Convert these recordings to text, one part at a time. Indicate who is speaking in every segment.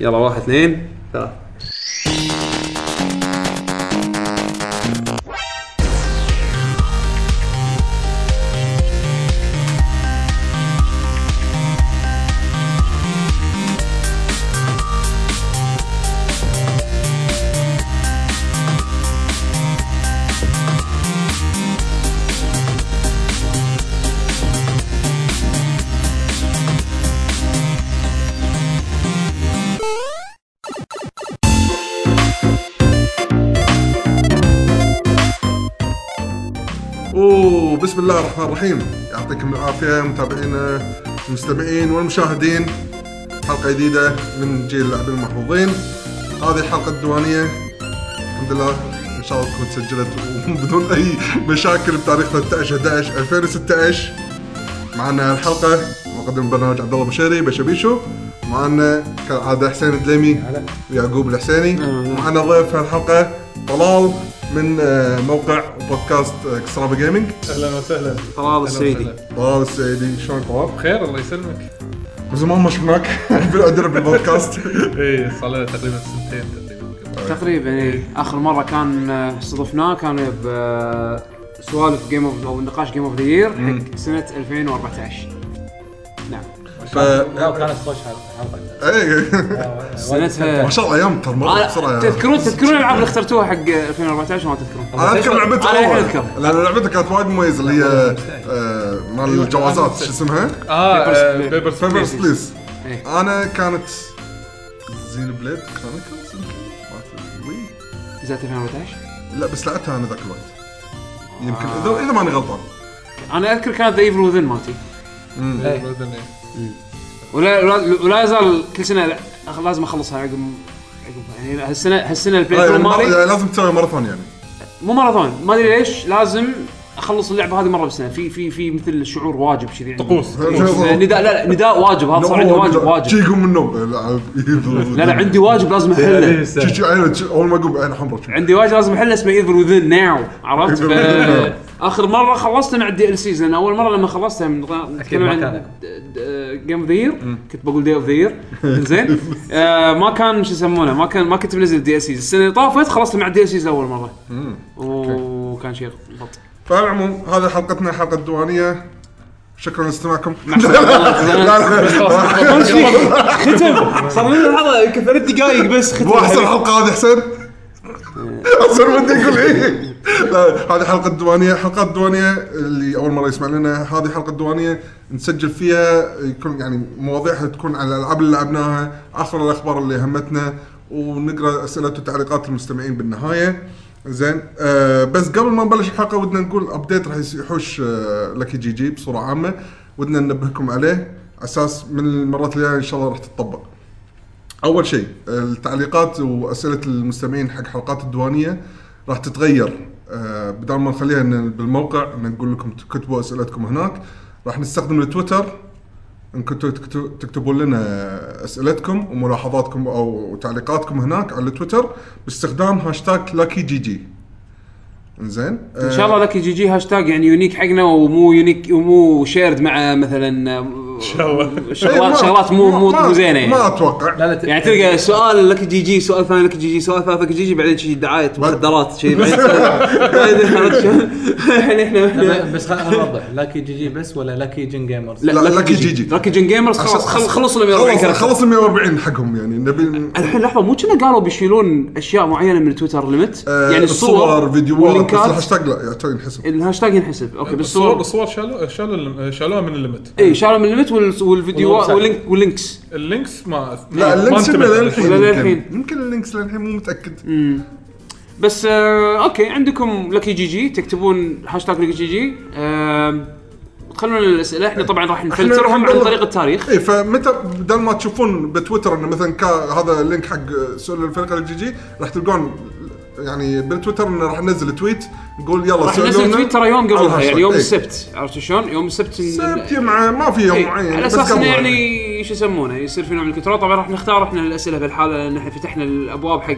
Speaker 1: يلا واحد اثنين ثلاث
Speaker 2: اوه بسم الله الرحمن الرحيم يعطيكم العافيه متابعينا المستمعين والمشاهدين حلقه جديده من جيل اللاعبين المحظوظين هذه الحلقه الديوانيه الحمد لله ان شاء الله تكون سجلت بدون اي مشاكل بتاريخ 13 11 2016 معنا الحلقه مقدم البرنامج عبد الله بشيري بشبيشو معنا كالعاده حسين الدليمي ويعقوب الحسيني
Speaker 3: نعم،
Speaker 2: معنا ضيف هالحلقه طلال من آه، موقع بودكاست آه، اكسترافا جيمنج
Speaker 4: اهلا وسهلا
Speaker 1: طلال السيدي
Speaker 2: طلال السعيدي شلونك طلال؟
Speaker 4: بخير الله يسلمك
Speaker 2: من زمان ما شفناك بالعذر بالبودكاست
Speaker 4: اي صار لنا تقريبا إيه، سنتين تقريبا
Speaker 3: تقريبا اي اخر مره إيه. كان آه، استضفناه كان ب آه، سوالف جيم اوف او نقاش جيم اوف ذا يير حق سنه 2014 نعم
Speaker 2: ف
Speaker 5: لا كانت خوش حلقه
Speaker 2: اي
Speaker 3: سنتها
Speaker 2: ما شاء الله ايام ترى مرة
Speaker 3: أنا-
Speaker 2: بسرعه يعني.
Speaker 3: آه، تذكرون تذكرون الالعاب اللي اخترتوها حق 2014 ما تذكرون
Speaker 2: انا اذكر لعبتك
Speaker 3: أنا
Speaker 2: أول.
Speaker 3: أذكر. أيوة.
Speaker 2: لان لعبتك كانت وايد مميزه اللي هي آه، مال الجوازات شو اسمها؟
Speaker 3: Papers-
Speaker 4: اه بيبرز
Speaker 2: فيفرس بليز
Speaker 3: إيه.
Speaker 2: انا كانت زين بليد كرونيكلز يمكن؟ ما أدري. وي.
Speaker 3: نزلت 2014
Speaker 2: لا بس لعبتها انا ذاك الوقت يمكن
Speaker 3: آه.
Speaker 2: اذا اذا ماني غلطان
Speaker 3: انا اذكر كانت ذا ايفل وذن مالتي
Speaker 4: إيه. انا
Speaker 3: ولا ولا- ولا يزال كل سنه لا، أخ- لازم اخلصها عقب عقب يعني هالسنه هالسنه البلاي
Speaker 2: أي،
Speaker 3: ثرو
Speaker 2: يعني مرة-
Speaker 3: مالي
Speaker 2: يعني لازم تسوي ماراثون يعني
Speaker 3: مو ماراثون ما ادري ليش لازم اخلص اللعبه هذه مره بالسنه في في في مثل شعور واجب كذي عندي.
Speaker 4: طقوس
Speaker 3: نداء لا لا نداء واجب هذا يعني صار عندي واجب
Speaker 2: شي
Speaker 3: واجب
Speaker 2: يقوم من النوم لا
Speaker 3: لا لا عندي واجب لازم
Speaker 4: إيه،
Speaker 3: احله
Speaker 2: شي شي عينه شي- اول ما اقوم عينه حمراء شي.
Speaker 3: عندي واجب لازم احله اسمه ايفل وذن ناو عرفت
Speaker 2: Evil Within
Speaker 3: ف- اخر مره خلصتها مع الدي ال سيز لان اول مره لما خلصتها من نتكلم
Speaker 5: ما
Speaker 3: عن
Speaker 5: كان.
Speaker 3: جيم اوف ذا يير كنت بقول دي اوف ذا يير زين آه، ما كان شو يسمونه ما كان ما كنت منزل الدي ال سيز السنه اللي طافت خلصت مع الدي ال سيز اول مره وكان شيء بط
Speaker 2: فعلى العموم هذه حلقتنا حلقه الديوانيه شكرا لاستماعكم
Speaker 3: ختم صار لنا لحظه ثلاث دقائق بس ختم
Speaker 2: مو احسن حلقه هذه حسين اصلا ودي اقول ايه لا، هذه حلقه الديوانيه حلقه الديوانيه اللي اول مره يسمع لنا هذه حلقه الديوانيه نسجل فيها يكون يعني مواضيعها تكون على الالعاب اللي لعبناها اخر الاخبار اللي همتنا ونقرا اسئله وتعليقات المستمعين بالنهايه زين آه بس قبل ما نبلش الحلقه ودنا نقول ابديت راح يس- يحوش آه لكي جي جي بصوره عامه ودنا ننبهكم عليه اساس من المرات اللي جاية ان شاء الله راح تتطبق. اول شيء التعليقات واسئله المستمعين حق حلقات الديوانيه راح تتغير آه، بدل ما نخليها إن بالموقع إن نقول لكم كتبوا اسئلتكم هناك راح نستخدم التويتر ان كنتوا تكتو- تكتبون لنا اسئلتكم وملاحظاتكم او تعليقاتكم هناك على التويتر باستخدام هاشتاج لاكي جي جي آه، انزين
Speaker 3: ان شاء الله لك جي جي هاشتاج يعني يونيك حقنا ومو يونيك ومو شيرد مع مثلا
Speaker 4: شاء الله.
Speaker 3: شغلات شغلات مو مو مو زينه يعني
Speaker 2: إيه، ما اتوقع
Speaker 5: لا لا ت-
Speaker 3: يعني تلقى سؤال لك جي جي سؤال ثاني لك جي جي سؤال ثالث لك جي جي بعدين شي دعايه مخدرات شي بعدين بعدين عرفت شلون؟ الحين
Speaker 5: لا،
Speaker 3: احنا
Speaker 5: بس خلينا نوضح لاكي جي جي بس ولا لاكي جن جيمرز
Speaker 2: لا، Lucky GG.
Speaker 3: لك جن جيمرز خلاص خل- خلصوا ال 140
Speaker 2: خلص
Speaker 3: كاركتر.
Speaker 2: خلص ال 140 حقهم يعني نبي
Speaker 3: الحين لحظه مو كنا قالوا بيشيلون اشياء معينه من تويتر ليمت
Speaker 2: آه،
Speaker 3: يعني الصور
Speaker 2: فيديوهات بس
Speaker 3: واللينكات
Speaker 2: الهاشتاج لا يعتبر ينحسب
Speaker 3: الهاشتاج ينحسب اوكي بس
Speaker 4: الصور
Speaker 3: الصور
Speaker 4: الصور شالوا شالوا اللم- شالوها من الليمت
Speaker 3: اي شالوا من الليمت وال- والفيديوهات
Speaker 5: والويب سايت.
Speaker 3: واللينك واللينكس
Speaker 4: اللينكس ما
Speaker 2: لا اللينكس
Speaker 4: ما
Speaker 2: إلا
Speaker 4: انتبهت
Speaker 2: للحين
Speaker 3: إلا
Speaker 2: يمكن.
Speaker 3: يعني للحين.
Speaker 2: يمكن اللينكس للحين مو متاكد
Speaker 3: بس آه اوكي عندكم لكي جي جي تكتبون هاشتاج لكي جي جي آه تخلون الاسئله احنا طبعا راح نفلترهم
Speaker 2: الحمد
Speaker 3: عن
Speaker 2: لله-
Speaker 3: طريق التاريخ
Speaker 2: اي إيه، فمتى بدل ما تشوفون بتويتر انه مثلا كا هذا اللينك حق سؤال الفرقه الجي جي راح تلقون يعني بالتويتر انه راح ننزل تويت نقول يلا
Speaker 3: راح ننزل
Speaker 2: سألونا
Speaker 3: تويت ترى يوم
Speaker 2: على
Speaker 3: قبلها
Speaker 2: الهاشتاج.
Speaker 3: يعني يوم
Speaker 2: إيه.
Speaker 3: السبت عرفت شلون؟ يوم السبت ن-
Speaker 2: سبت يمعة ما في يوم
Speaker 3: إيه،
Speaker 2: معين
Speaker 3: على
Speaker 2: بس
Speaker 3: اساس انه
Speaker 2: قبلها
Speaker 3: يعني شو يسمونه يصير في نوع من الكنترول طبعا راح نختار احنا الاسئله بالحاله لان احنا فتحنا الابواب حق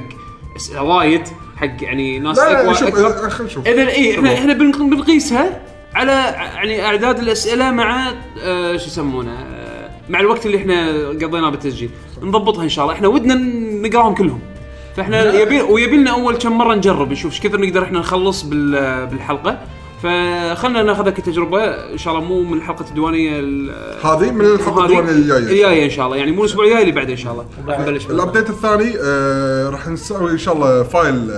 Speaker 3: اسئله وايد حق يعني ناس
Speaker 2: لا لا
Speaker 3: أكوا-
Speaker 2: شوف
Speaker 3: أكثر.
Speaker 2: خلينا نشوف
Speaker 3: اذا اي احنا احنا بنق- بنقيسها على ع- يعني اعداد الاسئله مع آه، شو يسمونه آه، مع الوقت اللي احنا قضيناه بالتسجيل نضبطها ان شاء الله احنا ودنا نقراهم كلهم فاحنا يبي ويبي لنا اول كم مره نجرب نشوف ايش كثر نقدر احنا نخلص بال- بالحلقه فخلنا ناخذها كتجربه ان شاء الله مو من الحلقه الديوانيه ال-
Speaker 2: هذه من الحلقه
Speaker 3: هذه
Speaker 2: الديوانيه الجايه
Speaker 3: الجايه ان شاء الله يعني مو الاسبوع الجاي اللي بعده ان شاء الله راح نبلش بالله.
Speaker 2: الابديت الثاني آه راح نسوي ان شاء الله فايل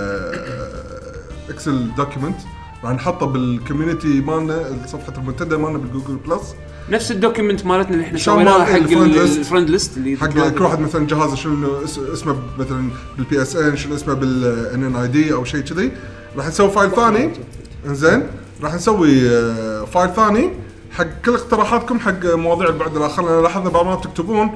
Speaker 2: اكسل دوكيمنت راح نحطه بالكوميونتي مالنا صفحه المنتدى مالنا بالجوجل بلس
Speaker 3: نفس الدوكيمنت مالتنا اللي احنا
Speaker 2: شو مال
Speaker 3: سويناها حق
Speaker 2: الفرند ليست.
Speaker 3: الفرند ليست اللي
Speaker 2: حق
Speaker 3: تطلع-
Speaker 2: كل واحد مثلا جهازه شنو اس- اسمه مثلا بالبي اس ان شنو اسمه بالان ان اي دي او شيء كذي راح نسوي فايل ثاني انزين راح نسوي آه، فايل ثاني حق كل اقتراحاتكم حق مواضيع البعد الاخر لان لاحظنا بعض مرات تكتبون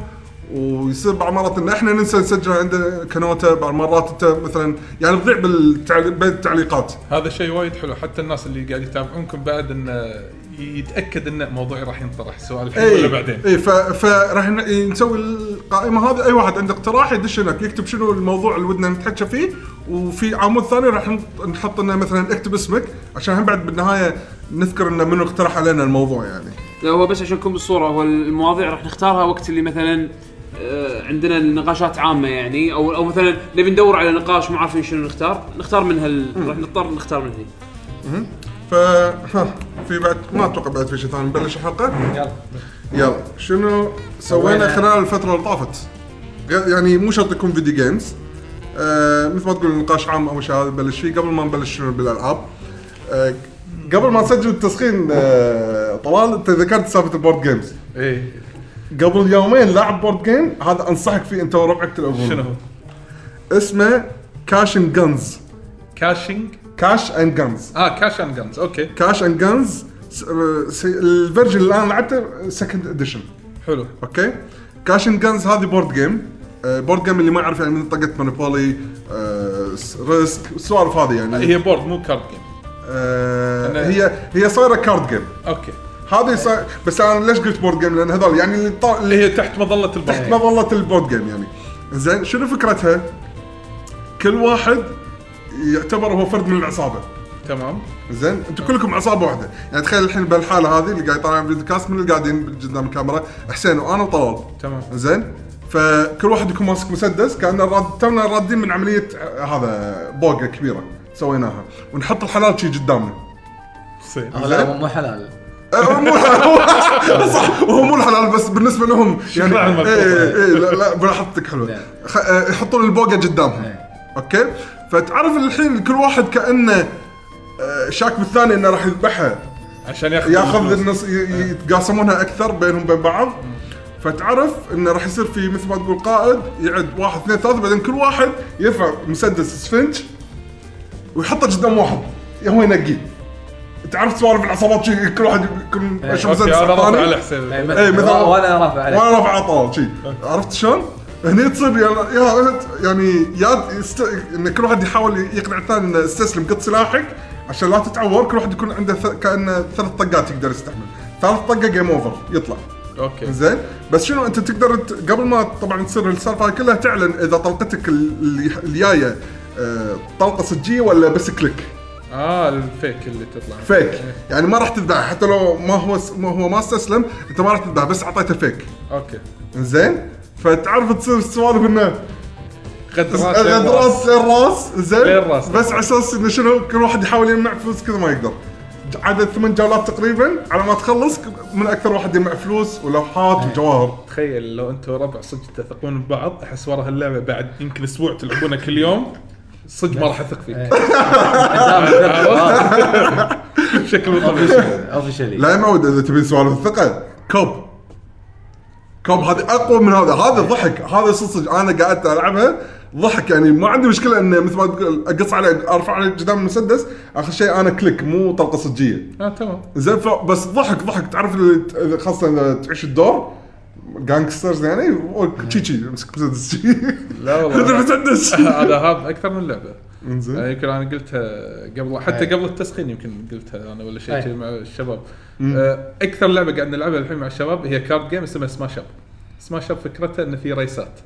Speaker 2: ويصير بعض مرات ان احنا ننسى نسجل عندنا كنوته بعض مرات انت مثلا يعني تضيع بالتعليق بين التعليقات
Speaker 4: هذا شيء وايد حلو حتى الناس اللي قاعد يتابعونكم بعد انه يتاكد ان موضوعي راح ينطرح سواء الحين ولا بعدين
Speaker 2: اي إيه. ف... فراح ن- إيه، نسوي القائمه هذه اي واحد عنده اقتراح يدش هناك يكتب شنو الموضوع اللي ودنا نتحكى فيه وفي عمود ثاني راح نط- نحط انه مثلا اكتب اسمك عشان هم بعد بالنهايه نذكر انه منو اقترح علينا الموضوع يعني
Speaker 3: لا هو بس عشانكم بالصوره هو المواضيع راح نختارها وقت اللي مثلا آه، عندنا نقاشات عامه يعني او او مثلا نبي ندور على نقاش ما عارفين شنو نختار نختار من هال راح نضطر نختار من هني
Speaker 2: ف ها، في بعد ما اتوقع بعد في شيء ثاني نبلش الحلقه
Speaker 5: يلا
Speaker 2: يلا شنو سوينا
Speaker 5: سوينا-
Speaker 2: خلال الفتره اللي طافت غ- يعني مو شرط يكون فيديو جيمز آه مثل ما تقول نقاش عام اول شيء هذا نبلش فيه قبل ما نبلش شنو بالالعاب آه قبل ما نسجل التسخين آه طلال انت ذكرت سالفه البورد جيمز
Speaker 4: اي
Speaker 2: قبل يومين لاعب بورد جيم هذا انصحك فيه انت وربعك تلعبونه
Speaker 4: شنو هو؟
Speaker 2: اسمه كاش اند جنز
Speaker 4: كاشينج
Speaker 2: كاش اند جنز
Speaker 4: اه كاش اند جنز اوكي
Speaker 2: كاش اند جنز الفيرجن آه، اللي انا لعبته سكند اديشن
Speaker 4: حلو
Speaker 2: اوكي كاش اند جنز هذه بورد جيم آه، بورد جيم اللي ما يعرف يعني من طقه مونوبولي ريسك السوالف هذه يعني
Speaker 4: هي بورد مو كارد جيم
Speaker 2: آه،
Speaker 4: أنا-
Speaker 2: هي هي صايره كارد جيم
Speaker 4: اوكي
Speaker 2: هذه صا- بس انا ليش قلت بورد جيم لان هذول يعني اللي طا-
Speaker 4: اللي
Speaker 2: اللي
Speaker 4: هي تحت مظله
Speaker 2: تحت
Speaker 4: البورد
Speaker 2: مظله البورد جيم يعني زين شنو فكرتها؟ كل واحد يعتبر هو فرد من العصابه
Speaker 4: تمام
Speaker 2: زين انتم كلكم عصابه واحده يعني تخيل الحين بالحاله هذه اللي قاعد يطالع بالبودكاست من اللي قاعدين قدام الكاميرا حسين وانا وطلال
Speaker 4: تمام.
Speaker 2: زين فكل واحد يكون ماسك مسدس كان راد تونا رادين من عمليه آه، هذا بوقه كبيره سويناها ونحط الحلال شي قدامنا
Speaker 4: زين
Speaker 5: آه، لا مو- مو حلال
Speaker 4: إيه،
Speaker 2: آه، مو الحلال صح هو مو الحلال بس بالنسبه لهم يعني
Speaker 4: على المكتوب.
Speaker 2: اي اي لا لا بلاحظتك حلوه
Speaker 5: نعم.
Speaker 2: خ- آه، يحطون البوقه
Speaker 4: نعم.
Speaker 2: قدامهم
Speaker 5: إيه.
Speaker 2: اوكي فتعرف الحين كل واحد كانه آه، شاك بالثاني انه راح يذبحها
Speaker 4: عشان ياخذ إيه.
Speaker 2: ياخذ
Speaker 4: الفلوس.
Speaker 2: النص ي- ي- يتقاسمونها اكثر بينهم بين بعض فتعرف انه راح يصير في مثل ما تقول قائد يعد واحد اثنين ثلاثه بعدين كل واحد يرفع مسدس اسفنج ويحطه قدام واحد هو ينقيه تعرف سوالف العصابات شي كل واحد يكون ماشي
Speaker 4: اوكي إيه، هذا رفع على
Speaker 2: عطاني
Speaker 5: إيه،
Speaker 4: حسين
Speaker 5: مثل-
Speaker 2: إيه، مثل-
Speaker 5: وانا رافع عليك
Speaker 2: وانا رافع عطاه شي عرفت شلون؟ هني تصير يا- يا يعني يا است... ان كل واحد يحاول يقنع الثاني انه استسلم قط سلاحك عشان لا تتعور كل واحد يكون عنده ث... كانه ثلاث طقات يقدر يستحمل ثلاث طقه جيم اوفر يطلع
Speaker 4: اوكي
Speaker 2: زين بس شنو انت تقدر ت... قبل ما طبعا تصير السالفه هاي كلها تعلن اذا طلقتك ال- الجايه آه، طلقه صجيه ولا بس كليك
Speaker 4: اه الفيك اللي تطلع
Speaker 2: فيك يعني ما راح تذبحه حتى لو ما هو ما هو ما استسلم انت ما راح تذبحه بس اعطيته فيك
Speaker 4: اوكي
Speaker 2: زين فتعرف تصير السوالف انه
Speaker 4: غد راس
Speaker 2: غد راس لين راس زين
Speaker 4: لين راس.
Speaker 2: بس على اساس انه شنو كل واحد يحاول يجمع فلوس كذا ما يقدر عدد ثمان جولات تقريبا على ما تخلص من اكثر واحد يجمع فلوس
Speaker 4: إيه.
Speaker 2: ولوحات وجواهر
Speaker 4: تخيل لو انت وربع صدق تثقون ببعض احس ورا هاللعبه بعد يمكن اسبوع تلعبونها كل يوم صدق ما راح اثق فيك بشكل مو طبيعي
Speaker 5: اوفشلي
Speaker 2: لا يا معود اذا تبي سوالف الثقه كوب كوب هذه اقوى من هذا هذا ضحك هذا صدق انا قعدت العبها ضحك يعني ما عندي مشكله انه مثل ما تقول اقص عليه ارفع عليه قدام المسدس اخر شيء انا كليك مو طلقه صجيه
Speaker 4: اه تمام
Speaker 2: زين ف- بس ضحك ضحك تعرف اللي ت- خاصه إذا تعيش الدور جانكسترز يعني و- شي شي امسك مسدس شي
Speaker 4: لا
Speaker 2: هذا
Speaker 4: والله
Speaker 2: مسدس
Speaker 4: هذا هاب اكثر من لعبه آه،
Speaker 2: انزين
Speaker 4: يمكن انا قلتها قبل حتى
Speaker 5: أي.
Speaker 4: قبل التسخين يمكن قلتها انا ولا شيء
Speaker 5: أي.
Speaker 4: كذي مع الشباب آه، اكثر لعبه قاعد نلعبها الحين مع الشباب هي كارد جيم اسمها سماش اب سماش اب فكرتها انه في ريسات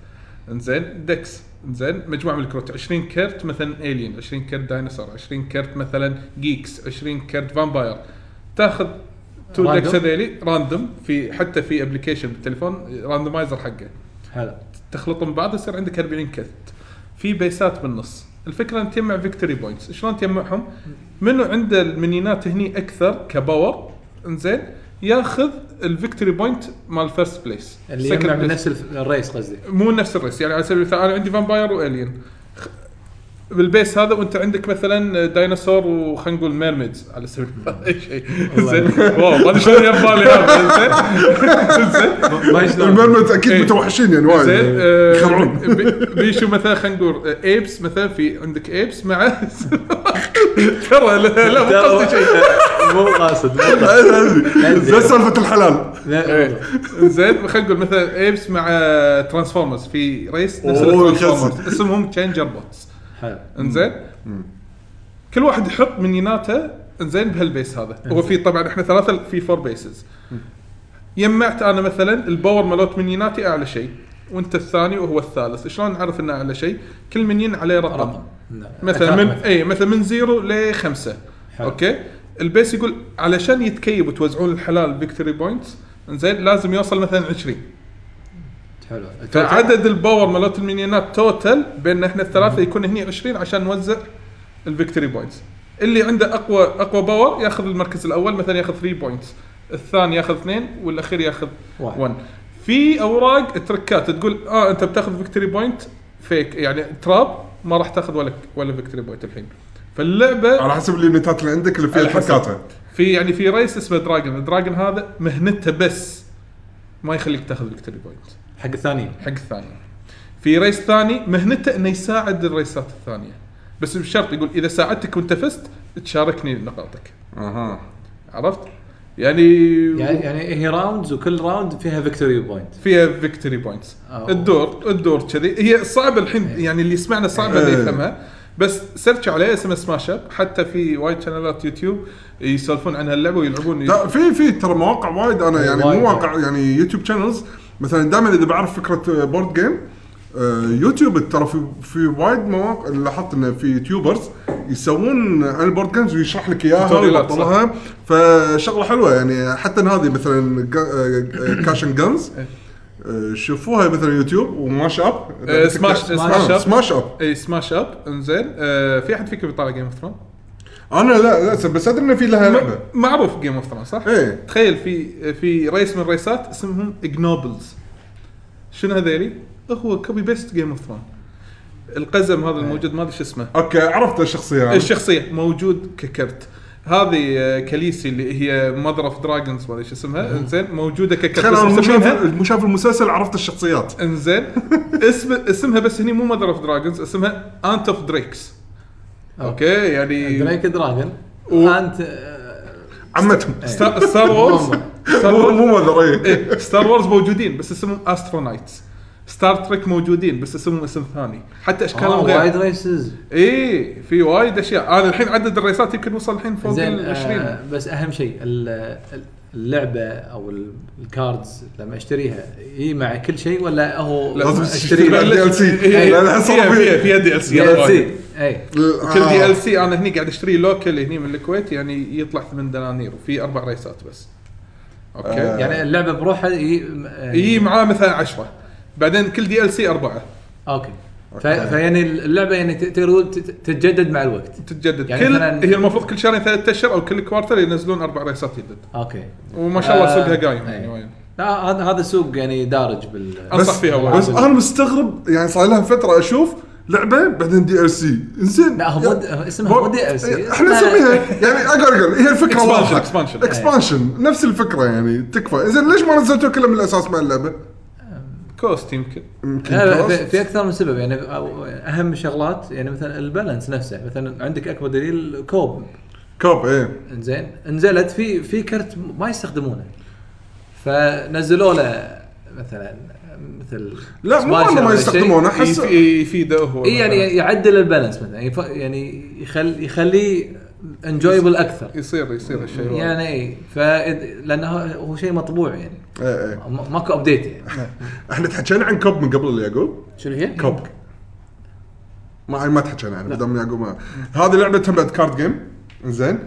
Speaker 4: انزين دكس انزين مجموعه من الكروت 20 كرت مثلا الين 20 كرت داينوسور 20 كرت مثلا جيكس 20 كرت فامباير تاخذ تو
Speaker 5: Random.
Speaker 4: دكس هذيلي راندوم في حتى في ابلكيشن بالتليفون راندمايزر حقه
Speaker 5: حلو
Speaker 4: تخلطهم ببعض يصير عندك 40 كت في بيسات بالنص الفكره ان تجمع فيكتوري بوينتس شلون تجمعهم منو عنده المنينات هني اكثر كباور انزين ياخذ الفيكتوري بوينت مال فيرست بليس
Speaker 5: اللي يجمع من نفس الف- الريس قصدي
Speaker 4: مو نفس الريس يعني على سبيل المثال انا عندي فامباير والين خ- بالبيس هذا وانت عندك مثلا ديناصور وخلينا نقول ميرميدز على سبيل المثال اي شيء زين واو ما ادري شلون جاب بالي هذا زين زين
Speaker 5: ما شلون
Speaker 2: المرمت اكيد
Speaker 4: إيه.
Speaker 2: متوحشين يعني وايد
Speaker 4: زين آه،
Speaker 2: يخرعون
Speaker 4: بي- بيشو مثلا خلينا نقول ايبس مثلا في عندك ايبس مع ترى لا لا مو قصدي شيء
Speaker 5: مو قاصد مو قاصد.
Speaker 2: زي سالفه الحلال
Speaker 4: إيه.
Speaker 5: لا والله.
Speaker 4: زين خلينا نقول مثلا ايبس مع ترانسفورمرز في ريس نفس
Speaker 2: أوه،
Speaker 4: الترانسفورمرز
Speaker 2: يخزن.
Speaker 4: اسمهم تشينجر بوتس
Speaker 5: حلو
Speaker 4: انزين كل واحد يحط منيناته انزين بهالبيس هذا هو في طبعا احنا ثلاثه في فور بيسز يمعت انا مثلا الباور مالوت منيناتي اعلى شيء وانت الثاني وهو الثالث شلون نعرف انه اعلى شيء كل منين عليه رقم,
Speaker 5: رقم.
Speaker 4: رقم.
Speaker 5: نعم.
Speaker 4: مثلا من
Speaker 5: أتعرف.
Speaker 4: اي مثلا من زيرو لخمسه
Speaker 5: حلو.
Speaker 4: اوكي البيس يقول علشان يتكيب وتوزعون الحلال فيكتوري بوينتس زين لازم يوصل مثلا 20
Speaker 5: حلو
Speaker 4: فعدد الباور مالت المنيونات توتال بين احنا الثلاثه يكون هني 20 عشان نوزع الفيكتوري بوينتس اللي عنده اقوى اقوى باور ياخذ المركز الاول مثلا ياخذ 3 بوينتس الثاني ياخذ اثنين والاخير ياخذ
Speaker 5: واحد.
Speaker 4: 1 في اوراق تركات تقول اه انت بتاخذ فيكتوري بوينت فيك يعني تراب ما راح تاخذ ولا ولا فيكتوري بوينت الحين فاللعبه
Speaker 2: على حسب الليمتات اللي عندك اللي فيها
Speaker 4: على حسب.
Speaker 2: حركاتها
Speaker 4: في يعني في ريس اسمه دراجون الدراجون هذا مهنته بس ما يخليك تاخذ فيكتوري بوينت
Speaker 5: حق الثاني
Speaker 4: حق الثاني في ريس ثاني مهنته انه يساعد الريسات الثانيه بس بشرط يقول اذا ساعدتك وانت فزت تشاركني نقاطك
Speaker 2: اها
Speaker 4: عرفت؟ يعني,
Speaker 5: يعني يعني هي راوندز وكل راوند فيها فيكتوري بوينت
Speaker 4: فيها فيكتوري بوينتس
Speaker 5: أوه.
Speaker 4: الدور الدور كذي هي صعبه الحين يعني اللي يسمعنا صعبه اللي
Speaker 2: إيه.
Speaker 4: يفهمها بس سيرش عليها اسمها سماش اب حتى في وايد شانلات يوتيوب يسولفون عن هاللعبه ويلعبون
Speaker 2: لا في في ترى مواقع وايد انا يعني
Speaker 5: وايد.
Speaker 2: مو واقع يعني يوتيوب شانلز مثلا دائما اذا بعرف آه، فكره بورد جيم يوتيوب آه، ترى في في وايد مواقع لاحظت انه في يوتيوبرز يسوون عن البورد جيمز ويشرح لك اياها
Speaker 4: توتوريالات، صح.
Speaker 2: ويبطلها فشغله حلوه يعني حتى إن هذه آه، مثلا كاش اند جنز آه، شوفوها مثلا يوتيوب وماش اب
Speaker 4: آه، سماش- سماش أب.
Speaker 2: سماش اب
Speaker 4: اي سماش اب انزين آه في احد فيكم بيطالع جيم اوف ثرونز؟
Speaker 2: انا لا لا بس ادري ان في لها لعبه
Speaker 4: م- معروف جيم اوف ثرونز صح؟
Speaker 2: ايه
Speaker 4: تخيل في في ريس من الريسات اسمهم اجنوبلز شنو هذيلي؟ هو كوبي بيست جيم اوف ثرون القزم هذا الموجود ما ادري شو اسمه
Speaker 2: اوكي عرفت الشخصيه أنا.
Speaker 4: الشخصيه موجود ككرت هذه آه، كاليسي اللي هي ماذر اوف دراجونز ما ادري شو اسمها انزين موجوده ككرت
Speaker 2: آه. تخيل
Speaker 4: بس
Speaker 2: انا مو شايف-
Speaker 4: مسمينها
Speaker 2: مو شايف المسلسل عرفت الشخصيات
Speaker 4: انزين اسم اسمها بس هني مو ماذر اوف دراجونز اسمها انت اوف دريكس
Speaker 2: آه.
Speaker 4: اوكي يعني
Speaker 5: دريك دراجون
Speaker 4: و-
Speaker 5: انت آه،
Speaker 2: عمتهم
Speaker 4: ستا- ستار وورز ستار
Speaker 2: مو
Speaker 4: وورز
Speaker 2: مو ماذر ايه
Speaker 4: ايه ستار وورز موجودين بس اسمهم استرونايتس ستار تريك موجودين بس اسمهم اسم ثاني حتى اشكالهم
Speaker 5: آه، وايد
Speaker 4: غير
Speaker 5: ريسز
Speaker 4: اي في وايد اشياء انا الحين عدد الريسات يمكن وصل الحين فوق
Speaker 5: زين
Speaker 4: ال
Speaker 5: آه
Speaker 4: 20
Speaker 5: بس اهم شيء ال- ال- اللعبه او ال- الكاردز لما اشتريها هي مع كل شيء ولا هو
Speaker 2: لازم تشتري
Speaker 5: اشتريها
Speaker 2: بعد دي ال سي
Speaker 4: إيه،
Speaker 2: لا لا
Speaker 4: فيها- فيها
Speaker 2: صار
Speaker 4: فيها دي ال سي
Speaker 5: DLC. اي
Speaker 2: آه.
Speaker 4: كل دي ال سي انا هني قاعد اشتري لوكل هني من الكويت يعني يطلع 8 دنانير وفي اربع ريسات بس اوكي
Speaker 5: يعني اللعبه بروحها هي يعني-
Speaker 4: يجي معاه مثلا 10 بعدين كل دي ال سي اربعه
Speaker 5: اوكي ف- فيعني اللعبه يعني ت- تقدر تقول ت- تتجدد مع الوقت
Speaker 4: تتجدد
Speaker 5: يعني
Speaker 4: يعني كل
Speaker 5: مثلاً-
Speaker 4: هي المفروض كل شهرين ثلاثة اشهر او كل كوارتر ينزلون اربع ريسات جدد
Speaker 5: اوكي
Speaker 4: وما شاء الله
Speaker 5: آه،
Speaker 4: سوقها قايم يعني
Speaker 5: إيه.
Speaker 4: وايد.
Speaker 5: لا هذا هذا سوق يعني دارج بال
Speaker 4: أنصح فيها وايد.
Speaker 2: بس انا مستغرب يعني صار لها فتره اشوف لعبه بعدين دي ال سي انزين
Speaker 5: لا هو مو د- اسمها
Speaker 2: بو-
Speaker 5: مو دي ال سي
Speaker 2: احنا إيه، نسميها يعني اقول اقول هي الفكره
Speaker 4: Expansion-
Speaker 2: واضحه
Speaker 4: expansion. إيه.
Speaker 2: اكسبانشن نفس الفكره يعني تكفى انزين ليش ما نزلتوها كلها من الاساس مع اللعبه؟
Speaker 4: كوست يمكن
Speaker 5: لا لا في- في اكثر من سبب يعني أو- اهم شغلات يعني مثلا البالانس نفسه مثلا عندك اكبر دليل كوب
Speaker 2: كوب ايه
Speaker 5: انزين نزلت في في كرت ما يستخدمونه فنزلوا له مثلا مثل
Speaker 2: لا مو
Speaker 5: سباشر
Speaker 2: انه ما
Speaker 5: ولا شيء.
Speaker 2: يستخدمونه احس
Speaker 4: يفي- يفيده هو
Speaker 5: اي يعني
Speaker 4: مثلاً.
Speaker 5: يعدل البالانس مثلا يف- يعني يخل يخليه انجويبل اكثر
Speaker 4: يصير يصير الشيء يعني
Speaker 5: يعني اي ف لانه هو- هو شيء مطبوع يعني
Speaker 2: إيه، إيه.
Speaker 5: ما- ماكو ابديت يعني
Speaker 2: احنا تحكينا عن كوب من قبل يعقوب
Speaker 5: شنو هي؟
Speaker 2: كوب ما ما تحكينا عنه بدل ما يعقوب ما- هذه لعبه بعد كارد جيم زين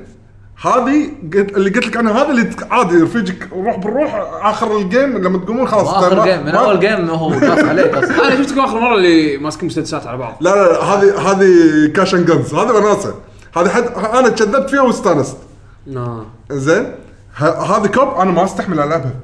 Speaker 2: هذه قلت- اللي قلت لك عنها هذا اللي تك- عادي يرفجك روح بالروح اخر الجيم لما تقومون خلاص
Speaker 5: اخر
Speaker 2: ما-
Speaker 5: جيم من
Speaker 2: ما-
Speaker 5: اول جيم هو قاص عليك اصلا
Speaker 3: انا شفتكم اخر مره اللي ماسكين مسدسات على بعض
Speaker 2: لا لا لا، هذه هذه كاش اند جنز هذه وناسه هذه حد انا كذبت فيها واستانست
Speaker 3: آه.
Speaker 2: زين ه- هذه كوب انا ما استحمل العبها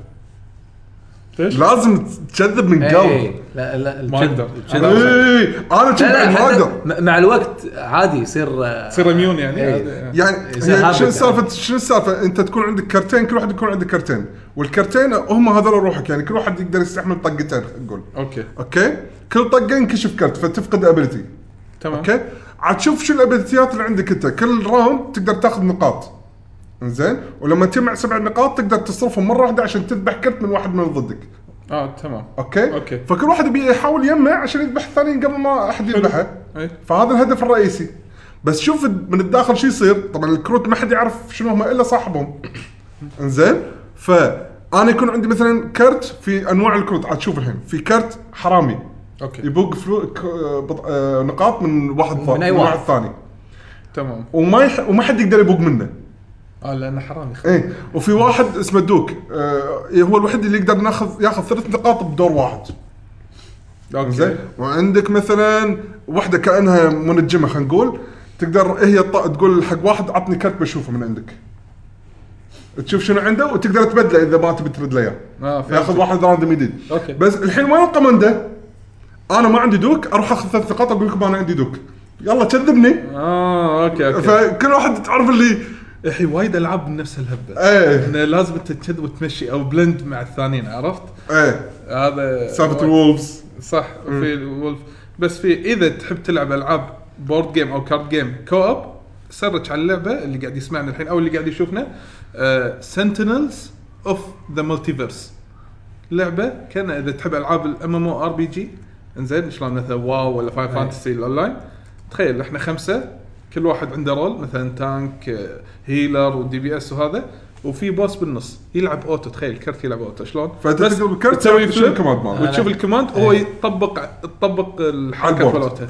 Speaker 4: ليش؟
Speaker 2: لازم تكذب من
Speaker 5: إيه،
Speaker 2: قلب
Speaker 5: لا لا
Speaker 4: ما
Speaker 5: الجد-
Speaker 4: أقدر.
Speaker 5: الجد-
Speaker 4: أنا-
Speaker 2: إيه.
Speaker 5: لا،
Speaker 2: اي انا كنت
Speaker 5: لا
Speaker 2: ما
Speaker 5: حتى
Speaker 2: اقدر
Speaker 5: م- مع الوقت عادي يصير آه،
Speaker 4: تصير اميون يعني
Speaker 5: إيه.
Speaker 4: هذا-
Speaker 2: يعني
Speaker 5: يصير
Speaker 2: يعني
Speaker 5: هابت
Speaker 2: شنو
Speaker 5: يعني.
Speaker 2: السالفه شنو السالفه انت تكون عندك كرتين كل واحد يكون عنده كرتين والكرتين هم هذول روحك يعني كل واحد يقدر يستحمل طقتين نقول
Speaker 4: اوكي
Speaker 2: اوكي كل طقه ينكشف كرت فتفقد ابيلتي
Speaker 4: تمام
Speaker 2: اوكي عاد تشوف شو الابيلتيات اللي عندك انت كل راوند تقدر تاخذ نقاط زين ولما تجمع سبع نقاط تقدر تصرفهم مره واحده عشان تذبح كرت من واحد من ضدك
Speaker 4: اه تمام
Speaker 2: اوكي
Speaker 4: أوكي.
Speaker 2: فكل واحد يبي يحاول يجمع عشان يذبح الثاني قبل ما احد يذبحه
Speaker 4: أي.
Speaker 2: فهذا الهدف الرئيسي بس شوف من الداخل شو يصير طبعا الكروت ما حد يعرف شنو هم الا صاحبهم انزين فانا يكون عندي مثلا كرت في انواع الكروت عاد شوف الحين في كرت حرامي
Speaker 4: اوكي
Speaker 2: يبوق فلو ك- آه، بط- آه، نقاط من واحد
Speaker 5: من
Speaker 2: ثاني
Speaker 5: أي
Speaker 2: من
Speaker 5: واحد.
Speaker 2: واحد ثاني
Speaker 4: تمام
Speaker 2: وما يح... وما حد يقدر يبوق منه
Speaker 4: اه لانه حرام يخ-
Speaker 2: ايه وفي واحد اسمه دوك آه هو الوحيد اللي يقدر ناخذ ياخذ ثلاث نقاط بدور واحد زين وعندك مثلا وحده كانها منجمه خلينا نقول تقدر هي الط- تقول حق واحد عطني كرت بشوفه من عندك تشوف شنو عنده وتقدر تبدله اذا ما تبي ترد له اياه
Speaker 4: اه فهمت.
Speaker 2: ياخذ واحد راندوم جديد
Speaker 4: أوكي.
Speaker 2: بس الحين وين القمنده؟ انا ما عندي دوك اروح اخذ ثلاث نقاط اقول لكم انا عندي دوك يلا كذبني
Speaker 4: اه اوكي اوكي
Speaker 2: فكل واحد تعرف اللي
Speaker 4: الحين وايد العاب بنفس الهبه
Speaker 2: ايه
Speaker 4: انه لازم انت تكذب وتمشي او بلند مع الثانيين عرفت؟
Speaker 2: ايه
Speaker 4: هذا
Speaker 2: سالفه الولفز
Speaker 4: صح في الولف بس في اذا تحب تلعب العاب بورد جيم او كارد جيم كو اب سرج على اللعبه اللي قاعد يسمعنا الحين او اللي قاعد يشوفنا آه، سنتينلز اوف ذا مالتيفيرس لعبه كان اذا تحب العاب الام ام او ار بي جي انزين شلون مثلا واو ولا فاين
Speaker 2: إيه.
Speaker 4: فانتسي الاونلاين تخيل احنا خمسه كل واحد عنده رول مثلا تانك آه، هيلر ودي بي اس وهذا وفي بوس بالنص يلعب اوتو تخيل كرت يلعب اوتو شلون؟
Speaker 2: فأنت
Speaker 4: بس
Speaker 2: تقلب الكرت
Speaker 4: تسوي
Speaker 2: تعرف شنو
Speaker 4: فليب
Speaker 2: الكوماند ماله.
Speaker 4: وتشوف الكوماند هو يطبق يطبق الحركه
Speaker 2: عالبورد.
Speaker 4: مالته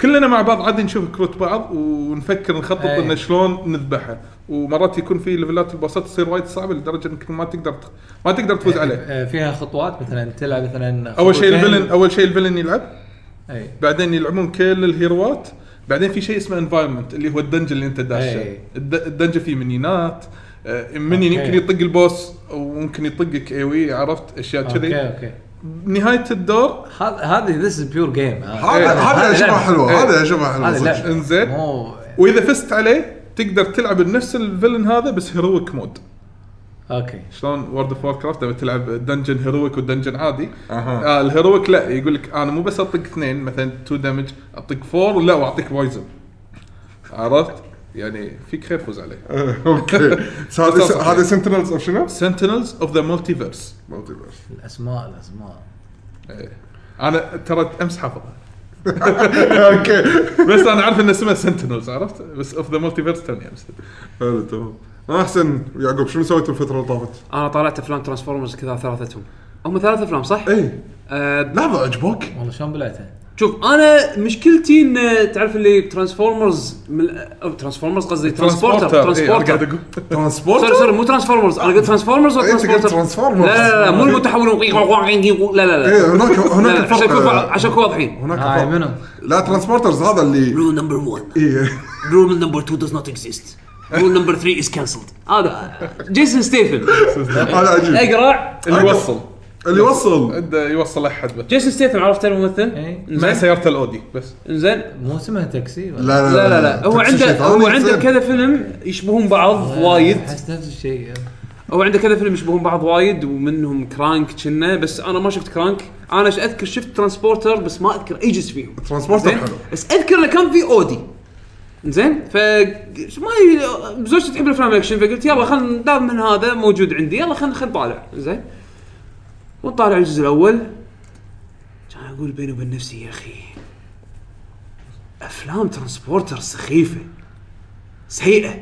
Speaker 4: كلنا مع بعض عادي نشوف كروت بعض ونفكر نخطط
Speaker 5: أي.
Speaker 4: انه شلون نذبحه ومرات يكون في ليفلات البوسات تصير وايد صعبه لدرجه انك ما تقدر تخ... ما تقدر تفوز عليه
Speaker 5: آه، فيها خطوات مثلا تلعب مثلا
Speaker 4: اول شيء
Speaker 5: خطوتين.
Speaker 4: الفيلن اول شيء الفيلن يلعب
Speaker 5: اي
Speaker 4: بعدين يلعبون كل الهيروات بعدين في شيء اسمه انفايرمنت اللي هو الدنجن اللي انت داشه
Speaker 5: أي.
Speaker 4: الد- الدنجن فيه منينات آه، منين
Speaker 5: أوكي.
Speaker 4: يمكن يطق البوس وممكن يطقك اي وي عرفت اشياء
Speaker 5: اوكي
Speaker 4: كذي
Speaker 5: اوكي
Speaker 4: نهايه الدور
Speaker 5: هذا هذه ذس از بيور جيم
Speaker 4: إيه،
Speaker 2: هذا هذا اشوفها حلوه هذا اشوفها حلوه
Speaker 5: هذا
Speaker 2: صدق.
Speaker 5: آه. لعبة.
Speaker 4: انزين.
Speaker 5: مو
Speaker 4: واذا فزت عليه تقدر تلعب بنفس الفيلن هذا بس هيرويك مود
Speaker 5: اوكي
Speaker 4: شلون وورد اوف وور كرافت لما تلعب دنجن هيرويك ودنجن عادي
Speaker 2: أها.
Speaker 4: آه الهيرويك لا يقول لك انا مو بس اطق اثنين مثلا 2 دامج اطق فور لا واعطيك بويزن عرفت؟ يعني فيك خير فوز عليه
Speaker 2: اوكي بس هذا هذا سنتينلز اوف شنو؟
Speaker 4: سنتينلز اوف ذا مالتيفيرس
Speaker 5: الاسماء الاسماء
Speaker 4: انا إيه. ترى امس حافظها
Speaker 2: اوكي
Speaker 4: بس انا عارف ان اسمها سنتينلز عرفت بس اوف ذا مالتيفيرس توني امس
Speaker 2: حلو تمام احسن يعقوب شنو سويت الفتره اللي طافت؟
Speaker 3: انا طلعت افلام ترانسفورمرز كذا ثلاثتهم هم ثلاث افلام صح؟
Speaker 2: اي
Speaker 3: آه
Speaker 2: لحظه إيه. عجبوك؟
Speaker 5: والله شلون بلعتها؟
Speaker 3: شوف انا مشكلتي ان تعرف اللي ترانسفورمرز من أو ترانسفورمرز قصدي ترانسبورتر
Speaker 2: إيه،
Speaker 4: إيه،
Speaker 3: ترانسبورتر
Speaker 4: اقول
Speaker 3: سوري
Speaker 2: ترانسبورتر
Speaker 3: سوري مو ترانسفورمرز انا قلت ترانسفورمرز ولا
Speaker 2: إيه، أنت قلت
Speaker 3: ترانسبورتر
Speaker 2: ترانسفورمرز.
Speaker 3: لا لا لا مو إيه، المتحولون لا لا لا
Speaker 2: ايه هناك
Speaker 3: لا،
Speaker 2: هناك
Speaker 3: لا، عشان نكون
Speaker 2: فرق
Speaker 3: عشان نكون واضحين
Speaker 2: هناك
Speaker 5: هاي
Speaker 2: فرق
Speaker 5: منو؟
Speaker 2: لا ترانسبورترز هذا اللي إيه.
Speaker 3: rule number one
Speaker 2: اي
Speaker 3: rule number two does not exist rule number three is cancelled هذا جيسون ستيثم
Speaker 2: هذا عجيب
Speaker 3: اقرع
Speaker 4: اللي يوصل
Speaker 2: اللي وصل
Speaker 4: عنده يوصل احد بس
Speaker 3: جيسون ستيثم عرفت الممثل
Speaker 5: اي
Speaker 4: مع سيارته الاودي بس
Speaker 3: انزين
Speaker 5: مو اسمها تاكسي ولا
Speaker 2: لا
Speaker 3: لا لا لا هو
Speaker 2: تاكسي
Speaker 3: عنده
Speaker 2: شيطان
Speaker 3: هو
Speaker 2: يصير.
Speaker 3: عنده كذا فيلم يشبهون
Speaker 5: آه،
Speaker 3: بعض وايد
Speaker 5: احس نفس الشيء آه.
Speaker 3: هو عنده كذا فيلم يشبهون بعض وايد ومنهم كرانك كنا بس انا ما شفت كرانك انا ش- اذكر شفت ترانسبورتر بس ما اذكر اي جزء فيهم
Speaker 2: ترانسبورتر
Speaker 3: زين
Speaker 2: حلو
Speaker 3: بس اذكر انه كان في اودي زين ف ما ي- زوجتي تحب الافلام الاكشن فقلت يلا خلينا دام من هذا موجود عندي يلا خلينا خلينا نطالع زين ونطالع الجزء الاول كان اقول بيني وبين نفسي يا اخي افلام ترانسبورتر سخيفه سيئه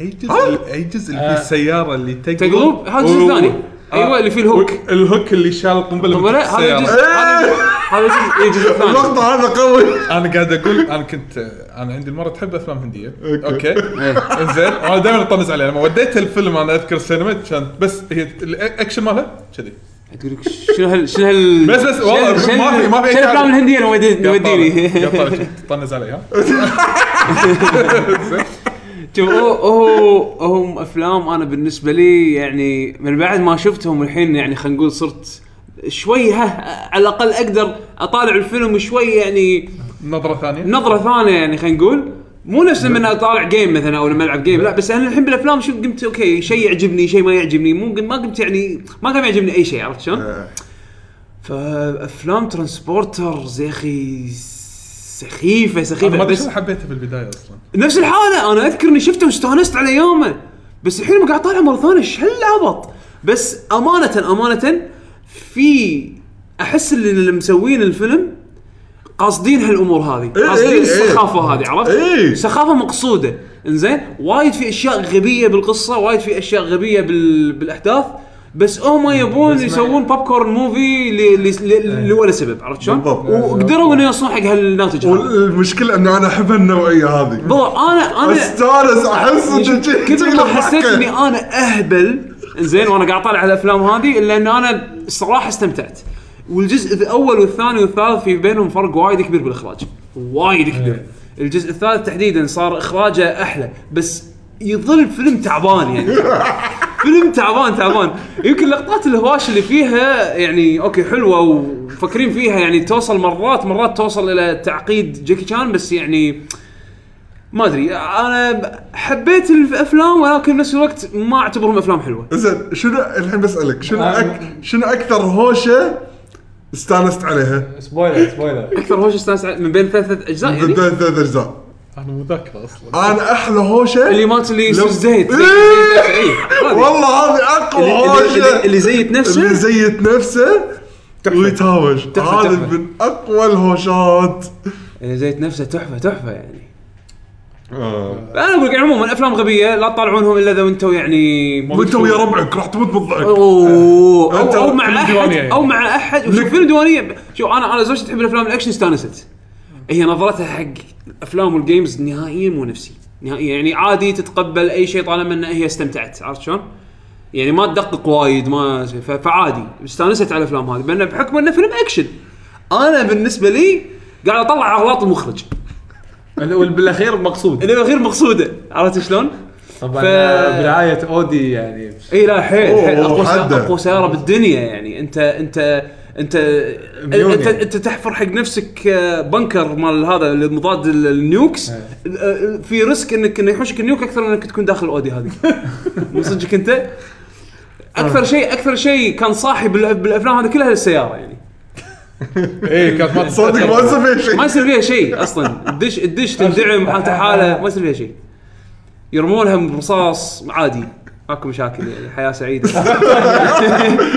Speaker 4: اي جزء اي جزء اللي فيه السياره اللي تقلب
Speaker 3: تقلب هذا الجزء
Speaker 4: و-
Speaker 3: الثاني
Speaker 4: آه.
Speaker 3: ايوه اللي فيه الهوك
Speaker 4: الهوك اللي شال القنبله من
Speaker 3: قنبلة،
Speaker 4: السيارة.
Speaker 3: هذا الجزء هذا- هذا الجزء إي، الجزء الثاني
Speaker 2: المقطع هذا قوي
Speaker 4: انا قاعد اقول انا كنت انا عندي المره تحب افلام هنديه
Speaker 2: أوكي.
Speaker 4: اوكي انزين وانا دائما اطنز عليها لما وديت الفيلم انا اذكر السينما كانت بس هي الاكشن مالها كذي
Speaker 3: تقول لك شنو هال شنو هال
Speaker 4: بس- بس، والله،
Speaker 3: شنو-
Speaker 4: ما في- ما في أي
Speaker 3: شنو الافلام
Speaker 4: تعريف.
Speaker 3: الهنديه اللي ودي- اللي
Speaker 4: قاعد طالع-
Speaker 3: وديني
Speaker 4: قاعد طالع كنت اطنز عليها
Speaker 3: شوف هو هو هم افلام انا بالنسبه لي يعني من بعد ما شفتهم الحين يعني خلينا نقول صرت شوي ها على الاقل اقدر اطالع الفيلم شوي يعني
Speaker 4: نظره ثانيه
Speaker 3: نظره ثانيه يعني خلينا نقول مو نفس لما أنا اطالع جيم مثلا او لما العب جيم لا بس انا الحين بالافلام شو قمت اوكي شيء يعجبني شيء ما يعجبني مو قم- ما قمت يعني ما قام يعجبني اي شيء عرفت شلون؟ فافلام ترانسبورترز يا اخي سخيفه
Speaker 4: أنا
Speaker 3: سخيفه
Speaker 4: ما ادري
Speaker 3: بس
Speaker 4: شلون حبيتها بالبدايه اصلا
Speaker 3: نفس الحاله انا اذكر اني شفته واستانست على يومه بس الحين لما قاعد طالع مره ثانيه ايش هالعبط بس امانه امانه في احس اللي اللي مسوين الفيلم قاصدين هالامور هذه
Speaker 2: إيه،
Speaker 3: قاصدين
Speaker 2: إيه، إيه.
Speaker 3: السخافه هذه عرفت
Speaker 2: إيه.
Speaker 3: سخافه مقصوده انزين وايد في اشياء غبيه بالقصه وايد في اشياء غبيه بال... بالاحداث بس هم يبون يسوون بوب كورن موفي ل... ل... ل... لولا سبب عرفت شلون؟
Speaker 2: بالضبط.
Speaker 3: وقدروا انه يوصلون حق هالناتج هذا
Speaker 2: والمشكله انه انا احب النوعيه هذه
Speaker 3: بالضبط انا انا
Speaker 2: استانس احس إن
Speaker 3: كل
Speaker 2: شي-
Speaker 3: يعني ما
Speaker 2: شكله
Speaker 3: حسيت
Speaker 2: ضحكة.
Speaker 3: اني انا اهبل زين وانا قاعد اطالع الافلام هذه الا ان انا الصراحه استمتعت والجزء الاول والثاني والثالث في بينهم فرق وايد كبير بالاخراج وايد كبير الجزء الثالث تحديدا صار اخراجه احلى بس يظل فيلم تعبان يعني فيلم تعبان تعبان يمكن لقطات الهواش اللي فيها يعني اوكي حلوه ومفكرين فيها يعني توصل مرات مرات توصل الى تعقيد جاكي شان بس يعني ما ادري انا ب- حبيت الافلام ولكن بنفس الوقت ما اعتبرهم افلام حلوه
Speaker 2: زين شنو الحين بسالك شنو
Speaker 3: آه.
Speaker 2: أك... شنو اكثر هوشه استانست عليها؟
Speaker 5: سبويلر سبويلر
Speaker 3: اكثر هوش استانس على- من بين ثلاثة اجزاء يعني
Speaker 2: ثلاث ثلاث اجزاء
Speaker 4: انا مو ذاكره اصلا
Speaker 2: انا احلى هوشه
Speaker 3: اللي مالت اللي
Speaker 2: لو-
Speaker 3: يصير زيت
Speaker 2: إيه! والله هذه اقوى
Speaker 3: اللي-
Speaker 2: هوشه
Speaker 3: اللي- اللي زيت نفسه؟
Speaker 2: اللي زيت نفسه ويتهاوش
Speaker 3: تحفة،
Speaker 2: هذا
Speaker 3: تحفة.
Speaker 2: من اقوى الهوشات
Speaker 3: اللي زيت يعني نفسه تحفه تحفه يعني انا اقول لك عموما افلام غبيه لا تطالعونهم الا اذا انتم يعني
Speaker 2: وانت ويا ربعك راح تموت بالضحك
Speaker 3: اوه
Speaker 2: أنت
Speaker 3: أو, او مع
Speaker 4: فيلم
Speaker 3: احد
Speaker 4: ديوانية يعني.
Speaker 3: او مع احد وشوف فيلم ديوانيه شوف انا انا زوجتي تحب الافلام الاكشن استانست هي نظرتها حق الافلام والجيمز نهائيا مو نفسي نهائيا يعني عادي تتقبل اي شيء طالما ان هي استمتعت عرفت شلون؟ يعني ما تدقق وايد ما ف- فعادي استانست على الافلام هذه بان بحكم انه فيلم اكشن انا بالنسبه لي قاعد اطلع اغلاط المخرج
Speaker 5: بالاخير مقصود
Speaker 3: اللي غير مقصوده عرفت شلون؟
Speaker 5: طبعا
Speaker 3: ف-
Speaker 5: برعايه اودي يعني
Speaker 3: اي إيه، لا حيل
Speaker 2: أوه،
Speaker 3: حيل اقوى
Speaker 2: حدة.
Speaker 3: سيارة- اقوى سياره بالدنيا يعني انت انت انت
Speaker 5: مليون
Speaker 3: انت,
Speaker 5: يعني.
Speaker 3: انت تحفر حق نفسك آه، بنكر مال هذا المضاد ال- النيوكس آه، في ريسك انك انه يحوشك النيوك اكثر من انك تكون داخل الاودي هذه من صدقك انت اكثر شيء اكثر شيء كان صاحي بالأ- بالافلام هذه كلها السياره يعني
Speaker 4: اي إيه، كانت ما
Speaker 2: صدق ما يصير فيها شيء
Speaker 3: ما يصير فيها شيء اصلا الدش الدش تندعم حالته حاله ما يصير فيها شيء يرمونها من رصاص عادي ماكو مشاكل يعني حياه سعيده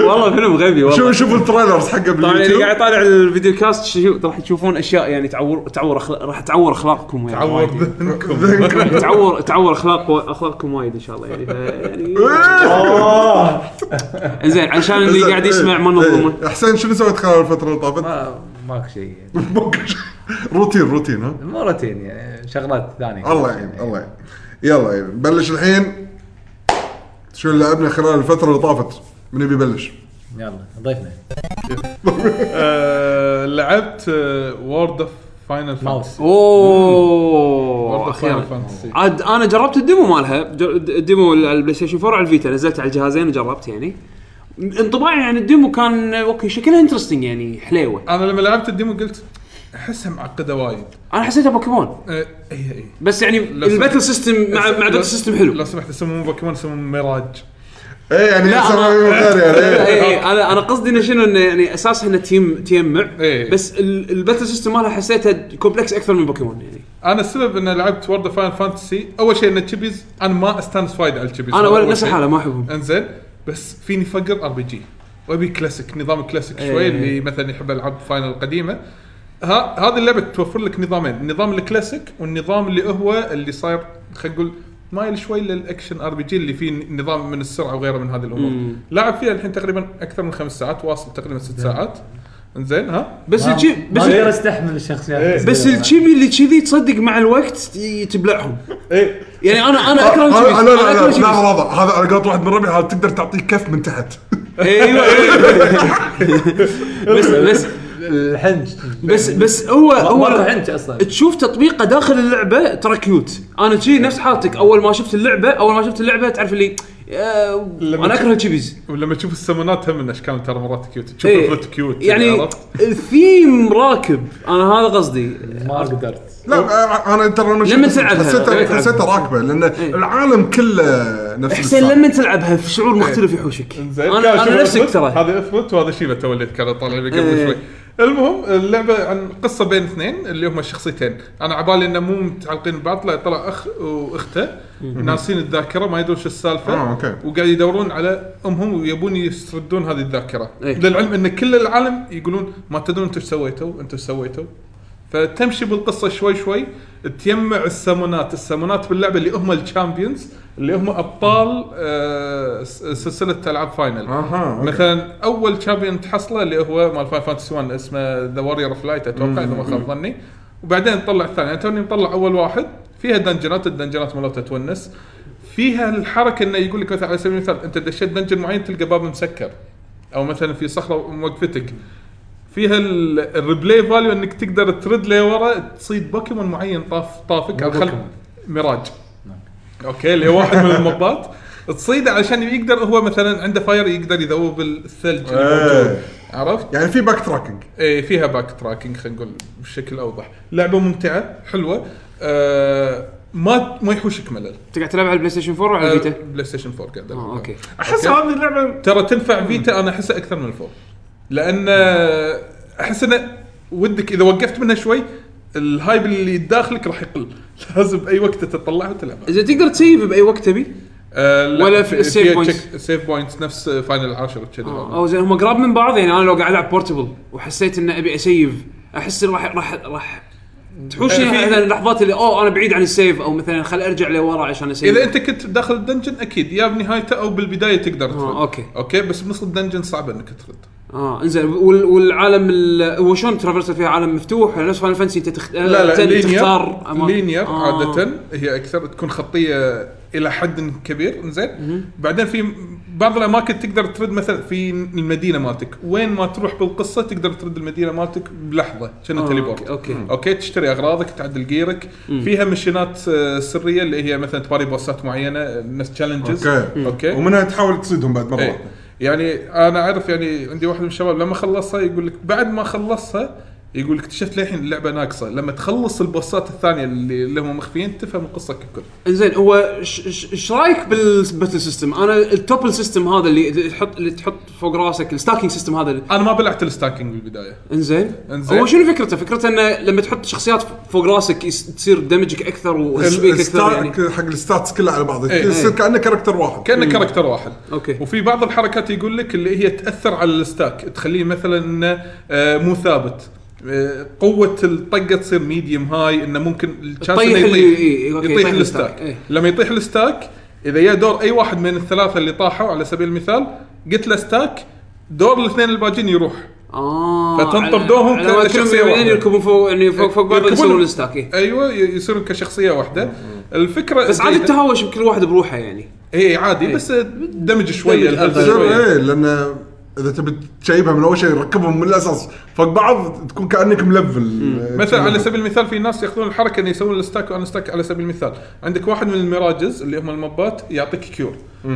Speaker 3: والله فيلم غبي والله
Speaker 2: شوف شوف التريلرز حقه
Speaker 3: طبعا اللي
Speaker 2: باليوتيوب
Speaker 3: طيب، قاعد يطالع الفيديو كاست شو- راح تشوفون اشياء يعني تعور تعور أخلا- راح تعور اخلاقكم يعني
Speaker 4: تعور
Speaker 3: وايد.
Speaker 2: ذنكم.
Speaker 3: تعور تعور اخلاق اخلاقكم وايد ان شاء الله يعني, ف... يعني زين عشان اللي قاعد يسمع ما نظلمه
Speaker 2: إيه. حسين شنو سويت خلال الفتره اللي طافت؟
Speaker 5: ما ماك شيء يعني.
Speaker 2: روتين روتين ها
Speaker 5: مو روتين يعني شغلات ثانيه
Speaker 2: الله يعين الله يعين يلا يعني نبلش الحين شو اللي لعبنا خلال الفتره اللي طافت من يبي يبلش؟
Speaker 5: يلا ضيفنا
Speaker 4: آه، لعبت آه، وورد اوف فاينل فانتسي
Speaker 5: ماوس
Speaker 4: وورد
Speaker 3: اوه
Speaker 4: اوف فاينل
Speaker 3: اخيرا
Speaker 4: فانتسي
Speaker 3: عاد انا جربت الديمو مالها جر- الديمو على البلاي ستيشن 4 على الفيتا نزلت على الجهازين وجربت يعني انطباعي عن الديمو كان اوكي شكلها انترستنج يعني حليوه
Speaker 4: انا لما لعبت الديمو قلت احسها معقده وايد
Speaker 3: انا حسيتها بوكيمون
Speaker 4: آه، اي اي
Speaker 3: بس يعني
Speaker 4: لو سمحت.
Speaker 3: الباتل سيستم مع مع الباتل سيستم حلو
Speaker 4: لو سمحت يسمون بوكيمون يسمون ميراج
Speaker 2: ايه يعني
Speaker 3: لا،
Speaker 2: يحسب
Speaker 3: أنا-
Speaker 2: غير يعني إيه.
Speaker 3: إيه، إيه، انا انا قصدي انه شنو انه يعني اساسها انه تيم تيمع
Speaker 4: إيه.
Speaker 3: بس ال- الباتل سيستم مالها حسيتها كومبلكس اكثر من بوكيمون يعني
Speaker 4: انا السبب اني لعبت وورد اوف فاينل فانتسي اول شيء ان التشيبيز انا ما استانس وايد على التشيبيز
Speaker 3: انا
Speaker 4: أول
Speaker 3: ولا نفس
Speaker 4: شيء.
Speaker 3: الحاله ما احبهم
Speaker 4: انزين بس فيني فقر ار بي جي وابي كلاسيك نظام كلاسيك
Speaker 3: إيه.
Speaker 4: شوي اللي مثلا يحب العاب فاينل القديمه ها هذه اللعبه توفر لك نظامين النظام الكلاسيك والنظام اللي هو اللي صاير خلينا نقول مايل شوي للاكشن ار بي جي اللي فيه نظام من السرعه وغيره من هذه الامور
Speaker 3: مم. إيه.
Speaker 4: لاعب فيها الحين تقريبا اكثر من خمس ساعات واصل تقريبا ست ساعات انزين ها
Speaker 3: بس
Speaker 6: ما-
Speaker 3: الجي
Speaker 6: ما
Speaker 3: بس
Speaker 6: اقدر استحمل الشخصيات
Speaker 3: بس الشيبي اللي كذي تصدق مع الوقت ي- تبلعهم
Speaker 4: اي
Speaker 3: يعني انا انا
Speaker 2: هذا-
Speaker 3: اكره الشيبيز
Speaker 2: لا لا
Speaker 3: انا
Speaker 2: لا
Speaker 3: اكره
Speaker 2: لا
Speaker 3: الشيبيز
Speaker 2: رضا هذا على قولة واحد من ربعي هذا تقدر تعطيه كف من تحت
Speaker 3: ايوه ايوه بس بس
Speaker 5: الحنج
Speaker 3: بس بس هو
Speaker 5: هو
Speaker 3: هو
Speaker 5: حنج اصلا
Speaker 3: تشوف تطبيقه داخل اللعبه ترى كيوت انا شي نفس حالتك اول ما شفت اللعبه اول ما شفت اللعبه تعرف اللي آه،
Speaker 4: لما
Speaker 3: انا
Speaker 4: تشوف-
Speaker 3: اكره الشيبيز
Speaker 4: ولما تشوف السمونات هم من اشكال ترى مرات كيوت تشوف
Speaker 3: إيه.
Speaker 4: الفوت كيوت
Speaker 3: يعني
Speaker 4: عرفت؟
Speaker 3: الثيم راكب انا هذا قصدي
Speaker 5: ما قدرت
Speaker 2: لا أنا- انا ترى لما
Speaker 3: لما
Speaker 2: شفت-
Speaker 3: تلعبها، لما
Speaker 2: حسيته
Speaker 3: تلعبها.
Speaker 2: حسيته راكبه لان
Speaker 3: إيه.
Speaker 2: العالم كله نفس
Speaker 3: حسين
Speaker 2: الستايل.
Speaker 3: لما تلعبها في
Speaker 4: إيه.
Speaker 3: شعور مختلف يحوشك
Speaker 4: انزين كان
Speaker 3: انا
Speaker 4: شوف
Speaker 3: انا نفسك
Speaker 4: اثبت،
Speaker 3: ترى
Speaker 4: هذا اثبت وهذا شيبه تو اللي كان طالع لي
Speaker 3: إيه.
Speaker 4: قبل شوي المهم اللعبه عن قصه بين اثنين اللي هم شخصيتين انا عبالي انه مو متعلقين ببعض لا طلع اخ واخته ناسين الذاكره ما يدرون شو السالفه
Speaker 2: آه، أوكي.
Speaker 4: وقاعد يدورون على امهم ويبون يسردون هذه الذاكره
Speaker 3: إيه.
Speaker 4: للعلم ان كل العالم يقولون ما تدرون انتم ايش سويتوا انتم ايش سويتوا فتمشي بالقصه شوي شوي تجمع السمونات، السمونات باللعبه اللي هم الشامبيونز اللي هم ابطال آه، س- سلسله العاب فاينل.
Speaker 2: اها آه، أوكي.
Speaker 4: مثلا اول شامبيون تحصله اللي هو مال فاين فانتسي 1 اسمه ذا وارير اوف لايت اتوقع اذا ما خاب ظني وبعدين نطلع الثاني انا توني مطلع اول واحد فيها دنجنات الدنجنات مالتها تونس فيها الحركه انه يقول لك مثلا على سبيل المثال انت دشيت دنجن معين تلقى باب مسكر او مثلا في صخره موقفتك فيها ال- الريبلاي فاليو انك تقدر ترد لورا تصيد بوكيمون معين طاف طافك على خل... ميراج اوكي اللي هو واحد من المبات تصيده علشان يقدر هو مثلا عنده فاير يقدر يذوب الثلج اللي موجود
Speaker 2: إيه.
Speaker 4: عرفت؟
Speaker 2: يعني في باك تراكنج
Speaker 4: ايه فيها باك تراكنج خلينا نقول بشكل اوضح لعبه ممتعه حلوه آه ما ما يحوشك ملل
Speaker 3: انت قاعد تلعب على البلاي ستيشن 4 وعلى
Speaker 4: آه،
Speaker 3: الفيتا؟
Speaker 4: بلاي ستيشن 4 قاعد ألعبها.
Speaker 3: اه اوكي
Speaker 6: احس
Speaker 4: أوكي.
Speaker 6: هذه اللعبه
Speaker 4: ترى تنفع فيتا انا احسها اكثر من الفور لان احس انه ودك اذا وقفت منها شوي الهايب اللي داخلك راح يقل لازم باي وقت تطلعها وتلعبها
Speaker 3: اذا تقدر تسيف باي وقت تبي
Speaker 4: آه، لا،
Speaker 3: ولا في آه، السيف
Speaker 4: فيها
Speaker 3: بوينتس.
Speaker 4: تشيك- سيف بوينتس نفس فاينل 10 كذا
Speaker 3: او زين هم قراب من بعض يعني انا لو قاعد العب بورتبل وحسيت ان ابي اسيف احس إن راح راح راح تحوشني
Speaker 4: إيه، في-
Speaker 3: مثلا اللحظات اللي اوه انا بعيد عن السيف او مثلا خل ارجع لورا عشان اسيف
Speaker 4: اذا انت كنت داخل الدنجن اكيد يا بنهايته او بالبدايه تقدر ترد
Speaker 3: آه، أوكي.
Speaker 4: اوكي بس بنص الدنجن صعب انك ترد
Speaker 3: اه انزين وال- والعالم ال- وشلون ترافرسل فيها عالم مفتوح ولا نفس فاينل فانسي انت تخت...
Speaker 4: لا لا
Speaker 3: ت-
Speaker 4: لينير
Speaker 3: أماكن.
Speaker 4: لينير
Speaker 3: آه.
Speaker 4: عاده هي اكثر تكون خطيه الى حد كبير زين بعدين في بعض الاماكن تقدر ترد مثلا في المدينه مالتك وين ما تروح بالقصه تقدر ترد المدينه مالتك بلحظه كأنه
Speaker 3: آه،
Speaker 4: تليبورت
Speaker 3: أوكي، أوكي.
Speaker 4: اوكي تشتري اغراضك تعدل جيرك فيها مشينات آه، سريه اللي هي مثلا تباري بوسات معينه آه، نفس تشالنجز
Speaker 2: أوكي.
Speaker 4: اوكي
Speaker 2: ومنها تحاول تصيدهم بعد مره
Speaker 4: إيه. يعني انا اعرف يعني عندي واحد من الشباب لما خلصها يقول لك بعد ما خلصها يقول لك اكتشفت للحين اللعبه ناقصه لما تخلص البوسات الثانيه اللي, اللي هم مخفيين تفهم القصه ككل
Speaker 3: انزين هو ش- ش- ايش رايك بالباتل سيستم؟ انا التوبل سيستم هذا اللي تحط اللي تحط فوق راسك الستاكينج سيستم هذا اللي-
Speaker 4: انا ما بلعت الستاكينج بالبدايه
Speaker 3: انزين
Speaker 4: إنزين.
Speaker 3: هو شنو فكرته؟ فكرته انه لما تحط شخصيات فوق راسك يس- تصير دمجك اكثر وسبيك اكثر يعني
Speaker 2: الستاتك حق الستاتس كله على بعضه
Speaker 4: إيه.
Speaker 2: يصير كانه كاركتر واحد
Speaker 4: كانه كاركتر واحد
Speaker 3: إيه. أوكي.
Speaker 4: وفي بعض الحركات يقول لك اللي هي تاثر على الستاك تخليه مثلا إنه، آه، مو ثابت آه، قوة الطقة تصير ميديوم هاي انه ممكن الشانس
Speaker 3: تطيح ال-
Speaker 4: إنه يطيح
Speaker 3: إي، أوكي،
Speaker 4: يطيح
Speaker 3: يطيح الستاك،
Speaker 4: الستاك
Speaker 3: إيه.
Speaker 4: لما يطيح الستاك اذا جاء دور اي واحد من الثلاثة اللي طاحوا على سبيل المثال قلت له ستاك دور الاثنين الباجين يروح
Speaker 3: اه
Speaker 4: فتنطر
Speaker 3: على-
Speaker 4: دوهم
Speaker 3: على
Speaker 4: كأنه
Speaker 3: ما
Speaker 4: شخصية
Speaker 3: كلهم يمين
Speaker 4: واحدة.
Speaker 3: يركبون فوق يعني فوق فوق بعض
Speaker 4: يركبون-
Speaker 3: يسوون الستاك إيه.
Speaker 4: ايوه ي- يصيرون كشخصية واحدة الفكرة
Speaker 3: بس عادي
Speaker 4: جيدة.
Speaker 3: التهاوش بكل واحد بروحه يعني
Speaker 4: اي عادي بس دمج شوية
Speaker 3: دمج
Speaker 4: الهز
Speaker 3: أقل.
Speaker 2: يصير
Speaker 4: شوية.
Speaker 2: ايه لان اذا تبي تشيبها من اول شيء ركبهم من الاساس فوق بعض تكون كانك ملفل إيه،
Speaker 4: مثلا على سبيل المثال في ناس ياخذون الحركه انه يسوون الستاك وان ستاك على سبيل المثال عندك واحد من المراجز اللي هم المبات يعطيك كيور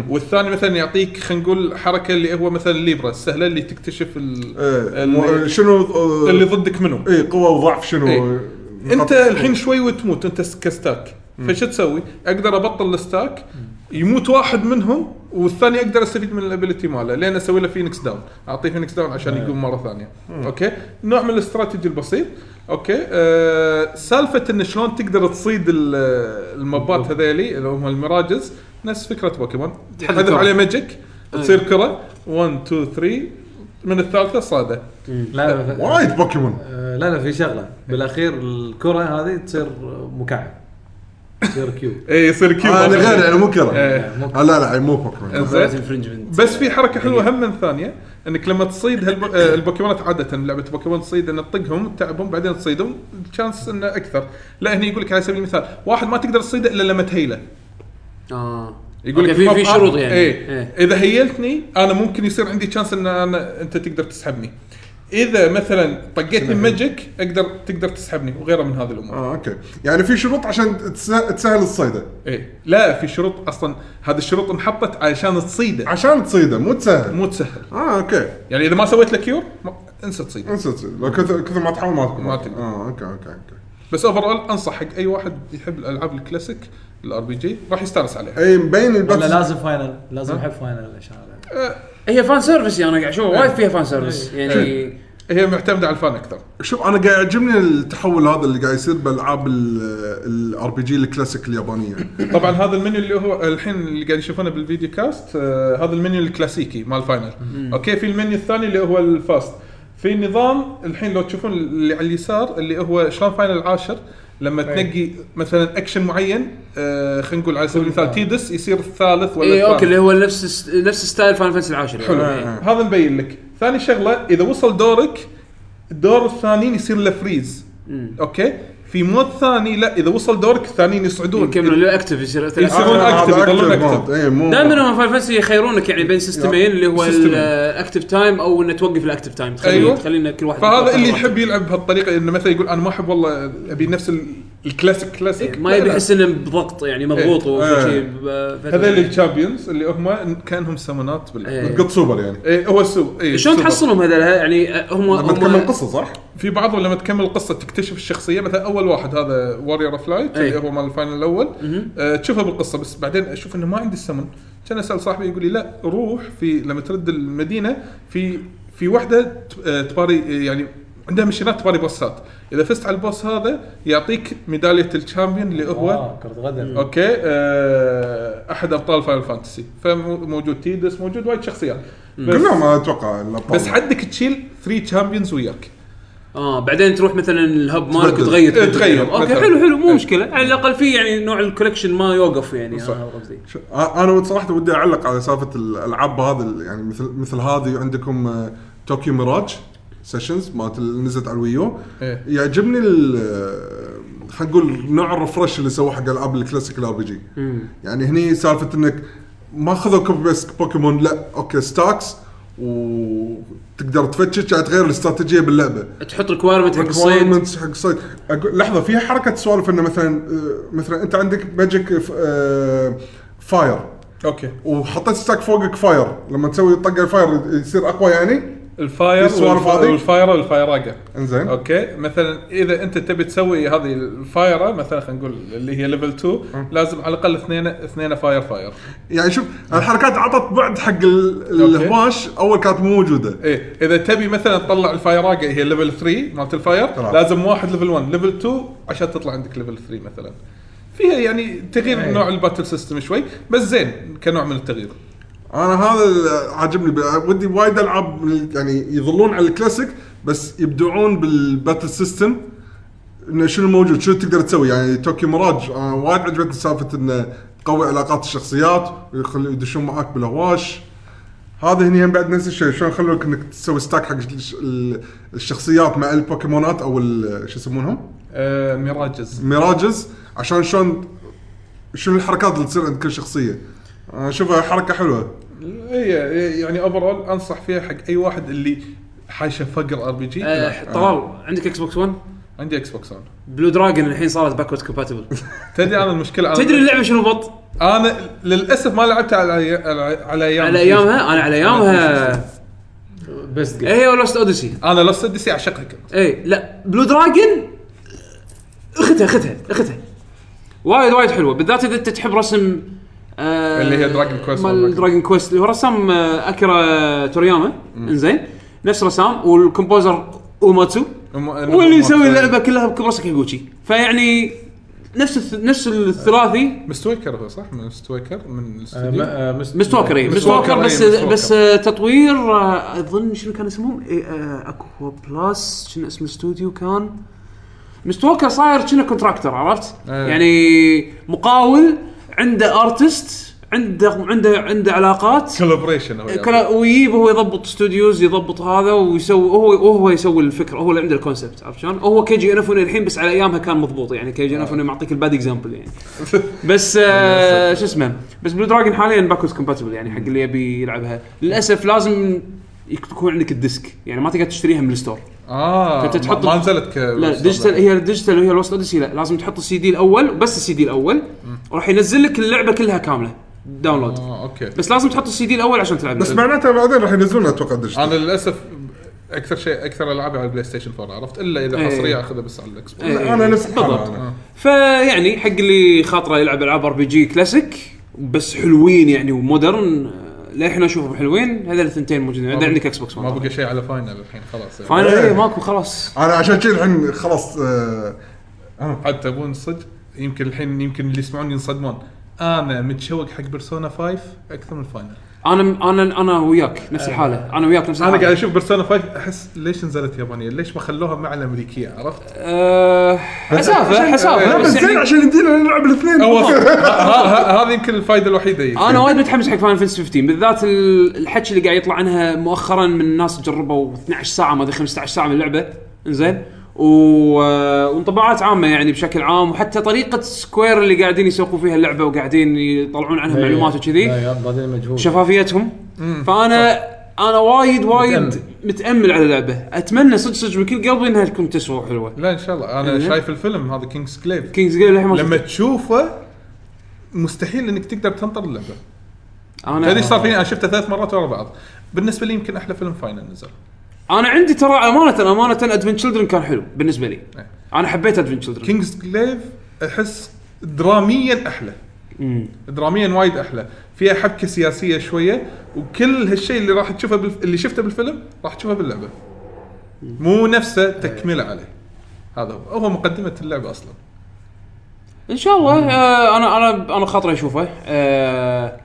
Speaker 4: والثاني مثلا يعطيك خلينا نقول حركه اللي هو مثلا الليبرا السهله اللي تكتشف ال...
Speaker 2: إيه. مو-
Speaker 4: اللي,
Speaker 2: شنو آه،
Speaker 4: اللي ضدك منه
Speaker 2: اي قوه وضعف شنو
Speaker 4: إيه.
Speaker 2: نقاط
Speaker 4: انت
Speaker 2: قوة.
Speaker 4: الحين شوي وتموت انت س- كستاك فشو تسوي؟ اقدر ابطل الستاك يموت واحد منهم والثاني اقدر استفيد من الابيلتي ماله لين اسوي له فينكس داون اعطيه فينكس داون عشان يقوم مره ثانيه اوكي نوع من الاستراتيجي البسيط اوكي آه سالفه ان شلون تقدر تصيد ال- المبات هذيلي اللي هم المراجز نفس فكره بوكيمون
Speaker 3: تحدد
Speaker 4: تحذف
Speaker 3: كرة.
Speaker 4: عليه ماجيك تصير كره 1 2 3 من الثالثه صاده
Speaker 5: لا لا ف-
Speaker 2: وايد بوكيمون
Speaker 5: آه، لا لا في شغله بالاخير الكره هذه تصير مكعب تصير كيوب
Speaker 4: اي إيه، يصير كيو
Speaker 2: آه، انا غير يعني مو كره
Speaker 4: إيه.
Speaker 2: آه، لا لا مو بوكيمون
Speaker 4: زين.
Speaker 6: انفرنجمنت
Speaker 3: يعني-
Speaker 4: بس في حركه حلوه هم من ثانيه انك لما تصيد هالب... آه، البوكيمونات عاده لعبه بوكيمون تصيد ان تطقهم تتعبهم بعدين تصيدهم الشانس انه اكثر لا هني يقول لك على سبيل المثال واحد ما تقدر تصيده الا لما تهيله
Speaker 3: اه
Speaker 4: يقول لك
Speaker 3: أوكي، في في
Speaker 4: ما-
Speaker 3: شروط يعني
Speaker 4: ايه.
Speaker 3: إيه.
Speaker 4: اذا هيلتني انا ممكن يصير عندي تشانس ان انا انت تقدر تسحبني اذا مثلا طقيتني ماجيك اقدر تقدر تسحبني وغيره من هذه
Speaker 3: آه.
Speaker 4: الامور
Speaker 2: اه اوكي يعني في شروط عشان تسه- تسهل الصيده
Speaker 4: ايه لا في شروط اصلا هذه الشروط انحطت علشان تصيده
Speaker 2: عشان تصيده مو تسهل
Speaker 4: مو تسهل
Speaker 2: اه اوكي
Speaker 4: يعني اذا ما سويت له كيور ما- انسى تصيده
Speaker 2: انسى تصيد لو كثر كثر ما تحاول ما تقدر
Speaker 4: ما تقدر.
Speaker 2: اه اوكي اوكي اوكي
Speaker 4: بس اوفر اول انصح حق اي واحد يحب الالعاب الكلاسيك الار بي جي راح يستانس عليها
Speaker 2: اي إيه، مبين
Speaker 5: ولا
Speaker 2: الباتل
Speaker 5: لازم فاينل لازم احب فاينل عشان ألعب.
Speaker 3: هي فان سيرفيس يعني انا قاعد اشوف وايد
Speaker 4: إيه.
Speaker 3: فيها فان سيرفيس يعني
Speaker 4: هي معتمده على الفان اكثر
Speaker 2: شوف انا قاعد يعجبني التحول هذا اللي قاعد يصير بالالعاب الار بي جي الكلاسيك اليابانيه
Speaker 4: طبعا هذا المنيو اللي هو الحين اللي قاعد يشوفونه بالفيديو كاست آه هذا المنيو الكلاسيكي مال فاينل اوكي في المنيو الثاني اللي هو الفاست في نظام الحين لو تشوفون اللي على اليسار اللي هو شلون فاينل العاشر لما تنقي مثلا اكشن معين آه خلينا نقول على سبيل المثال تيدس يصير الثالث ولا
Speaker 3: اي
Speaker 4: الثاني.
Speaker 3: اوكي اللي هو نفس نفس ستايل فان فانتسي العاشر يعني.
Speaker 4: حلو
Speaker 3: إيه.
Speaker 4: هذا مبين لك ثاني شغله اذا وصل دورك الدور الثانيين يصير له فريز اوكي في مود ثاني لا اذا وصل دورك الثانيين يصعدون
Speaker 3: يكملون لو اكتف يصير
Speaker 4: يصيرون
Speaker 3: آه.
Speaker 4: active، يضلون active.
Speaker 2: اي إيه، مو
Speaker 3: دائما هم فان فانتسي يخيرونك يعني بين سيستمين اللي هو
Speaker 4: سيستمين.
Speaker 3: الاكتف تايم او انه توقف الاكتف تايم تخلينا
Speaker 4: أيوة.
Speaker 3: تخلينا كل واحد
Speaker 4: فهذا اللي
Speaker 3: يختار
Speaker 4: يحب يلعب بهالطريقه انه مثلا يقول انا ما احب والله ابي نفس ال- الكلاسيك كلاسيك
Speaker 3: ما
Speaker 4: لا،
Speaker 3: يبي
Speaker 4: لا.
Speaker 3: يحس انه بضغط يعني مضغوط
Speaker 4: إيه.
Speaker 2: إيه.
Speaker 3: وكل شيء ب- يعني. فترة.
Speaker 4: هذول الشامبيونز اللي هم كانهم سمونات باللعب
Speaker 3: إيه.
Speaker 2: تقط سوبر يعني
Speaker 4: ايه هو السوق ايه
Speaker 3: شلون
Speaker 4: سوبر.
Speaker 3: تحصلهم هذول يعني آه، هم
Speaker 2: لما تكمل
Speaker 3: هم
Speaker 2: قصه صح؟
Speaker 4: في بعضهم لما تكمل القصه تكتشف الشخصيه مثلا اول واحد هذا وارير اوف لايت
Speaker 3: أي.
Speaker 4: اللي هو مال الفاينل الاول أه تشوفه بالقصه بس بعدين اشوف انه ما عندي السمن كان اسال صاحبي يقول لي لا روح في لما ترد المدينه في في وحده ت- آه، تباري يعني عندها مشينات تباري بوسات اذا فزت على البوس هذا يعطيك ميداليه الشامبيون اللي هو
Speaker 5: آه، كرة قدم
Speaker 4: اوكي أه احد ابطال فاينل فانتسي فموجود تيدس موجود وايد شخصيات بس,
Speaker 2: كلهم اتوقع الأبطال.
Speaker 4: بس حدك تشيل 3 شامبيونز وياك
Speaker 3: اه بعدين تروح مثلا الهب مالك
Speaker 2: تبدل.
Speaker 3: وتغير
Speaker 4: إيه، تغير.
Speaker 3: اوكي
Speaker 4: مثلاً.
Speaker 3: حلو حلو مو
Speaker 4: إيه.
Speaker 3: مشكله على الاقل في يعني نوع الكولكشن ما يوقف يعني
Speaker 4: صح.
Speaker 3: آه، قصدي.
Speaker 2: شو- آ- انا صراحه ودي اعلق على سالفه الالعاب هذا ال- يعني مثل مثل هذه عندكم آه، طوكيو ميراج سيشنز مالت اللي نزلت على الويو
Speaker 4: إيه.
Speaker 2: يعجبني ال- آه، خلينا نقول نوع الرفرش اللي سووه حق العاب الكلاسيك الار بي جي يعني هني سالفه انك ما اخذوا كوبي بيست بوكيمون لا اوكي ستاكس وتقدر تفتش يعني تغير الاستراتيجيه باللعبه
Speaker 3: تحط ريكوايرمنت حق الصيد
Speaker 2: requirements حق الصيد اقول لحظه في حركه سوالف انه مثلا آه، مثلا انت عندك ماجيك فاير
Speaker 4: اوكي
Speaker 2: وحطيت ستاك فوقك فاير لما تسوي طق الفاير يصير اقوى يعني
Speaker 4: الفاير
Speaker 2: في سوالف
Speaker 4: والف-
Speaker 2: هذه؟
Speaker 4: والفايره والفايراقه
Speaker 2: انزين
Speaker 4: اوكي مثلا اذا انت تبي تسوي هذه الفايره مثلا خلينا نقول اللي هي ليفل 2 لازم على الاقل اثنين اثنين فاير فاير
Speaker 2: يعني شوف الحركات عطت بعد حق ال-
Speaker 4: أوكي.
Speaker 2: الهواش اول كانت مو موجوده
Speaker 4: ايه اذا تبي مثلا تطلع الفايراقه هي ليفل 3 مالت الفاير
Speaker 2: تمام.
Speaker 4: لازم واحد ليفل 1 ليفل 2 عشان تطلع عندك ليفل 3 مثلا فيها يعني تغيير
Speaker 5: إيه.
Speaker 4: نوع الباتل سيستم شوي بس زين كنوع من التغيير
Speaker 2: انا هذا اللي عاجبني ب- ودي وايد العاب من ال- يعني يظلون على الكلاسيك بس يبدعون بالباتل سيستم انه شنو موجود شنو تقدر تسوي يعني توكي مراج انا وايد عجبتني سالفه انه تقوي علاقات الشخصيات ويخلي يدشون معاك بالهواش هذا هني هم بعد نفس الشيء شلون خلوك انك تسوي ستاك حق الش- ال- الشخصيات مع البوكيمونات او ال- شو يسمونهم
Speaker 4: آه ميراجز
Speaker 2: ميراجز عشان شلون شنو الحركات اللي تصير عند كل شخصيه انا اشوفها حركه حلوه
Speaker 4: هي هي يعني اوفرول انصح فيها حق اي واحد اللي حاشه فقر ار بي جي
Speaker 3: آه، طلال عندك اكس بوكس 1
Speaker 4: عندي اكس بوكس انا
Speaker 3: بلو دراجون الحين صارت باكورد كومباتبل
Speaker 4: تدري انا المشكله أنا-
Speaker 3: تدري اللعبه شنو بط؟
Speaker 4: انا للاسف ما لعبتها على على- على ايام
Speaker 3: على ايامها انا على ايامها
Speaker 5: بيست جيم
Speaker 3: اي لوست اوديسي
Speaker 4: انا لوست ديسي اعشقها كنت
Speaker 3: اي إيه، لا بلو دراجون اختها اختها اختها وايد وايد حلوه بالذات اذا انت تحب رسم آه
Speaker 4: اللي هي Dragon Quest ولا
Speaker 3: مال
Speaker 4: Dragon-
Speaker 3: دراجون كويست هو رسام آه، اكيرا تورياما انزين نفس رسام والكومبوزر اوماتسو واللي يسوي اللعبه كلها بكبرسك كيغوتشي فيعني نفس الث... نفس الثلاثي
Speaker 4: مستويكر هو صح؟ من مستويكر من
Speaker 5: إيه.
Speaker 4: الاستوديو
Speaker 5: آه،
Speaker 3: مستوكر اي
Speaker 4: مستوكر،
Speaker 3: مستوكر
Speaker 4: إيه،
Speaker 3: بس
Speaker 4: مستوكر.
Speaker 3: بس آه، تطوير آه، اظن شنو كان اسمهم إيه، آه، اكوا بلس شنو اسم الاستوديو كان مستوكر صاير شنو كونتراكتر عرفت؟
Speaker 4: إيه.
Speaker 3: يعني مقاول عنده ارتست عنده عنده عنده علاقات
Speaker 4: كولابريشن هو يعني.
Speaker 3: كلا ويجيب هو يضبط استوديوز يضبط هذا ويسوي هو هو يسوي الفكره هو اللي عنده الكونسبت عرفت شلون؟ هو كي جي انفوني الحين بس على ايامها كان مضبوط يعني كي جي انفوني معطيك الباد اكزامبل يعني بس آه شو اسمه بس بلو دراجون حاليا باكورد كومباتبل يعني حق اللي يبي يلعبها للاسف لازم يك- تكون عندك الديسك يعني ما تقدر تشتريها من الستور
Speaker 4: اه
Speaker 3: كنت تحط-
Speaker 4: ما ما نزلت ك
Speaker 3: لا ديجيتال هي الديجيتال وهي الوسط اوديسي لا لازم تحط السي دي الاول بس السي دي الاول وراح ينزل لك اللعبه كلها كامله داونلود
Speaker 4: اه اوكي
Speaker 3: بس لازم تحط السي دي الاول عشان تلعب
Speaker 2: بس معناته بعدين راح ينزلون اتوقع ديجيتال
Speaker 4: انا للاسف اكثر شيء اكثر العابي على البلاي ستيشن 4 عرفت الا اذا
Speaker 3: إيه.
Speaker 4: حصريه اخذها بس على الاكس بوكس
Speaker 3: إيه.
Speaker 2: انا نفس
Speaker 3: بالضبط.
Speaker 2: الحاله أنا.
Speaker 3: فيعني حق اللي خاطره يلعب العاب ار بي جي كلاسيك بس حلوين يعني ومودرن آه، للحين اشوفهم حلوين هذول الثنتين موجودين بعدين عندك اكس بوكس
Speaker 4: ما
Speaker 3: One.
Speaker 4: بقى شيء على فاينل الحين خلاص يعني.
Speaker 3: فاينل
Speaker 2: إيه.
Speaker 3: إيه، ماكو خلاص
Speaker 2: انا عشان كذا الحين خلاص آه،
Speaker 4: عاد تبون صدق يمكن الحين يمكن اللي يسمعون ينصدمون انا متشوق حق بيرسونا 5 اكثر من فاينل
Speaker 3: انا انا انا وياك نفس الحاله انا وياك نفس
Speaker 4: انا
Speaker 3: الحاله
Speaker 4: قاعد اشوف بيرسونا 5 احس ليش نزلت يابانيه؟ ليش ما خلوها مع الامريكيه عرفت؟
Speaker 3: أه حسافه حسافه
Speaker 2: لا بس
Speaker 3: بس
Speaker 2: زين
Speaker 3: يعني
Speaker 2: عشان يدينا نلعب الاثنين
Speaker 4: هو هذه يمكن الفائده الوحيده هي.
Speaker 3: انا وايد متحمس حق فاينل فانتسي 15 بالذات ال- الحكي اللي قاعد يطلع عنها مؤخرا من ناس جربوا 12 ساعه ما ادري 15 ساعه من اللعبه زين و... آه، وانطباعات عامه يعني بشكل عام وحتى طريقه سكوير اللي قاعدين يسوقوا فيها اللعبه وقاعدين يطلعون عنها معلومات وكذي
Speaker 5: إيه. لا، يا- بعدين مجهول
Speaker 3: شفافيتهم فانا انا وايد وايد متامل على اللعبه اتمنى صدق صدق من كل قلبي انها تكون تسوى حلوه
Speaker 4: لا ان شاء الله انا
Speaker 3: إيه.
Speaker 4: شايف الفيلم هذا كينجز كليف
Speaker 3: كينجز جيم للحين ما
Speaker 4: لما
Speaker 3: شفته.
Speaker 4: تشوفه مستحيل انك تقدر تنطر اللعبه
Speaker 3: انا
Speaker 4: هذه صار فيني انا شفته ثلاث مرات ورا بعض بالنسبه لي يمكن احلى فيلم فاينل نزل
Speaker 3: انا عندي ترى امانه امانه ادفنت تشلدرن كان حلو بالنسبه لي
Speaker 4: إيه.
Speaker 3: انا حبيت ادفنت تشلدرن
Speaker 4: كينجز كليف احس دراميا احلى دراميا وايد احلى فيها حبكه سياسيه شويه وكل هالشيء اللي راح تشوفه بالف... اللي شفته بالفيلم راح تشوفه باللعبه مو نفسه تكمله عليه هذا هو هو مقدمه اللعبه اصلا
Speaker 3: ان شاء الله آه انا انا انا خاطري اشوفه آه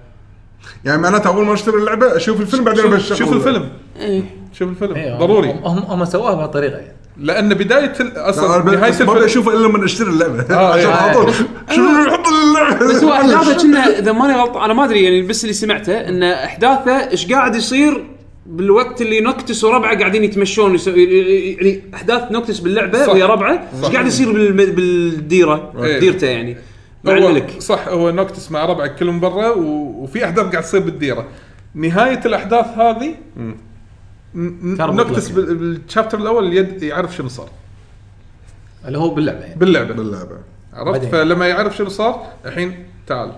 Speaker 2: يعني معناته اول ما اشتري اللعبه اشوف الفيلم بعدين
Speaker 4: شوف,
Speaker 2: ابشر
Speaker 4: شوف الفيلم
Speaker 3: إيه.
Speaker 4: شوف الفيلم
Speaker 5: إيه، هم-
Speaker 4: ضروري
Speaker 5: هم هم سووها بهالطريقه يعني
Speaker 4: لان بدايه ال...
Speaker 2: لا،
Speaker 4: اصلا
Speaker 2: أنا
Speaker 4: نهايه
Speaker 2: بس ما ابي
Speaker 4: الفيلم
Speaker 2: اشوفه الا لما اشتري اللعبه
Speaker 4: آه،
Speaker 2: عشان
Speaker 4: آه،
Speaker 2: على طول شوف يحط اللعبه
Speaker 3: بس هو احداثه كنا اذا ماني غلطان انا ما ادري يعني بس اللي سمعته ان احداثه ايش قاعد يصير بالوقت اللي نوكتس وربعه قاعدين يتمشون يسو... يعني احداث نوكتس باللعبه
Speaker 4: صح.
Speaker 3: ويا ربعه
Speaker 4: صح.
Speaker 3: ايش قاعد يصير بالم... بالديره
Speaker 4: إيه.
Speaker 3: ديرته يعني مع
Speaker 4: هو
Speaker 3: الملك
Speaker 4: صح هو نوكتس مع ربعه كلهم برا و... وفي احداث قاعد تصير بالديره نهايه الاحداث هذه ن- ن-
Speaker 5: تربط
Speaker 4: نوكتس
Speaker 5: لك
Speaker 4: بال- بالشابتر الاول يد يعرف شنو صار
Speaker 5: اللي هو باللعبه يعني
Speaker 4: باللعبه
Speaker 2: اللعبه
Speaker 4: عرفت
Speaker 5: بعدين.
Speaker 4: فلما يعرف شنو صار الحين تعال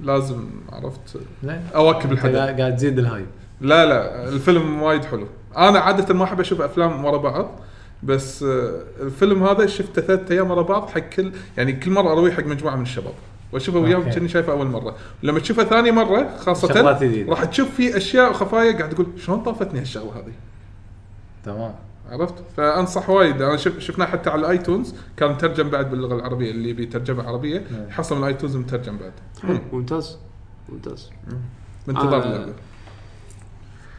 Speaker 4: لازم عرفت
Speaker 5: زين.
Speaker 4: اواكب الحدث
Speaker 5: قاعد قاعد تزيد الهايب
Speaker 4: لا لا الفيلم وايد حلو انا عاده ما احب اشوف افلام ورا بعض بس آه، الفيلم هذا شفته ثلاث ايام ورا بعض حق كل يعني كل مره اروح حق مجموعه من الشباب واشوفه وياهم
Speaker 5: أوكي.
Speaker 4: كاني شايفه اول مره لما تشوفه ثاني مره خاصه
Speaker 5: شغلات جديدة.
Speaker 4: راح تشوف فيه اشياء وخفايا قاعد تقول شلون طافتني هالشغله هذه
Speaker 5: تمام
Speaker 4: عرفت فانصح وايد انا شف شفناه حتى على الايتونز كان مترجم بعد باللغه العربيه اللي يبي ترجمه
Speaker 5: نعم.
Speaker 4: عربيه حصل من الايتونز مترجم بعد
Speaker 3: ممتاز ممتاز
Speaker 4: بانتظار
Speaker 3: آه.
Speaker 4: اللعبه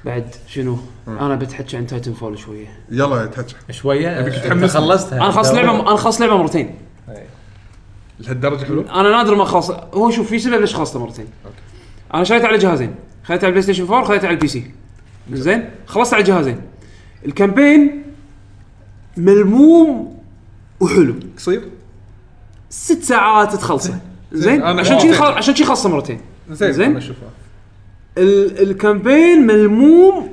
Speaker 3: بعد شنو؟ انا بتحكي عن تايتن فول شويه
Speaker 2: يلا يتحكى
Speaker 5: شويه
Speaker 4: أبيك
Speaker 5: أنت
Speaker 4: تحمسني.
Speaker 5: خلصتها
Speaker 3: انا خلصت
Speaker 5: أنت-
Speaker 3: لعبه انا خلصت لعبه مرتين
Speaker 4: لهالدرجه حلو
Speaker 3: انا نادر ما خلص هو شوف في سبب ليش خلصته مرتين انا شريتها على جهازين خليتها على البلاي ستيشن 4 خليتها على البي سي زين خلصت على جهازين الكامبين ملموم وحلو
Speaker 4: قصير
Speaker 3: ست ساعات تخلصه زين
Speaker 4: أنا
Speaker 3: عشان شي
Speaker 4: مرتين.
Speaker 3: خل... عشان شي خلصه مرتين
Speaker 4: زين
Speaker 3: زين.
Speaker 4: زين انا اشوفه
Speaker 3: ال... الكامبين ملموم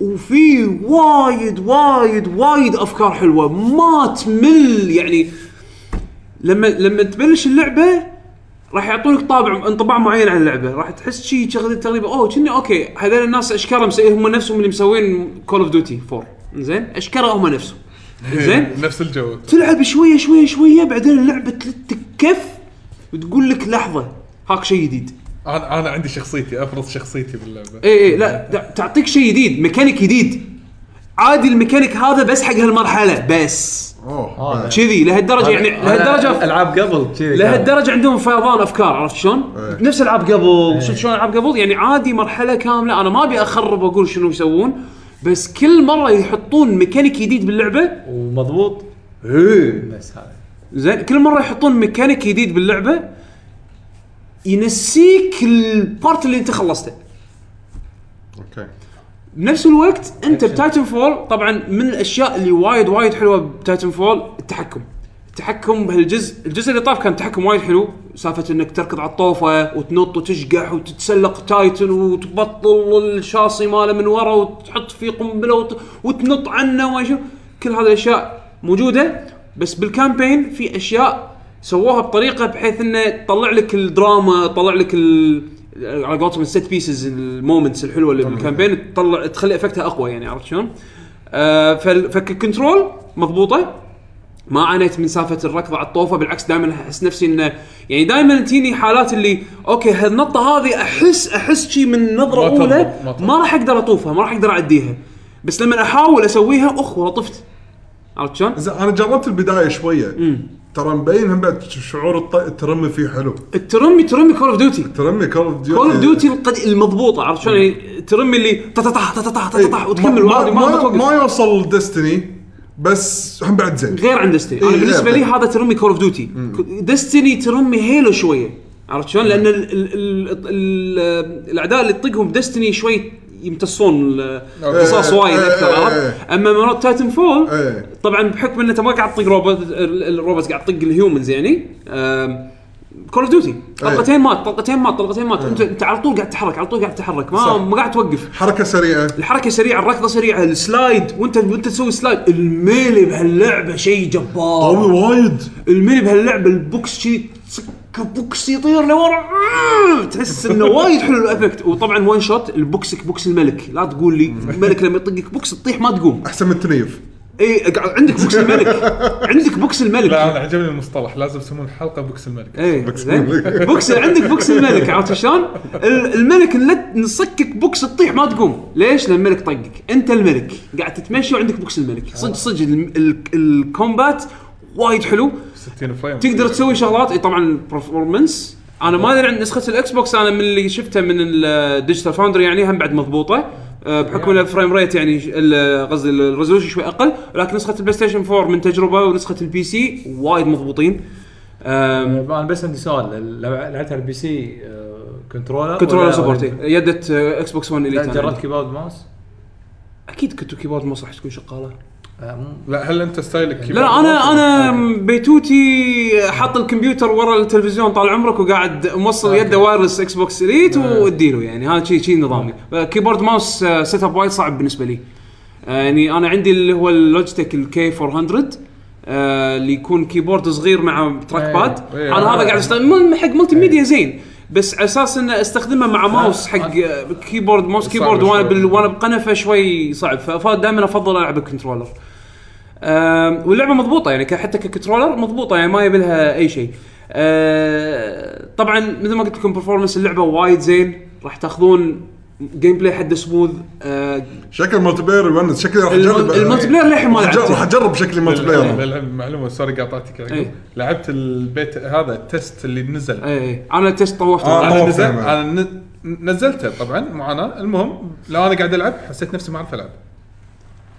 Speaker 3: وفي وايد وايد وايد افكار حلوه ما تمل يعني لما لما تبلش اللعبه راح يعطونك طابع انطباع معين عن اللعبه راح تحس شي شغله تقريبا اوه كنا اوكي هذول الناس اشكارهم مسوي- هم نفسهم اللي مسوين كول اوف ديوتي 4 زين اشكارهم هم نفسهم
Speaker 4: إيه.
Speaker 3: زين
Speaker 4: نفس الجو
Speaker 3: تلعب شويه شويه شويه بعدين اللعبه تلتك كف وتقول لك لحظه هاك شيء جديد
Speaker 4: انا انا عندي شخصيتي افرض شخصيتي باللعبه
Speaker 3: اي اي إيه، لا تع- تعطيك شيء جديد ميكانيك جديد عادي الميكانيك هذا بس حق هالمرحله بس
Speaker 2: اوه
Speaker 3: كذي لهالدرجه يعني
Speaker 5: أنا-
Speaker 3: لهالدرجه
Speaker 5: العاب قبل كذي كانت.
Speaker 3: لهالدرجه عندهم فيضان افكار عرفت شلون؟
Speaker 2: إيه.
Speaker 3: نفس العاب قبل شفت شلون العاب قبل يعني عادي مرحله كامله انا ما ابي اخرب واقول شنو يسوون بس كل مره يحطون ميكانيك جديد باللعبه
Speaker 5: ومضبوط بس هذا
Speaker 2: إيه.
Speaker 3: زين كل مره يحطون ميكانيك جديد باللعبه ينسيك البارت اللي انت خلصته
Speaker 2: اوكي
Speaker 3: بنفس الوقت انت بتايتن فول طبعا من الاشياء اللي وايد وايد حلوه بتايتن فول التحكم التحكم بهالجزء الجزء اللي طاف كان تحكم وايد حلو سالفه انك تركض على الطوفه وتنط وتشقح وتتسلق تايتن وتبطل الشاصي ماله من ورا وتحط فيه قنبله وت... وتنط عنه وما شو كل هذه الاشياء موجوده بس بالكامبين في اشياء سووها بطريقه بحيث انه تطلع لك الدراما تطلع لك ال... على قولتهم الست بيسز المومنتس الحلوه اللي بالكامبين تطلع تخلي افكتها اقوى يعني عرفت شلون؟ آه فال- فالكنترول مضبوطه ما عانيت من سالفه الركض على الطوفه بالعكس دائما احس نفسي انه يعني دائما تجيني حالات اللي اوكي هالنطه هذه احس احس شي من نظره
Speaker 4: ما تضبط،
Speaker 3: اولى
Speaker 4: ما تضبط.
Speaker 3: ما راح اقدر اطوفها ما راح اقدر اعديها بس لما احاول اسويها اخ والله طفت عرفت شلون؟
Speaker 2: زين انا جربت البدايه شويه ترى مبين هم بعد شعور الط- الترمي فيه حلو
Speaker 3: الترمي ترمي كول اوف ديوتي
Speaker 2: ترمي كول اوف ديوتي
Speaker 3: كول اوف ديوتي القد- المضبوطه عرفت شلون؟ يعني ترمي اللي تطح تطح تطح وتكمل
Speaker 2: إيه. ما,
Speaker 3: وهذه ما ما
Speaker 2: ما,
Speaker 3: توقف.
Speaker 2: ما يوصل ديستني بس هم بعد زين
Speaker 3: غير عن ديستني
Speaker 2: إيه،
Speaker 3: انا
Speaker 2: غير
Speaker 3: بالنسبه لي
Speaker 2: ديستني.
Speaker 3: هذا ترمي كول اوف ديوتي ديستني ترمي هيلو شويه عرفت شلون؟ لان ال ال ال ال الاعداء اللي تطقهم ديستني شوي يمتصون ال- الرصاص
Speaker 2: إيه،
Speaker 3: وايد
Speaker 2: إيه،
Speaker 3: اكثر
Speaker 2: إيه،
Speaker 3: عرفت؟
Speaker 2: إيه.
Speaker 3: اما مرات تايتن فول
Speaker 2: إيه.
Speaker 3: طبعا بحكم ان انت ما قاعد تطق روبوت ال- الروبوت قاعد تطق الهيومنز يعني كول اوف
Speaker 2: إيه.
Speaker 3: ديوتي طلقتين مات طلقتين مات طلقتين مات انت انت على طول قاعد تتحرك على طول قاعد تتحرك ما
Speaker 2: صح.
Speaker 3: ما قاعد توقف
Speaker 2: حركه سريعه
Speaker 3: الحركه سريعه الركضه سريعه السلايد وانت وانت تسوي سلايد الميلي بهاللعبه شيء جبار
Speaker 2: قوي وايد
Speaker 3: الميلي بهاللعبه البوكس شي تسك بوكس يطير لورا آه، تحس انه وايد حلو الافكت وطبعا وان شوت البوكسك بوكس الملك لا تقول لي الملك لما يطقك بوكس تطيح ما تقوم
Speaker 2: احسن من التنيف
Speaker 3: اي قاعد- عندك بوكس الملك عندك بوكس
Speaker 4: لا
Speaker 3: الملك
Speaker 4: انا عجبني المصطلح لازم يسمون الحلقه بوكس الملك
Speaker 3: اي إيه، زين بوكس عندك بوكس الملك عرفت شلون؟ ال- الملك نلت- نصكك بوكس تطيح ما تقوم، ليش؟ لان الملك طقك، انت الملك، قاعد تتمشى وعندك بوكس الملك، صدق صدق ال- ال- الكومبات وايد حلو،
Speaker 4: 60 فريم
Speaker 3: تقدر تسوي شغلات إيه، اي طبعا برفورمنس انا ما ادري عن نسخه الاكس بوكس انا من اللي شفته من الديجيتال فاوندري يعني هم بعد مضبوطه أه، بحكم ان الفريم ريت يعني ش- ال- قصدي الريزولوشن شوي اقل لكن نسخه البلاي ستيشن 4 من تجربه ونسخه البي سي وايد مضبوطين أم،
Speaker 5: انا بس عندي سؤال لعبت لعبتها على البي سي آه، كنترولر
Speaker 3: كنترولر سبورت إيه. يدت أه، اكس بوكس 1 اللي
Speaker 5: جربت كيبورد ماوس
Speaker 3: اكيد كنت كيبورد مو راح تكون شغاله
Speaker 5: آه، مو-
Speaker 4: لا هل انت ستايلك
Speaker 3: لا
Speaker 4: كيبورد
Speaker 3: لا انا
Speaker 4: ماوس؟
Speaker 3: انا بيتوتي حاط الكمبيوتر ورا التلفزيون طال عمرك وقاعد موصل يده وايرلس اكس بوكس اليت واديله يعني هذا شيء شيء نظامي كيبورد ماوس آه، سيت اب وايد صعب بالنسبه لي آه، يعني انا عندي اللي هو اللوجيتك الكي 400 آه، اللي يكون كيبورد صغير مع تراك باد
Speaker 4: إيه.
Speaker 3: انا هذا قاعد استخدم مو- حق ملتي ميديا زين بس على اساس انه استخدمه مع ماوس حق آه، كيبورد ماوس كيبورد وانا بال- وانا بقنفه شوي صعب فدائما افضل العب الكنترولر آم، واللعبه مضبوطه يعني ك- حتى ككنترولر مضبوطه يعني ما يبي لها اي شيء آه، طبعا مثل ما قلت لكم برفورمانس اللعبه وايد زين راح تاخذون جيم بلاي حد سموث آه،
Speaker 2: شكل مالتي بلاير يونس شكلي راح
Speaker 3: الم-
Speaker 2: اجرب
Speaker 3: المالتي بلاير للحين ما
Speaker 2: راح أجرب- راح
Speaker 3: لعبته
Speaker 2: اجرب شكلي مالتي بلاير
Speaker 4: بالعلم- معلومه سوري قاطعتك
Speaker 3: إيه.
Speaker 4: يعقوب. لعبت البيت هذا التست اللي نزل
Speaker 3: اي اي انا تست طوفته
Speaker 2: آه،
Speaker 4: انا
Speaker 2: طوفت
Speaker 4: نزل
Speaker 2: يعني.
Speaker 4: انا ن- نزلته طبعا معاناه المهم لو انا قاعد العب حسيت نفسي ما اعرف العب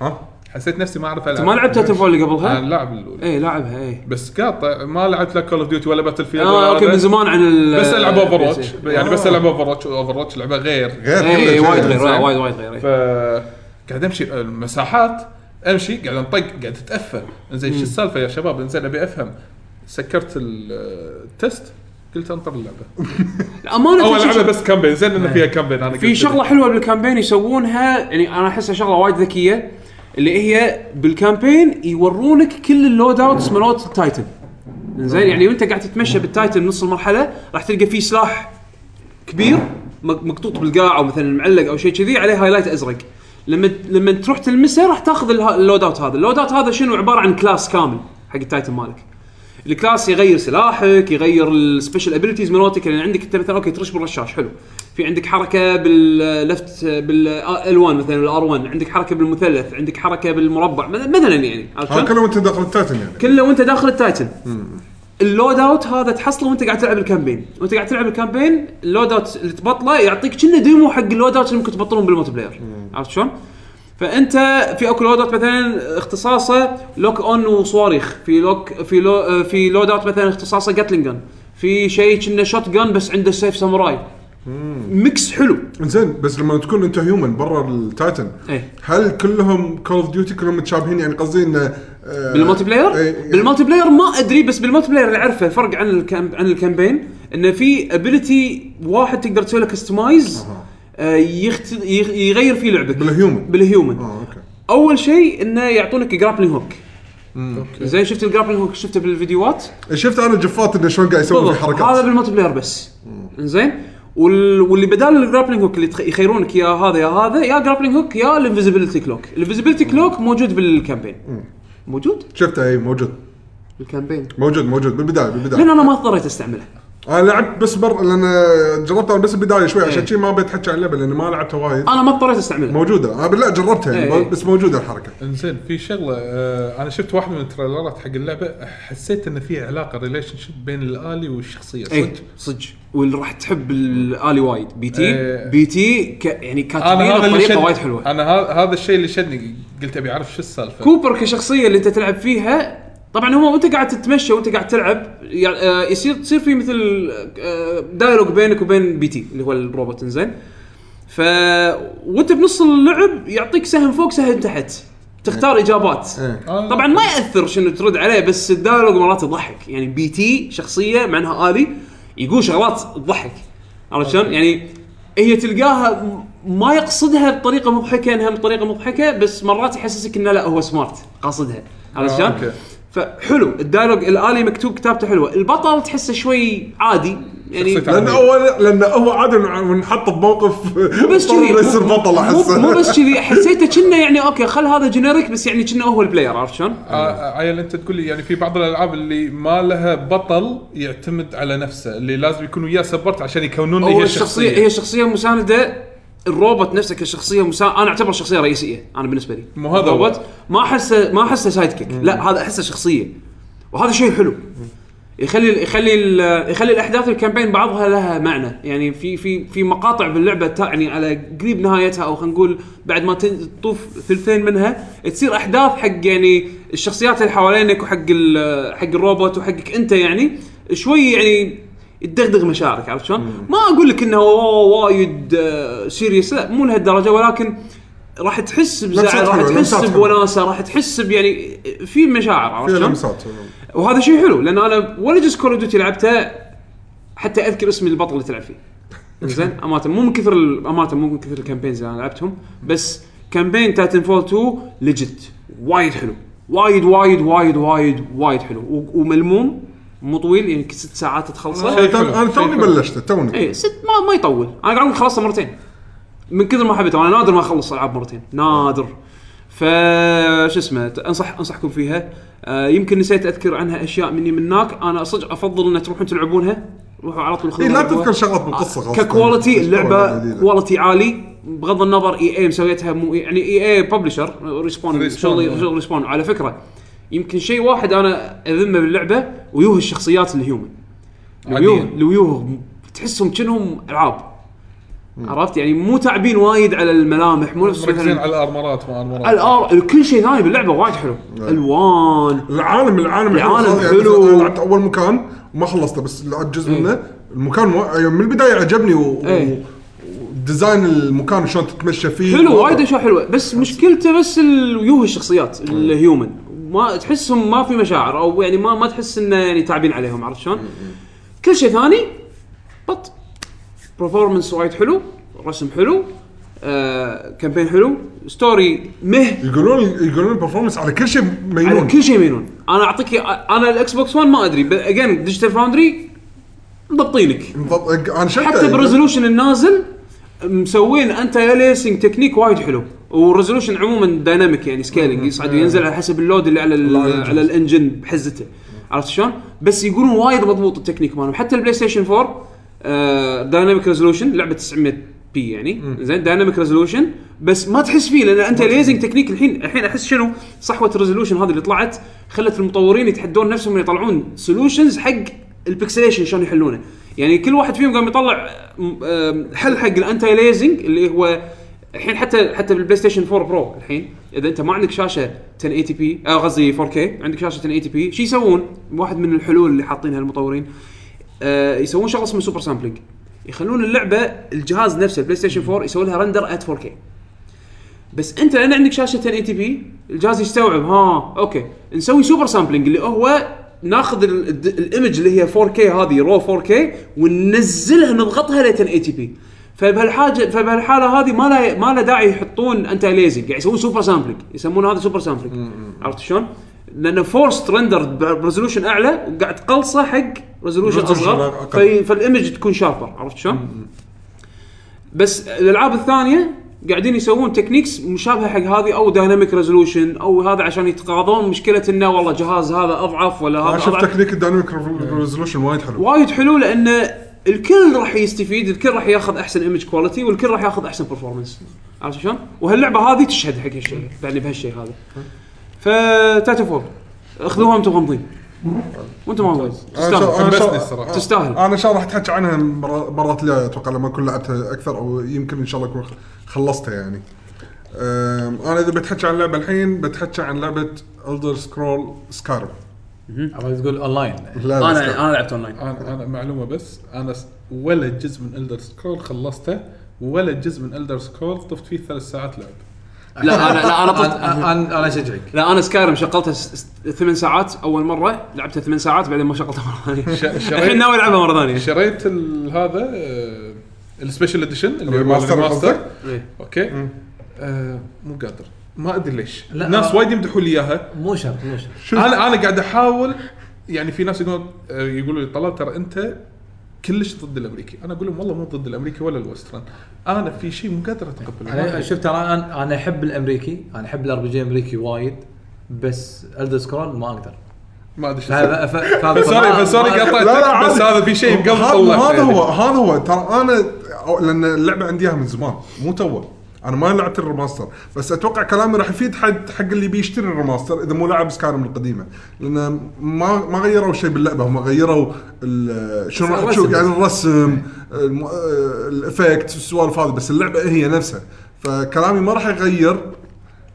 Speaker 2: ها
Speaker 4: حسيت نفسي ما اعرف العب
Speaker 3: انت ما لعبت تاتنفول اللي
Speaker 4: انا
Speaker 3: قبلها؟ إيه،
Speaker 4: اللاعب الاولى
Speaker 3: اي لاعبها اي
Speaker 4: بس قاطع ما لعبت لا كول اوف ديوتي ولا باتل فيلد
Speaker 3: اه اوكي من زمان آه، عن ال
Speaker 4: بس العب اوفر واتش
Speaker 3: اي
Speaker 4: يعني بس
Speaker 2: آه.
Speaker 4: العب اوفر واتش اوفر واتش لعبه غير
Speaker 2: غير
Speaker 3: إي، إي،
Speaker 2: كل شيء.
Speaker 3: إيه، وايد غير
Speaker 4: زين.
Speaker 3: وايد وايد غير إي.
Speaker 4: ف قاعد امشي المساحات امشي قاعد انطق قاعد اتافه انزين شو السالفه يا شباب انزين ابي افهم سكرت ال- التست قلت انطر اللعبه
Speaker 3: امانه
Speaker 4: اول
Speaker 3: شوف-
Speaker 4: لعبه بس كامبين زين انه فيها كامبين انا
Speaker 3: في شغله حلوه بالكامبين يسوونها يعني انا احسها شغله وايد ذكيه اللي هي بالكامبين يورونك كل اللود اوتس مالوت التايتن زين يعني وانت قاعد تتمشى بالتايتن نص المرحله راح تلقى فيه سلاح كبير مق- مقطوط بالقاع او مثلا معلق او شيء كذي عليه هايلايت ازرق لما لما تروح تلمسه راح تاخذ الها- اللود اوت هذا اللود اوت هذا شنو عباره عن كلاس كامل حق التايتن مالك الكلاس يغير سلاحك يغير السبيشل ابيلتيز مالتك يعني عندك انت مثلا اوكي ترش بالرشاش حلو في عندك حركه باللفت بالالوان مثلا الار 1 عندك حركه بالمثلث عندك حركه بالمربع مث- مثلا يعني عرفت
Speaker 2: هذا
Speaker 3: شلون؟
Speaker 2: كله وانت داخل التايتن يعني
Speaker 3: كله وانت داخل التايتن اللود اوت هذا تحصله وانت قاعد تلعب الكامبين وانت قاعد تلعب الكامبين اللود اوت اللي تبطله يعطيك كنا ديمو حق اللود اوت اللي ممكن تبطلهم بالملتي بلاير عرفت شلون؟ فانت في اكو لود اوت مثلا اختصاصه لوك اون وصواريخ في لوك في لو في لود اوت مثلا اختصاصه جاتلينج جن في شيء كنا شوت جان بس عنده سيف ساموراي ميكس حلو
Speaker 2: زين بس لما تكون انت هيومن برا التايتن
Speaker 3: ايه
Speaker 2: هل كلهم كول اوف ديوتي كلهم متشابهين يعني قصدي انه آه،
Speaker 3: بالمالتي بلاير
Speaker 2: إيه، يعني-
Speaker 3: بالمالتي بلاير ما ادري بس بالمالتي بلاير اللي اعرفه فرق عن الكام عن الكامبين انه في ابيلتي واحد تقدر تسوي له كستمايز
Speaker 2: أها.
Speaker 3: يخت... يغ- يغير فيه لعبك
Speaker 2: بالهيومن.
Speaker 3: بالهيومن
Speaker 2: اه اوكي
Speaker 3: اول شيء انه يعطونك جرابلينج هوك
Speaker 4: اوكي
Speaker 3: زين شفت الجرابلينج هوك شفته بالفيديوهات
Speaker 2: إيه، شفت انا جفات انه شلون قاعد يسوون في
Speaker 3: بالضبط هذا
Speaker 2: حركات
Speaker 3: بالمالتي بلاير بس زين وال... واللي بدال الجرابلينج هوك اللي تخ- يخيرونك يا هذا يا هذا يا جرابلينج هوك يا الانفيزيبيليتي كلوك الانفيزيبيليتي كلوك موجود بالكامبين موجود
Speaker 2: شفته اي موجود
Speaker 3: بالكامبين
Speaker 2: موجود موجود بالبدايه
Speaker 3: لان
Speaker 2: بالبدايه
Speaker 3: انا ما اضطريت استعمله
Speaker 2: انا لعبت بس بر لان جربتها بس البدايه شوي
Speaker 3: إيه.
Speaker 2: عشان شي ما بتحكي عن اللعبه لان ما لعبتها وايد
Speaker 3: انا ما اضطريت استعمله
Speaker 2: موجوده انا بالله جربتها
Speaker 3: آه. إيه،
Speaker 2: يعني
Speaker 3: إيه.
Speaker 2: بس موجوده الحركه
Speaker 4: انزين في شغله آه انا شفت واحد من التريلرات حق اللعبه حسيت ان في علاقه ريليشن شيب بين الالي والشخصيه
Speaker 3: اي صدق إيه. واللي راح تحب الالي وايد بي تي
Speaker 4: إيه.
Speaker 3: بي تي ك... يعني
Speaker 4: انا
Speaker 3: كاتبينه
Speaker 4: هذا اللي
Speaker 3: بطريقه
Speaker 4: شدني.
Speaker 3: وايد حلوه
Speaker 4: انا ه- هذا الشيء اللي شدني قلت ابي اعرف شو السالفه
Speaker 3: كوبر كشخصيه اللي انت تلعب فيها طبعا هو وانت قاعد تتمشى وانت قاعد تلعب يعني آه، يصير تصير في مثل آه، دايلوج بينك وبين بي تي اللي هو الروبوت انزين ف وانت بنص اللعب يعطيك سهم فوق سهم تحت تختار اجابات
Speaker 4: آه.
Speaker 3: طبعا ما ياثر شنو ترد عليه بس الدايلوج مرات يضحك يعني بي تي شخصيه مع انها الي يقول شغلات تضحك عرفت شلون؟ يعني هي تلقاها م- ما يقصدها بطريقه مضحكه انها بطريقه مضحكه بس مرات يحسسك انه لا هو سمارت قاصدها عرفت شلون؟
Speaker 4: أوكي.
Speaker 3: فحلو الدايلوج الالي مكتوب كتابته حلوه، البطل تحسه شوي عادي يعني
Speaker 4: شخصيته
Speaker 2: لان اول لان هو عاده نحط بموقف
Speaker 3: مو بس كذي
Speaker 2: مضطر يصير بطل احسه
Speaker 3: مو, مو بس كذي حسيته كنا يعني اوكي خل هذا جينيريك بس يعني كنا هو البلاير عرفت شلون؟
Speaker 4: آه، عيل انت تقول لي يعني في بعض الالعاب اللي ما لها بطل يعتمد على نفسه اللي لازم يكون وياه سبورت عشان يكونون لي
Speaker 3: هو
Speaker 4: هي
Speaker 3: الشخصيه
Speaker 4: الشخصيه
Speaker 3: هي شخصيه مسانده الروبوت نفسه كشخصيه مسا... انا اعتبره شخصيه رئيسيه انا بالنسبه لي
Speaker 4: مو هذا
Speaker 3: الروبوت
Speaker 4: هو.
Speaker 3: ما احسه ما احسه سايد كيك لا هذا احسه شخصيه وهذا شيء حلو يخلي يخلي ال- يخلي الاحداث الكامبين بعضها لها معنى يعني في في في مقاطع باللعبه تعني على قريب نهايتها او خلينا نقول بعد ما تن- تطوف ثلثين منها تصير احداث حق يعني الشخصيات اللي حوالينك وحق ال- حق الروبوت وحقك انت يعني شوي يعني تدغدغ مشاعرك عرفت شلون؟ ما اقول لك انه أوه وايد سيريس لا مو لهالدرجه ولكن راح تحس بزعل
Speaker 2: لمسات
Speaker 3: راح
Speaker 2: حلوة،
Speaker 3: تحس
Speaker 2: لمسات حلوة.
Speaker 3: بوناسه راح تحس بيعني في مشاعر
Speaker 2: في
Speaker 3: عرفت شلون؟
Speaker 2: لمسات
Speaker 3: وهذا شيء حلو لان انا ولا جزء كول دوتي لعبته حتى اذكر اسم البطل اللي تلعب فيه زين امانه مو من كثر ال- امانه مو من كثر الكامبينز اللي انا لعبتهم بس كامبين تايتن فول 2 ليجت وايد حلو وايد وايد وايد وايد وايد حلو و- وملموم مو طويل يعني ست ساعات تخلصه
Speaker 4: حلو،
Speaker 2: انا
Speaker 4: شيء
Speaker 2: توني
Speaker 4: حلو.
Speaker 2: بلشت توني
Speaker 3: اي إيه، ست ما ما يطول انا قاعد خلصته مرتين من كثر ما حبيته انا نادر ما اخلص العاب مرتين نادر ف شو اسمه ت- انصح انصحكم فيها آه يمكن نسيت اذكر عنها اشياء مني من هناك انا صدق افضل ان تروحون تلعبونها روحوا على طول
Speaker 2: إيه،
Speaker 3: خذوها
Speaker 2: لا
Speaker 3: لعبوها.
Speaker 2: تذكر شغلات بالقصه خلاص
Speaker 3: ككواليتي اللعبه
Speaker 2: جديدة.
Speaker 3: كواليتي عالي بغض النظر اي اي مسويتها مو يعني اي اي ببلشر ريسبون شغل
Speaker 4: Respawn.
Speaker 3: شغل ريسبون على فكره يمكن شيء واحد انا اذمه باللعبه ويوه الشخصيات الهيومن الويوه
Speaker 4: عادية.
Speaker 3: الويوه تحسهم كأنهم العاب عرفت يعني مو تعبين وايد على الملامح مو نفس
Speaker 4: مركزين
Speaker 3: مثلا
Speaker 4: على الارمرات ما
Speaker 3: على
Speaker 4: ارمرات
Speaker 3: الار كل شيء ثاني باللعبه وايد حلو الوان
Speaker 2: العالم العالم
Speaker 3: العالم
Speaker 2: خلاص، يعني
Speaker 3: حلو.
Speaker 2: أنا لعبت اول مكان وما خلصته بس لعبت جزء منه المكان مو- يعني من البدايه عجبني و...
Speaker 3: إيه.
Speaker 2: ديزاين المكان شلون تتمشى فيه
Speaker 3: حلو
Speaker 2: الوضع.
Speaker 3: وايد اشياء حلوه بس مشكلته بس الويوه الشخصيات الهيومن ما تحسهم ما في مشاعر او يعني ما ما تحس انه يعني تعبين عليهم عرفت شلون؟ كل شيء ثاني بط برفورمنس وايد حلو رسم حلو آه كامبين حلو ستوري مه
Speaker 2: يقولون يقولون البرفورمنس على كل شيء
Speaker 3: على
Speaker 2: مينون
Speaker 3: كل شيء مينون انا اعطيك انا الاكس بوكس 1 ما ادري اجين ديجيتال فاوندري مضبطينك
Speaker 2: مضبط- انا شفته
Speaker 3: حتى بالريزولوشن النازل مسوين انتي اليسنج تكنيك وايد حلو والريزولوشن عموما دايناميك يعني سكيلينج يصعد وينزل على حسب اللود اللي على ال
Speaker 2: الله يعينك.
Speaker 3: على الانجن بحزته عرفت شلون؟ بس يقولون وايد مضبوط التكنيك مالهم حتى آه، البلاي ستيشن 4 دايناميك ريزولوشن لعبه 900 بي يعني زين دايناميك ريزولوشن بس ما تحس فيه لان انت ليزنج تكنيك الحين الحين احس شنو صحوه الريزولوشن هذه اللي طلعت خلت المطورين يتحدون نفسهم إن يطلعون سولوشنز حق البكسليشن شلون يحلونه يعني كل واحد فيهم قام يطلع م- آم، حل حق الانتي ليزنج اللي هو الحين حتى حتى بالبلاي ستيشن 4 برو الحين اذا انت ما عندك شاشه 1080 بي قصدي 4K عندك شاشه 1080 بي شو يسوون؟ واحد من الحلول اللي حاطينها المطورين آه، يسوون شغله اسمها سوبر سامبلينج يخلون اللعبه الجهاز نفسه البلاي ستيشن 4 يسوي لها رندر ات 4K بس انت لان عندك شاشه 1080 بي الجهاز يستوعب ها اوكي نسوي سوبر سامبلينج اللي هو ناخذ ال- الد- الايمج اللي هي 4K هذه رو 4K وننزلها نضغطها ل 1080 بي فبهالحاجه فبهالحاله هذه ما لا ما له داعي يحطون انت ليزنج يعني يسوون سوبر سامبلينج يسمونه هذا سوبر سامبلينج عرفت شلون؟ لانه فورست رندر بريزولوشن اعلى وقاعد تقلصه حق ريزولوشن
Speaker 2: Resolution
Speaker 3: اصغر
Speaker 2: أقل.
Speaker 3: في فالايمج تكون شاربر عرفت شلون؟ بس الالعاب الثانيه قاعدين يسوون تكنيكس مشابهه حق هذه او دايناميك ريزولوشن او هذا عشان يتقاضون مشكله انه والله جهاز هذا اضعف ولا هذا
Speaker 2: انا شفت
Speaker 3: اضعف
Speaker 2: تكنيك الدايناميك ريزولوشن وايد حلو
Speaker 3: وايد حلو لان الكل راح يستفيد الكل راح ياخذ احسن ايمج كواليتي والكل راح ياخذ احسن برفورمنس عرفت شلون؟ وهاللعبه هذه تشهد حق هالشيء يعني بهالشيء هذا فتاتو فول اخذوها وانتم غامضين وانتم غامضين
Speaker 2: أنا شا-
Speaker 3: تستاهل
Speaker 2: أنا
Speaker 4: بس
Speaker 2: شا-
Speaker 4: الصراحة.
Speaker 3: تستاهل
Speaker 2: انا ان شاء الله راح اتحكى عنها مرة- مرات الجايه اتوقع لما اكون لعبتها اكثر او يمكن ان شاء الله اكون خلصتها يعني. أم، انا اذا بتحكى عن لعبه الحين بتحكى عن لعبه الدر سكرول سكارب.
Speaker 5: ابغى تقول اونلاين
Speaker 2: لا لا
Speaker 3: انا
Speaker 2: Skyrim.
Speaker 3: انا لعبت اونلاين
Speaker 4: انا انا معلومه بس انا س- ولا جزء من الدر سكرول خلصته ولا جزء من الدر سكرول طفت فيه ثلاث ساعات لعب
Speaker 3: لا انا لا انا طفت
Speaker 5: انا أنا- أنا اشجعك
Speaker 3: لا انا سكايرم شغلتها س- س- ثمان ساعات اول مره لعبتها ثمان ساعات بعدين ما شغلتها مره ثانيه
Speaker 4: ش- شريت-
Speaker 3: الحين ناوي العبها مره ثانيه
Speaker 4: شريت ال- هذا آه، السبيشل اديشن اللي هو
Speaker 2: الريماستر
Speaker 4: الريماستر
Speaker 2: قصدك؟
Speaker 3: إيه.
Speaker 4: اوكي آه، مو قادر ما ادري ليش
Speaker 5: لا،
Speaker 4: الناس
Speaker 5: آه.
Speaker 4: وايد يمدحوا لي اياها
Speaker 5: مو شرط مو شرط
Speaker 4: انا انا قاعد احاول يعني في ناس يقولون آه، يقولوا لي طلال ترى انت كلش ضد الامريكي انا اقول لهم والله مو ضد الامريكي ولا الوسترن انا في شيء مو قادر اتقبله ما
Speaker 5: انا
Speaker 4: أدري.
Speaker 5: شفت ترى انا انا احب الامريكي انا احب الار بي جي الامريكي وايد بس الدر سكرول ما اقدر
Speaker 4: ما ادري شو
Speaker 5: فهذا- ف- فهذا-
Speaker 4: فسوري
Speaker 5: ما-
Speaker 4: فسوري
Speaker 5: ما-
Speaker 3: طيب،
Speaker 4: قطعتك
Speaker 2: لا، لا،
Speaker 4: بس
Speaker 2: عادي.
Speaker 4: هذا في شيء بقلب
Speaker 2: هذا
Speaker 4: طلع
Speaker 2: هذا هو هذا هو ترى انا أو- لان اللعبه عندي اياها من زمان مو توه انا ما لعبت الريماستر بس اتوقع كلامي راح يفيد حد حق اللي بيشتري الريماستر اذا مو لاعب سكارم القديمه لان ما ما غيروا شيء باللعبه هم غيروا ال- شنو راح
Speaker 3: الرسم.
Speaker 2: تشوف يعني الرسم الم- آه، الافكت السوالف هذه بس اللعبه هي نفسها فكلامي ما راح يغير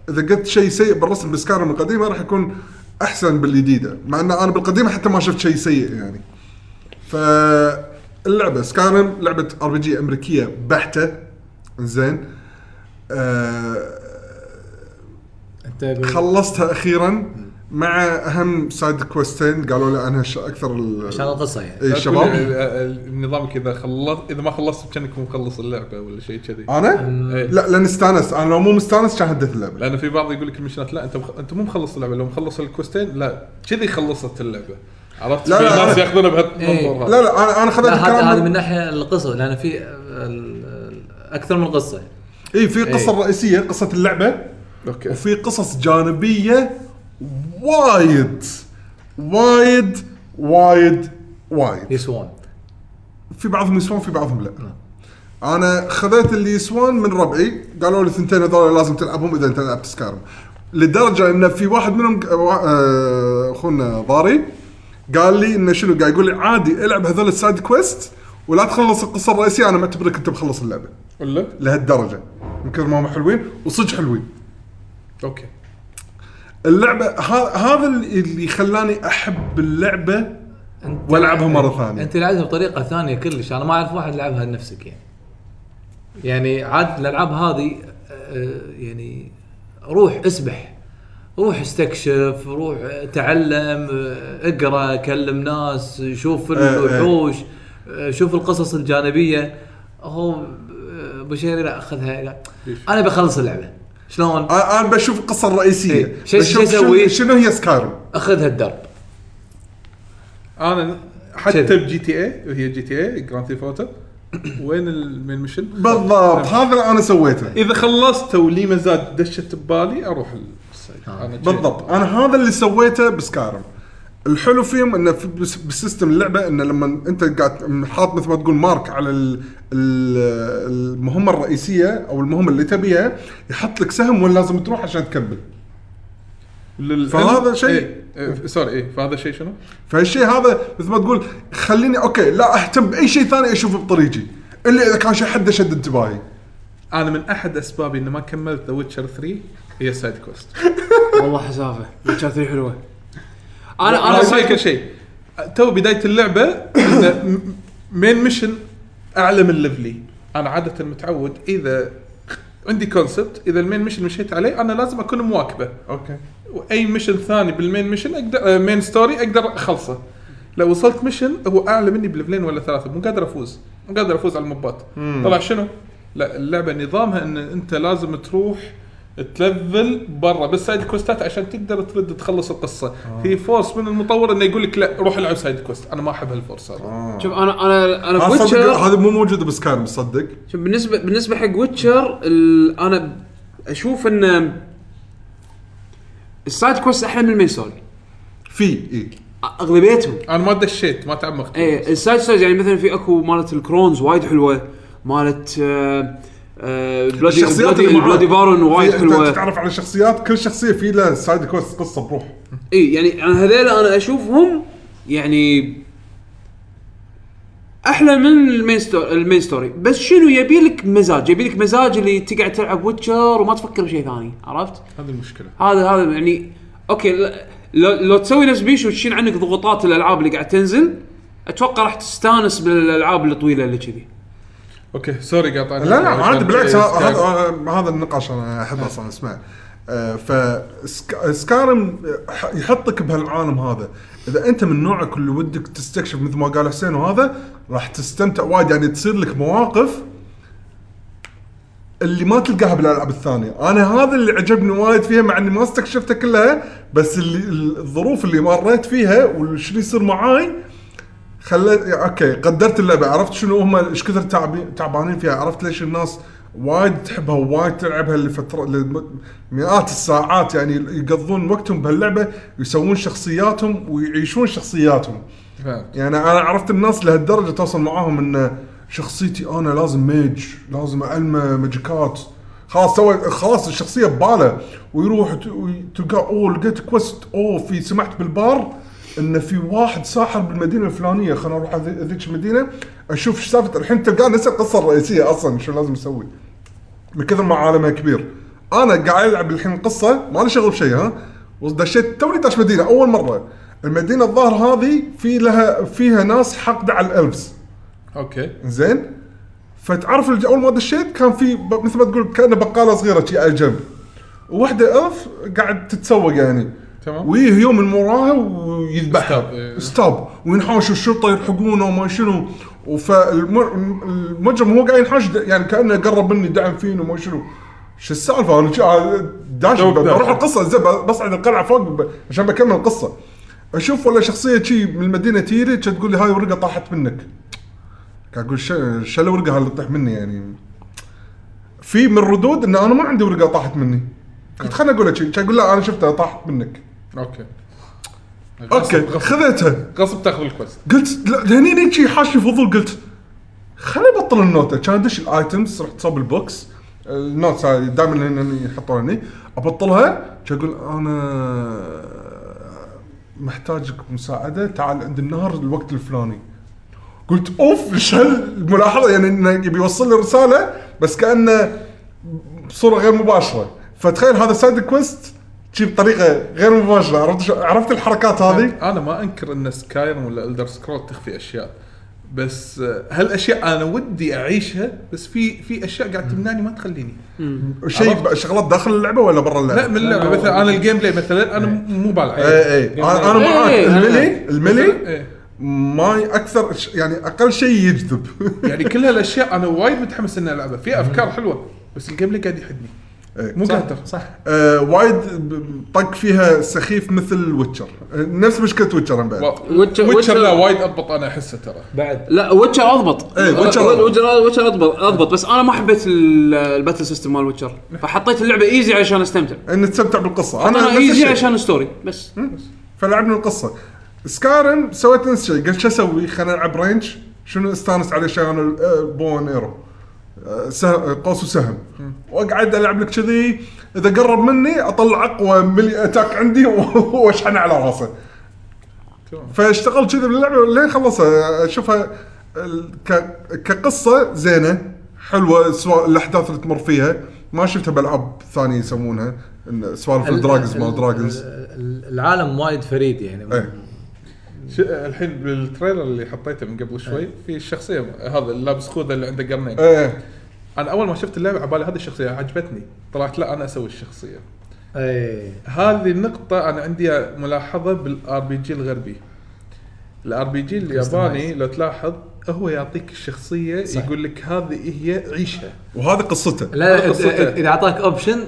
Speaker 2: اذا قلت شيء سيء بالرسم بسكارم القديمه راح يكون احسن بالجديده مع ان انا بالقديمه حتى ما شفت شيء سيء يعني فاللعبه سكارم لعبه ار بي جي امريكيه بحته زين آه
Speaker 5: انت قول.
Speaker 2: خلصتها اخيرا مع اهم سايد كويستين قالوا لي عنها ش- اكثر ال-
Speaker 5: عشان القصه يعني
Speaker 2: إيه،
Speaker 4: لا تقول لي ال- آه،
Speaker 2: الشباب
Speaker 4: ال- النظام كذا خلص اذا ما خلصت كانك مخلص اللعبه ولا شيء كذي
Speaker 2: انا؟
Speaker 4: إيه.
Speaker 2: لا لان استانست انا لو مو مستانس كان هديت اللعبه
Speaker 4: لان في بعض يقول لك المشنات لا انت مخ... انت مو مخلص اللعبه لو مخلص الكوستين لا كذي خلصت اللعبه عرفت
Speaker 2: لا،
Speaker 4: في
Speaker 2: لا،
Speaker 4: ناس
Speaker 2: أنا-
Speaker 4: ياخذونها بهالمنظور هذا
Speaker 2: لا لا انا انا خذيت
Speaker 5: لا هذا هذا من
Speaker 2: الكلام
Speaker 5: ناحيه القصه لان في ال- ال- اكثر من قصه
Speaker 2: اي إيه، في قصه
Speaker 5: إيه.
Speaker 2: رئيسيه قصه اللعبه
Speaker 4: اوكي
Speaker 2: وفي قصص جانبيه وايد وايد وايد وايد
Speaker 5: يسوون
Speaker 2: في بعضهم يسوون في بعضهم لا انا خذيت اللي يسوون من ربعي قالوا لي الثنتين هذول لازم تلعبهم اذا انت لعبت سكارم لدرجه ان في واحد منهم ق- وا- آه، اخونا ضاري قال لي انه شنو قاعد يقول لي عادي العب هذول السايد كويست ولا تخلص القصه الرئيسيه انا معتبرك انت مخلص اللعبه
Speaker 4: ولا
Speaker 2: لهالدرجه من كثر ما هم حلوين وصدق حلوين
Speaker 4: اوكي
Speaker 2: اللعبه ه- هذا اللي خلاني احب اللعبه
Speaker 5: أنت-
Speaker 2: والعبها مره ثانيه
Speaker 5: انت لعبتها بطريقه ثانيه كلش انا ما اعرف واحد لعبها نفسك يعني يعني عاد الالعاب هذه آه، يعني روح اسبح روح استكشف روح آه، تعلم آه، اقرا كلم ناس شوف
Speaker 2: آه.
Speaker 5: الوحوش آه، شوف القصص الجانبيه هو آه، بشيري لا اخذها لا. انا بخلص اللعبه شلون؟
Speaker 2: أ- انا بشوف القصه الرئيسيه
Speaker 5: إيه. شو- شو
Speaker 2: بشوف شنو,
Speaker 5: أسوي؟
Speaker 2: شنو هي سكايرو
Speaker 5: اخذها الدرب
Speaker 4: انا حتى
Speaker 5: كذي.
Speaker 4: بجي تي اي هي جي تي إيه، اي جراند ثيف اوتو وين المين ميشن؟
Speaker 2: بالضبط هذا اللي انا سويته
Speaker 4: اذا خلصته ولي مزاج دشت ببالي اروح الصيد
Speaker 5: آه.
Speaker 4: أنا كذي.
Speaker 2: بالضبط انا هذا اللي سويته بسكارم الحلو فيهم انه في بس- بسيستم اللعبه انه لما انت قاعد حاط مثل ما تقول مارك على ال- ال- المهمه الرئيسيه او المهمه اللي تبيها يحط لك سهم وين لازم تروح عشان تكمل
Speaker 4: لل-
Speaker 2: فهذا شيء-
Speaker 4: إيه، إيه، سوري ايه فهذا شيء شنو؟
Speaker 2: فالشيء هذا مثل ما تقول خليني اوكي لا اهتم باي شيء ثاني اشوفه بطريقي الا اذا كان شيء حده شد انتباهي
Speaker 4: انا من احد اسبابي اني ما كملت ذا ويتشر 3 هي السايد كوست
Speaker 3: والله حسافه كانت حلوه انا
Speaker 4: انا
Speaker 3: انا سايكل
Speaker 4: سايكل شيء تو بدايه اللعبه إن م- مين ميشن اعلى من ليفلي انا عاده متعود اذا عندي كونسبت اذا المين ميشن مشيت عليه انا لازم اكون مواكبه
Speaker 2: اوكي
Speaker 4: واي ميشن ثاني بالمين ميشن اقدر آه، مين ستوري اقدر اخلصه لو وصلت ميشن هو اعلى مني بليفلين ولا ثلاثه مو قادر افوز مو قادر افوز على المبات طلع شنو؟ لا اللعبه نظامها ان انت لازم تروح تلفل برا بس سايد كوستات عشان تقدر ترد تخلص القصه
Speaker 2: آه.
Speaker 4: في فورس من المطور انه يقول لك لا روح العب سايد كوست انا ما احب هالفورس
Speaker 2: آه.
Speaker 4: هذا
Speaker 3: شوف انا انا انا
Speaker 2: هذا
Speaker 3: في
Speaker 2: صدق-
Speaker 3: Witcher-
Speaker 2: هذا مو موجود بسكان تصدق
Speaker 3: شوف بالنسبه بالنسبه حق ويتشر انا اشوف ان السايد كويست احلى من المين ستوري
Speaker 2: في إيه. اي
Speaker 3: اغلبيتهم
Speaker 4: انا ما دشيت ما تعمقت
Speaker 3: اي السايد ستوريز يعني مثلا في اكو مالت الكرونز وايد حلوه مالت آه، آه، بلادي
Speaker 2: الشخصيات
Speaker 3: بلادي,
Speaker 2: اللي معاك.
Speaker 3: بلادي بارون وايد
Speaker 2: في- أنت
Speaker 3: حلوه
Speaker 2: تتعرف على الشخصيات كل شخصيه في لها سايد كوست قصه بروح
Speaker 3: اي يعني انا هذيل انا اشوفهم يعني احلى من المين ستوري المين ستوري بس شنو يبي لك مزاج يبي لك مزاج اللي تقعد تلعب ويتشر وما تفكر بشيء ثاني عرفت؟
Speaker 4: هذه المشكله
Speaker 3: هذا هذا يعني اوكي ل- لو لو تسوي نفس بيشو وتشيل عنك ضغوطات الالعاب اللي قاعد تنزل اتوقع راح تستانس بالالعاب الطويله اللي كذي
Speaker 4: اوكي سوري قاطعني
Speaker 2: لا لا
Speaker 4: عشان-
Speaker 2: عادي بالعكس
Speaker 4: إيه،
Speaker 2: هذا- هذا
Speaker 4: سكاي.
Speaker 2: آه، هذا النقاش انا احب اصلا اسمعه آه، فسكارم يحطك بهالعالم هذا اذا انت من نوعك اللي ودك تستكشف مثل ما قال حسين وهذا راح تستمتع وايد يعني تصير لك مواقف اللي ما تلقاها بالالعاب الثانيه، انا هذا اللي عجبني وايد فيها مع اني ما استكشفتها كلها بس اللي الظروف اللي مريت فيها وشنو يصير معاي خلت اوكي قدرت اللعبه عرفت شنو هم ايش كثر تعبي- تعبانين فيها عرفت ليش الناس وايد تحبها وايد تلعبها لفتره لم- مئات الساعات يعني يقضون وقتهم بهاللعبه يسوون شخصياتهم ويعيشون شخصياتهم
Speaker 4: فهمت.
Speaker 2: يعني انا عرفت الناس لهالدرجه توصل معاهم ان شخصيتي انا لازم ميج لازم علمه ماجيكات خلاص سوى خلاص الشخصيه بباله ويروح ت- وي- تلقى اوه لقيت كويست اوه في سمعت بالبار ان في واحد ساحر بالمدينه الفلانيه خلنا اروح هذي- هذيك المدينه اشوف ايش سالفه الحين تلقاه نسى القصه الرئيسيه اصلا شو لازم اسوي من كثر ما عالمها كبير انا قاعد العب الحين قصه ما لي شغل بشيء ها ودشيت توني داش مدينه اول مره المدينه الظاهر هذه في لها فيها ناس حقد على الالبس
Speaker 4: اوكي
Speaker 2: زين فتعرف الج- اول ما دشيت كان في ب- مثل ما تقول كانه بقاله صغيره شي على جنب وحده الف قاعد تتسوق يعني
Speaker 4: تمام.
Speaker 2: ويجي يوم من وراها ويذبحها
Speaker 4: ستاب، إيه.
Speaker 2: ستاب وينحاش الشرطه يلحقونه وما شنو فالمجرم هو قاعد ينحاش د- يعني كانه قرب مني دعم فيني وما شنو شو السالفه انا شي- آه، داش
Speaker 4: دوب داش.
Speaker 2: بروح القصه زين ب- بصعد القلعه فوق ب- عشان بكمل القصه اشوف ولا شخصيه شي من المدينه تيري تقول لي هاي ورقه طاحت منك قاعد اقول ش- شو الورقه هاللي تطيح مني يعني في من ردود ان انا ما عندي ورقه طاحت مني قلت خليني اقول لك شيء كان اقول لا انا شفتها طاحت منك
Speaker 4: اوكي
Speaker 2: اوكي خذيتها
Speaker 4: غصب تاخذ الكوست
Speaker 2: قلت لا هني شي حاشي فضول قلت خليني ابطل النوتة كان ادش الايتمز رحت صوب البوكس النوتس هاي دائما هن- هن يحطوها هني ابطلها كان اقول انا محتاجك مساعده تعال عند النهر الوقت الفلاني قلت اوف ايش هالملاحظه يعني انه يبي يوصل لي رساله بس كانه بصوره غير مباشره فتخيل هذا سايد كويست شي بطريقه غير مباشره عرفت شو- عرفت الحركات هذه
Speaker 4: انا ما انكر ان سكايرم ولا الدر سكرول تخفي اشياء بس آه، هالاشياء انا ودي اعيشها بس في في اشياء قاعد تمنعني ما تخليني
Speaker 2: شيء
Speaker 4: عرفت؟
Speaker 2: ب- شغلات داخل اللعبه ولا برا اللعبه؟
Speaker 4: لا من اللعبه مثلا انا الجيم بلاي مثلا انا م- مو بالعب
Speaker 2: اي اي انا أنا
Speaker 3: إيه،
Speaker 2: معاك
Speaker 3: إيه،
Speaker 2: الملي الملي
Speaker 4: إيه.
Speaker 2: ما اكثر ش- يعني اقل شيء يجذب
Speaker 4: يعني كل هالاشياء انا وايد متحمس اني العبها في افكار حلوه بس الجيم بلاي قاعد يحدني
Speaker 2: إيه.
Speaker 4: مو قادر
Speaker 5: صح
Speaker 2: آه، وايد ب- طق فيها سخيف مثل ويتشر نفس مشكله ويتشر أنا بعد
Speaker 3: ويتشر-
Speaker 4: ويتشر لا
Speaker 3: ويتشر-
Speaker 4: وايد اضبط انا احسه ترى
Speaker 5: بعد
Speaker 3: لا ويتشر اضبط
Speaker 2: إيه، ويتشر
Speaker 3: أه،
Speaker 2: أضبط.
Speaker 3: ويتشر ويتشر اضبط اضبط بس انا ما حبيت ال- الباتل سيستم مال ويتشر فحطيت اللعبه ايزي عشان استمتع
Speaker 2: ان تستمتع بالقصه
Speaker 3: انا
Speaker 2: نفس
Speaker 3: ايزي
Speaker 2: الشيء.
Speaker 3: عشان ستوري بس
Speaker 2: فلعبنا القصه سكارم سويت نفس الشيء قلت شو اسوي خلينا نلعب رينج شنو استانس عليه شيء انا آه، بو أند ايرو آه، سه- قوس وسهم واقعد العب لك كذي اذا قرب مني اطلع اقوى ملي اتاك عندي واشحن على راسه فاشتغلت كذي باللعبه لين خلصها اشوفها ال- ك- كقصه زينه حلوه سواء الاحداث اللي تمر فيها ما شفتها بالعاب ثانيه يسمونها إن سوالف الدراجز مال
Speaker 5: ال-
Speaker 2: دراجز
Speaker 5: ال- ال- العالم وايد فريد يعني
Speaker 2: إيه.
Speaker 4: ش... الحين بالتريلر اللي حطيته من قبل شوي في الشخصيه هذا اللي لابس خوذه اللي عنده قرنين
Speaker 2: ايه
Speaker 4: انا اول ما شفت اللعبه على بالي هذه الشخصيه عجبتني طلعت لا انا اسوي الشخصيه
Speaker 5: اي
Speaker 4: هذه النقطة أنا عندي ملاحظة بالار بي جي الغربي. الار بي جي الياباني لو تلاحظ هو يعطيك الشخصية صح. يقول لك هذه هي عيشها.
Speaker 2: وهذه قصته
Speaker 5: لا إذا-
Speaker 4: قصته.
Speaker 5: اذا اعطاك اوبشن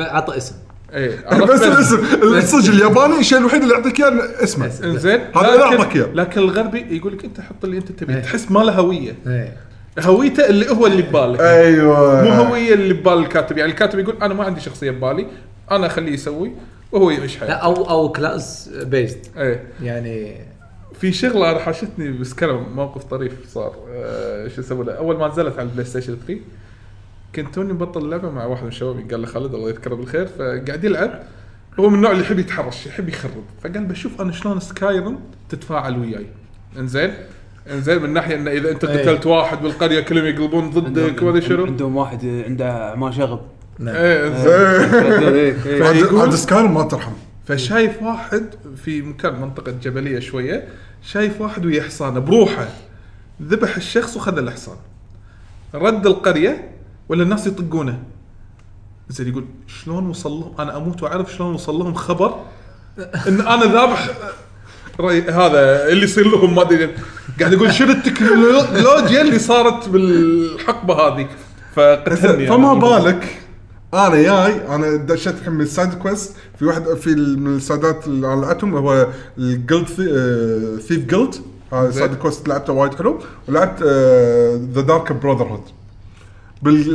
Speaker 5: اعطى اسم
Speaker 4: اي
Speaker 2: بس الاسم الصج الياباني الشيء الوحيد اللي يعطيك اياه اسمه
Speaker 4: انزين
Speaker 2: هذا اللي
Speaker 4: لكن-
Speaker 2: أعطاك إياه.
Speaker 4: لكن الغربي يقول لك انت حط اللي انت تبيه
Speaker 5: إيه.
Speaker 4: تحس ما له هويه
Speaker 5: اي
Speaker 4: هويته اللي هو اللي ببالك
Speaker 2: ايوه
Speaker 4: مو هويه اللي ببال الكاتب يعني الكاتب يقول انا ما عندي شخصيه ببالي انا اخليه يسوي وهو يعيش
Speaker 5: لا
Speaker 4: حياته
Speaker 5: او او كلاس بيست
Speaker 4: ايه
Speaker 5: يعني
Speaker 4: في شغله انا حاشتني بس كلام موقف طريف صار أه شو يسمونه اول ما نزلت على البلاي ستيشن 3 كنت توني مبطل اللعبه مع واحد من الشباب قال له خالد الله يذكره بالخير فقاعد يلعب هو من النوع اللي يحب يتحرش يحب يخرب فقال بشوف انا شلون سكايرم تتفاعل وياي انزين انزين من ناحيه انه اذا انت
Speaker 5: إيه.
Speaker 4: قتلت واحد بالقريه كلهم يقلبون ضدك وما شنو
Speaker 3: عندهم واحد عنده ما شغب
Speaker 5: نعم
Speaker 4: ايه إنزين. إيه.
Speaker 2: عاد عاد سكايرم ما ترحم
Speaker 4: فشايف واحد في مكان منطقة جبلية شوية شايف واحد ويا حصانه بروحه ذبح الشخص وخذ الحصان رد القرية ولا الناس يطقونه زين يقول شلون وصل لهم انا اموت واعرف شلون وصل لهم خبر ان انا ذابح ري... هذا اللي يصير لهم ما ادري قاعد يقول شنو التكنولوجيا اللي صارت بالحقبه هذه فقتلني
Speaker 2: أه، فما بالك انا جاي انا دشيت الحين من السايد كويست في واحد في ال- من السادات اللي أنا لعبتهم هو الجلد ثيف جلد هذا سايد كويست آه، لعبته وايد حلو ولعبت أه، ذا دارك براذر هود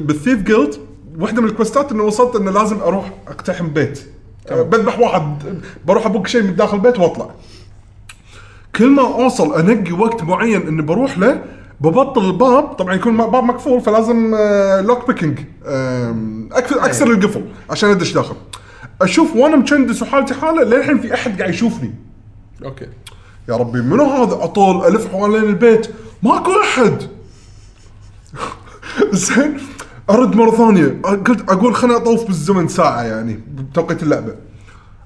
Speaker 2: بالثيف جلد واحده من الكوستات انه وصلت انه لازم اروح اقتحم بيت آه، بذبح واحد بروح ابوق شيء من داخل البيت واطلع كل ما اوصل انقي وقت معين اني بروح له ببطل الباب طبعا يكون باب مقفول فلازم آه، لوك بيكينج آم، أكف- اكسر القفل عشان ادش داخل اشوف وانا مشندس وحالتي حاله للحين في احد قاعد يشوفني
Speaker 4: اوكي
Speaker 2: يا ربي منو هذا اطول الف حوالين البيت ماكو احد زين ارد مره ثانيه قلت اقول خليني اطوف بالزمن ساعه يعني بتوقيت اللعبه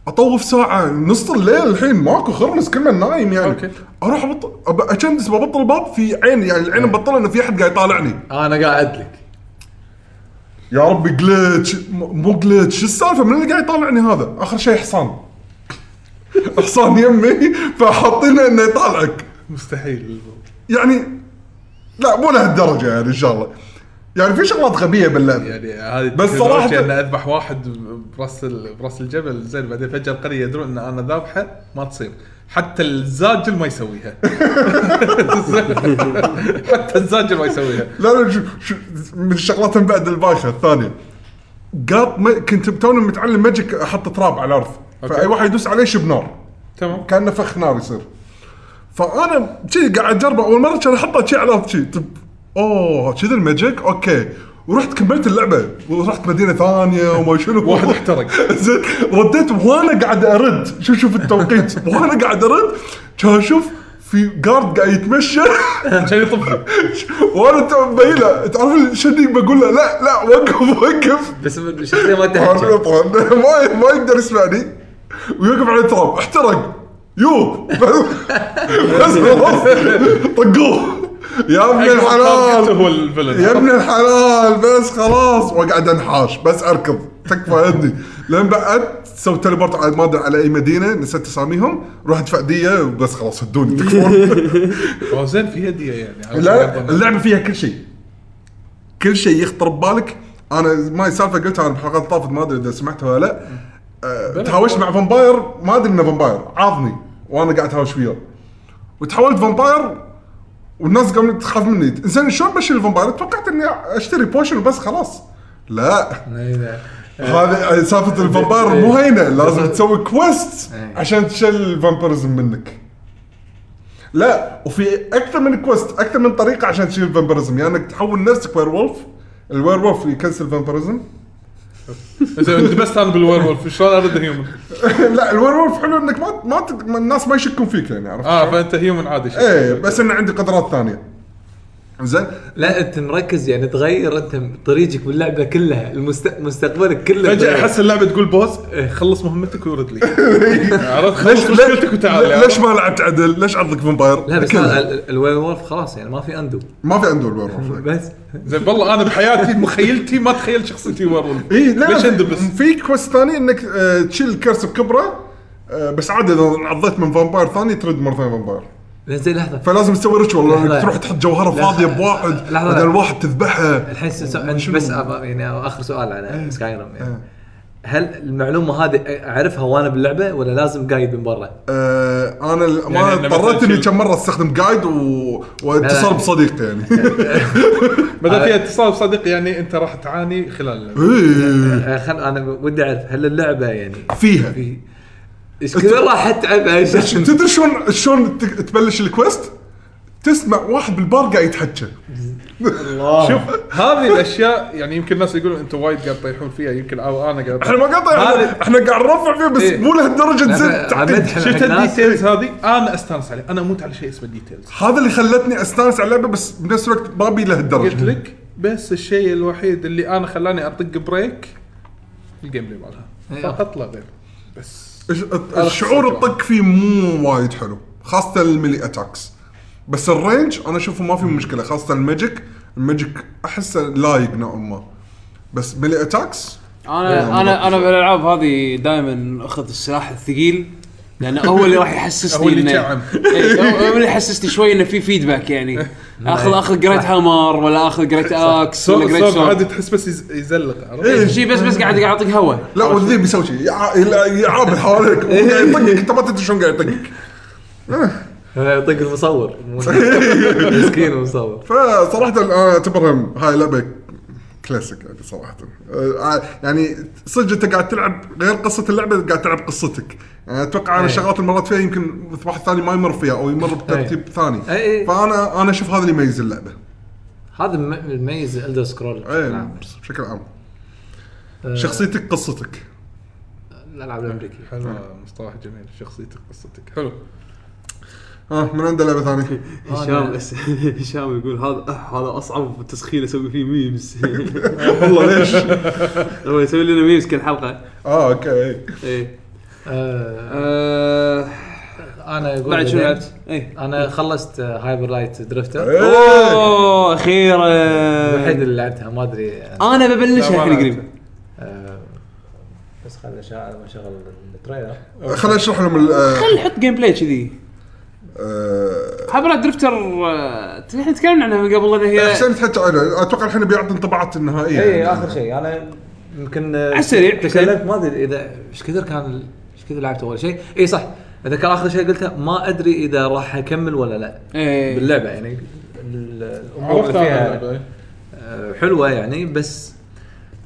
Speaker 2: اطوف ساعه نص الليل الحين ماكو خرنس كلنا نايم يعني
Speaker 4: أوكي.
Speaker 2: أوكي. اروح ابطل أب- اجندس ببطل الباب في عين يعني العين مبطله انه في احد قاعد يطالعني
Speaker 5: انا قاعد لك
Speaker 2: يا ربي جلتش مو جلتش شو السالفه من اللي قاعد يطالعني هذا اخر شيء حصان حصان يمي فحاطينه انه يطالعك
Speaker 4: مستحيل
Speaker 2: يعني لا مو لهالدرجه يعني ان شاء الله يعني في شغلات غبيه باللعب
Speaker 4: يعني هذه
Speaker 2: بس
Speaker 4: بس صراحه
Speaker 2: صراحة-
Speaker 4: ان اذبح واحد براس ال- براس الجبل زين بعدين فجاه القريه يدرون ان انا ذابحه ما تصير حتى الزاجل ما يسويها حتى الزاجل ما يسويها
Speaker 2: لا لا شو- شو- من الشغلات من بعد البايخه الثانيه قاط ما- كنت توني متعلم ماجيك احط تراب على الارض
Speaker 4: أوكي.
Speaker 2: فاي واحد يدوس عليه شب نار
Speaker 4: تمام
Speaker 2: كانه فخ نار يصير فانا شي قاعد اجربه اول مره كان احطه شي على شي طب اوه كذا الماجيك اوكي ورحت كملت اللعبه ورحت مدينه ثانيه وما شنو
Speaker 4: واحد احترق.
Speaker 2: زين رديت وانا قاعد ارد شوف شوف التوقيت وانا قاعد ارد كان اشوف في جارد قاعد يتمشى
Speaker 4: عشان يطفي
Speaker 2: وانا تو مبين له تعرف شني بقول له لا لا وقف وقف
Speaker 5: بس الشخصيه ما
Speaker 2: طبعاً-
Speaker 5: تحكي
Speaker 2: طبعاً ما ما يقدر يسمعني ويوقف على التراب احترق يو بس خلاص طقوه يا ابن
Speaker 4: هو
Speaker 2: الحلال يا
Speaker 4: الفلن
Speaker 2: ابن الحلال بس خلاص واقعد انحاش بس اركض تكفى يا ابني لان بعد سوي تليبورت على ما ادري على اي مدينه نسيت اساميهم روح ادفع ديه وبس خلاص هدوني تكفون
Speaker 4: أوه، زين في هديه يعني على
Speaker 2: لا
Speaker 4: اليابان.
Speaker 2: اللعبه فيها كل شيء كل شيء يخطر ببالك انا ما سالفه قلتها انا بحلقات طافت ما ادري اذا سمعتها ولا لا أه، تهاوشت مع فامباير ما ادري انه فامباير عاضني وانا قاعد اتهاوش وياه وتحولت فامباير والناس قامت تخاف مني انزين شلون بشيل الفامباير؟ توقعت اني اشتري بوشن وبس خلاص لا هذه سالفه الفامباير مو هينه لازم تسوي كويست
Speaker 5: إيه.
Speaker 2: عشان تشيل الفامبيرزم منك لا وفي اكثر من كويست اكثر من طريقه عشان تشيل الفامبيرزم يا يعني انك تحول نفسك وير وولف الوير وولف يكنسل الفامبيرزم
Speaker 4: زين انتبست انا بالوير وولف شلون ارد هيومن
Speaker 2: لا الوير وولف حلو انك ما ما تق-
Speaker 4: آه.
Speaker 2: ما- الناس ما يشكون فيك يعني عرفت؟
Speaker 4: اه فانت هيومن عادي شو
Speaker 2: ايه بس انه عندي قدرات ثانيه زين
Speaker 5: لا انت مركز يعني تغير انت طريقك باللعبه كلها المست... مستقبلك كله
Speaker 4: فجاه
Speaker 5: تغير.
Speaker 4: احس اللعبه تقول بوز إيه، خلص مهمتك ويرد لي عرفت خلص مشكلتك وتعال يا
Speaker 2: ليش ما لعبت عدل؟ ليش عرضك فامباير؟
Speaker 5: لا بس الوير وولف خلاص يعني ما في اندو
Speaker 2: ما في عنده الوير
Speaker 5: بس
Speaker 4: زين والله انا بحياتي مخيلتي ما تخيل شخصيتي ويرولف
Speaker 2: اي إيه، لا
Speaker 4: إيه، ليش
Speaker 2: في-
Speaker 4: اندبس؟
Speaker 2: في كويست ثاني انك آه، تشيل الكرسي بكبره آه، بس عادي اذا انعضيت من فامباير ثاني ترد مره ثانيه فامباير
Speaker 5: لا، زين لحظه
Speaker 2: فلازم تسوي ريتشوال
Speaker 5: لحظة.
Speaker 2: لانك تروح تحط جوهره
Speaker 5: لحظة.
Speaker 2: فاضيه بواحد
Speaker 5: لحظة.
Speaker 2: بعدين الواحد تذبحه
Speaker 5: الحين س- س-
Speaker 2: شنو؟
Speaker 5: بس أبا- يعني اخر سؤال على سكاي روم يعني
Speaker 2: إيه.
Speaker 5: هل المعلومه هذه اعرفها وانا باللعبه ولا لازم قايد من برا؟
Speaker 2: آه، انا
Speaker 4: يعني
Speaker 2: الامانه
Speaker 4: لما
Speaker 2: اضطريت اني
Speaker 4: تشيل-
Speaker 2: كم مره استخدم جايد و...
Speaker 5: لا، لا.
Speaker 2: واتصال بصديقي يعني
Speaker 4: بدل فيها اتصال بصديق يعني انت راح تعاني خلال اللعبه
Speaker 2: إيه.
Speaker 5: آه، خل انا ودي اعرف هل اللعبه يعني
Speaker 2: فيها
Speaker 5: في ايش كثر راح اتعب عشان
Speaker 2: تدري شلون شلون ت- تبلش الكويست؟ تسمع واحد بالبار قاعد يتحكى
Speaker 4: شوف هذه الاشياء يعني يمكن الناس يقولون انتم وايد قاعد تطيحون فيها يمكن او انا قاعد
Speaker 2: احنا ما قاطع
Speaker 4: هذا-
Speaker 2: احنا قاعد نرفع فيه بس
Speaker 4: إيه.
Speaker 2: مو لهالدرجه نزيد تعقيد
Speaker 5: مدح
Speaker 4: شفت
Speaker 5: حق ناس.
Speaker 4: الديتيلز هذه انا استانس عليها انا اموت على شيء اسمه ديتيلز
Speaker 2: هذا اللي خلتني استانس على اللعبه بس بنفس الوقت ما ابي
Speaker 4: قلت
Speaker 2: لهالدرجه
Speaker 4: لك بس الشيء الوحيد اللي انا خلاني اطق بريك الجيم بلاي مالها
Speaker 5: أيوه.
Speaker 4: فقط لا غير بس
Speaker 2: الش- الشعور الطق فيه مو وايد حلو خاصه الملي اتاكس بس الرينج انا اشوفه ما في مشكله خاصه الماجيك الماجيك احسه لايق نوعا ما بس ملي اتاكس
Speaker 3: انا انا انا بالالعاب هذه دائما اخذ السلاح الثقيل لانه هو اللي راح يحسسني
Speaker 4: هو اللي
Speaker 3: إنه-
Speaker 4: يتشعب.
Speaker 3: إيه، هو هو اللي يحسسني شوي انه في فيدباك يعني اخذ اخذ جريت هامر ولا اخذ جريت اكس ولا
Speaker 4: سوق
Speaker 3: جريت
Speaker 4: سوق عادي
Speaker 3: سورد
Speaker 4: تحس بس يز- يزلق عرفت؟
Speaker 2: إيه.
Speaker 3: شي بس بس قاعد قاعد اعطيك هوا
Speaker 2: لا والذيب يسوي شيء يع- يلع- يعابل حواليك قاعد يطقك انت ما تدري شلون قاعد يطقك
Speaker 5: يطق المصور مسكين المصور
Speaker 2: فصراحه انا اعتبرها آه، هاي لعبه كلاسيك يعني صراحه آه، يعني صدق انت قاعد تلعب غير قصه اللعبه قاعد تلعب قصتك يعني اتوقع انا
Speaker 5: إيه.
Speaker 2: الشغلات اللي مرت فيها يمكن مثل واحد ثاني ما يمر فيها او يمر بترتيب ثاني
Speaker 5: إيه، إيه.
Speaker 2: فانا انا اشوف هذا اللي يميز اللعبه
Speaker 5: هذا الم- المميز نعم. الدر سكرول
Speaker 2: إيه، بشكل عام
Speaker 5: آه.
Speaker 2: شخصيتك قصتك
Speaker 5: الالعاب الامريكيه
Speaker 4: حلو مصطلح جميل شخصيتك قصتك حلو
Speaker 2: ها من عنده لعبه ثانيه
Speaker 5: هشام-
Speaker 1: هشام يقول هذا هذا اصعب تسخين اسوي فيه ميمز
Speaker 2: والله ليش؟
Speaker 3: هو يسوي لنا ميمز كل حلقه
Speaker 2: اه اوكي
Speaker 3: ايه
Speaker 5: آه،
Speaker 3: آه،
Speaker 5: انا اقول
Speaker 3: بعد شنو
Speaker 5: إذا-
Speaker 3: لعبت؟ ايه
Speaker 5: انا خلصت هايبر لايت درفتر
Speaker 2: إيه.
Speaker 3: اوه اخيرا
Speaker 5: الوحيد اللي لعبتها ما ادري آه،
Speaker 3: انا ببلشها
Speaker 4: لا،
Speaker 3: الحين
Speaker 4: ما
Speaker 3: قريب
Speaker 5: آه، بس خلنا شا- ما شغل التريلر
Speaker 2: خليني اشرح لهم ال- آه،
Speaker 3: خل نحط جيم بلاي كذي
Speaker 2: آه،
Speaker 3: حبرة درفتر آه، احنا تكلمنا عنها من قبل ان هي
Speaker 2: حسين تحكي عنه اتوقع الحين بيعطي انطباعات النهائيه
Speaker 5: اي
Speaker 2: يعني.
Speaker 5: اخر إيه، شيء انا يمكن آه،
Speaker 3: على السريع، يعني-
Speaker 5: تكلمت ما ادري اذا ايش كثر كان ايش كثر لعبت اول شيء اي صح اذا كان اخر شيء قلته ما ادري اذا راح اكمل ولا لا
Speaker 3: إيه.
Speaker 5: باللعبه يعني ال- الامور
Speaker 4: عرفت
Speaker 5: اللي فيها
Speaker 4: انا
Speaker 5: آه، حلوه يعني بس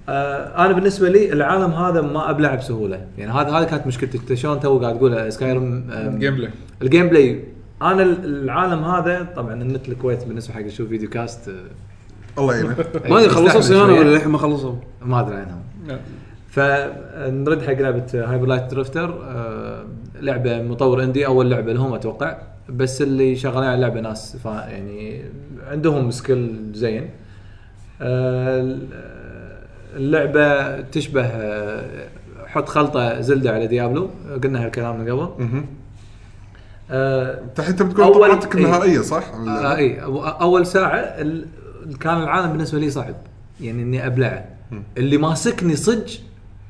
Speaker 5: آه انا بالنسبه لي العالم هذا ما ابلعه بسهوله يعني هذا هذه كانت مشكلتي انت شلون تو قاعد تقول سكايرم
Speaker 4: الجيم بلاي
Speaker 5: الجيم بلاي انا ال- العالم هذا طبعا النت الكويت بالنسبه حق شو فيديو كاست آه،
Speaker 2: الله يعينه
Speaker 3: ما ادري خلصوا
Speaker 5: يستحمل
Speaker 3: صيانه
Speaker 5: شوية.
Speaker 3: ولا للحين ما خلصوا
Speaker 5: ما ادري عنهم
Speaker 4: نعم.
Speaker 5: فنرد حق لعبه هايبر لايت درفتر آه، لعبه مطور اندي اول لعبه لهم اتوقع بس اللي شغالين على اللعبه ناس فا- يعني عندهم سكيل زين آه، اللعبه تشبه آه، حط خلطه زلده على ديابلو قلنا هالكلام من قبل آه،
Speaker 2: انت الحين تبي تقول
Speaker 5: أول-
Speaker 2: انطباعاتك
Speaker 5: إيه.
Speaker 2: النهائيه صح؟ عن اللعبة؟
Speaker 5: آه اي أو- اول ساعه ال- كان العالم بالنسبه لي صعب يعني اني ابلعه اللي ماسكني صج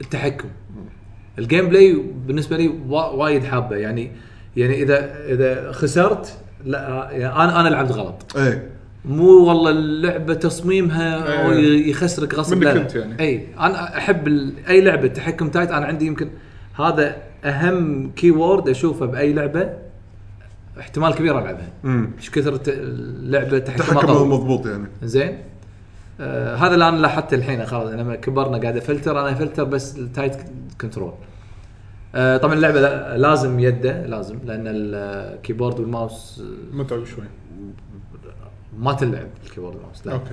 Speaker 5: التحكم الجيم بلاي بالنسبه لي وا- وايد حابه يعني يعني اذا اذا خسرت لا يعني انا انا لعبت غلط
Speaker 2: ايه
Speaker 5: مو والله اللعبه تصميمها هو
Speaker 4: إيه.
Speaker 5: يخسرك غصب
Speaker 4: منك
Speaker 5: لا، لا.
Speaker 4: أنت يعني.
Speaker 5: اي انا احب ال- اي لعبه تحكم تايت انا عندي يمكن هذا اهم كي وورد اشوفه باي لعبه احتمال كبير العبها
Speaker 2: مم.
Speaker 5: ايش كثر الت- اللعبه تحكمها
Speaker 2: تحكمه
Speaker 5: قوي
Speaker 2: مضبوط يعني
Speaker 5: زين آه هذا اللي انا لاحظته الحين خلاص لما كبرنا قاعد افلتر انا افلتر بس التايت كنترول آه طبعا اللعبه لا- لازم يده لازم لان الكيبورد والماوس آه،
Speaker 4: متعب شوي
Speaker 5: ما تلعب الكيبورد والماوس لا
Speaker 4: اوكي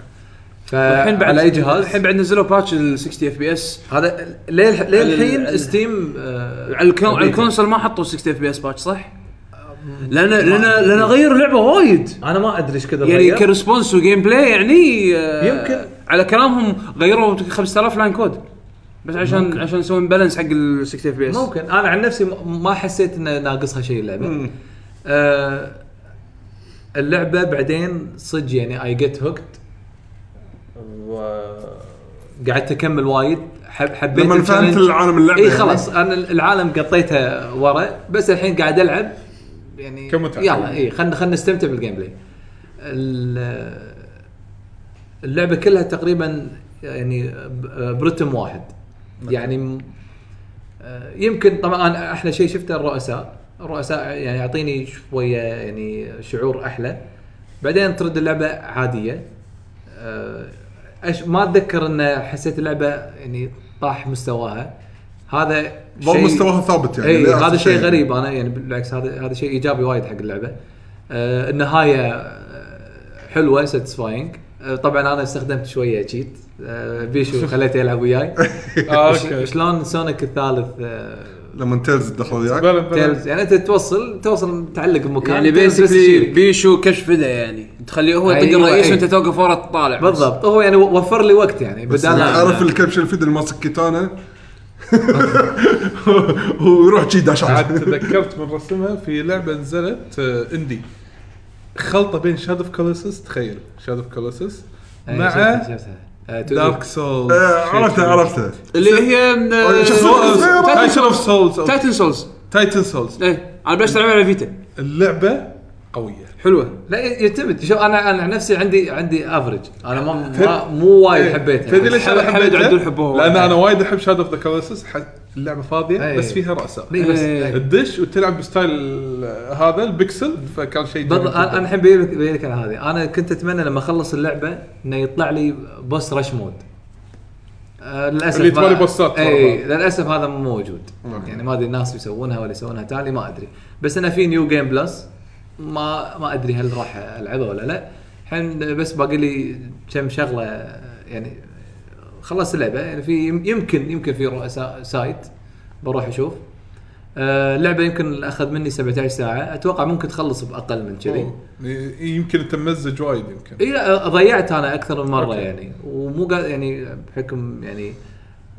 Speaker 5: فالحين بعد اي آه، جهاز
Speaker 3: الحين بعد نزلوا باتش ال 60 اف بي اس
Speaker 5: هذا ليه ليه
Speaker 3: ال-
Speaker 5: الحين
Speaker 3: ال-
Speaker 5: ستيم آه
Speaker 3: على الكون- على
Speaker 5: بيتا. آه،
Speaker 3: الكونسول ما حطوا 60 اف بي اس باتش صح؟ لان لان لان غير لعبه وايد
Speaker 5: انا ما ادري ايش كذا
Speaker 3: يعني
Speaker 5: غير.
Speaker 3: كريسبونس وجيم بلاي يعني آه،
Speaker 5: يمكن.
Speaker 3: على كلامهم غيروا 5000 لاين كود بس عشان عشان يسوون بالانس حق ال 60 اف بي اس
Speaker 5: ممكن انا عن نفسي ما- ما حسيت انه ناقصها شيء اللعبه آه اللعبه بعدين صدق يعني اي جيت هوكت قعدت اكمل وايد حب حبيت
Speaker 2: لما فهمت
Speaker 5: الchallenge.
Speaker 2: العالم اللعبه
Speaker 5: اي
Speaker 2: يعني.
Speaker 5: إيه، خلاص انا العالم قطيته ورا بس الحين قاعد العب يعني
Speaker 4: كمتعة.
Speaker 5: يلا اي خلينا خلينا نستمتع بالجيم بلاي ال- اللعبه كلها تقريبا يعني ب- برتم واحد يعني م- آه، يمكن طبعا أنا احلى شيء شفته الرؤساء الرؤساء يعني يعطيني شويه يعني شعور احلى بعدين ترد اللعبه عاديه آه، أش ما اتذكر ان حسيت اللعبه يعني طاح مستواها هذا
Speaker 2: ظل مستواها ثابت يعني
Speaker 5: اي
Speaker 2: لا
Speaker 5: إيه، هذا
Speaker 2: أصلاً
Speaker 5: شيء غريب انا يعني بالعكس هذا هذا شيء ايجابي وايد حق اللعبه آه النهايه آه، حلوه ساتسفاينج آه طبعا انا استخدمت شويه تشيت آه بيشو خليته يلعب وياي
Speaker 4: آه،
Speaker 5: ش-
Speaker 4: اوكي
Speaker 5: شلون سونيك الثالث آه
Speaker 2: لما تلز دخل وياك
Speaker 4: بلا- بلا.
Speaker 5: تيلز يعني انت توصل توصل تعلق بمكان
Speaker 3: يعني
Speaker 5: تيلز بس
Speaker 3: بيسكلي
Speaker 5: تشيل.
Speaker 3: بيشو كشف فدا يعني تخليه هو يطق
Speaker 5: أيوة،
Speaker 3: الرئيس
Speaker 5: أي.
Speaker 3: وانت توقف ورا تطالع بس.
Speaker 5: بالضبط هو يعني و- وفر لي وقت يعني
Speaker 2: بس
Speaker 5: بدل
Speaker 2: اعرف الكبش الفيد اللي ماسك كيتانا ويروح شي داش
Speaker 4: عاد
Speaker 2: على-
Speaker 4: تذكرت من رسمها في لعبه نزلت آه، اندي خلطه بين شاد اوف كولوسس تخيل شاد اوف كولوسس مع
Speaker 5: أه،
Speaker 4: دارك سولز
Speaker 2: آه، عرفته عرفته
Speaker 3: اللي هي آه، من-
Speaker 2: شخصية صغيرة.
Speaker 3: تايتن-
Speaker 4: تايتن اوف سولز
Speaker 3: تايتن سولز
Speaker 4: تايتن سولز
Speaker 3: ايه انا بلشت العبها على فيتا
Speaker 4: اللعبه قويه
Speaker 3: حلوه
Speaker 5: لا ي- يعتمد شوف انا انا عن نفسي عندي عندي افرج انا ما, ما مو وايد حبيتها
Speaker 4: Eh, تدري إيه. ليش انا
Speaker 3: حمد
Speaker 4: حبيتها؟
Speaker 3: عدول حبوها
Speaker 4: لان
Speaker 3: وايد.
Speaker 4: انا وايد احب شاد اوف ذا كولوسس اللعبه فاضيه
Speaker 5: إيه.
Speaker 4: بس فيها رؤساء
Speaker 5: إيه بس
Speaker 3: إيه.
Speaker 5: إيه.
Speaker 4: الدش وتلعب بستايل هذا البكسل فكان شيء جميل
Speaker 5: بالضبط انا أنا
Speaker 4: جداً.
Speaker 5: الحين بيجي لك بيجي لك على هذه انا كنت اتمنى لما اخلص اللعبه انه يطلع لي بوس رش مود آه للاسف
Speaker 4: اللي
Speaker 5: ما-
Speaker 4: توالي بوسات ورا
Speaker 5: اي
Speaker 4: بعض.
Speaker 5: للاسف هذا مو موجود يعني ما ادري الناس يسوونها ولا يسوونها تالي ما ادري بس انا في نيو جيم بلس ما ما ادري هل راح العبها ولا لا الحين بس باقي لي كم شغله يعني خلصت اللعبه يعني في يمكن يمكن في رؤساء سايت بروح اشوف آه، اللعبه يمكن اخذ مني 17 ساعه اتوقع ممكن تخلص باقل من كذي
Speaker 4: أوه. ي- يمكن انت ممزج وايد يمكن
Speaker 5: اي لا ضيعت انا اكثر من مره
Speaker 4: أوكي.
Speaker 5: يعني ومو قا- يعني بحكم يعني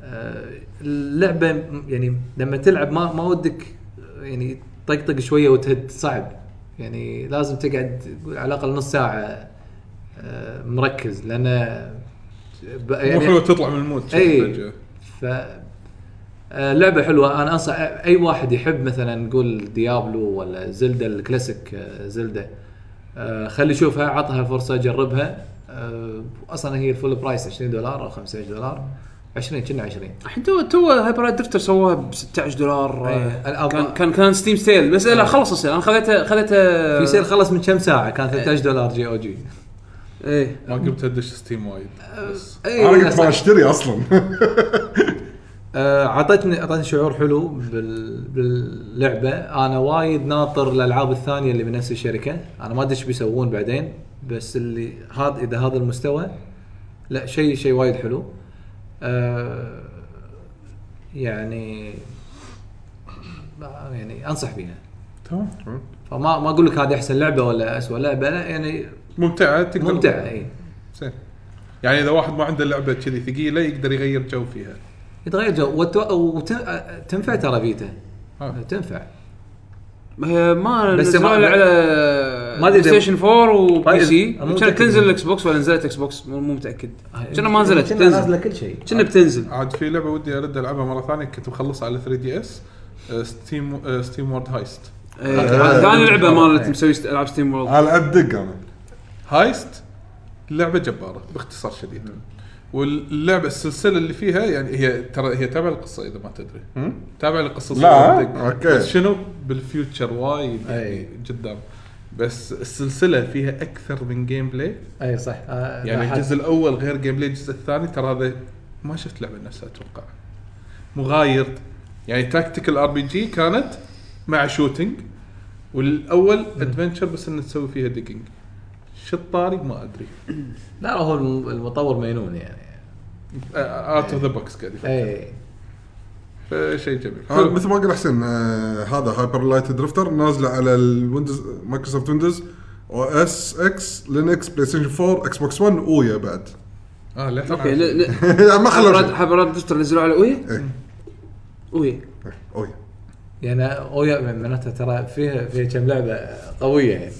Speaker 5: آه، اللعبه م- يعني لما تلعب ما ما ودك يعني طقطق شويه وتهد صعب يعني لازم تقعد تقول على الاقل نص ساعه آه، مركز لان ب-
Speaker 4: مو حلو تطلع من المود شيء
Speaker 5: إيه.
Speaker 4: فجأة.
Speaker 5: ف آه، لعبة حلوة انا انصح اي واحد يحب مثلا نقول ديابلو ولا زلدة الكلاسيك آه، زلدة آه، خلي يشوفها عطها فرصة جربها آه، اصلا هي الفول برايس 20 دولار او 25 دولار 20 كنا 20
Speaker 3: الحين تو تو هايبر لايت درفتر سووها ب 16 دولار
Speaker 5: إيه.
Speaker 3: آه،
Speaker 5: الأب-
Speaker 3: كان كان كان ستيم سيل بس لا خلص السيل انا خذيته خذيته
Speaker 5: في سيل خلص من كم ساعة كان 13 دولار جي او جي
Speaker 3: ايه
Speaker 4: ما قمت ادش ستيم وايد بس
Speaker 5: إيه،
Speaker 2: انا كنت ما اشتري اصلا
Speaker 5: آه، عطتني عطتني شعور حلو بال... باللعبه انا وايد ناطر الالعاب الثانيه اللي من نفس الشركه انا ما ادري ايش بيسوون بعدين بس اللي هذا اذا هذا المستوى لا شيء شيء وايد حلو آه يعني يعني انصح فيها
Speaker 4: تمام
Speaker 5: فما ما اقول لك هذه احسن لعبه ولا اسوء لعبه لا يعني
Speaker 4: ممتعه تقدر
Speaker 5: ممتعه اي
Speaker 4: زين يعني اذا واحد ما عنده لعبه كذي ثقيله يقدر يغير جو فيها
Speaker 5: يتغير جو وتو... وتنفع ترى فيتا تنفع
Speaker 3: آه، ما
Speaker 5: بس
Speaker 3: بس ما
Speaker 5: ما-
Speaker 3: على
Speaker 5: ما
Speaker 3: ما
Speaker 5: أدري
Speaker 3: ادري
Speaker 5: إذا-
Speaker 3: ستيشن 4 وبي
Speaker 5: طيب،
Speaker 3: سي
Speaker 5: أنا مو
Speaker 3: كانت
Speaker 5: متأكد. آه،
Speaker 3: تنزل الاكس بوكس ولا نزلت اكس بوكس مو مو متاكد كنا ما نزلت
Speaker 5: كنا نازله
Speaker 3: تنزل
Speaker 5: كل شيء
Speaker 3: كنا بتنزل
Speaker 4: عاد في لعبه ودي ارد العبها مره ثانيه كنت مخلصها على 3 دي اس آه، ستيم ستيم وورد هايست
Speaker 3: إيه،
Speaker 2: آه.
Speaker 3: ثاني لعبه مالت
Speaker 5: إيه.
Speaker 3: مسوي العاب ستيم وورلد
Speaker 2: على الدق انا
Speaker 4: هايست لعبه جباره باختصار شديد واللعبه السلسله اللي فيها يعني هي ترى هي تابعه للقصه اذا ما تدري تابعه للقصه
Speaker 2: لا،
Speaker 4: صراحة بدك.
Speaker 2: أوكي.
Speaker 4: بس شنو بالفيوتشر وايد يعني
Speaker 5: أي.
Speaker 4: قدام بس السلسله فيها اكثر من جيم بلاي
Speaker 5: اي صح آه،
Speaker 4: يعني
Speaker 5: لاحظت.
Speaker 4: الجزء الاول غير جيم بلاي الجزء الثاني ترى هذا ما شفت لعبه نفسها اتوقع مغاير يعني تاكتيكال ار بي جي كانت مع شوتنج والاول ادفنشر بس ان تسوي فيها ديجنج شو الطاري ما ادري
Speaker 5: لا هو الم- المطور مجنون يعني
Speaker 4: آه،
Speaker 5: إيه.
Speaker 4: اوت اوف ذا بوكس قاعد يفكر
Speaker 5: اي
Speaker 4: فشيء جميل
Speaker 2: هذا
Speaker 4: حلو
Speaker 2: مثل ما قال حسين آه، هذا هايبر لايت درفتر نازله على الويندوز مايكروسوفت ويندوز او اس اكس لينكس بلاي ستيشن 4 اكس بوكس 1 اويا بعد يعني
Speaker 4: اه للحين
Speaker 3: اوكي
Speaker 4: عارف.
Speaker 3: ل- ل-
Speaker 2: ما خلوا
Speaker 3: حبرات
Speaker 2: شيء.
Speaker 3: حبرات دفتر نزلوا على اوي
Speaker 2: إيه.
Speaker 3: اوي
Speaker 2: اويا
Speaker 5: يعني اويا معناته ترى فيها فيها كم لعبه قويه يعني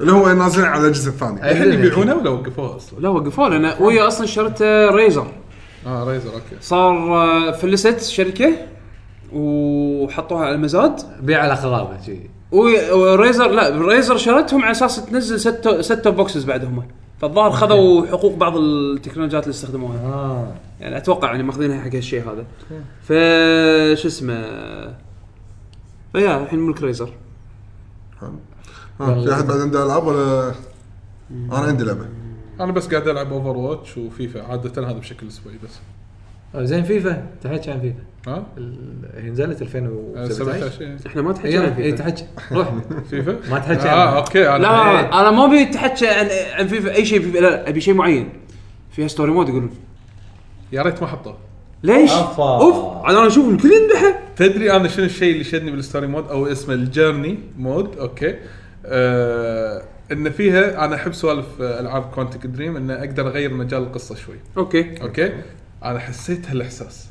Speaker 2: اللي هو نازلين على الجزء الثاني
Speaker 4: الحين يبيعونه ولا وقفوه اصلا؟
Speaker 3: لا وقفوا لنا اوي اصلا شريته ريزر
Speaker 4: اه رايزر اوكي
Speaker 3: صار آه، فلست الشركه وحطوها على المزاد
Speaker 5: بيع على خرابه شي
Speaker 3: وي- وريزر لا ريزر شرتهم على اساس تنزل ست ست توب بوكسز بعدهم فالظاهر خذوا حقوق بعض التكنولوجيات اللي استخدموها
Speaker 4: آه.
Speaker 5: اه
Speaker 3: يعني اتوقع يعني ماخذينها حق هالشيء هذا ف شو اسمه فيا الحين ملك ريزر
Speaker 2: ها، في احد بعد عنده العاب ولا انا عندي لعبه
Speaker 4: انا بس قاعد العب اوفر واتش وفيفا عاده هذا بشكل اسبوعي بس
Speaker 5: آه، زين فيفا تحكي عن فيفا
Speaker 4: ها؟
Speaker 5: ال- هي نزلت 2017
Speaker 4: 17 إيه.
Speaker 3: احنا ما تحكينا
Speaker 5: يلا
Speaker 3: فيها
Speaker 5: اي تحكي روح
Speaker 4: فيفا؟
Speaker 5: ما تحكي
Speaker 4: اه
Speaker 5: عنها.
Speaker 4: اوكي أنا- إيه.
Speaker 3: لا انا ما ابي اتحكى عن عن فيفا اي شيء فيفا لا ابي شيء معين فيها ستوري مود يقولون
Speaker 4: يا ريت ما حطوه
Speaker 3: ليش؟
Speaker 5: أفا.
Speaker 3: اوف انا اشوف الكل يذبحه
Speaker 4: تدري انا شنو الشيء اللي شدني بالستوري مود او اسمه الجيرني مود اوكي آه ان فيها انا احب سوالف آه، العاب كوانتك دريم ان اقدر اغير مجال القصه شوي
Speaker 3: اوكي
Speaker 4: اوكي انا حسيت هالاحساس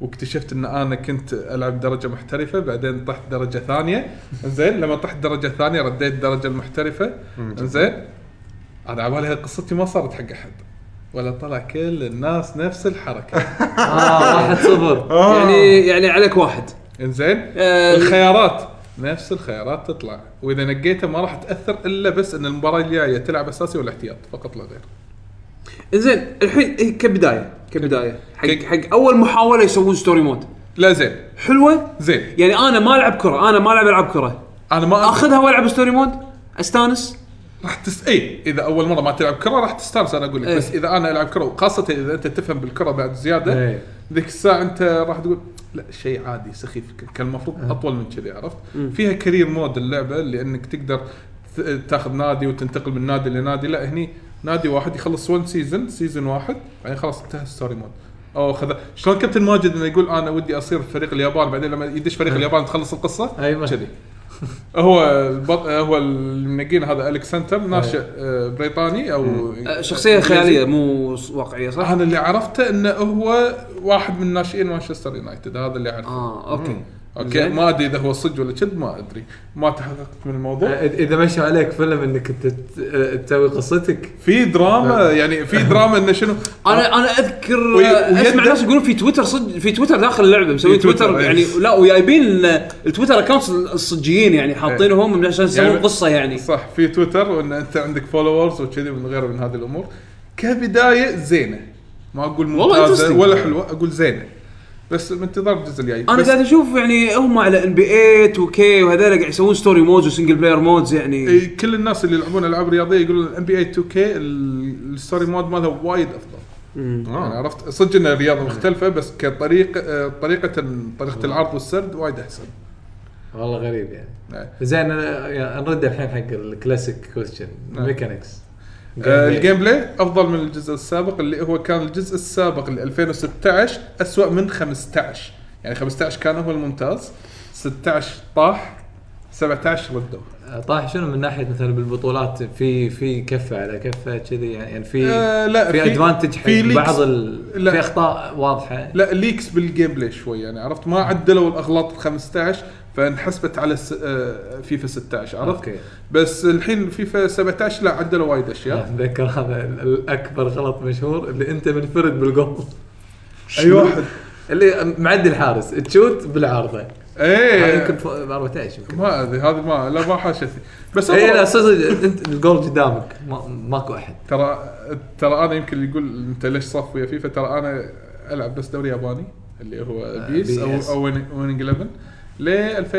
Speaker 4: واكتشفت ان انا كنت العب درجه محترفه بعدين طحت درجه ثانيه زين لما طحت درجه ثانيه رديت الدرجه المحترفه زين انا على بالي هاي قصتي ما صارت حق احد ولا طلع كل الناس نفس الحركه
Speaker 5: اه واحد صفر
Speaker 4: آه،
Speaker 3: يعني يعني عليك واحد
Speaker 4: انزين
Speaker 3: آه،
Speaker 4: الخيارات نفس الخيارات تطلع واذا نقيتها ما راح تاثر الا بس ان المباراه الجايه تلعب اساسي ولا احتياط فقط لا غير
Speaker 3: زين الحين إيه، كبدايه كبدايه حق
Speaker 4: ك-
Speaker 3: حق اول محاوله يسوون ستوري مود
Speaker 4: لا زين
Speaker 3: حلوه
Speaker 4: زين
Speaker 3: يعني انا ما العب كره انا ما العب العب كره
Speaker 4: انا ما
Speaker 3: اخذها والعب ستوري مود استانس
Speaker 4: راح تس إيه، اي اذا اول مره ما تلعب كره راح تستانس انا اقول لك
Speaker 3: إيه.
Speaker 4: بس اذا انا العب كره وخاصه اذا انت تفهم بالكره بعد زياده
Speaker 5: إيه.
Speaker 4: ذيك الساعه انت راح تقول لا شيء عادي سخيف ك- كان المفروض اطول من كذي عرفت فيها كارير مود اللعبه لانك تقدر ت- تاخذ نادي وتنتقل من نادي لنادي لا هني نادي واحد يخلص 1 سيزون سيزون واحد بعدين خلاص انتهى الستوري مود او خذ شلون كابتن ماجد انه يقول انا ودي اصير في فريق اليابان بعدين لما يدش فريق اليابان تخلص القصه
Speaker 5: ايوه
Speaker 4: كذي هو البط... هو المنقين هذا الكسنتر ناشئ آه، بريطاني او
Speaker 3: أه، شخصيه خياليه مو ص- واقعيه صح؟
Speaker 4: انا اللي عرفته انه هو واحد من ناشئين مانشستر يونايتد هذا اللي اعرفه
Speaker 3: اه اوكي
Speaker 4: اوكي
Speaker 3: زين.
Speaker 4: ما ادري اذا هو صدق ولا كذب ما ادري ما تحققت من
Speaker 3: آه.
Speaker 4: الموضوع
Speaker 5: آه، إذ- اذا مشوا عليك فيلم انك انت ت- آه، تسوي قصتك
Speaker 4: في
Speaker 3: آه.
Speaker 4: دراما يعني في دراما انه شنو
Speaker 3: انا انا اذكر
Speaker 4: وي- ويد-
Speaker 3: اسمع ناس يقولون في تويتر صد في تويتر داخل اللعبه مسوي
Speaker 4: في تويتر،
Speaker 3: تويتر
Speaker 4: إيه.
Speaker 3: يعني لا وجايبين ال- التويتر اكونتس الصجيين يعني حاطينهم من عشان يسوون
Speaker 4: يعني-
Speaker 3: قصه يعني
Speaker 4: صح في تويتر وان انت عندك فولورز وكذي من غيره من هذه الامور كبدايه زينه ما اقول
Speaker 3: والله
Speaker 4: ممتازه
Speaker 3: interesting.
Speaker 4: ولا حلوه اقول زينه بس بانتظار الجزء الجاي
Speaker 3: انا
Speaker 4: بس-
Speaker 3: قاعد اشوف يعني هم على ان بي 8 وكي وهذول قاعد يسوون ستوري مودز وسنجل بلاير مودز يعني
Speaker 4: إيه، كل الناس اللي يلعبون العاب رياضيه يقولون الام بي اي 2 كي الستوري مود مالها وايد افضل
Speaker 5: آه.
Speaker 4: يعني عرفت صدق ان الرياضه مختلفه بس كطريق آه، طريقه
Speaker 5: آه.
Speaker 4: طريقه العرض والسرد وايد احسن
Speaker 5: والله غريب يعني
Speaker 4: إيه.
Speaker 5: زين أنا- يعني نرد الحين حق الكلاسيك كويستشن ميكانكس
Speaker 4: آه، الجيم بلاي افضل من الجزء السابق اللي هو كان الجزء السابق اللي 2016 اسوء من 15 يعني 15 كان هو الممتاز 16 طاح 17 ردوا
Speaker 5: آه، طاح شنو من ناحيه مثلا بالبطولات في في كفه على كفه كذي يعني يعني في
Speaker 4: آه، لا،
Speaker 5: في
Speaker 4: في-
Speaker 5: ادفانتج حق
Speaker 4: في leaks.
Speaker 5: بعض ال...
Speaker 4: لا.
Speaker 5: في اخطاء واضحه
Speaker 4: لا ليكس بالجيم بلاي شوي يعني عرفت ما عدلوا الاغلاط ال 15 فانحسبت على س... آه، فيفا 16 عرفت؟
Speaker 5: أوكي.
Speaker 4: بس الحين فيفا 17 لا عدلوا وايد
Speaker 5: أنا
Speaker 4: اشياء
Speaker 5: اتذكر هذا ال- الاكبر غلط مشهور اللي انت منفرد بالجول
Speaker 4: اي واحد
Speaker 5: اللي معدي الحارس تشوت
Speaker 4: إيه.
Speaker 5: بالعارضه هذا يمكن
Speaker 4: ايه
Speaker 5: ف- 14 يمكن
Speaker 4: ما ادري هذه ما لا ما حاشتني بس
Speaker 5: اي إيه، لا
Speaker 4: أنا-
Speaker 5: صدق انت الجول قدامك ما- ماكو احد
Speaker 4: ترى ترى انا يمكن اللي يقول انت ليش صف ويا فيفا ترى انا العب بس دوري ياباني اللي هو بيس او
Speaker 5: آه، بيس.
Speaker 4: او ويننج 11 ل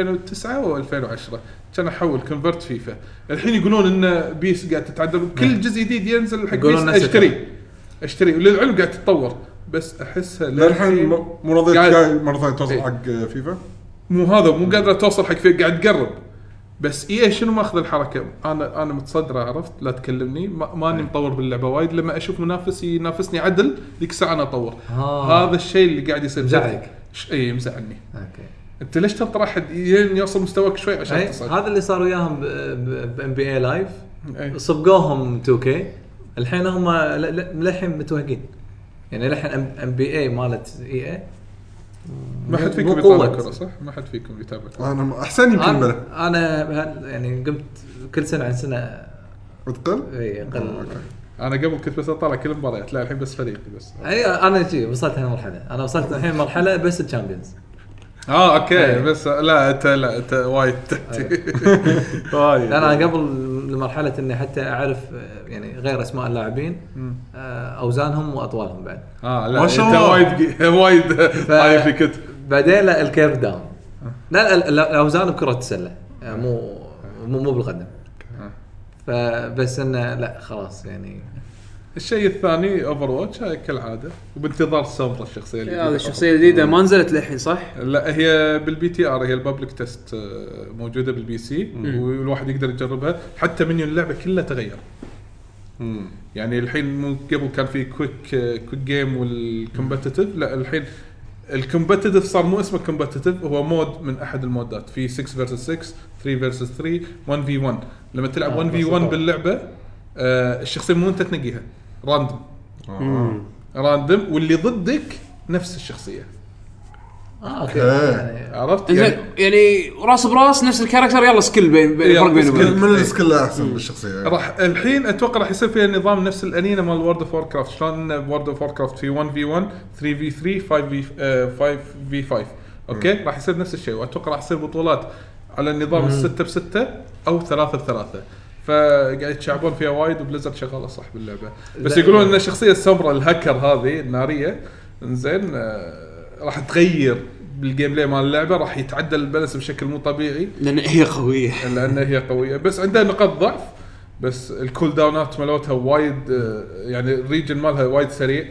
Speaker 4: 2009 و2010 كان احول كونفرت فيفا الحين يقولون ان بيس قاعد تتعدل كل جزء جديد ينزل حق بيس
Speaker 5: نعم. يقولون نفس
Speaker 4: اشتري اشتري وللعلم قاعد تتطور بس احسها
Speaker 2: للحين مو- مو راضي
Speaker 4: إيه. قاعد-
Speaker 2: جاي مره ثانيه توصل
Speaker 4: إيه.
Speaker 2: حق فيفا
Speaker 4: مو هذا مو قادره توصل حق فيه قاعد تقرب بس اي شنو ماخذ الحركه انا انا متصدره عرفت لا تكلمني ما-
Speaker 5: إيه.
Speaker 4: ماني مطور باللعبه وايد لما اشوف منافسي ينافسني عدل ذيك الساعه انا اطور
Speaker 5: آه.
Speaker 4: هذا الشيء اللي قاعد يصير
Speaker 5: مزعج.
Speaker 4: ش- اي يمزح عني
Speaker 5: اوكي
Speaker 4: انت ليش تنطر احد ين يوصل مستواك شوي عشان
Speaker 5: أي،
Speaker 4: تصعد
Speaker 5: إيه، هذا اللي صار وياهم بام بي اي لايف
Speaker 4: أي.
Speaker 5: صفقوهم 2 كي الحين هم ل- ل- للحين متوهقين يعني للحين ام بي اي مالت E اي اي
Speaker 4: ما حد
Speaker 5: مو-
Speaker 4: فيكم
Speaker 5: مو
Speaker 4: يتابع
Speaker 5: قوة.
Speaker 4: كره صح؟ ما حد فيكم يتابع كره
Speaker 2: انا احسن يمكن بلا
Speaker 5: انا أنا بهال- يعني قمت كل سنه عن إيه، سنه
Speaker 2: وتقل
Speaker 5: اي
Speaker 2: آه،
Speaker 5: اقل
Speaker 4: انا قبل كنت بس اطالع كل المباريات لا الحين بس فريقي بس
Speaker 5: اي انا شي وصلت هالمرحله انا وصلت الحين مرحله بس الشامبيونز
Speaker 4: اه اوكي
Speaker 5: أي.
Speaker 4: بس لا انت لا انت وايد تحتي
Speaker 5: إيه.
Speaker 2: طيب.
Speaker 4: وايد
Speaker 5: انا قبل لمرحله اني حتى اعرف آه، يعني غير اسماء اللاعبين آه، اوزانهم واطوالهم بعد
Speaker 4: اه لا
Speaker 2: ما
Speaker 4: انت
Speaker 2: شاء الله.
Speaker 4: وايد وايد هاي في كت
Speaker 5: بعدين لا الكيرف داون
Speaker 2: آه.
Speaker 5: لا لا- لا لا- الاوزان بكره السله يعني مو مو مو بالقدم
Speaker 2: آه.
Speaker 5: فبس انه لا خلاص يعني
Speaker 4: الشيء الثاني اوفر واتش هاي كالعاده وبانتظار سمره الشخصيه الجديدة.
Speaker 3: هذه الشخصيه الجديده ما نزلت للحين صح؟
Speaker 4: لا هي بالبي تي ار هي الببليك تيست آه، موجوده بالبي سي والواحد يقدر يجربها حتى منيو اللعبه كلها تغير يعني الحين مو قبل كان في كويك آه، كويك جيم والكومبتيتيف لا الحين الكومبتيتيف صار مو اسمه كومبتيتيف هو مود من احد المودات في 6 فيرسس 6 3 فيرسس 3 1 في 1 لما تلعب
Speaker 5: آه،
Speaker 4: 1 في
Speaker 5: بس
Speaker 4: 1
Speaker 5: طبعاً.
Speaker 4: باللعبه آه، الشخصيه مو انت تنقيها راندوم
Speaker 2: آه.
Speaker 4: راندوم واللي ضدك نفس الشخصيه
Speaker 5: اه اوكي
Speaker 2: إيه.
Speaker 5: يعني
Speaker 4: عرفت؟
Speaker 3: زين يعني راس براس نفس الكاركتر يلا سكيل بين بين- فرق بينه
Speaker 4: سكيل.
Speaker 3: وبينه
Speaker 2: من السكيل احسن بالشخصيه
Speaker 4: راح الحين اتوقع راح يصير فيها نظام نفس الانينا مال وورد اوف كرافت شلون وورد اوف كرافت في 1 في 1 3 في 3 5 في 5 في 5 اوكي راح يصير نفس الشيء واتوقع راح يصير بطولات على النظام الستة بستة او ثلاثة بثلاثة فقاعد يتشعبون فيها وايد وبليزرد شغاله صح باللعبه بس
Speaker 5: لا،
Speaker 4: يقولون
Speaker 5: يعني-
Speaker 4: ان الشخصيه السمراء الهاكر هذه الناريه انزين آه، راح تغير بالجيم بلاي مال اللعبه راح يتعدل البلس بشكل مو طبيعي
Speaker 3: لان هي قويه
Speaker 4: لان هي قويه بس عندها نقاط ضعف بس الكول داونات مالتها وايد آه، يعني الريجن مالها وايد سريع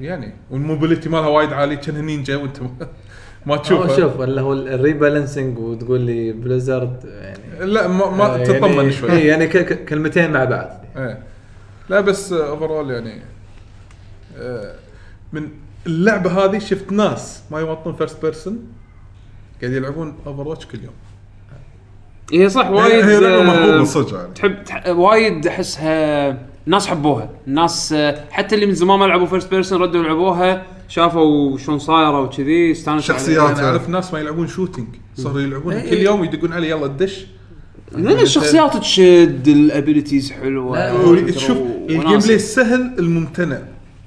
Speaker 4: يعني والموبيليتي مالها وايد عالي كانها نينجا وانت ما- ما
Speaker 5: هو
Speaker 4: تشوفها
Speaker 5: شوف آه. اللي هو الريبالانسنج وتقول لي بليزرد يعني
Speaker 4: لا ما,
Speaker 5: آه،
Speaker 4: ما
Speaker 5: يعني-
Speaker 4: تطمن
Speaker 5: إيه،
Speaker 4: شوي
Speaker 5: يعني ك- ك- كلمتين مع بعض
Speaker 4: إيه. لا بس اوفرول يعني آه، من اللعبه هذه شفت ناس ما يواطنون فيرست بيرسون قاعد يلعبون اوفر واتش كل يوم
Speaker 3: هي صح وايد
Speaker 2: هي لعبه
Speaker 3: آه،
Speaker 2: محبوبه صدق يعني
Speaker 3: تحب تح- وايد احسها ناس حبوها ناس آه، حتى اللي من زمان ما لعبوا فيرست بيرسون ردوا لعبوها شافوا شلون صايره وكذي استانسوا عليها.
Speaker 2: شخصيات.
Speaker 4: انا اعرف ناس ما يلعبون شوتينج صاروا يلعبون
Speaker 5: إيه.
Speaker 4: كل يوم يدقون علي يلا دش
Speaker 3: لان الشخصيات تشد الابيلتيز حلوه
Speaker 5: لا،
Speaker 3: وترو-
Speaker 4: شوف يعني الجيم
Speaker 3: وناسة.
Speaker 4: بلاي السهل الممتنع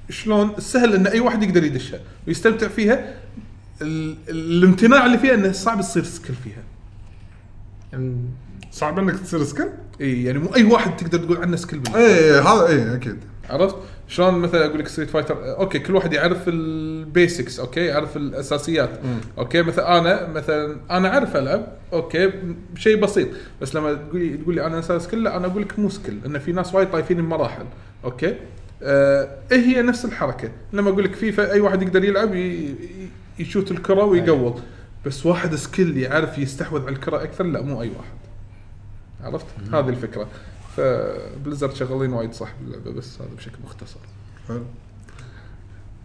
Speaker 4: شلون السهل ان اي واحد يقدر يدشها ويستمتع فيها ال- الامتناع اللي فيها انه صعب تصير سكيل فيها
Speaker 5: أمم،
Speaker 2: صعب انك تصير سكيل؟
Speaker 4: اي يعني مو اي واحد تقدر تقول عنه سكيل بالله
Speaker 2: اي إيه، هذا اي اكيد
Speaker 4: عرفت شلون مثلا اقول لك ستريت فايتر اوكي كل واحد يعرف البيسكس اوكي يعرف الاساسيات اوكي مثلا انا مثلا انا اعرف العب اوكي شيء بسيط بس لما تقول لي تقول لي انا انسان سكيل لا انا اقول لك مو سكيل ان في ناس وايد طايفين المراحل اوكي آه إيه هي نفس الحركه لما اقول لك فيفا اي واحد يقدر يلعب ي- ي- يشوت الكره ويقوض بس واحد سكيل يعرف يستحوذ على الكره اكثر لا مو اي واحد عرفت هذه الفكره فبليزرد شغالين وايد صح باللعبه بس هذا بشكل مختصر
Speaker 2: حلو.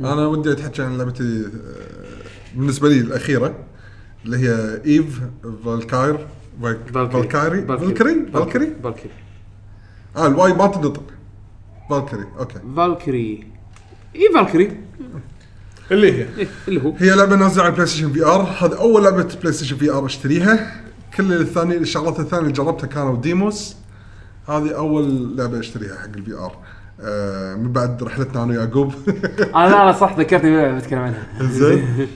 Speaker 2: انا ودي اتحكي عن لعبتي آه، بالنسبه لي الاخيره اللي هي ايف فالكاير
Speaker 3: فالكيري.
Speaker 2: فالكايري فالكري فالكري
Speaker 3: فالكري
Speaker 2: اه الواي ما تنطق فالكري اوكي
Speaker 3: فالكري اي فالكري
Speaker 4: اللي هي
Speaker 3: إيه، اللي هو
Speaker 2: هي لعبه نازله على بلاي ستيشن في ار هذه اول لعبه بلاي ستيشن في ار اشتريها كل الثاني الشغلات الثانيه اللي جربتها كانوا ديموس هذه اول لعبه اشتريها حق الفي ار آه من بعد رحلتنا انا ويعقوب
Speaker 3: انا آه، لا لا صح ذكرتني بلعبة بتكلم عنها
Speaker 2: زين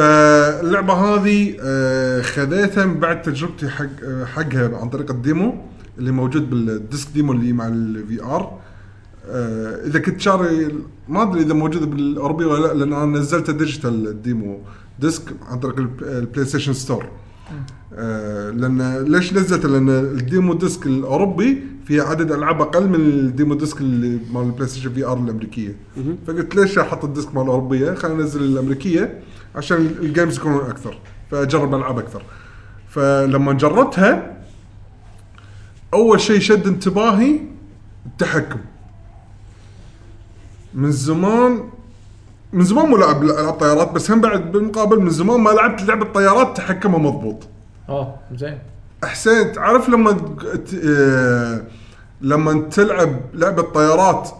Speaker 2: فاللعبه هذه آه، خذيتها من بعد تجربتي حق آه، حقها عن طريق الديمو اللي موجود بالديسك ديمو اللي مع الفي ار اذا آه، كنت شاري ما ادري اذا موجوده بالاوروبيه ولا لا لان انا نزلته ديجيتال الديمو ديسك عن طريق الب- البلاي ستيشن ستور آه، لان ليش نزلته؟ لان الديمو ديسك الاوروبي في عدد العاب اقل من الديمو ديسك اللي مال البلاي ستيشن في ار الامريكيه. فقلت ليش احط الديسك مال الاوروبيه؟ خلينا ننزل الامريكيه عشان الجيمز يكونون اكثر فاجرب العاب اكثر. فلما جربتها اول شيء شد انتباهي التحكم. من زمان من زمان مو لاعب العاب طيارات بس هم بعد بالمقابل من زمان ما لعبت لعبه طيارات تحكمها مضبوط
Speaker 5: اوه آه، زين
Speaker 2: حسين تعرف لما ت- آه، لما تلعب لعبه طيارات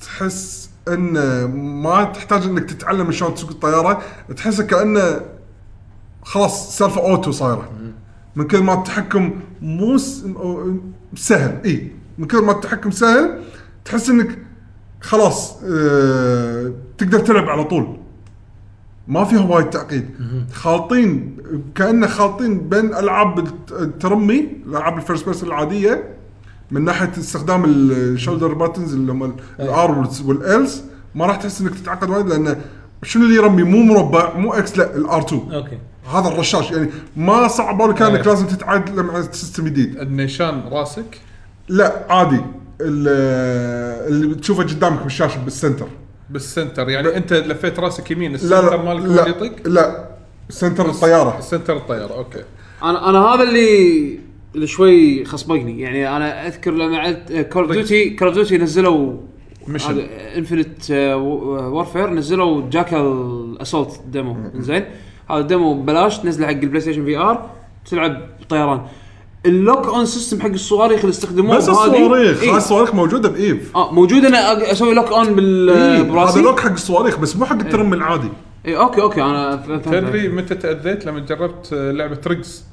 Speaker 2: تحس ان ما تحتاج انك تتعلم شلون تسوق الطياره تحس كانه خلاص سالفه اوتو صايره من كثر ما التحكم مو س- أو- سهل اي من كثر ما التحكم سهل تحس انك خلاص آه، تقدر تلعب على طول ما فيها وايد تعقيد خالطين كانه خالطين بين العاب الت- الترمي العاب الفيرست بيرسون العاديه من ناحيه استخدام الشولدر باتنز اللي هم الار والالز ما راح تحس انك تتعقد وايد لان شنو اللي يرمي مو مربع مو اكس لا الار 2
Speaker 5: اوكي
Speaker 2: هذا الرشاش يعني ما صعبوا لك
Speaker 4: أي.
Speaker 2: انك لازم تتعلم على سيستم جديد
Speaker 4: النيشان راسك
Speaker 2: لا عادي ال- اللي تشوفه قدامك بالشاشه بالسنتر
Speaker 4: بالسنتر يعني انت لفيت راسك يمين
Speaker 2: لا
Speaker 4: السنتر
Speaker 2: لا
Speaker 4: مالك هو
Speaker 2: لا,
Speaker 4: يطق
Speaker 2: لا سنتر الطياره
Speaker 4: السنتر الطياره اوكي
Speaker 3: انا انا هذا اللي اللي شوي خصبقني يعني انا اذكر لما عدت كول اوف ديوتي كول اوف ديوتي نزلوا
Speaker 4: Mission.
Speaker 3: هذا انفنت وورفير نزلوا جاكال اسولت ديمو زين هذا الديمو ببلاش تنزله حق البلاي ستيشن في ار تلعب طيران اللوك اون سيستم حق الصواريخ اللي استخدموه
Speaker 2: بس
Speaker 3: بهذه-
Speaker 2: الصواريخ
Speaker 3: إيه.
Speaker 2: هاي الصواريخ موجوده بايف
Speaker 3: اه موجود انا أق- اسوي لوك اون بال
Speaker 2: إيه،
Speaker 3: براسي إيه،
Speaker 2: هذا لوك حق الصواريخ بس مو
Speaker 4: إيه.
Speaker 2: حق الترمي العادي
Speaker 3: اي اوكي اوكي انا ف- فهمت
Speaker 4: تدري متى تاذيت لما جربت لعبه ريجز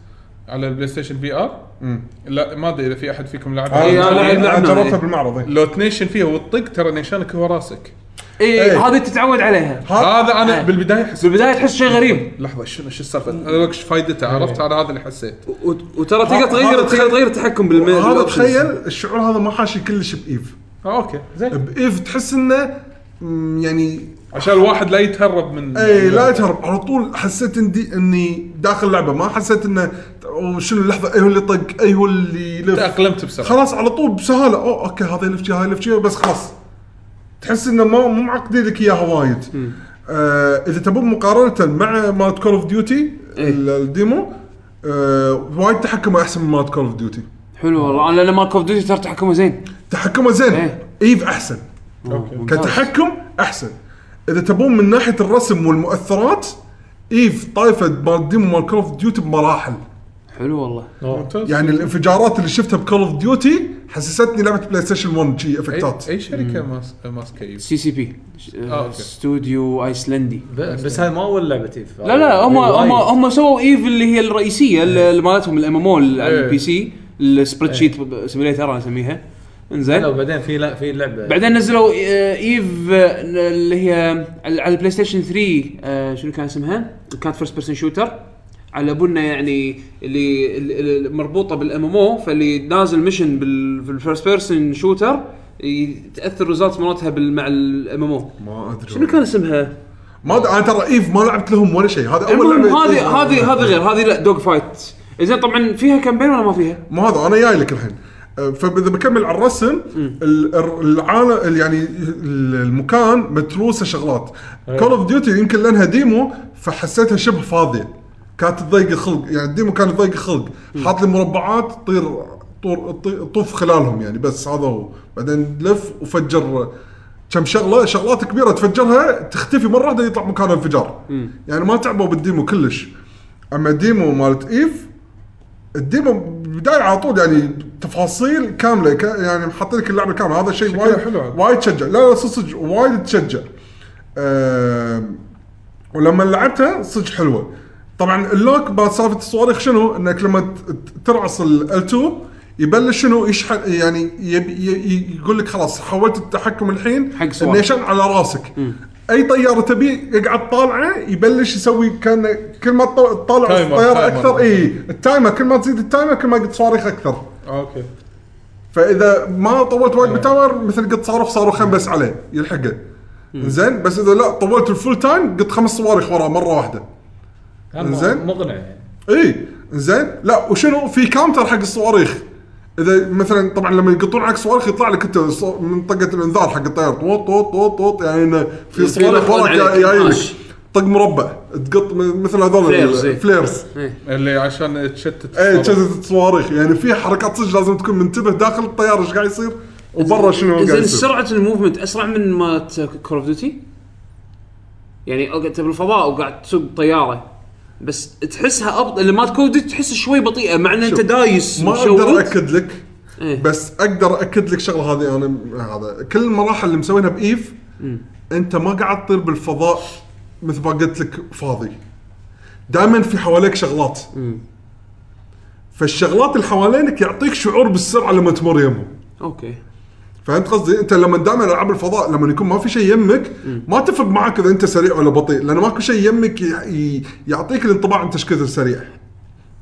Speaker 4: على البلاي ستيشن في ار لا ما ادري اذا في احد فيكم
Speaker 2: آه،
Speaker 4: لعبها
Speaker 3: إيه، أنا لعب- لعبنا
Speaker 2: جربتها
Speaker 3: إيه.
Speaker 2: بالمعرض إيه.
Speaker 4: لو تنيشن فيها وتطق ترى نيشانك هو راسك
Speaker 3: اي
Speaker 2: إيه.
Speaker 3: هذه تتعود عليها
Speaker 2: ها- آه.
Speaker 4: هذا انا
Speaker 3: إيه.
Speaker 4: بالبدايه حسيت
Speaker 3: بالبدايه تحس شيء غريب
Speaker 4: لحظه شنو شو السالفه انا وش فائدته عرفت انا هذا اللي حسيت
Speaker 3: و- و- وترى تقدر
Speaker 2: هذا
Speaker 3: تغير
Speaker 2: تخيل-
Speaker 3: تقدر تغير التحكم بالم
Speaker 2: هذا
Speaker 3: بالoptions.
Speaker 2: تخيل الشعور هذا ما حاشي كلش بايف
Speaker 4: اه اوكي زين
Speaker 2: بايف تحس انه مم، يعني
Speaker 4: عشان الواحد لا يتهرب من
Speaker 2: اي إيه، لا تهرب على طول حسيت اني اني داخل لعبه ما حسيت انه أو شنو اللحظه اي هو اللي طق اي هو اللي يلف
Speaker 4: تاقلمت بسرعه
Speaker 2: خلاص على طول بسهاله اوه اوكي هذا يلف جي هذا يلف جي بس خلاص تحس انه ما مو معقدين لك اياها وايد آه اذا تبون مقارنه مع مالت كول اوف ديوتي الديمو آه وايد تحكمه احسن من مالت كول اوف ديوتي
Speaker 3: حلو والله انا لما كوف ديوتي ترى تحكمه زين
Speaker 2: تحكمه زين
Speaker 3: إيه.
Speaker 2: ايف احسن
Speaker 3: ممتاز.
Speaker 2: كتحكم احسن اذا تبون من ناحيه الرسم والمؤثرات ايف طايفه مال ديمو مال كول اوف ديوتي بمراحل
Speaker 3: حلو والله
Speaker 4: ممتاز
Speaker 2: يعني الانفجارات اللي شفتها بكول اوف ديوتي حسستني لعبه بلاي ستيشن 1 جي
Speaker 4: اي,
Speaker 2: افكتات
Speaker 4: أي شركه ماس- ماسكه يب-
Speaker 3: سي سي بي
Speaker 4: آه، أوكي.
Speaker 3: استوديو ايسلندي
Speaker 5: بس يعني. هاي ما اول لعبه ايف
Speaker 3: لا لا هم هم هم سووا ايف اللي هي الرئيسيه
Speaker 2: إيه.
Speaker 3: اللي مالتهم الام ام او على
Speaker 4: إيه.
Speaker 3: البي سي السبريد شيت
Speaker 2: إيه.
Speaker 3: سيميليتر انا اسميها
Speaker 5: لا
Speaker 3: انزين
Speaker 5: وبعدين في لا في لعبه
Speaker 3: بعدين نزلوا آه، ايف آه، اللي هي على على البلاي ستيشن 3 آه، شنو كان اسمها؟ كانت فيرست بيرسون شوتر على بنا يعني اللي اللي- اللي مربوطه بالام ام او فاللي نازل ميشن بالفيرست بيرسون شوتر تاثر ريزلتس مالتها بال- مع الام ام او
Speaker 2: ما ادري
Speaker 3: شنو كان اسمها؟
Speaker 2: ما أدري، انا ترى ايف ما لعبت لهم ولا شيء هذا اول
Speaker 3: المهم
Speaker 2: لعبه
Speaker 3: هذه
Speaker 2: إيف.
Speaker 3: هذه هذه غير هذه لا دوج فايت زين طبعا فيها كامبين ولا ما فيها؟
Speaker 2: مو هذا انا جاي لك الحين أه، فاذا بكمل على الرسم ال- ال- العالم ال- يعني ال- المكان متروسه شغلات كول اوف ديوتي يمكن لانها ديمو فحسيتها شبه فاضيه كانت تضيق الخلق يعني الديمو كانت تضيق الخلق حاط لي مربعات تطير طور طي- طوف خلالهم يعني بس هذا هو بعدين لف وفجر كم شغله شغلات كبيره تفجرها تختفي مره واحده يطلع مكانها انفجار يعني ما تعبوا بالديمو كلش اما ديمو مالت ايف الديمو بداية على طول يعني تفاصيل كامله ك- يعني محاطين لك اللعبه كامله هذا شيء
Speaker 4: شكلها
Speaker 2: وايد
Speaker 4: حلو هذا.
Speaker 2: وايد تشجع لا لا صدق صدق وايد تشجع آم، ولما لعبتها صدق حلوه طبعا اللوك بعد سالفه الصواريخ شنو انك لما ت- ت- ترعص ال2 يبلش شنو يشحن يعني يبي ي- يقول لك خلاص حولت التحكم الحين
Speaker 3: حق صواريخ.
Speaker 2: النيشن على راسك اي طياره تبي يقعد طالعه يبلش يسوي كان كل ما تطو- تطالع
Speaker 4: تايمر-
Speaker 2: الطياره
Speaker 4: تايمر.
Speaker 2: اكثر اي أيوة، التايمر كل ما تزيد التايمر كل ما قد صواريخ اكثر
Speaker 4: آه، اوكي
Speaker 2: فاذا ما طولت وايد بالتاور مثل قد صاروخ صاروخين بس عليه يلحقه زين بس اذا لا طولت الفول تايم قد خمس صواريخ وراه مره واحده إنزين.
Speaker 5: زين مقنع يعني
Speaker 2: اي زين لا وشنو في كاونتر حق الصواريخ اذا مثلا طبعا لما يقطون عليك صواريخ يطلع لك انت صو- منطقه الانذار حق الطيار طوط طوط طوط طوط يعني إنه في
Speaker 3: في
Speaker 2: صواريخ
Speaker 3: يلقون
Speaker 2: وراك
Speaker 3: عليك.
Speaker 2: جاي لك
Speaker 3: ماشي.
Speaker 2: طق مربع تقط م- مثل هذول
Speaker 3: فليرز، إي.
Speaker 2: ال- فليرز
Speaker 4: اللي عشان تشتت
Speaker 2: اي
Speaker 4: الصوت.
Speaker 2: إيه، تشتت الصواريخ يعني في حركات صدق لازم تكون منتبه داخل الطياره ايش قاعد يصير وبرا شنو قاعد
Speaker 3: زين
Speaker 2: يصير
Speaker 3: سرعه الموفمنت اسرع من مالت كول اوف ديوتي؟ يعني أوكي، انت بالفضاء وقاعد تسوق طياره بس تحسها ابطا لما تكود تحس شوي بطيئه مع ان انت دايس
Speaker 2: ما
Speaker 3: ومشوت.
Speaker 2: اقدر اكد لك
Speaker 3: إيه.
Speaker 2: بس اقدر اكد لك شغله هذه انا هذا كل المراحل اللي مسوينها بايف انت ما قاعد تطير بالفضاء مثل ما قلت لك فاضي دائما في حواليك شغلات فالشغلات اللي حوالينك يعطيك شعور بالسرعه لما تمر يمهم
Speaker 3: اوكي
Speaker 2: فهمت قصدي انت لما دائما العاب الفضاء لما يكون ما في شيء يمك ما تفرق معك اذا انت سريع ولا بطيء لانه ماكو شيء يمك ي- ي- يعطيك الانطباع انت ايش كثر سريع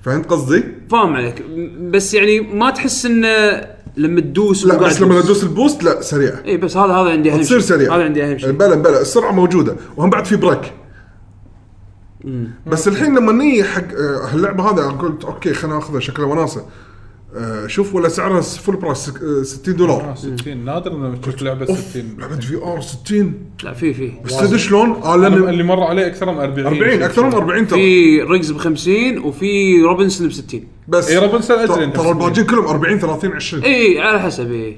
Speaker 2: فهمت قصدي؟
Speaker 3: فاهم عليك م- بس يعني ما تحس انه لما تدوس
Speaker 2: لا
Speaker 3: وقاعد
Speaker 2: بس لما تدوس البوست لا سريع
Speaker 3: اي بس هذا هذا عندي اهم
Speaker 2: تصير
Speaker 3: شيء
Speaker 2: سريع
Speaker 3: هذا عندي اهم شيء
Speaker 2: بلا بلا السرعه موجوده وهم بعد في بريك بس الحين لما نيجي حق آه، اللعبه هذا أنا قلت اوكي خلينا ناخذها شكلها وناسه آه، شوف ولا سعرها س- فول برايس سك- آه، 60
Speaker 4: آه،
Speaker 2: دولار
Speaker 4: 60 نادر لما تشوف لعبه
Speaker 2: اوف
Speaker 4: 60
Speaker 2: لعبه في ار 60
Speaker 3: لا في في
Speaker 2: بس تدري شلون؟ آه،
Speaker 4: أنا
Speaker 2: لأن-
Speaker 4: اللي مر عليه اكثر من 40
Speaker 2: 40 اكثر من 40 ترى
Speaker 3: في ريجز ب 50 وفي روبنسون ب 60
Speaker 2: بس
Speaker 4: إي، روبنسون أدري
Speaker 2: ترى
Speaker 4: إنه
Speaker 2: ترى الباجين كلهم 40 30 20
Speaker 3: اي إيه، على حسب اي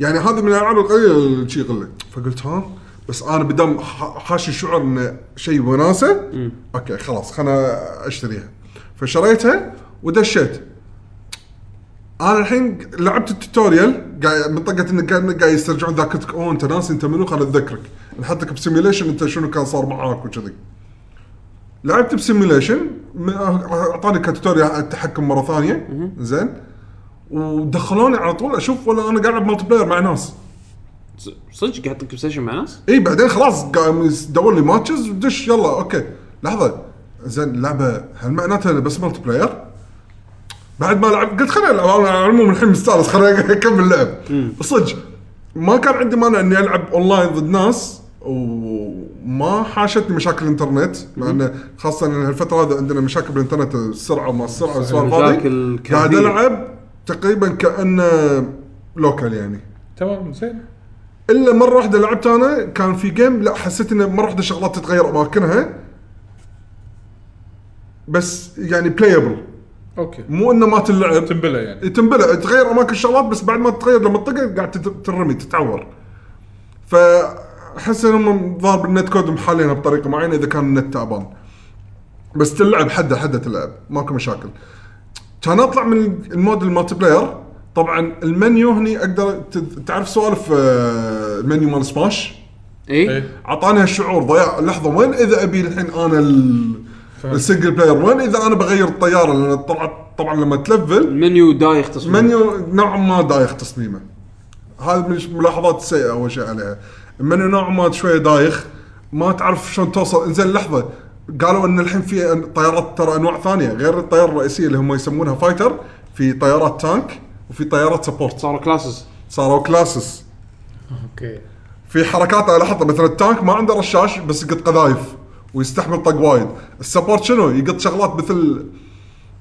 Speaker 2: يعني هذه من الالعاب القليله اللي شي قله فقلت ها بس انا بدام ح- حاشي شعور انه شيء وناسه اوكي خلاص خلنا اشتريها فشريتها ودشيت انا الحين لعبت التوتوريال قاعد منطقه انك قاعد قاعد يسترجعون ذاكرتك اوه انت ناسي انت منو خلنا نتذكرك نحطك بسيميليشن انت شنو كان صار معاك وكذي لعبت بسيميليشن م- اعطاني كتوتوريال على التحكم مره ثانيه زين ودخلوني على طول اشوف ولا انا قاعد العب مالتي بلاير مع ناس
Speaker 3: صدق قاعد تكتب سيشن مع ناس؟
Speaker 2: اي بعدين خلاص قام يس- دور لي ماتشز ودش يلا اوكي لحظه زين اللعبه هل معناتها إنه بس مالتي بلاير؟ بعد ما لعب قلت خليني العب أنا على العموم الحين مستانس خليني اكمل لعب صدق ما كان عندي مانع اني العب اونلاين ضد ناس وما حاشتني مشاكل الانترنت مع انه خاصه ان هالفتره هذا عندنا مشاكل بالانترنت السرعه وما السرعه والسوالف هذه
Speaker 3: مشاكل
Speaker 2: قاعد
Speaker 3: كبيرة.
Speaker 2: العب تقريبا كانه لوكال يعني
Speaker 4: تمام زين
Speaker 2: الا مره واحده لعبت انا كان في جيم لا حسيت انه مره واحده شغلات تتغير اماكنها بس يعني بلايبل
Speaker 4: اوكي
Speaker 2: مو انه مات اللعب
Speaker 4: تنبلع يعني
Speaker 2: تنبلع تغير اماكن الشغلات بس بعد ما تتغير لما تطق قاعد تت- تنرمي تتعور فاحس انهم ظهر بالنت كود محالينها بطريقه معينه اذا كان النت تعبان بس تلعب حده حده تلعب ماكو مشاكل كان اطلع من المود المالتي بلاير طبعا المنيو هني اقدر ت- تعرف سوالف آه، المنيو مال سماش إيه.
Speaker 3: اي
Speaker 4: ايه
Speaker 2: اعطاني هالشعور ضياع لحظه وين اذا ابي الحين انا ال- السنجل بلاير وين اذا انا بغير الطياره لان طلعت طبعا لما تلفل
Speaker 3: المنيو دايخ تصميم
Speaker 2: منيو نوعا ما دايخ تصميمه هذا من الملاحظات السيئه اول شيء عليها المنيو نوعا ما شويه دايخ ما تعرف شلون توصل انزين لحظه قالوا ان الحين في أن- طيارات ترى انواع ثانيه غير الطياره الرئيسيه اللي هم يسمونها فايتر في طيارات تانك وفي طيارات سبورت
Speaker 3: صاروا كلاسز
Speaker 2: صاروا كلاسز
Speaker 5: اوكي
Speaker 2: في حركات انا لاحظتها مثلا التانك ما عنده رشاش بس يقط قذايف ويستحمل طق وايد السبورت شنو يقط شغلات مثل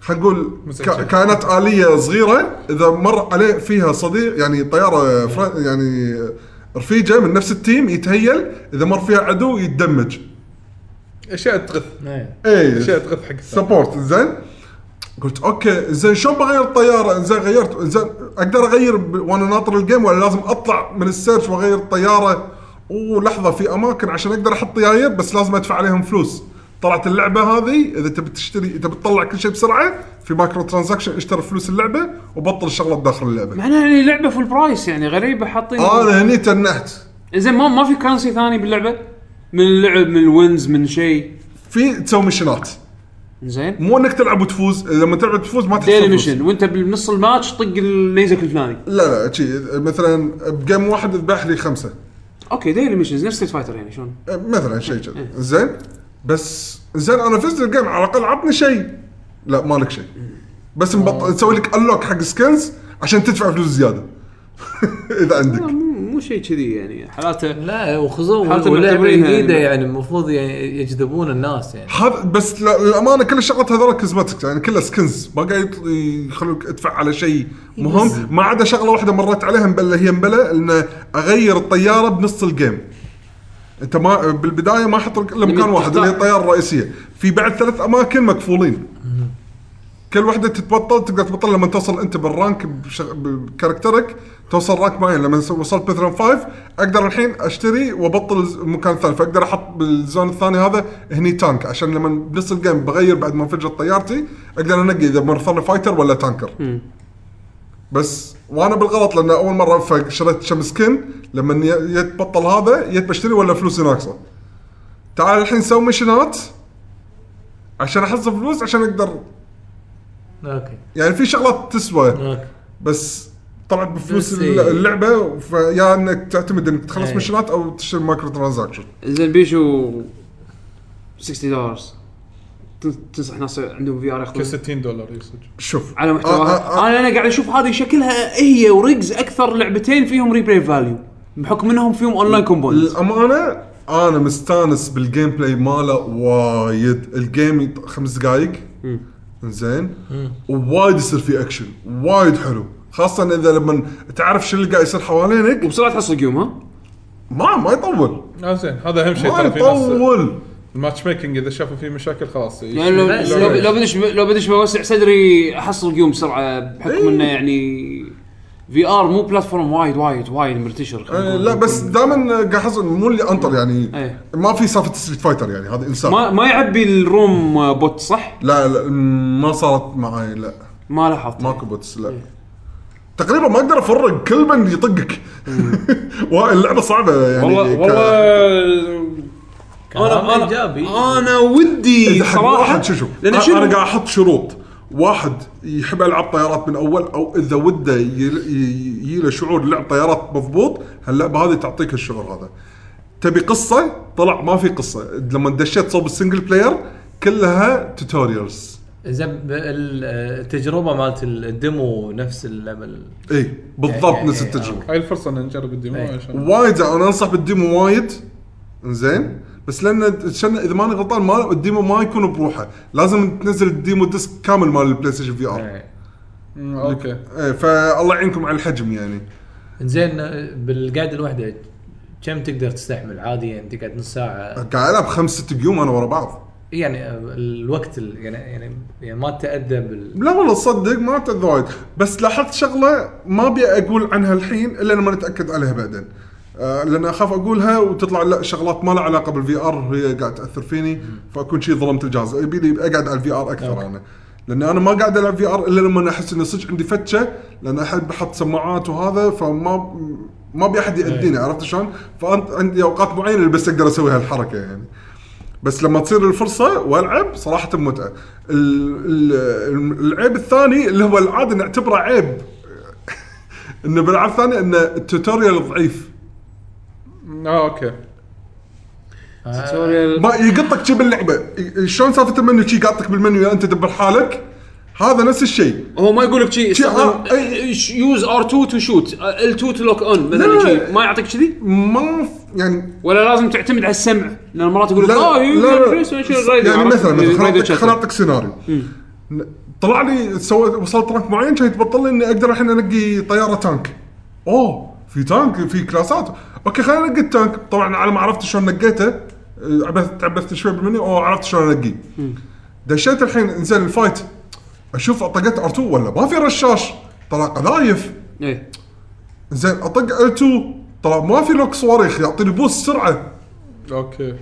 Speaker 2: خلينا نقول
Speaker 4: مسجل.
Speaker 2: ك- كائنات آلية صغيرة إذا مر عليه فيها صديق يعني طيارة فر- يعني رفيجة من نفس التيم يتهيل إذا مر فيها عدو يتدمج
Speaker 4: اشياء تغث
Speaker 5: إيه.
Speaker 4: اشياء
Speaker 2: إيه
Speaker 4: تغث حق الساعة.
Speaker 2: سبورت زين قلت اوكي زين شلون بغير الطياره زين غيرت زين اقدر اغير ب- وانا ناطر الجيم ولا لازم اطلع من السيرش واغير الطياره اوه لحظه في اماكن عشان اقدر احط طياريات بس لازم ادفع عليهم فلوس طلعت اللعبه هذه اذا تبي تشتري تبي تطلع كل شيء بسرعه في مايكرو ترانزاكشن اشتري فلوس اللعبه وبطل الشغلات داخل اللعبه
Speaker 3: معناها يعني لعبه فول برايس يعني غريبه حاطين
Speaker 2: انا هني تنحت
Speaker 3: زين ما ما في كرنسي ثاني باللعبه من اللعب من الوينز من شيء
Speaker 2: في تسوي مشنات
Speaker 3: زين
Speaker 2: مو انك تلعب وتفوز لما تلعب وتفوز ما تحصل
Speaker 3: ديلي
Speaker 2: فلوس.
Speaker 3: ميشن وانت بنص الماتش طق الليزك الفلاني
Speaker 2: لا لا شي مثلا بجيم واحد اذبح لي خمسه
Speaker 3: اوكي ديلي ميشنز نفس ستريت فايتر يعني شلون
Speaker 2: مثلا شيء كذا زين بس زين انا فزت الجيم على الاقل عطني شيء لا مالك شيء بس مبط... تسوي لك انلوك حق سكنز عشان تدفع فلوس زياده اذا
Speaker 3: لا،
Speaker 2: عندك
Speaker 3: مو مو شيء كذي يعني حالاته
Speaker 5: لا وخصوصا
Speaker 3: حتى
Speaker 5: واللعبه
Speaker 3: معتبرينها
Speaker 5: جديده
Speaker 3: يعني-
Speaker 5: يعني المفروض يعني يجذبون الناس يعني
Speaker 2: هذا بس لا- للامانه كل الشغلات هذول كوزمتكس يعني كلها سكنز ما قاعد يط- يخلوك ادفع على شيء مهم ما عدا شغله واحده مرت عليها مبلة هي مبلة ان اغير الطياره بنص الجيم انت ما بالبدايه ما حط لك الا مكان واحد اللي هي الطياره الرئيسيه في بعد ثلاث اماكن مقفولين كل وحده تتبطل تقدر تبطل لما توصل انت بالرانك بشغ... بكاركترك توصل رانك معين لما س- وصلت مثلا 5 اقدر الحين اشتري وابطل الز- المكان الثاني فاقدر احط بالزون الثاني هذا هني تانك عشان لما بنص الجيم بغير بعد ما انفجرت طيارتي اقدر انقي اذا مرثني فايتر ولا تانكر بس وانا بالغلط لان اول مره فق- شريت كم سكن لما ي- جيت بطل هذا جيت بشتري ولا فلوسي ناقصه تعال الحين سوي مشنات عشان احصل فلوس عشان اقدر
Speaker 5: اوكي
Speaker 2: يعني في شغلات تسوى
Speaker 5: اوكي
Speaker 2: بس طلعت بفلوس
Speaker 5: نعم. بس
Speaker 2: الل-
Speaker 5: إيه.
Speaker 2: اللعبه فيا انك تعتمد انك تخلص
Speaker 5: إيه.
Speaker 2: مشنات او تشتري مايكرو ترانزاكشن
Speaker 3: زين بيشو 60 دولار تن- تنصح ناس عندهم في ار
Speaker 4: ب
Speaker 3: ياخذون
Speaker 4: 60 دولار يصدق
Speaker 2: شوف
Speaker 3: على محتواها
Speaker 2: آه، آه، آه.
Speaker 3: انا انا قاعد اشوف هذه شكلها هي وريجز اكثر لعبتين فيهم ريبلاي فاليو بحكم انهم فيهم اونلاين كومبوننت
Speaker 2: للامانه انا مستانس بالجيم بلاي ماله وايد الجيم يط- خمس دقائق زين ووايد يصير فيه اكشن وايد حلو خاصه اذا لما تعرف شو اللي قاعد يصير حوالينك
Speaker 3: وبسرعه تحصل قيوم ها
Speaker 2: ما ما يطول
Speaker 4: آه زين هذا اهم شيء
Speaker 2: ما
Speaker 4: ترى في ناس
Speaker 2: يطول
Speaker 4: الماتش ميكنج اذا شافوا فيه مشاكل خلاص
Speaker 3: يعني لو
Speaker 5: بس.
Speaker 3: لو لو بدش لو بدش بوسع صدري احصل قيوم بسرعه بحكم
Speaker 2: إيه.
Speaker 3: انه يعني في ار مو بلاتفورم وايد وايد وايد مرتشر
Speaker 2: آه، لا بس دائما قاعد احصل مو اللي انطر يعني
Speaker 3: إيه.
Speaker 2: ما في سالفه ستريت فايتر يعني هذا انسان
Speaker 3: ما ما يعبي الروم بوت صح؟
Speaker 2: لا لا م- ما صارت معي لا
Speaker 3: ما لاحظت
Speaker 2: ماكو بوتس لا تقريبا ما اقدر افرق كل من يطقك اللعبه صعبه يعني
Speaker 4: والله
Speaker 2: ك-
Speaker 4: والله
Speaker 5: كلام ايجابي
Speaker 3: انا ودي
Speaker 2: إذا حق
Speaker 3: صراحه
Speaker 2: واحد شو شو
Speaker 3: لان
Speaker 2: أنا-
Speaker 3: شنو
Speaker 2: انا قاعد احط شروط واحد يحب العاب طيارات من اول او اذا وده يل- ي- يجي له شعور لعب طيارات مضبوط هاللعبه هذه تعطيك الشعور هذا تبي قصه طلع ما في قصه لما دشيت صوب السنجل بلاير كلها توتوريالز
Speaker 5: زين ب- ال- التجربه مالت الديمو نفس الليفل
Speaker 2: اي إيه، بالضبط
Speaker 5: يعني-
Speaker 2: نفس
Speaker 5: يعني-
Speaker 2: التجربه
Speaker 4: هاي الفرصه ان نجرب الديمو
Speaker 5: إيه.
Speaker 4: عشان
Speaker 2: وايد زعلان. انا انصح بالديمو وايد زين بس لان عشان اذا ماني غلطان ما الديمو ما يكون بروحه لازم تنزل الديمو ديسك كامل مال البلاي ستيشن في
Speaker 5: إيه.
Speaker 2: ار
Speaker 5: نعم.
Speaker 4: مم، اوكي
Speaker 2: إيه، فالله يعينكم على الحجم يعني
Speaker 5: زين بالقعده الواحده كم تقدر تستحمل عادي يعني تقعد نص ساعه
Speaker 2: قاعد العب خمس ست جيوم انا ورا بعض
Speaker 5: يعني الوقت ال- يعني يعني, يعني ما تاذى بال
Speaker 2: لا والله تصدق ما تعذر وايد بس لاحظت شغله ما ابي اقول عنها الحين الا لما نتاكد عليها بعدين آه، لان اخاف اقولها وتطلع لا شغلات ما لها علاقه بالفي ار هي قاعد تاثر فيني فاكون شيء ظلمت الجهاز يبي لي اقعد على الفي ار اكثر انا لان انا ما قاعد العب في ار الا لما احس انه صدق عندي فتشه لان احب احط سماعات وهذا فما ما ابي احد ياذيني عرفت شلون؟ فانت عندي اوقات معينه اللي بس اقدر اسوي هالحركه يعني. بس لما تصير الفرصه والعب صراحه متعه ال- ال- العيب الثاني اللي هو العاده نعتبره عيب انه بالالعاب الثانيه انه التوتوريال ضعيف
Speaker 4: اه اوكي
Speaker 3: توتوريال
Speaker 2: ما يقطك شي باللعبه ي- شلون سالفه المنيو شي قاطك بالمنيو يا انت دبر حالك هذا نفس الشيء
Speaker 3: هو ما يقول لك شيء
Speaker 2: شي-
Speaker 3: استخدم
Speaker 2: آه، أي-
Speaker 3: ش- يوز ار 2 تو شوت ال 2 تو لوك اون مثلا
Speaker 2: لا.
Speaker 3: شيء ما يعطيك كذي
Speaker 2: ما ف- يعني
Speaker 3: ولا لازم تعتمد على السمع لان مرات يقول لك
Speaker 2: لا
Speaker 3: اه يو
Speaker 2: لا-
Speaker 3: كان
Speaker 2: لا.
Speaker 3: فيس ونشيل الراديو
Speaker 2: يعني
Speaker 3: عرفت؟
Speaker 2: مثلا مثلا خل
Speaker 3: الراديو
Speaker 2: أعطيك-
Speaker 3: تشغل.
Speaker 2: خل اعطيك سيناريو ن- طلع لي سويت وصلت رانك معين كان يتبطل لي اني اقدر الحين انقي طياره تانك اوه في تانك في كلاسات اوكي خلينا ننقي التانك طبعا على ما عرفت شلون نقيته آه، عبثت تعبثت شوي بالمنيو اوه عرفت شلون انقيه دشيت الحين انزين الفايت اشوف طقت ار2 ولا ما في رشاش طلع قذايف
Speaker 3: إيه.
Speaker 2: زين اطق ال2 طلع ما في لوك صواريخ يعطيني بوست سرعه
Speaker 4: اوكي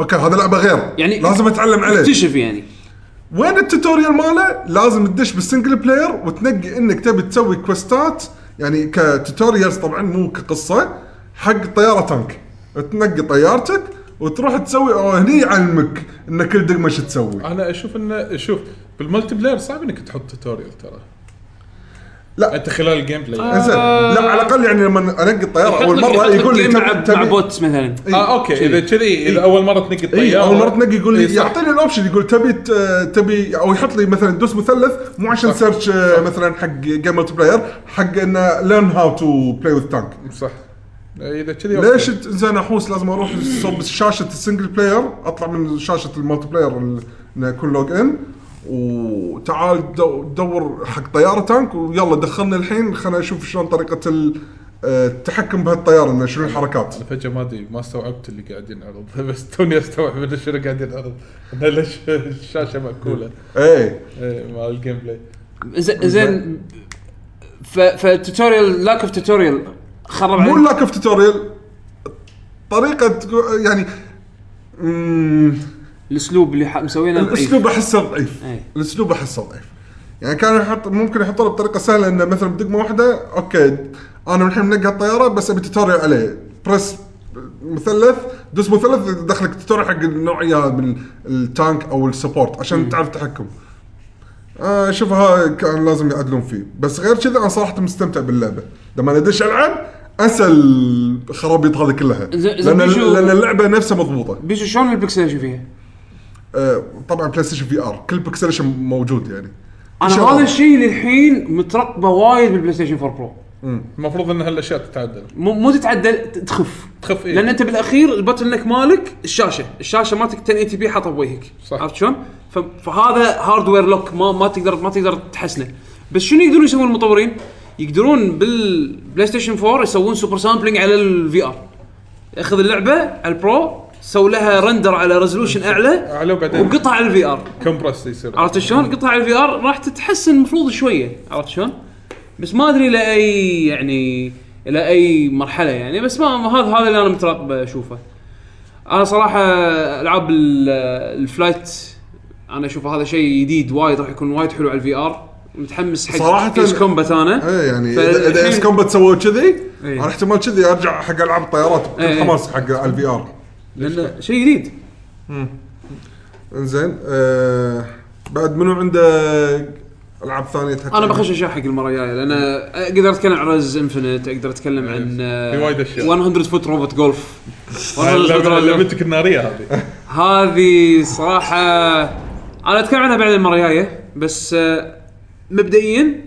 Speaker 2: اوكي هذا لعبه غير
Speaker 3: يعني
Speaker 2: لازم اتعلم عليه
Speaker 3: اكتشف يعني
Speaker 2: وين التوتوريال ماله؟ لازم تدش بالسنجل بلاير وتنقي انك تبي تسوي كوستات يعني كتوتوريالز طبعا مو كقصه حق طياره تانك تنقي طيارتك وتروح تسوي او هني يعلمك ان كل دقمه شو تسوي
Speaker 4: انا اشوف انه شوف بالملتي بلاير صعب انك تحط توتوريال ترى
Speaker 2: لا.
Speaker 4: انت خلال الجيم بلاي
Speaker 3: آه.
Speaker 2: انزين لا على الاقل يعني لما انقي الطياره اول مره يقول لي
Speaker 3: مع,
Speaker 2: تبي
Speaker 3: مع
Speaker 2: تبي
Speaker 3: بوتس مثلا
Speaker 2: إي.
Speaker 4: اه اوكي اذا كذي اذا اول مره تنقي
Speaker 2: اي
Speaker 4: الطياره
Speaker 2: اول مره تنقي يقول
Speaker 4: إي،
Speaker 2: لي
Speaker 4: صح.
Speaker 2: يعطيني الاوبشن يقول تبي ت- تبي او يحط لي مثلا دوس مثلث مو عشان
Speaker 4: صح.
Speaker 2: سيرش آه، مثلا حق جيم ملتي بلاير حق انه ليرن هاو تو بلاي وذ تانك
Speaker 4: صح اذا كذي أوكي.
Speaker 2: ليش ت- زين احوس لازم اروح صوب شاشه السنجل بلاير اطلع من شاشه المالتي بلاير ال- انه يكون لوج ان وتعال دو- دور حق طياره تانك ويلا دخلنا الحين خلنا اشوف شلون طريقه ال- آه، التحكم بهالطياره انه شنو الحركات
Speaker 4: أنا فجاه ما ادري ما استوعبت اللي قاعد ينعرض بس توني استوعب انه شنو قاعد ينعرض انه ليش الشاشه ماكوله
Speaker 2: اي
Speaker 4: إيه، مال الجيم بلاي
Speaker 3: ز- زين ف- فالتوتوريال لاك اوف توتوريال خرب
Speaker 2: مو
Speaker 3: علي
Speaker 2: لاك اوف توتوريال طريقه تقو- يعني مم،
Speaker 3: الاسلوب اللي ح- مسوينه ضعيف.
Speaker 2: الاسلوب احسه ضعيف
Speaker 3: إيه.
Speaker 2: الاسلوب احسه ضعيف يعني كان يحط ممكن يحطوا له بطريقه سهله انه مثلا بدقمه واحده اوكي انا الحين منقى الطياره بس ابي توتوريال عليه بريس مثلث دوس مثلث دخلك توتوريال حق النوعيه هذه من التانك او السبورت عشان تعرف تحكم آه شوفها كان لازم يعدلون فيه بس غير كذا انا صراحه مستمتع باللعبه لما ادش العب انسى الخرابيط هذه كلها
Speaker 3: زين- زين
Speaker 2: لان
Speaker 3: بيشو-
Speaker 2: لأن اللعبه نفسها مضبوطه
Speaker 3: بيشو شلون البكسليشن فيها؟
Speaker 2: آه، طبعا بلاي ستيشن في ار كل بكسليشن موجود يعني
Speaker 3: انا
Speaker 2: شغل.
Speaker 3: هذا الشيء للحين مترقبه وايد بالبلاي ستيشن 4 برو
Speaker 4: المفروض ان هالاشياء تتعدل
Speaker 3: مو مو تتعدل ت- تخف
Speaker 4: تخف إيه؟
Speaker 3: لان انت بالاخير البوتل نك مالك الشاشه الشاشه مالتك 1080 بي حاطه بوجهك
Speaker 4: صح.
Speaker 3: عرفت شلون؟ ف- فهذا هاردوير لوك ما ما تقدر ما تقدر تحسنه بس شنو يقدرون يسوون المطورين؟ يقدرون بالبلاي ستيشن 4 يسوون سوبر سامبلينج على الفي ار ياخذ اللعبه على البرو سووا لها رندر على ريزولوشن اعلى
Speaker 4: اعلى وبعدين
Speaker 3: وقطع على الفي ار
Speaker 4: كمبرس يصير
Speaker 3: عرفت شلون؟ قطع الفي ار راح تتحسن المفروض شويه عرفت شلون؟ بس ما ادري الى اي يعني الى اي مرحله يعني بس ما ما هذا هذا اللي انا مترقبه اشوفه. انا صراحه العاب ال- الفلايت انا اشوف هذا شيء جديد وايد راح يكون وايد حلو على الفي ار متحمس حق
Speaker 2: صراحة-
Speaker 3: ايش كومبات انا
Speaker 2: ايه يعني اذا اذا
Speaker 3: فالحين-
Speaker 2: اس كومبات سووا كذي
Speaker 3: إيه.
Speaker 2: انا احتمال كذي ارجع حق العاب الطيارات بكل
Speaker 3: إيه.
Speaker 2: حماس حق الفي ار
Speaker 3: لانه شيء جديد
Speaker 2: انزين آه بعد منو عنده العاب ثانيه تحكي
Speaker 3: انا بخش اشياء حق المره الجايه لان اقدر اتكلم عن رز انفنت اقدر اتكلم عن آه،
Speaker 4: في وايد أشياء.
Speaker 3: 100 فوت روبوت جولف 100 فوت روبوت
Speaker 4: اللعبة- لعبتك الناريه هذه
Speaker 3: هذه صراحة أنا أتكلم عنها بعد المرة الجاية بس آه، مبدئيا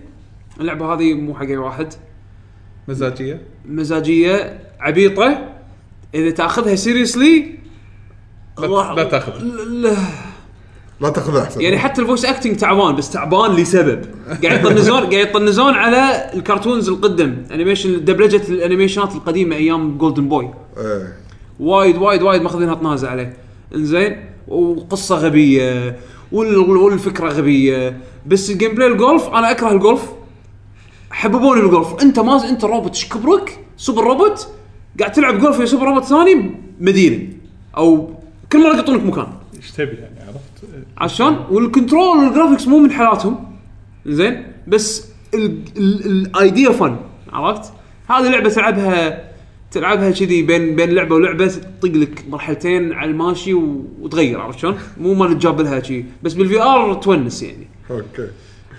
Speaker 3: اللعبة هذه مو حق أي واحد
Speaker 4: مزاجيه
Speaker 3: مزاجية عبيطة إذا تاخذها سيريسلي
Speaker 4: لا- لا تاخذها.
Speaker 2: لا تاخذ احسن
Speaker 3: يعني حتى الفويس اكتنج تعبان بس تعبان لسبب قاعد يطنزون قاعد يطنزون على الكرتونز القدم انيميشن دبلجه الانيميشنات القديمه ايام جولدن بوي
Speaker 2: إيه.
Speaker 3: وايد وايد وايد ماخذينها طنازه عليه انزين وقصه غبيه وال- والفكره غبيه بس الجيم بلاي الجولف انا اكره الجولف حببوني بالجولف انت ما انت روبوت ايش كبرك سوبر روبوت قاعد تلعب جولف يا سوبر روبوت ثاني مدينه او كل مره يقطونك مكان
Speaker 4: ايش تبي يعني عرفت؟
Speaker 3: عرفت شلون؟ والكنترول والجرافكس مو من حالاتهم زين بس الايديا فن عرفت؟ هذه لعبه تلعبها تلعبها كذي بين بين لعبه ولعبه تطق لك مرحلتين على الماشي و- وتغير عرفت شلون؟ مو مال تجاب لها شي بس بالفي ار تونس يعني
Speaker 2: اوكي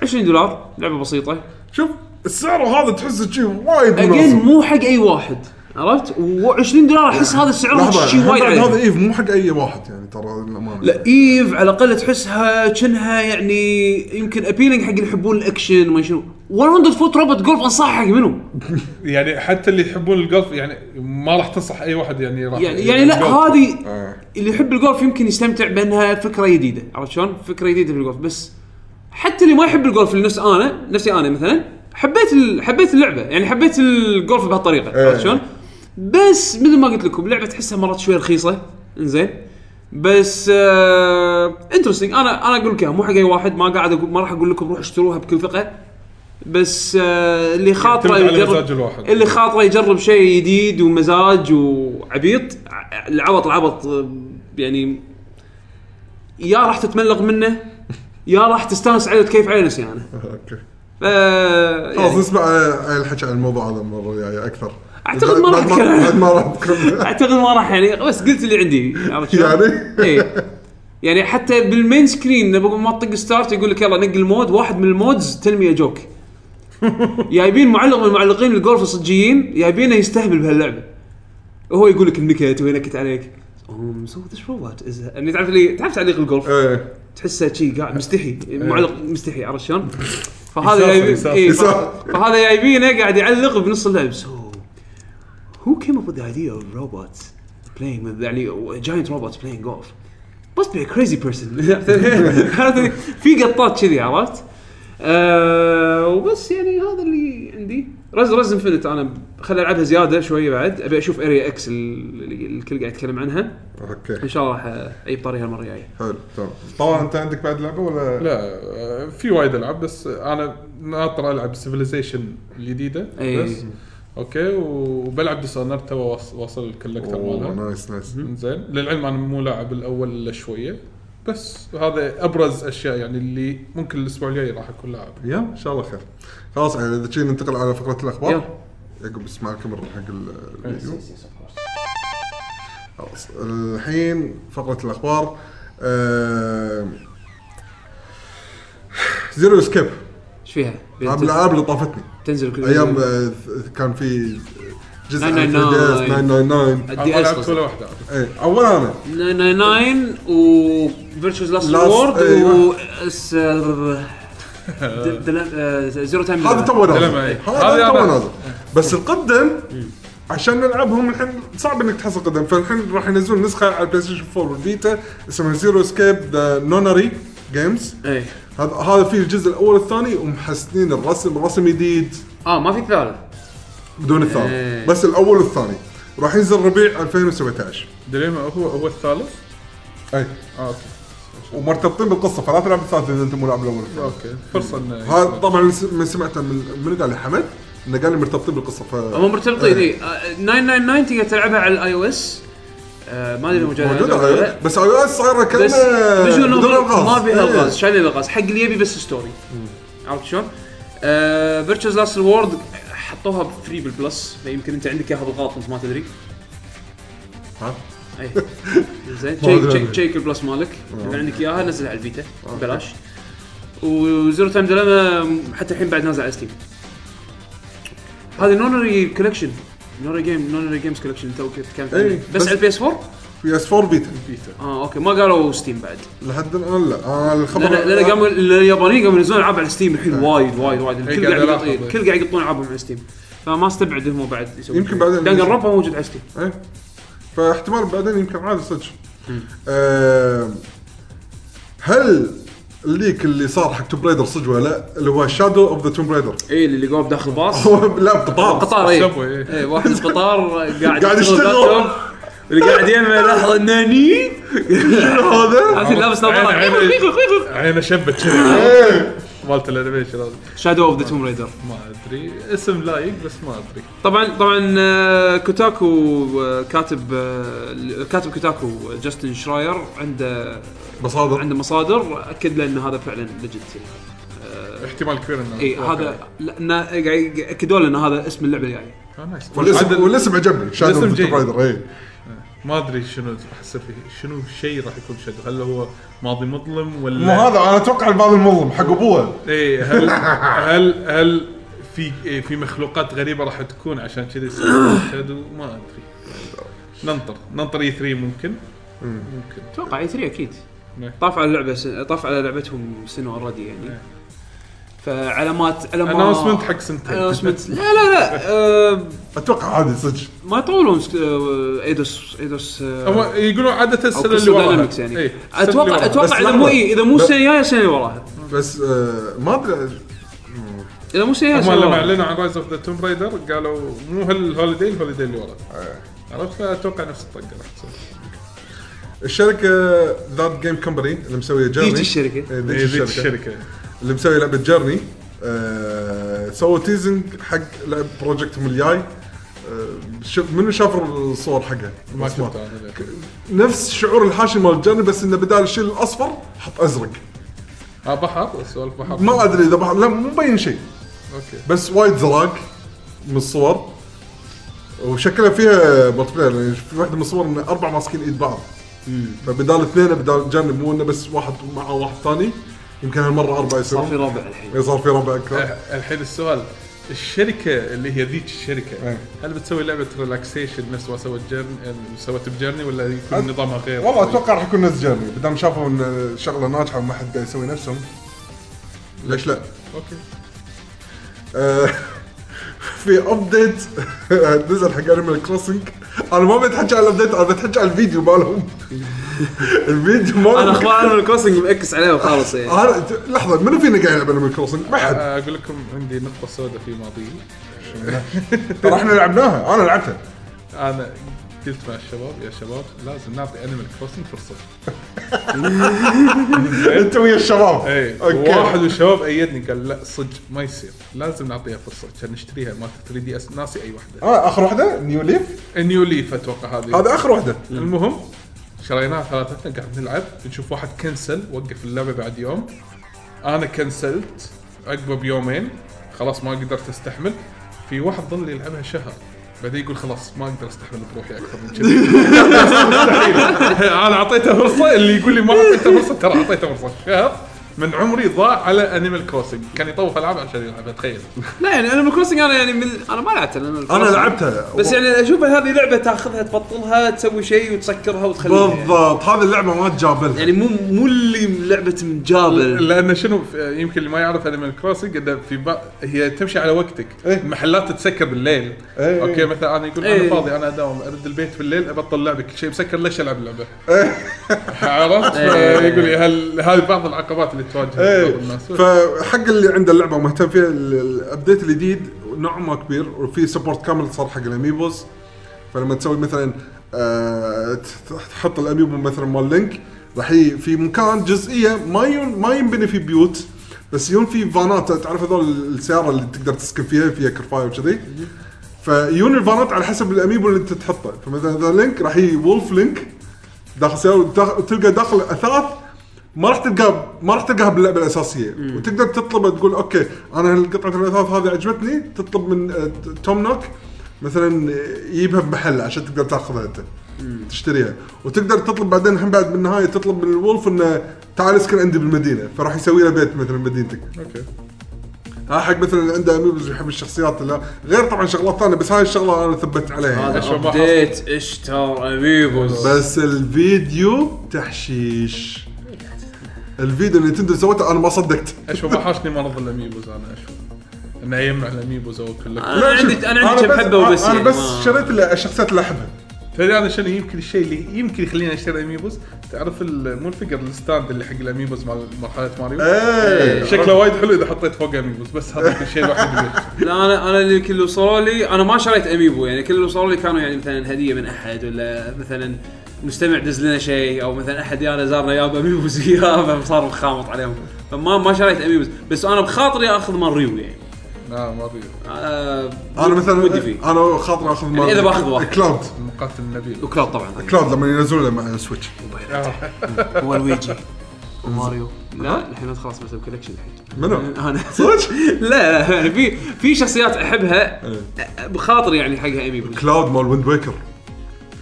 Speaker 3: 20 دولار لعبه بسيطه
Speaker 2: شوف السعر هذا تحسه شيء وايد
Speaker 3: اجين
Speaker 2: مناسب
Speaker 3: مو حق اي واحد عرفت؟ و20 دولار احس هذا السعر
Speaker 2: لحظه
Speaker 3: شيء وايد
Speaker 2: بعد
Speaker 3: عالي.
Speaker 2: هذا ايف مو حق اي واحد يعني ترى للامانه
Speaker 3: لا ايف على الاقل تحسها كأنها يعني يمكن ابيلينج حق اللي يحبون الاكشن وما شنو 100 فوت روبوت جولف انصحك منو
Speaker 4: يعني حتى اللي يحبون الجولف يعني ما راح تنصح اي واحد يعني راح
Speaker 3: يعني يعني لا
Speaker 4: الجولف.
Speaker 3: هذه
Speaker 2: آه.
Speaker 3: اللي يحب الجولف يمكن يستمتع بانها فكره جديده عرفت شلون؟ فكره جديده في الجولف بس حتى اللي ما يحب الجولف اللي نفس انا نفسي انا مثلا حبيت ال- حبيت اللعبه يعني حبيت الجولف بهالطريقه عرفت شلون؟ بس مثل ما قلت لكم اللعبه تحسها مرات شويه رخيصه انزين بس آه انترستنج انا انا اقول لك إياها، مو حق اي واحد ما قاعد أقول ما راح اقول لكم روح اشتروها بكل ثقه بس آه اللي خاطره
Speaker 4: يعتمد على
Speaker 3: يجرب-
Speaker 4: يعني مزاج الواحد.
Speaker 3: اللي خاطره يجرب شيء جديد ومزاج وعبيط ع- العبط العبط آه، يعني يا راح تتملق منه يا راح تستانس عليه وتكيف عليه نفسي انا
Speaker 2: اوكي
Speaker 3: ف
Speaker 2: خلاص
Speaker 3: يعني
Speaker 2: نسمع آه، الحكي عن الموضوع هذا المره الجايه اكثر
Speaker 3: أعتقد ما راح
Speaker 2: بعد
Speaker 3: أتكلم.
Speaker 2: بعد ما راح أتكلم.
Speaker 3: اعتقد ما راح يعني بس قلت اللي عندي عرفت شلون؟
Speaker 2: يعني؟
Speaker 3: ايه يعني حتى بالمين سكرين لما ما تطق ستارت يقول لك يلا نقل المود واحد من المودز تنميه جوك جايبين معلق من معلقين الجولف الصجيين جايبينه يستهبل بهاللعبه هو يقول لك النكت وينكت عليك Oh, ام سو ذس روبوت از يعني تعرف لي تعرف تعليق الجولف
Speaker 2: ايه
Speaker 3: تحسه شي قاعد مستحي معلق مستحي عرفت شلون؟ فهذا
Speaker 4: إيه. يسافر-
Speaker 3: جايبين
Speaker 4: يسافر.
Speaker 3: إيه، ف-
Speaker 2: يسافر.
Speaker 3: فهذا جايبينه قاعد يعلق بنص اللعب سو who came up with the idea of robots playing with يعني giant robots playing golf must be a crazy person عرفت؟ في قطات كذي عرفت؟ آه، وبس يعني هذا اللي عندي رز رز انفنت انا خل العبها زياده شويه بعد ابي اشوف اريا اكس اللي الكل قاعد يتكلم عنها ان
Speaker 2: اوكي
Speaker 3: شاء الله راح اجيب طاريها المره الجايه
Speaker 2: حلو تمام طبعا انت عندك بعد لعبه ولا
Speaker 4: لا آه، في وايد العاب بس انا ناطر العب سيفيلايزيشن الجديده
Speaker 3: إي.
Speaker 4: بس اوكي وبلعب ديسونر تو واص- واصل الكولكتر
Speaker 2: اوه
Speaker 4: مالها
Speaker 2: نايس نايس
Speaker 4: زين للعلم انا مو لاعب الاول الا شويه بس هذا ابرز اشياء يعني اللي ممكن الاسبوع الجاي راح اكون لاعب
Speaker 2: يلا ان شاء الله خير خلاص يعني اذا شي ننتقل على فقره الاخبار
Speaker 3: يلا.
Speaker 2: يعقوب بس معك مرة حق ال- الفيديو خلاص الحين آه، فقره الاخبار زيرو اسكيب
Speaker 3: ايش فيها؟
Speaker 2: من الالعاب اللي طافتني
Speaker 3: تنزل
Speaker 4: إيه.
Speaker 3: كل
Speaker 2: ايام آه، كان في جزء
Speaker 3: 999.
Speaker 2: 999
Speaker 4: انا ما لعبت ولا واحده
Speaker 2: اي اول انا
Speaker 3: 999 و فيرتشوز لاست
Speaker 2: Last-
Speaker 3: وورد و
Speaker 2: أيوة.
Speaker 3: س- د- دل- آه، زيرو تايم
Speaker 2: هذا تو نازل
Speaker 4: لما إيه.
Speaker 2: هذا
Speaker 4: هذا
Speaker 2: تو
Speaker 4: أنا.
Speaker 2: نازل بس القدم عشان نلعبهم الحين صعب انك تحصل قدم فالحين راح ينزلون نسخه على البلاي ستيشن 4 والفيتا اسمها زيرو اسكيب ذا نونري جيمز
Speaker 3: اي
Speaker 2: هذا هذا فيه الجزء الاول والثاني ومحسنين الرسم رسم جديد
Speaker 3: اه ما في ثالث
Speaker 2: بدون الثالث
Speaker 3: إيه.
Speaker 2: بس الاول والثاني راح ينزل ربيع 2017
Speaker 4: دليما هو هو الثالث
Speaker 2: اي
Speaker 4: اه اوكي
Speaker 2: ومرتبطين بالقصه فلا تلعب الثالث اذا انت مو لاعب الاول والثاني
Speaker 4: اوكي فرصه ان
Speaker 2: هذا طبعا من سمعته من من قال لي حمد انه قال لي مرتبطين بالقصه ف
Speaker 3: هم
Speaker 2: إيه.
Speaker 3: مرتبطين اي 999 تقدر تلعبها على الاي او اس ما ادري موجوده
Speaker 2: موجوده
Speaker 3: ولا لا.
Speaker 2: على- بس اي او اس صايره كانه
Speaker 3: بس فيجوال
Speaker 2: بدون
Speaker 3: نوفل
Speaker 2: الغاز
Speaker 3: ما فيها
Speaker 2: إيه.
Speaker 3: الغاز شايل الغاز حق اللي يبي بس ستوري عرفت شلون؟ آه، فيرتشوز لاست وورد حطوها فري بالبلس فيمكن انت عندك اياها بالغلط انت ما تدري
Speaker 2: ها؟
Speaker 3: اي زين
Speaker 2: ما أدري
Speaker 3: تشيك- تشيك
Speaker 2: آه. أدري.
Speaker 3: تشيك البلس مالك اذا عندك اياها نزلها على الفيتا ببلاش وزيرو تايم ديلما حتى الحين بعد نازل على ستيم هذه نونري كولكشن نونري جيم نونري جيمز كولكشن تو تكلمت
Speaker 2: إي،
Speaker 3: عنه
Speaker 2: إيه، بس-
Speaker 3: بس على البي اس 4
Speaker 2: في اس 4 بيتا
Speaker 3: اه اوكي ما قالوا ستيم بعد
Speaker 2: لحد الان لا آه الخبر
Speaker 3: لا لا لا قاموا اليابانيين قاموا ينزلون العاب على ستيم الحين وايد وايد وايد الكل
Speaker 4: قاعد
Speaker 3: قاعد
Speaker 4: ألاحظ.
Speaker 3: يقط- الكل قاعد يقطون العابهم على ستيم فما استبعد هم بعد يسوون
Speaker 2: يمكن بعدين
Speaker 3: دانجن
Speaker 2: ينزل.
Speaker 3: روبا موجود على ستيم
Speaker 2: إيه. فاحتمال بعدين يمكن عادي صدق آه هل الليك اللي صار حق توم برايدر صدق ولا لا اللي هو شادو اوف ذا توم برايدر
Speaker 3: اي إيه، اللي قام داخل باص
Speaker 2: هو لا بطاط
Speaker 3: قطار اي
Speaker 4: Subway، إيه.
Speaker 3: اي واحد القطار قاعد
Speaker 2: قاعد يشتغل.
Speaker 3: اللابتوب. اللي قاعد يمه لحظه ناني
Speaker 2: هذا
Speaker 3: عرفت اللي لابس
Speaker 4: عينه-
Speaker 3: نظاره
Speaker 4: عينه شبت
Speaker 2: إيه.
Speaker 4: مالت الانيميشن هذا
Speaker 3: شادو اوف ذا توم ريدر
Speaker 4: ما ادري اسم لايق بس ما ادري
Speaker 3: طبعا طبعا آه، كوتاكو آه، كاتب آه، كاتب كوتاكو آه، جاستن شراير عنده
Speaker 2: بصادر
Speaker 3: عنده مصادر اكد له ان هذا فعلا ليجت يعني
Speaker 4: احتمال كبير انه
Speaker 3: اي إيه، هذا لان قاعد اكدوا لنا هذا اسم يعني. اللعبه الجايه
Speaker 4: آه، نايس.
Speaker 2: والاسم
Speaker 4: عدل-
Speaker 2: والاسم عجبني شادو
Speaker 4: الاسم
Speaker 2: اوف ذا توم
Speaker 4: جيد.
Speaker 2: برايدر اي
Speaker 4: ما ادري شنو راح يصير فيه شنو الشيء راح يكون شد هل هو ماضي مظلم
Speaker 2: مو
Speaker 4: ولا
Speaker 2: هذا انا اتوقع البعض المظلم حق ابوه
Speaker 4: اي هل هل هل في إيه، في مخلوقات غريبه راح تكون عشان كذي يصير شادو ما ادري ننطر ننطر اي 3 ممكن ممكن
Speaker 3: اتوقع اي 3 اكيد
Speaker 4: نعم.
Speaker 3: طاف على اللعبه س... طاف على لعبتهم سنه اوريدي يعني فعلامات علامات
Speaker 4: اناونسمنت حق سنتين
Speaker 3: announcement. لا لا لا آه،
Speaker 2: اتوقع عادي صدق
Speaker 3: ما يطولون س- آه، ايدوس ايدوس آه،
Speaker 4: هم يقولون عاده
Speaker 3: أو
Speaker 4: السنه اللي
Speaker 3: كريستال
Speaker 4: وراها
Speaker 3: داينامكس يعني
Speaker 4: إيه، السنة اللي
Speaker 3: اتوقع
Speaker 4: وراها.
Speaker 2: بس
Speaker 3: اتوقع اذا
Speaker 2: لحظة.
Speaker 3: مو إيه، اذا مو
Speaker 2: لا.
Speaker 3: السنه الجايه السنه اللي وراها
Speaker 2: بس آه ما ادري
Speaker 3: اذا مو السنه الجايه السنه
Speaker 4: هم
Speaker 3: اللي
Speaker 4: لما
Speaker 3: وراها
Speaker 4: اعلنوا عن رايز اوف ذا توم رايدر قالوا مو هالهوليدي الهوليدي اللي ورا عرفت فاتوقع نفس الطقه راح تصير
Speaker 2: الشركه ذات جيم كومباني اللي مسويه جيرني
Speaker 3: ديجي الشركه
Speaker 2: إيه، ديجي
Speaker 4: إيه، ذيك
Speaker 2: الشركه
Speaker 4: الشركه
Speaker 2: اللي مسويه لعبه جيرني آه سووا تيزنج حق لعب بروجكتهم الجاي آه، شوف منو شاف الصور حقها؟
Speaker 4: ما
Speaker 2: الأصوات.
Speaker 4: شفتها أنا ذيك.
Speaker 2: نفس شعور الحاشي مال جيرني بس انه بدال الشيء الاصفر حط ازرق
Speaker 4: اه بحر سوالف بحر
Speaker 2: ما ادري اذا بح- لا مو مبين شيء
Speaker 4: اوكي
Speaker 2: بس وايد زراق من الصور وشكلها فيها ملتي بلاير يعني في واحده من الصور ان اربع ماسكين ايد بعض فبدال اثنين بدال جانب مو انه بس واحد مع واحد ثاني يمكن هالمره
Speaker 3: صار
Speaker 2: اربعه
Speaker 3: في
Speaker 2: يصيرون
Speaker 3: ربع الحين
Speaker 2: إيه، صار في ربع اكثر
Speaker 4: آه، الحين السؤال الشركه اللي هي ذيك الشركه
Speaker 2: إيه.
Speaker 4: هل بتسوي لعبه ريلاكسيشن نفس ما سوت جيرن آه، سوت بجيرني ولا يكون نظامها غير
Speaker 2: والله اتوقع راح يكون ناس جانبي بدام شافوا ان الشغله ناجحه وما حد قاعد يسوي نفسهم ليش لا؟
Speaker 4: اوكي
Speaker 2: آه، في ابديت نزل حق انيمال كروسنج انا ما بتحكي على الابديت انا بتحكي على الفيديو مالهم الفيدي مالهم
Speaker 3: انا اخبار عن كروسنج مأكس عليها وخالص يعني
Speaker 2: آه، أنا- لحظه منو فينا قاعد يلعب انيمال كروسنج؟ ما حد
Speaker 4: آه، اقول لكم عندي نقطه سوداء في ماضي
Speaker 2: ترى احنا لعبناها انا لعبتها
Speaker 4: انا قلت مع الشباب يا شباب لازم نعطي انيمال كروسنج فرصه
Speaker 2: انت ويا الشباب
Speaker 4: اي
Speaker 2: اوكي
Speaker 4: إيه، واحد من الشباب ايدني قال لا صدق ما يصير لازم نعطيها فرصه كان نشتريها مالت 3 دي اس ناسي اي واحده
Speaker 2: اه اخر واحده نيو ليف
Speaker 4: نيو ليف اتوقع هذه
Speaker 2: هذا اخر واحده
Speaker 4: المهم شريناها ثلاثتنا قاعد نلعب نشوف واحد كنسل وقف اللعبه بعد يوم انا كنسلت عقبه بيومين خلاص ما قدرت استحمل في واحد ظل يلعبها شهر بعدين يقول خلاص ما اقدر استحمل بروحي اكثر من كذي مستحيل. انا اعطيته فرصه اللي يقول لي ما اعطيته فرصه ترى اعطيته فرصه شهر من عمري ضاع على انيمال كروسنج كان يطوف العاب عشان يلعبها تخيل
Speaker 3: لا يعني انا كروسنج انا يعني من انا ما لعبت Animal
Speaker 2: انا
Speaker 3: Crossing.
Speaker 2: لعبتها
Speaker 3: بس يعني اشوف هذه لعبه تاخذها تبطلها تسوي شيء وتسكرها وتخليها يعني.
Speaker 2: بالضبط هذه اللعبه ما تجابلها
Speaker 3: يعني مو مو اللي لعبه مجابل
Speaker 4: لان شنو يمكن اللي ما يعرف انيمال كروسنج انه في با... هي تمشي على وقتك
Speaker 2: إيه.
Speaker 4: محلات تسكر بالليل
Speaker 2: إيه.
Speaker 4: اوكي مثلا انا يقول
Speaker 3: إيه.
Speaker 4: انا فاضي انا اداوم ارد البيت بالليل ابطل لعبه كل شيء مسكر ليش العب لعبه؟
Speaker 2: إيه.
Speaker 4: عرفت؟ يعني
Speaker 3: إيه.
Speaker 4: يقول لي هل هذه بعض العقبات اللي تواجه بعض
Speaker 2: ايه
Speaker 4: الناس
Speaker 2: فحق اللي عنده اللعبه ومهتم فيها ال- الابديت الجديد نوع ما كبير وفي سبورت كامل صار حق الاميبوز فلما تسوي مثلا آه، ت- ت- تحط الاميبو مثلا مال لينك راح ي- في مكان جزئيه ما ين- ما ينبني في بيوت بس يون في فانات تعرف هذول السياره اللي تقدر تسكن فيها فيها كرفايه وكذي فيون الفانات على حسب الاميبو اللي انت تحطه فمثلا اذا لينك راح يجي وولف لينك داخل سياره وتدخ- وتلقى داخل اثاث ما راح تلقاه ما راح تلقاها باللعبه الاساسيه وتقدر تطلب تقول اوكي انا قطعه الاثاث هذه عجبتني تطلب من آه، ت- توم نوك مثلا يجيبها بمحل عشان تقدر تاخذها انت تشتريها وتقدر تطلب بعدين هم بعد بالنهايه تطلب من الولف انه تعال اسكن عندي بالمدينه فراح يسوي له بيت مثلا مدينتك
Speaker 4: اوكي
Speaker 2: ها حق مثلا اللي عنده اميبوز يحب الشخصيات اللي غير طبعا شغلات ثانيه بس هاي الشغله انا ثبت عليها يعني.
Speaker 3: هذا
Speaker 4: أشوف ما
Speaker 3: ابديت اشتر اميبوز
Speaker 2: بس الفيديو تحشيش الفيديو اللي نتندو سويته انا ما صدقت
Speaker 4: اشوف ما حاشني مرض الاميبوز انا اشوف انه يجمع الاميبوز او كله
Speaker 3: انا عندي انا عندي كم
Speaker 2: بس-
Speaker 3: حبه وبس
Speaker 2: انا
Speaker 3: يعني
Speaker 2: بس
Speaker 3: ما-
Speaker 2: شريت اللي- الشخصيات اللي احبها
Speaker 4: تدري انا شنو يمكن الشيء اللي يمكن يخليني اشتري اميبوز تعرف ال- مو الفقر الستاند اللي حق الاميبوز مال مرحله ماريو
Speaker 2: ايه
Speaker 4: شكله وايد حلو اذا حطيت فوق اميبوز بس هذا الشيء الوحيد اللي
Speaker 3: لا انا انا اللي كل وصلوا لي انا ما شريت اميبو يعني كل اللي وصلوا لي كانوا يعني مثلا هديه من احد ولا مثلا مستمع دز لنا شيء او مثلا احد يانا زارنا ياب اميبو زياره فصار مخامط عليهم فما ما شريت اميبوز بس انا بخاطري ااخذ ماريو يعني
Speaker 4: لا ماريو
Speaker 3: آه
Speaker 2: انا مثلا
Speaker 3: ودي فيه
Speaker 2: انا خاطر اخذ
Speaker 3: يعني إذا باخذ واحد.
Speaker 2: كلاود
Speaker 4: مقاتل النبيل
Speaker 3: وكلاود طبعا
Speaker 2: كلاود لما ينزلونه مع السويتش
Speaker 3: هو لويجي وماريو لا الحين خلاص بس الكولكشن الحين
Speaker 2: منو؟
Speaker 3: انا
Speaker 2: صدق؟
Speaker 3: لا لا يعني في في شخصيات احبها بخاطري يعني حقها اميبو
Speaker 2: كلاود مال ويند ويكر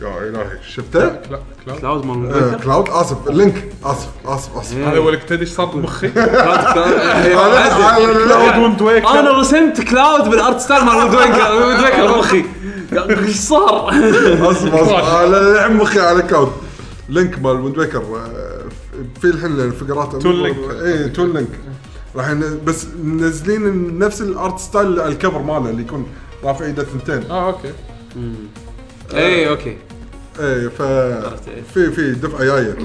Speaker 2: يا الهي شفته؟
Speaker 4: لا كلاود
Speaker 3: كلاود مال
Speaker 2: آه،
Speaker 3: مونوكل.
Speaker 2: كلاود اسف لينك اسف اسف اسف
Speaker 4: هذا ولك تدري ايش صار بمخي
Speaker 3: كلاود-
Speaker 2: إيه،
Speaker 3: كلاود-
Speaker 2: أنا- أنا-
Speaker 4: كلاود وند ويكر
Speaker 3: انا رسمت كلاود بالارت ستايل مال ودويكر ودويكر مخي ايش صار؟
Speaker 2: اسف اسف انا لعب مخي على كلاود لينك مال ويند ويكر آه، في الحين الفقرات
Speaker 4: تون لينك.
Speaker 2: اي تون لينك راح ين- بس منزلين نفس الارت ستايل الكفر ماله اللي يكون رافع ايده ثنتين
Speaker 3: آه.
Speaker 4: اه اوكي
Speaker 3: اي اوكي
Speaker 2: ايه ف في في آه، دفعه جايه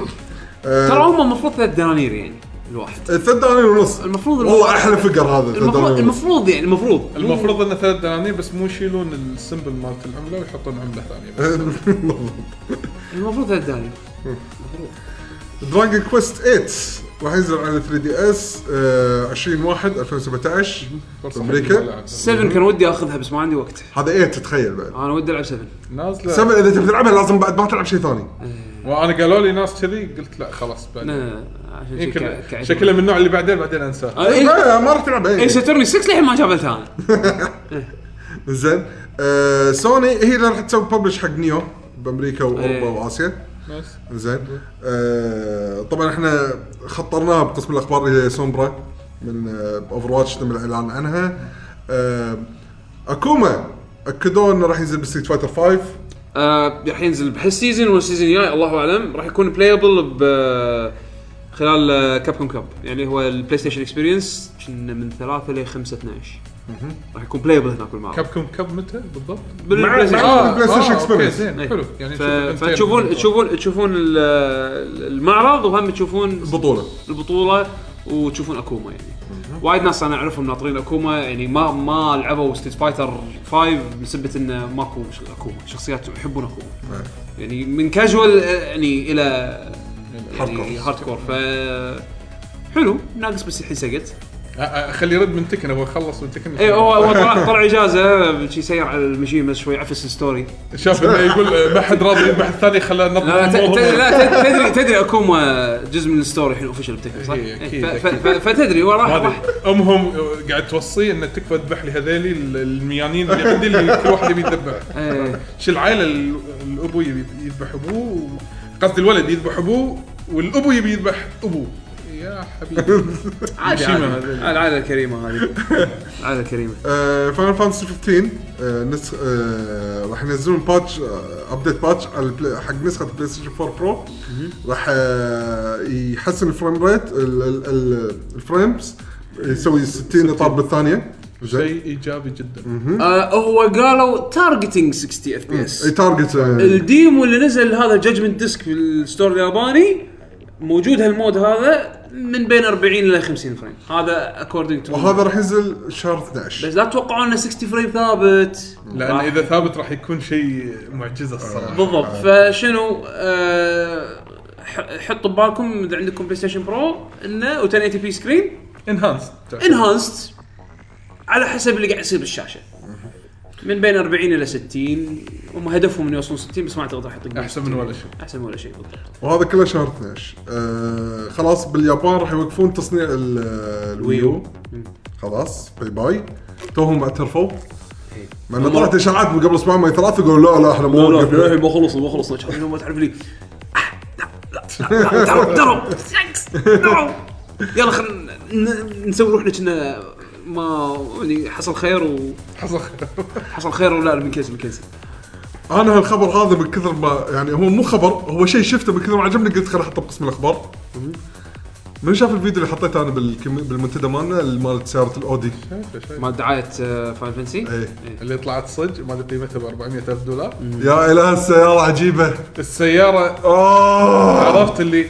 Speaker 3: إيه. ترى هم المفروض ثلاث دنانير يعني الواحد
Speaker 2: ثلاث دنانير ونص
Speaker 3: المفروض
Speaker 2: والله احلى فقر هذا ثلاث
Speaker 3: المفروض
Speaker 2: دنانير ونص
Speaker 3: المفروض يعني المفروض
Speaker 4: المفروض انه ثلاث دنانير بس مو يشيلون السمبل مالت العمله ويحطون عمله ثانيه بس
Speaker 3: المفروض ثلاث دنانير
Speaker 2: دراجون كويست 8 راح ينزل على 3 دي اس 20 1 2017 في
Speaker 4: فرصة حلوة
Speaker 2: امريكا
Speaker 4: للعب.
Speaker 3: 7 كان ودي اخذها بس ما عندي وقت
Speaker 2: هذا 8 تتخيل بعد
Speaker 3: انا ودي العب 7
Speaker 4: نازله
Speaker 2: سبع اذا تبي تلعبها لازم بعد ما تلعب شيء ثاني
Speaker 4: وانا قالوا لي ناس كذي قلت لا خلاص بعد
Speaker 3: لا، عشان شي
Speaker 4: يمكن
Speaker 3: كع- كع-
Speaker 4: شكله من النوع اللي بعدين بعدين انساه
Speaker 3: آه، إيه،
Speaker 2: ما ما راح تلعب
Speaker 3: اي
Speaker 2: اي
Speaker 3: ساتورني 6 للحين ما جابلتها انا
Speaker 2: زين آه، سوني هي اللي راح تسوي ببلش حق نيو بامريكا واوروبا
Speaker 3: إيه.
Speaker 2: واسيا
Speaker 4: بس
Speaker 2: زين آه طبعا احنا خطرناها بقسم الاخبار الى سومبرا من اوفر واتش تم الاعلان عنها آه اكوما اكدوا انه راح ينزل بستريت فايتر 5
Speaker 3: آه، راح ينزل بحس سيزون ولا سيزون الجاي الله اعلم راح يكون بلايبل ب آه، خلال كاب كوم كاب يعني هو البلاي ستيشن اكسبيرينس كنا من 3 ل 5 12 راح يكون بلايبل هناك
Speaker 4: كاب
Speaker 3: بالمره
Speaker 4: كوم كاب متى بالضبط؟
Speaker 3: بالبلاي
Speaker 2: مع-
Speaker 3: ستيشن
Speaker 2: آه، البلاي ستيشن
Speaker 4: أوكي،
Speaker 2: experience.
Speaker 4: زين
Speaker 3: إيه.
Speaker 4: حلو يعني
Speaker 3: ف-
Speaker 4: نشوف الانتين
Speaker 3: فتشوفون
Speaker 4: بالضبط.
Speaker 3: تشوفون تشوفون ال- آه، المعرض وهم تشوفون
Speaker 2: بطوله
Speaker 3: البطوله وتشوفون اكوما يعني وايد ناس انا اعرفهم ناطرين اكوما يعني ما ما لعبوا ستيت فايتر 5 بسبه انه ماكو ش- اكوما شخصيات يحبون
Speaker 4: نعم.
Speaker 3: اكوما يعني من كاجوال يعني الى يعني هارد كور ف حلو ناقص بس الحين سقط
Speaker 4: أ- أ- خلي آه، يرد من تكن ابغى اخلص من تكن
Speaker 3: اي إيه، هو هو طلع طلع اجازه شي سير على المشين بس شوي عفس الستوري
Speaker 4: شاف انه يقول آه، ما حد راضي البحث الثاني خلاه نطلع
Speaker 3: لا ت- ت-
Speaker 4: الموضوع.
Speaker 3: لا ت- تدري تدري اكوما جزء من الستوري الحين اوفشل بتكن صح؟
Speaker 4: إيه، أكيد،
Speaker 3: ف- ف-
Speaker 4: أكيد.
Speaker 3: ف- فتدري هو راح راح
Speaker 4: هذه امهم آه، قاعد توصي انه تكفى اذبح لي هذيلي ال- الميانين اللي عندي اللي كل واحد يبي يذبح
Speaker 3: إيه.
Speaker 4: شو العائله ال- الابو يبي يذبح ابوه قصدي الولد يذبح ابوه والابو يبي يذبح ابوه يا حبيبي
Speaker 3: عادي
Speaker 4: مشيمة
Speaker 3: عادي.
Speaker 4: هذه.
Speaker 3: العاده الكريمه هذه العاده الكريمه
Speaker 2: فاينل فانتسي 15 آه، نس... آه، راح ينزلون باتش آه، ابديت باتش على البلاي... حق نسخه بلاي ستيشن 4 برو راح آه، يحسن الفريم ريت ال- ال- ال- الفريمز يسوي 60 اطار بالثانيه زين
Speaker 4: شيء ايجابي جدا
Speaker 3: آه، هو قالوا تارجتنج 60 اف بي اس
Speaker 2: تارجت
Speaker 3: الديمو اللي نزل هذا جادجمنت ديسك في الستور الياباني موجود هالمود هذا من بين 40 الى 50 فريم هذا اكوردنج تو
Speaker 2: وهذا راح ينزل شهر
Speaker 3: بس
Speaker 2: 12
Speaker 3: لا تتوقعون انه 60 فريم ثابت
Speaker 4: لان
Speaker 3: راح-
Speaker 4: اذا ثابت راح يكون شيء معجزه الصراحه
Speaker 3: بالضبط فشنو آه ح- حطوا ببالكم اذا عندكم بلاي ستيشن برو انه و 1080 بي سكرين
Speaker 4: انهانس
Speaker 3: انهانسد على حسب اللي قاعد يصير بالشاشه من بين 40 الى 60 هم هدفهم انه يوصلون 60 بس ما اعتقد راح يطقون
Speaker 4: احسن من ولا شيء
Speaker 3: احسن من ولا شيء بالضبط
Speaker 2: وهذا كله شهر 12 آه، خلاص باليابان راح يوقفون تصنيع ال- الويو خلاص باي باي توهم اعترفوا مع انه طلعت اشاعات من قبل اسبوعين ما ثلاثه قالوا إيه. لا لا احنا ما وقفنا
Speaker 3: ما خلصنا ما خلصنا شهرين ما تعرف لي آه، لا لا لا دروا دروا سكس، دروا. يلا خلينا نسوي روحنا كنا ما يعني حصل خير و
Speaker 4: حصل خير
Speaker 3: حصل خير ولا لا، بنكنسل بنكنسل
Speaker 2: انا هالخبر هذا من كثر ما يعني هو مو خبر هو شيء شفته من كثر ما عجبني قلت خليني احطه بقسم الاخبار من شاف الفيديو اللي حطيته انا بالكم- بالمنتدى مالنا اللي مال سياره الاودي
Speaker 3: مال آه، دعايه فاين فانسي
Speaker 2: إيه.
Speaker 4: اللي طلعت صدق ما ادري قيمتها ب 400000 دولار
Speaker 2: يا اله السياره عجيبه
Speaker 4: السياره
Speaker 2: اوه
Speaker 4: عرفت اللي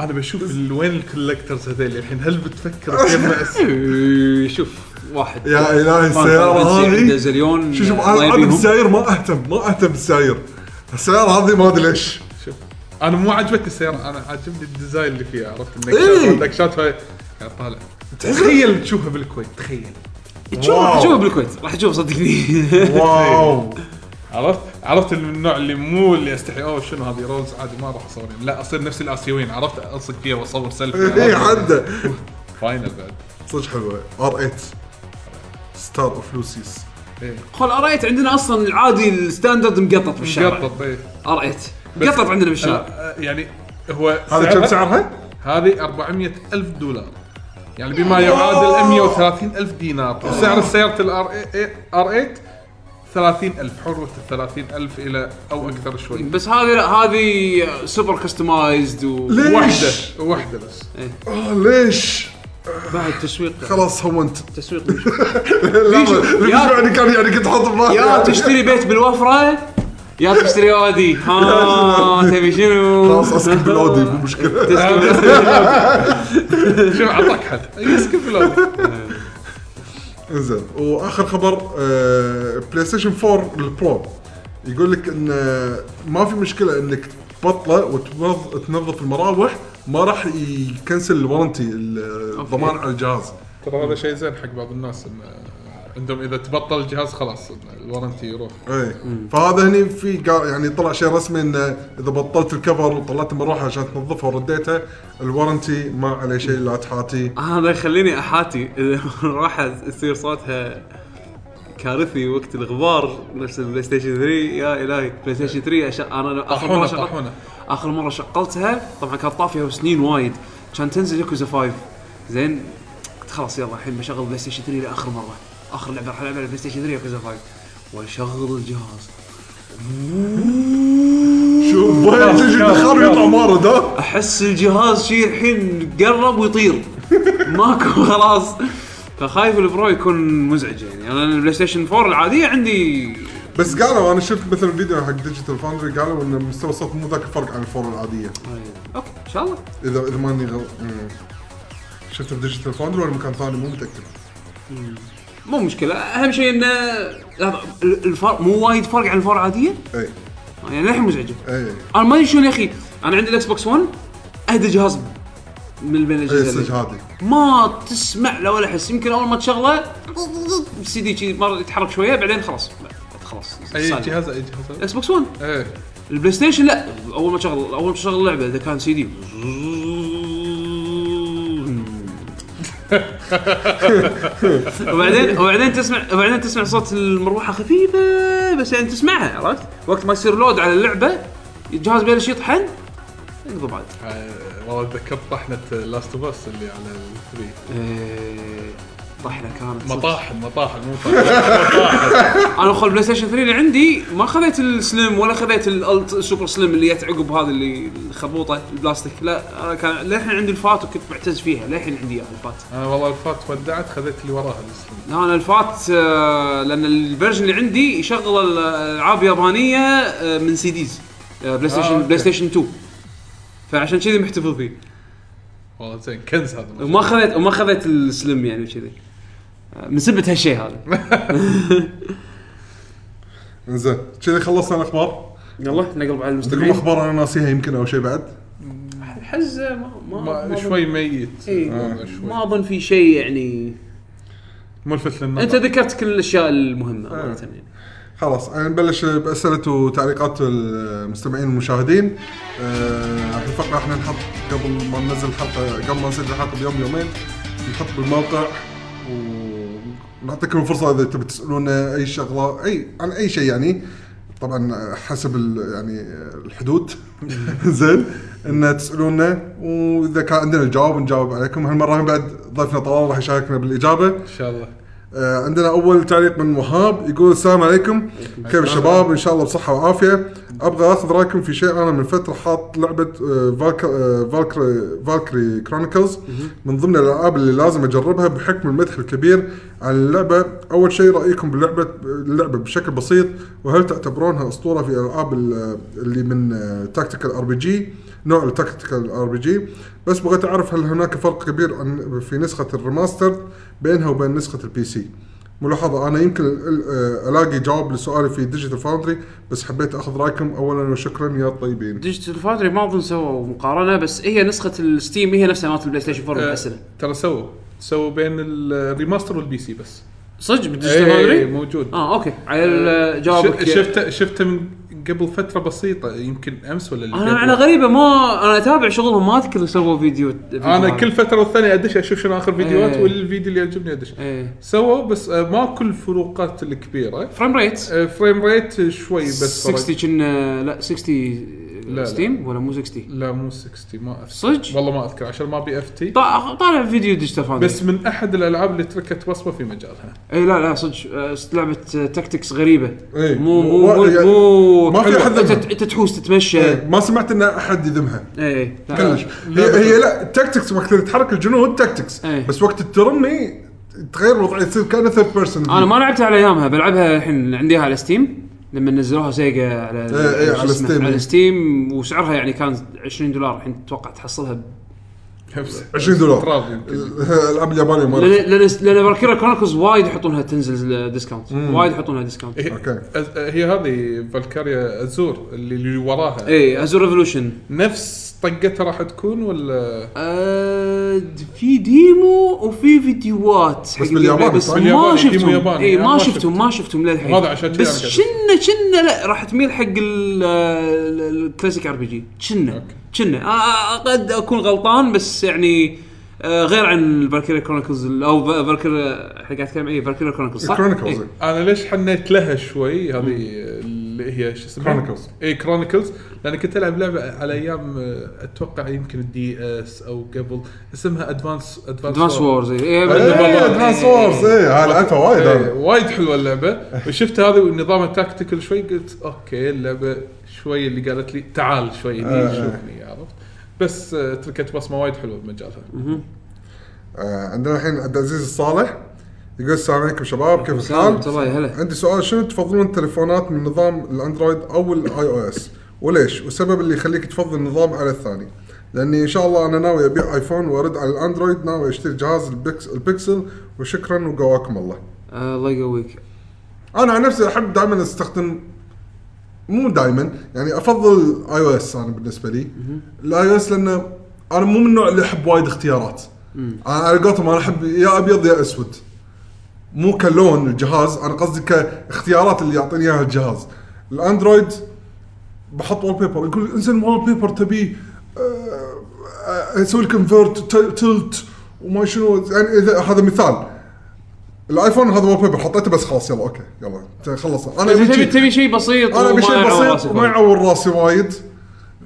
Speaker 4: انا بشوف ال- وين الكولكترز هذول الحين هل بتفكر تجمع الس-
Speaker 3: إيه، شوف واحد
Speaker 2: يا الهي السياره
Speaker 3: عنده
Speaker 2: هذه
Speaker 3: زليون
Speaker 2: شوف شوف
Speaker 3: الله
Speaker 2: انا انا
Speaker 3: يبيهم.
Speaker 2: بالسيايير ما اهتم ما اهتم بالسيايير السياره هذه ما ادري ليش
Speaker 4: شوف انا مو عجبتني السياره انا عجبني الديزاين اللي فيها عرفت
Speaker 2: إيه.
Speaker 4: النكشات والدكشات هاي قاعد طالع تخيل تشوفها بالكويت تخيل
Speaker 3: تشوف
Speaker 2: واو.
Speaker 3: تشوف بالكويت راح تشوف صدقني
Speaker 2: واو
Speaker 4: عرفت عرفت اللي من النوع اللي مو اللي استحي اوه شنو هذه رولز عادي ما راح اصور لا اصير نفس الاسيويين عرفت الصق فيها واصور
Speaker 2: اي
Speaker 4: سيلفي
Speaker 2: حده
Speaker 4: فاينل بعد
Speaker 2: إيه، صدق حلوه ار 8 ستار اوف لوسيس
Speaker 4: إيه.
Speaker 3: خل اريت عندنا اصلا العادي الستاندرد مقطط بالشارع
Speaker 4: قطط إيه.
Speaker 3: اريت مقطط عندنا بالشارع
Speaker 4: لا، يعني هو
Speaker 2: هذا كم سعرها؟
Speaker 4: هذه 400 ألف دولار يعني بما يعادل 130 ألف دينار وسعر سيارة الار 8 30 ألف حرة ال 30 ألف إلى أو أكثر شوي
Speaker 3: بس هذه لا هذه سوبر كستمايزد و
Speaker 4: واحدة
Speaker 2: ليش؟
Speaker 4: واحدة بس
Speaker 2: آه، ليش؟
Speaker 3: بعد تسويق
Speaker 2: خلاص هونت
Speaker 3: تسويق
Speaker 2: لا،
Speaker 3: شيء.
Speaker 2: لا،
Speaker 3: يا-
Speaker 2: يعني كان يعني كنت حاط ببالي
Speaker 3: يا
Speaker 2: يعني.
Speaker 3: تشتري بيت بالوفره يا تشتري اودي ها تبي شنو؟
Speaker 2: خلاص اسكت بالاودي مو مشكله
Speaker 4: شوف عطاك حد يسكب الأول.
Speaker 2: انزين واخر خبر آه، بلاي ستيشن 4 البرو يقول لك ان آه، ما في مشكله انك تبطله وتنظ- تنظف المراوح ما راح يكنسل الورنتي ال- الضمان على الجهاز
Speaker 4: ترى هذا شيء زين حق بعض الناس إن عندهم إذا تبطل الجهاز خلاص الورنتي يروح
Speaker 2: ايه فهذا هني في قا- يعني طلع شيء رسمي انه اذا بطلت الكفر وطلعت المروحه عشان تنظفها ورديتها الورنتي ما عليه شيء لا تحاتي
Speaker 3: هذا يخليني احاتي إذا راح يصير صوتها كارثي وقت الغبار نفس البلاي ستيشن 3 يا الهي بلاي ستيشن 3 أش... انا اخر مره
Speaker 4: طاحونة،
Speaker 3: شغلت-
Speaker 4: طاحونة.
Speaker 3: اخر مره شغلتها طبعا كانت طافيه وسنين وايد كان تنزل ياكوزا 5 زين قلت خلاص يلا الحين بشغل بلاي ستيشن 3 لاخر مره اخر لعبه راح العبها على البلاي ستيشن 3 ياكوزا 5 واشغل الجهاز
Speaker 2: شوف وين تجي الدخان ويطلع مارد ها
Speaker 3: احس الجهاز شي الحين قرب ويطير ماكو خلاص فخايف البرو يكون مزعج يعني انا البلاي ستيشن 4 العاديه عندي
Speaker 2: بس قالوا انا شفت مثلا فيديو حق ديجيتال فاندري قالوا ان مستوى الصوت مو ذاك الفرق عن الفورم العاديه
Speaker 3: اوكي ان شاء الله
Speaker 2: اذا اذا ماني غلط شفته بديجيتال فاوندر ولا مكان ثاني مو متاكد
Speaker 3: مو مشكله اهم شيء انه لحظة، ال- الفرق مو وايد فرق عن الفور عاديه
Speaker 2: اي
Speaker 3: يعني للحين مزعجه
Speaker 2: اي
Speaker 3: انا ما ادري شلون يا اخي انا عندي الاكس بوكس 1 اهدى جهاز من بين
Speaker 2: اي
Speaker 3: الاجهزه
Speaker 2: إيه، صدق
Speaker 3: اللي-
Speaker 2: هذه
Speaker 3: ما تسمع له ولا حس يمكن اول ما تشغله السي دي شي مره يتحرك شويه بعدين خلاص خلاص
Speaker 4: اي
Speaker 3: صار.
Speaker 4: جهاز اي جهاز
Speaker 3: الاكس بوكس 1
Speaker 4: ايه
Speaker 3: البلاي ستيشن لا اول ما تشغل اول ما تشغل اللعبه اذا كان سي دي وبعدين وبعدين تسمع وبعدين تسمع صوت المروحه خفيفه بس يعني تسمعها عرفت؟ وقت ما يصير لود على اللعبه الجهاز بلش يطحن انقضوا بعد
Speaker 4: آه، والله تذكرت طحنه لاست اوف اس اللي على الثري
Speaker 3: إيه، طحنه كانت صدق.
Speaker 4: مطاحن مطاحن مو طاحن
Speaker 3: انا اخو البلاي ستيشن 3 اللي عندي ما خذيت السليم ولا خذيت الألت- السوبر سليم اللي جت عقب هذا اللي الخربوطه البلاستيك لا انا كان للحين عندي الفات وكنت معتز فيها للحين عندي اياها الفات
Speaker 4: انا آه، والله الفات ودعت خذيت اللي وراها السليم
Speaker 3: انا الفات آه، لان الفيرجن اللي عندي يشغل الالعاب يابانيه آه، من سي ديز آه، بلاي ستيشن
Speaker 4: أوكي.
Speaker 3: بلاي ستيشن 2 فعشان كذي محتفظ فيه
Speaker 4: والله زين كنز هذا
Speaker 3: وما خذيت وما خذيت السلم يعني كذي آه، من سبه هالشيء هذا
Speaker 2: انزين كذي خلصنا الاخبار
Speaker 3: يلا نقلب على
Speaker 2: تقول
Speaker 3: المستمعين
Speaker 2: اخبار انا ناسيها يمكن او شيء بعد
Speaker 3: حزه ما ما- ما
Speaker 4: ما- شوي ميت
Speaker 3: إيه.
Speaker 4: آه، شوي.
Speaker 3: ما اظن في شيء يعني
Speaker 4: ملفت
Speaker 3: انت
Speaker 4: للنظر
Speaker 3: ذكرت كل الاشياء المهمه
Speaker 4: آه.
Speaker 3: امانه يعني
Speaker 2: خلاص يعني نبلش باسئله وتعليقات المستمعين والمشاهدين آه، راح الفقره احنا نحط قبل ما ننزل الحلقه قبل ما نسجل الحلقه بيوم يومين نحط بالموقع ونعطيكم فرصه اذا تبي تسالونا اي شغله اي عن اي شيء يعني طبعا حسب ال- يعني الحدود زين ان تسالونا واذا كان عندنا الجواب نجاوب عليكم هالمره بعد ضيفنا طلال راح يشاركنا بالاجابه
Speaker 4: ان شاء الله
Speaker 2: آه، عندنا اول تعليق من وهاب يقول السلام عليكم كيف الشباب ان شاء الله بصحه وعافيه ابغى اخذ رايكم في شيء انا من فتره حاط آه، لعبه فالكري فالكري كرونيكلز من ضمن الالعاب اللي لازم اجربها بحكم المدح الكبير على اللعبه اول شيء رايكم باللعبه اللعبه بشكل بسيط وهل تعتبرونها اسطوره في الالعاب ال- اللي من آه، تاكتيكال ار بي جي نوع التاكتيكال ار بي جي بس بغيت اعرف هل هناك فرق كبير عن في نسخه الريماستر بينها وبين نسخه البي سي ملاحظه انا يمكن ال- آه، الاقي جواب لسؤالي في ديجيتال فاوندري بس حبيت اخذ رايكم اولا وشكرا يا طيبين
Speaker 3: ديجيتال فاتري ما اظن سووا مقارنه بس هي نسخه الستيم هي نفسها مالت البلاي ستيشن
Speaker 4: آه.
Speaker 3: 4 بالاسئله
Speaker 4: ترى سووا سووا بين الريماستر والبي سي بس
Speaker 3: صدق بالديجيتال
Speaker 4: إيه، إيه،
Speaker 3: فاتري؟
Speaker 4: موجود
Speaker 3: اه اوكي على ال-
Speaker 4: ش-
Speaker 3: جوابك
Speaker 4: شفته شفته من قبل فتره بسيطه يمكن امس ولا اللي قبل.
Speaker 3: انا انا غريبه ما انا اتابع شغلهم ما اذكر سووا فيديو
Speaker 4: انا كل فتره والثانيه ادش اشوف شنو اخر فيديوهات
Speaker 3: إيه.
Speaker 4: والفيديو اللي يعجبني ادش
Speaker 3: ايه
Speaker 4: سووا بس آه، ماكو الفروقات الكبيره
Speaker 3: فريم ريت
Speaker 4: آه، فريم ريت شوي إيه، بس فرق.
Speaker 3: 60 كنا لا 60
Speaker 4: لا.
Speaker 3: ستيم ولا مو 60
Speaker 4: لا مو 60 ما اذكر
Speaker 3: صدق؟
Speaker 4: والله ما اذكر عشان ما بي اف تي
Speaker 3: طا- طالع فيديو ديجيتال فاتري
Speaker 4: بس من احد الالعاب اللي تركت بصمه في مجالها
Speaker 3: اي لا لا صدق آه، لعبه آه، تكتكس غريبه
Speaker 2: إيه.
Speaker 3: مو
Speaker 2: و-
Speaker 3: مو
Speaker 2: يعني
Speaker 3: مو
Speaker 2: ما في
Speaker 3: حلوة.
Speaker 2: أحد
Speaker 3: انت
Speaker 2: ذمها.
Speaker 3: انت تحوس تتمشى إيه،
Speaker 2: إيه، ما سمعت ان احد يذمها
Speaker 3: اي
Speaker 2: كلش هي هي لا تكتكس وقت اللي تحرك الجنود تكتكس
Speaker 3: إيه.
Speaker 2: بس وقت الترمي تغير وضعيه تصير كانها ثيرد بيرسون
Speaker 3: انا ما لعبتها على ايامها بلعبها الحين عنديها على ستيم لما نزلوها سيجا على
Speaker 2: إيه، إيه،
Speaker 3: شو
Speaker 2: على
Speaker 3: اسمه،
Speaker 2: Steam.
Speaker 3: على ستيم وسعرها يعني كان 20 دولار الحين اتوقع تحصلها ب-
Speaker 2: 20 دولار إيه.
Speaker 4: تراب يمكن
Speaker 2: الالعاب اليابانيه
Speaker 3: لان
Speaker 2: ما
Speaker 3: لان لان فالكيرا كرونيكلز وايد يحطونها تنزل ديسكاونت وايد يحطونها ديسكاونت
Speaker 4: هي-
Speaker 2: أوكي.
Speaker 4: إيه. أز- هي هذه فالكاريا ازور اللي, اللي وراها
Speaker 2: إيه.
Speaker 3: اي ازور ريفولوشن
Speaker 4: نفس طقتها راح تكون ولا
Speaker 3: آه، في ديمو وفي فيديوهات حق الجيم
Speaker 2: بالياباني،
Speaker 3: بلاي، بس
Speaker 2: صح؟
Speaker 3: ما
Speaker 4: بالياباني،
Speaker 3: شفتهم
Speaker 4: ديمو ياباني،
Speaker 3: اي
Speaker 4: أنا
Speaker 3: ما
Speaker 4: ما
Speaker 3: شفتهم ما شفتهم للحين
Speaker 4: هذا عشان كذا أنا
Speaker 3: بس
Speaker 4: قاعد
Speaker 3: شنه شنه لا راح تميل حق ال- ال- الكلاسيك ار بي جي شنه شنه آه، قد اكون غلطان بس يعني آه، غير عن فالكيريا كرونيكلز او فالكيريا احنا قاعد نتكلم اي فالكيريا كرونيكلز صح؟
Speaker 2: كرونيكلز
Speaker 3: إيه.
Speaker 4: انا ليش حنيت لها شوي هذه اللي هي شو اسمها
Speaker 2: Chronicles.
Speaker 4: اي كرونيكلز لان كنت العب لعبه على ايام آه، اتوقع يمكن الدي اس او قبل اسمها ادفانس
Speaker 3: ادفانس وورز إيه،
Speaker 2: ايه ادفانس وورز ايه لعبتها وايد
Speaker 4: إيه،
Speaker 2: أنا.
Speaker 4: وايد حلوه اللعبه وشفت هذه والنظام التاكتيكال شوي قلت اوكي اللعبه شوي اللي قالت لي تعال شوي هني شوفني عرفت بس آه، تركت بصمه وايد حلوه بمجالها
Speaker 2: آه، عندنا الحين عبد العزيز الصالح يقول السلام عليكم شباب كيف الحال؟
Speaker 3: السلام، تبا، يا هلا.
Speaker 2: عندي سؤال شنو تفضلون التليفونات من نظام الاندرويد او الاي او اس؟ وليش؟ والسبب اللي يخليك تفضل النظام على الثاني؟ لاني ان شاء الله انا ناوي ابيع ايفون وارد على الاندرويد ناوي اشتري جهاز البكس البكسل وشكرا وقواكم الله
Speaker 3: آه، الله يقويك
Speaker 2: انا عن نفسي احب دائما استخدم مو دائما يعني افضل اي او اس انا بالنسبه لي الاي او اس لانه انا مو من النوع اللي احب وايد اختيارات انا على قولتهم انا احب يا ابيض يا اسود مو كلون الجهاز انا قصدي كاختيارات اللي يعطيني اياها الجهاز الاندرويد بحط وول بيبر يقول انزين وول بيبر تبي آه، اسوي الكونفرت تلت وما شنو يعني اذا هذا مثال الايفون هذا وول بيبر حطيته بس خلاص يلا اوكي يلا خلص انا
Speaker 3: بس
Speaker 2: أبي
Speaker 3: تبي
Speaker 2: شي.
Speaker 3: تبي شيء بسيط
Speaker 2: انا
Speaker 3: وما
Speaker 2: ابي شيء
Speaker 3: يعور
Speaker 2: بسيط
Speaker 3: راسك.
Speaker 2: وما يعور راسي وايد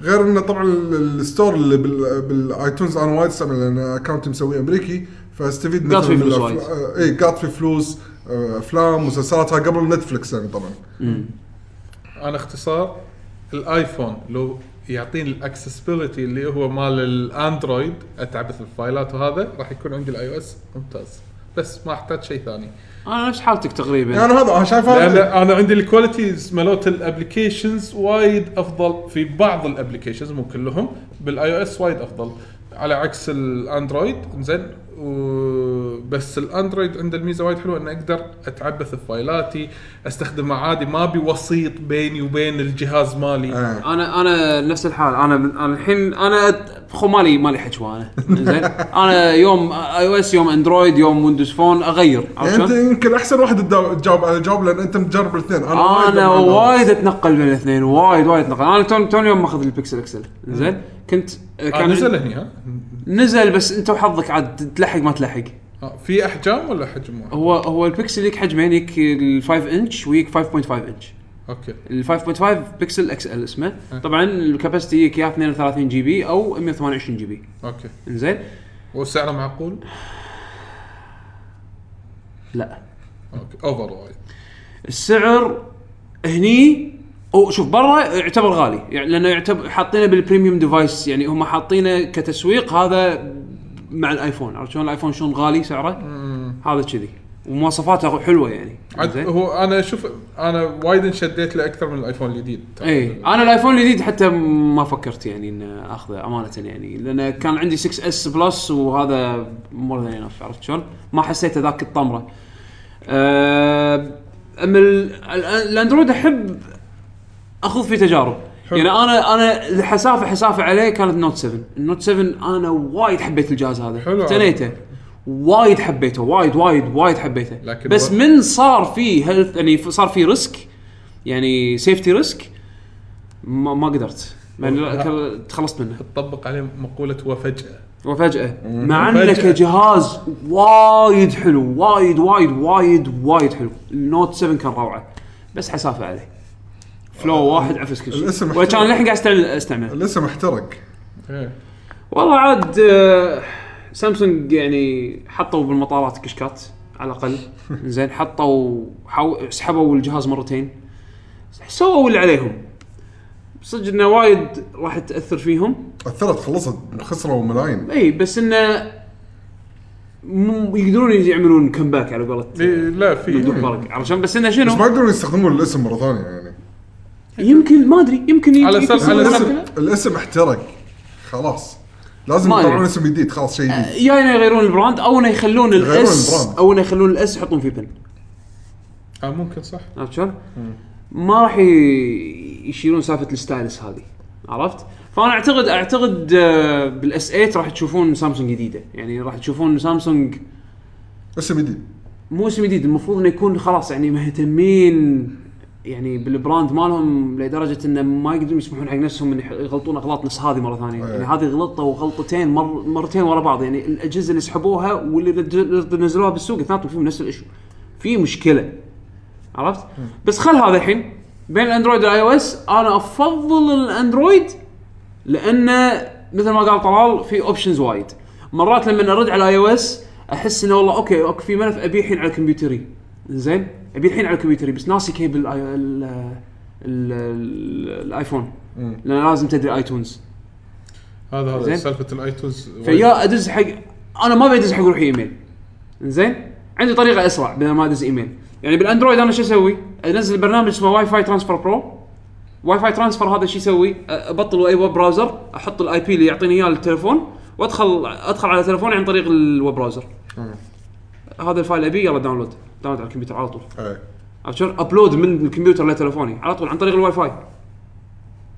Speaker 2: غير انه طبعا ال- ال- الستور اللي بال- بالايتونز انا وايد استعمل لان اكونتي مسويه امريكي فاستفيد
Speaker 3: قاط فيه
Speaker 2: من
Speaker 3: فلوس
Speaker 2: الأف-
Speaker 3: وايد.
Speaker 2: آه، اي قاط في فلوس آه، افلام مسلسلات هاي قبل نتفلكس يعني طبعا
Speaker 4: انا اختصار الايفون لو يعطيني الاكسسبيلتي اللي هو مال الاندرويد اتعبث الفايلات وهذا راح يكون عندي الاي او اس ممتاز بس ما احتاج شيء ثاني
Speaker 3: انا نفس حالتك
Speaker 2: يعني
Speaker 3: تقريبا
Speaker 2: انا هذا أنا شايف
Speaker 4: لان
Speaker 2: هذا
Speaker 4: انا عندي الكواليتيز مالت الابلكيشنز وايد افضل في بعض الابلكيشنز مو كلهم بالاي او اس وايد افضل على عكس الاندرويد زين و- بس الاندرويد عنده الميزه وايد حلوه ان اقدر اتعبث بفايلاتي استخدمه عادي ما بي وسيط بيني وبين الجهاز مالي
Speaker 2: آه.
Speaker 3: انا انا نفس الحال انا من انا الحين انا أت- خو مالي مالي حجوه انا زين انا يوم اي او اس يوم اندرويد يوم ويندوز فون اغير عرفت
Speaker 2: يعني انت
Speaker 3: شلون؟
Speaker 2: يمكن احسن واحد تدا- تجاوب على الجواب لان انت مجرب الاثنين انا وايد
Speaker 3: انا
Speaker 2: لما-
Speaker 3: وايد اتنقل بين الاثنين وايد وايد اتنقل انا توني توني يوم ماخذ البكسل اكسل زين كنت
Speaker 4: آه، نزل هني ها
Speaker 3: نزل بس انت وحظك عاد تلحق ما تلحق
Speaker 4: آه، في احجام ولا حجم واحد؟
Speaker 3: هو هو البكسل يك حجمين يك ال 5 انش ويك 5.5 انش
Speaker 4: اوكي
Speaker 3: ال 5.5 بكسل اكس ال اسمه
Speaker 4: أه.
Speaker 3: طبعا الكاباسيتي يك يا 32 جي بي او 128 جي بي
Speaker 4: اوكي
Speaker 3: انزين
Speaker 4: وسعره معقول؟
Speaker 3: لا
Speaker 4: اوكي اوفر وايد
Speaker 3: السعر هني أو شوف برا يعتبر غالي يعني لانه يعتبر حاطينه بالبريميوم ديفايس يعني هم حاطينه كتسويق هذا مع الايفون عرفت شلون الايفون شلون غالي سعره هذا كذي ومواصفاته حلوه يعني
Speaker 4: عاد
Speaker 3: زين؟
Speaker 4: هو انا اشوف انا وايد انشديت له اكثر من الايفون الجديد
Speaker 3: اي انا الايفون إيه. الجديد حتى ما فكرت يعني ان اخذه امانه يعني لان كان عندي 6 اس بلس وهذا مور ذان انف عرفت شلون؟ ما حسيت ذاك الطمره. أه، اما ال- ال- الاندرويد احب اخوض فيه تجارب. يعني انا انا الحسافه حسافه عليه كانت نوت 7 النوت 7 انا وايد حبيت الجهاز هذا
Speaker 4: حلو.
Speaker 3: اعتنيته وايد حبيته وايد وايد وايد حبيته
Speaker 4: لكن
Speaker 3: بس
Speaker 4: بر-
Speaker 3: من صار فيه هيلث يعني صار فيه ريسك يعني سيفتي ريسك ما, ما قدرت يعني لا- كل- تخلصت منه
Speaker 4: طبق عليه مقوله وفجاه
Speaker 3: وفجأة مع انه
Speaker 4: فجأة.
Speaker 3: كجهاز وايد حلو وايد وايد وايد وايد حلو النوت 7 كان روعه بس حسافه عليه فلو واحد عفس كل شيء
Speaker 2: الاسم
Speaker 3: وكان
Speaker 2: حلو.
Speaker 3: الحين قاعد استعمل استعمل
Speaker 2: الاسم احترق
Speaker 4: إيه.
Speaker 3: والله عاد آه، سامسونج يعني حطوا بالمطارات كشكات على الاقل زين حطوا حاو- سحبوا الجهاز مرتين سووا اللي عليهم صدق انه وايد راح تاثر فيهم
Speaker 2: اثرت خلصت خسروا ملايين
Speaker 3: اي بس انه مو- يقدرون يعملون كمباك على قولة
Speaker 4: إيه، لا
Speaker 3: مندوب
Speaker 4: في
Speaker 3: برق علشان بس انه
Speaker 2: بس ما
Speaker 3: شنو
Speaker 2: يقدرون يستخدمون الاسم مره ثانيه يعني
Speaker 3: يمكن ما ادري يمكن
Speaker 4: على أساس- على أساس-
Speaker 2: الاسم الاسم احترق خلاص لازم
Speaker 3: ما أدري.
Speaker 2: يطلعون اسم جديد خلاص شيء جديد
Speaker 3: يا انه يغيرون البراند او انه يخلون
Speaker 2: يغيرون
Speaker 3: الاس
Speaker 2: البراند.
Speaker 3: او انه يخلون الاس يحطون فيه بن
Speaker 4: آه ممكن صح
Speaker 3: عرفت شلون؟ ما راح ي- يشيلون سالفه الستايلس هذه عرفت؟ فانا اعتقد اعتقد آه، بالاس 8 راح تشوفون سامسونج جديده يعني راح تشوفون سامسونج
Speaker 2: اسم جديد
Speaker 3: مو اسم جديد المفروض انه يكون خلاص يعني مهتمين يعني بالبراند مالهم لدرجه انه ما يقدرون يسمحون حق نفسهم ان يح- يغلطون اغلاط نفس هذه مره ثانيه يعني هذه غلطه وغلطتين مر مرتين ورا بعض يعني الاجهزه اللي سحبوها واللي رد- نزلوها بالسوق اثنيناتهم فيهم نفس الاشي في مشكله عرفت بس خل هذا الحين بين الاندرويد والاي او اس انا افضل الاندرويد لانه مثل ما قال طلال في اوبشنز وايد مرات لما ارد على الاي او اس احس انه والله اوكي اوكي في ملف ابي الحين على كمبيوتري زين ابي الحين على كمبيوتري بس ناسي كيبل آه، ال- ال- ال- ال- الايفون لان لازم تدري ايتونز
Speaker 4: هذا هذا
Speaker 3: زين.
Speaker 4: سالفه الايتونز وايد.
Speaker 3: فيا ادز حق انا ما بدز حق روحي ايميل زين عندي طريقه اسرع بدل ما ادز ايميل يعني بالاندرويد انا شو اسوي؟ انزل برنامج اسمه واي فاي ترانسفير برو واي فاي ترانسفير هذا شو يسوي؟ أ- ابطل اي ويب براوزر احط الاي بي اللي يعطيني اياه التليفون وادخل ادخل على تليفوني عن طريق الويب براوزر. هذا الفايل ابي يلا داونلود داونلود على الكمبيوتر على طول
Speaker 2: إيه.
Speaker 3: عرفت شلون؟ ابلود من الكمبيوتر لتليفوني على طول عن طريق الواي فاي.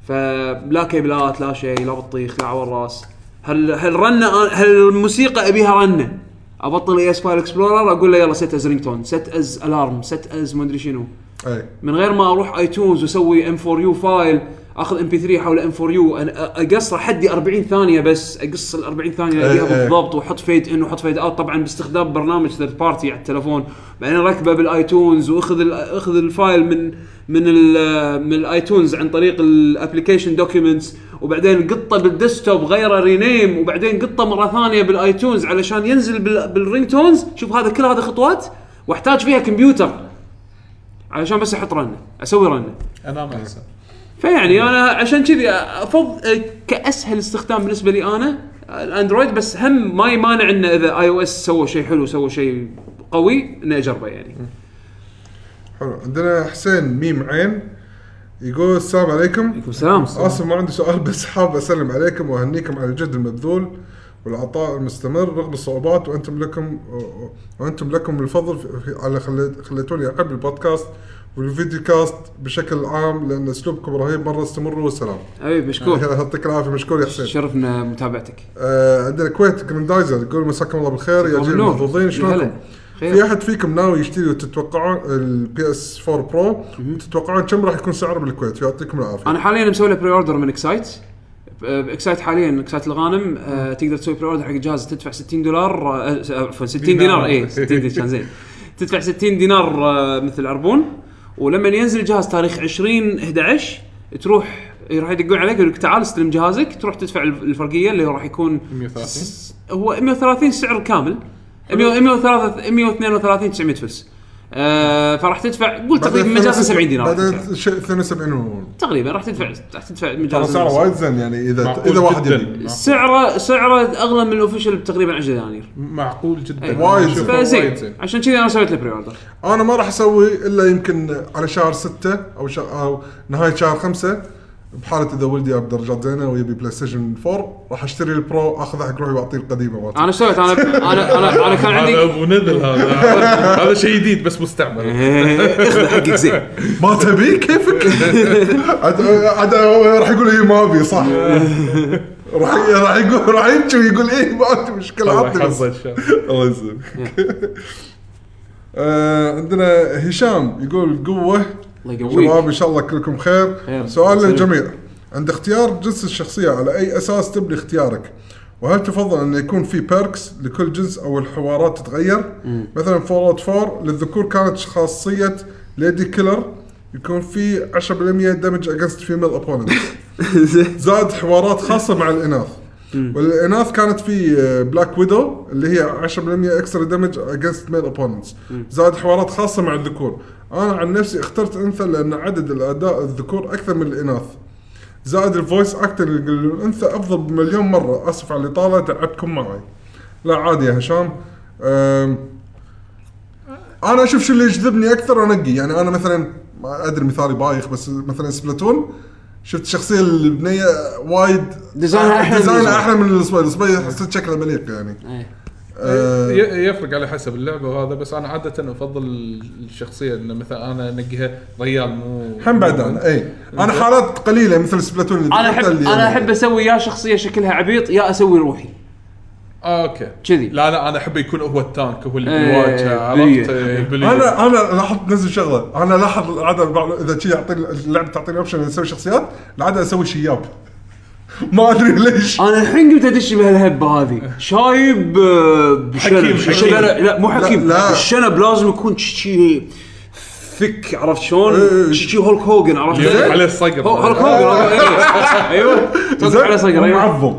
Speaker 3: فلا كيبلات لا شيء لا بطيخ لا عور راس. هل هل رنه هل الموسيقى ابيها رنه؟ ابطل اي اس فايل اكسبلورر اقول له يلا سيت از رينج تون، سيت از الارم، سيت از ما ادري شنو.
Speaker 2: إيه.
Speaker 3: من غير ما اروح ايتونز واسوي ام 4 يو فايل اخذ ام بي 3 حول ام 4 يو اقصره حدي 40 ثانيه بس اقص ال 40 ثانيه اللي
Speaker 2: إيه، إيه.
Speaker 3: أبيها بالضبط واحط فيد ان واحط فيد اوت طبعا باستخدام برنامج ثيرد بارتي على التليفون بعدين ركبه بالايتونز واخذ ال- اخذ الفايل من من ال من الايتونز عن طريق الابلكيشن دوكيومنتس وبعدين قطه بالديسكتوب غيره رينيم وبعدين قطه مره ثانيه بالايتونز علشان ينزل بال- بالرينج تونز شوف هذا كل هذه خطوات واحتاج فيها كمبيوتر علشان بس احط رنه اسوي رنه
Speaker 4: انا ما احسن
Speaker 3: فيعني انا عشان كذي افضل كاسهل استخدام بالنسبه لي انا الاندرويد بس هم ما يمانع انه اذا اي او اس سووا شيء حلو سووا شيء قوي اني اجربه يعني
Speaker 2: حلو عندنا حسين ميم عين يقول السلام عليكم
Speaker 3: السلام
Speaker 2: اسف ما عندي سؤال بس حاب اسلم عليكم واهنيكم على الجهد المبذول والعطاء المستمر رغم الصعوبات وانتم لكم وانتم لكم الفضل في- في- على خليت- خليتوني احب البودكاست والفيديو كاست بشكل عام لان اسلوبكم رهيب مره استمروا والسلام
Speaker 3: حبيبي مشكور
Speaker 2: يعطيك العافيه مشكور يا حسين
Speaker 3: شرفنا متابعتك
Speaker 2: آه، عندنا الكويت جراندايزر يقول مساكم الله بالخير يا جيل
Speaker 3: بالنور.
Speaker 2: المحظوظين شلونكم؟
Speaker 3: هلا. خير.
Speaker 2: في احد فيكم ناوي يشتري وتتوقعون البي اس 4 برو تتوقعون كم راح يكون سعره بالكويت يعطيكم العافيه
Speaker 3: انا حاليا مسوي له بري اوردر من آه، اكسايت اكسايت حاليا اكسايت الغانم آه، تقدر تسوي بري اوردر حق الجهاز تدفع 60 دولار آه، آه، عفوا 60 دينار اي 60 دينار كان زين تدفع 60 دينار آه، مثل عربون ولما ينزل الجهاز تاريخ 20 11 تروح راح يدقون عليك يقول لك تعال استلم جهازك تروح تدفع الف- الفرقيه اللي راح يكون
Speaker 4: 130.
Speaker 3: س- هو 130 سعر كامل 132 900 فلس آه، فراح تدفع قول تقريبا مجازا 70 دينار
Speaker 2: بعدين شيء 72 هو.
Speaker 3: تقريبا راح تدفع راح تدفع
Speaker 2: ترى
Speaker 3: مجازا
Speaker 2: سعره وايد زين يعني اذا
Speaker 4: معقول
Speaker 2: اذا واحد
Speaker 4: جداً.
Speaker 2: يبي
Speaker 3: سعره سعره اغلى من الاوفيشال بتقريبا 10 دنانير
Speaker 4: معقول
Speaker 3: أي.
Speaker 4: جدا
Speaker 2: وايد
Speaker 4: أشوفه
Speaker 3: فزين عشان كذا انا سويت له بري اوردر
Speaker 2: انا ما راح اسوي الا يمكن على شهر 6 او شهر او نهايه شهر 5 بحاله اذا ولدي جاب درجات زينه ويبي بلاي ستيشن 4 راح اشتري البرو اخذه حق روحي واعطيه القديمه مالته
Speaker 3: انا إيش سويت انا انا انا, أنا كان
Speaker 4: هذا
Speaker 3: عندي
Speaker 4: ابو نذل هذا هذا شيء جديد بس
Speaker 3: إيه.
Speaker 4: مستعمل
Speaker 3: اخذ حقك زين
Speaker 2: ما تبي كيفك عاد عاد هو راح يقول ايه ما ابي صح راح راح يقول راح يبكي ويقول ايه ما عندي مشكله
Speaker 4: الله
Speaker 2: عطني بس
Speaker 4: يحفظه ان شاء الله
Speaker 2: الله يسلمك آه، عندنا هشام يقول قوه
Speaker 3: الله يقويك
Speaker 2: شباب ان شاء الله كلكم خير
Speaker 3: خير.
Speaker 2: سؤال
Speaker 3: سلام.
Speaker 2: للجميع عند اختيار جنس الشخصيه على اي اساس تبني اختيارك وهل تفضل ان يكون في بيركس لكل جنس او الحوارات تتغير مثلا فول اوت 4 للذكور كانت خاصيه ليدي كيلر يكون في 10% دمج اجنست فيميل اوبوننت زائد حوارات خاصه مع الاناث والاناث كانت في بلاك ويدو اللي هي 10% اكسترا دمج اجينست ميل اوبوننتس زائد حوارات خاصه مع الذكور انا عن نفسي اخترت انثى لان عدد الاداء الذكور اكثر من الاناث زائد الفويس اكتر الانثى افضل بمليون مره اسف على الاطاله تعبتكم معي لا عادي يا هشام أم، انا اشوف شو اللي يجذبني اكثر وانقي يعني انا مثلا ما ادري مثالي بايخ بس مثلا سبلاتون شفت الشخصيه البنيه وايد
Speaker 3: ديزاينها أحلى من
Speaker 2: ديزاينها
Speaker 3: الديزاين.
Speaker 2: احلى من الصبي الصبي حسيت شكله مليق يعني آه،
Speaker 4: ي- يفرق على حسب اللعبه وهذا بس انا عاده افضل الشخصيه ان مثلا انا انقيها ريال مو
Speaker 2: هم بعد انا اي انا حالات قليله مثل سبلاتون اللي
Speaker 3: انا احب
Speaker 2: ذكرتها اللي يعني.
Speaker 3: انا احب اسوي يا شخصيه شكلها عبيط يا اسوي روحي
Speaker 4: آه اوكي
Speaker 3: كذي.
Speaker 4: لا لا انا احب يكون هو التانك هو اللي
Speaker 3: إيه،
Speaker 4: بيواجه
Speaker 3: بلية.
Speaker 4: عرفت إيه، بلية.
Speaker 2: انا انا لاحظت نفس الشغله انا لاحظ العاده بعض- اذا شي يعطيني اللعبه تعطيني اوبشن اسوي شخصيات العاده اسوي شياب ما ادري ليش
Speaker 3: انا الحين قمت ادش بهالهبه هذه شايب آه، بشنب
Speaker 4: حكيم، حكيم.
Speaker 3: لا لا مو حكيم
Speaker 2: لا.
Speaker 3: الشنب لازم يكون شي ثك عرفت
Speaker 2: إيه.
Speaker 3: شلون؟ شي هولك هوجن عرفت
Speaker 4: يضرب
Speaker 3: شلون؟
Speaker 4: عليه الصقر
Speaker 3: هو- هولك هوجن أيوه. ايوه تصدق على صقر ايوه
Speaker 2: معظم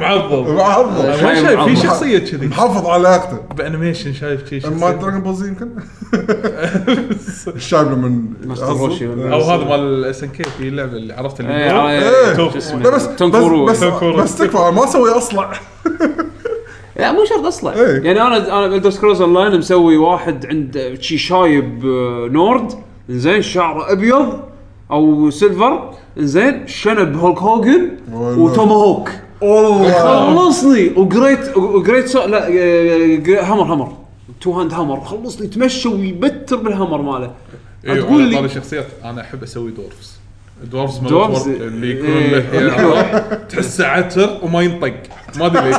Speaker 4: معظم
Speaker 2: معظم
Speaker 4: ما شايف في
Speaker 3: معظم.
Speaker 4: شخصيه كذي
Speaker 2: محافظ على علاقته
Speaker 4: بانيميشن شايف
Speaker 2: ما
Speaker 4: شيء شخصية.
Speaker 2: دراجون بول زي يمكن الشايب لما
Speaker 3: ماستر روشي ولا-
Speaker 4: او هذا مال اس ان كي في لعبه اللي عرفت اللي
Speaker 3: إيه، على- شو
Speaker 2: إيه.
Speaker 4: توب.
Speaker 3: اسمه؟
Speaker 2: لا بس
Speaker 3: تنكورو.
Speaker 2: بس بس,
Speaker 4: تنكورو.
Speaker 2: بس تكفى أنا ما اسوي اصلع
Speaker 3: لا مو شرط اصلا
Speaker 2: إيه.
Speaker 3: يعني انا انا بالدر سكرولز اون لاين مسوي واحد عند شي شايب آه، نورد زين شعره ابيض او سيلفر زين شنب هولك هوجن
Speaker 2: والله.
Speaker 3: وتوما هوك
Speaker 2: والله
Speaker 3: خلصني وجريت وجريت سو... لا آه، هامر هامر تو هاند هامر خلصني تمشى ويبتر بالهامر ماله
Speaker 4: ايوه
Speaker 3: تقول
Speaker 4: تقول
Speaker 3: لي-
Speaker 4: لي شخصيات انا احب اسوي دورفز دورفز
Speaker 3: دورفز-
Speaker 4: دورفز اللي يكون
Speaker 3: إيه.
Speaker 4: لحية عرق، تحسه عتر وما ينطق ما ادري ليش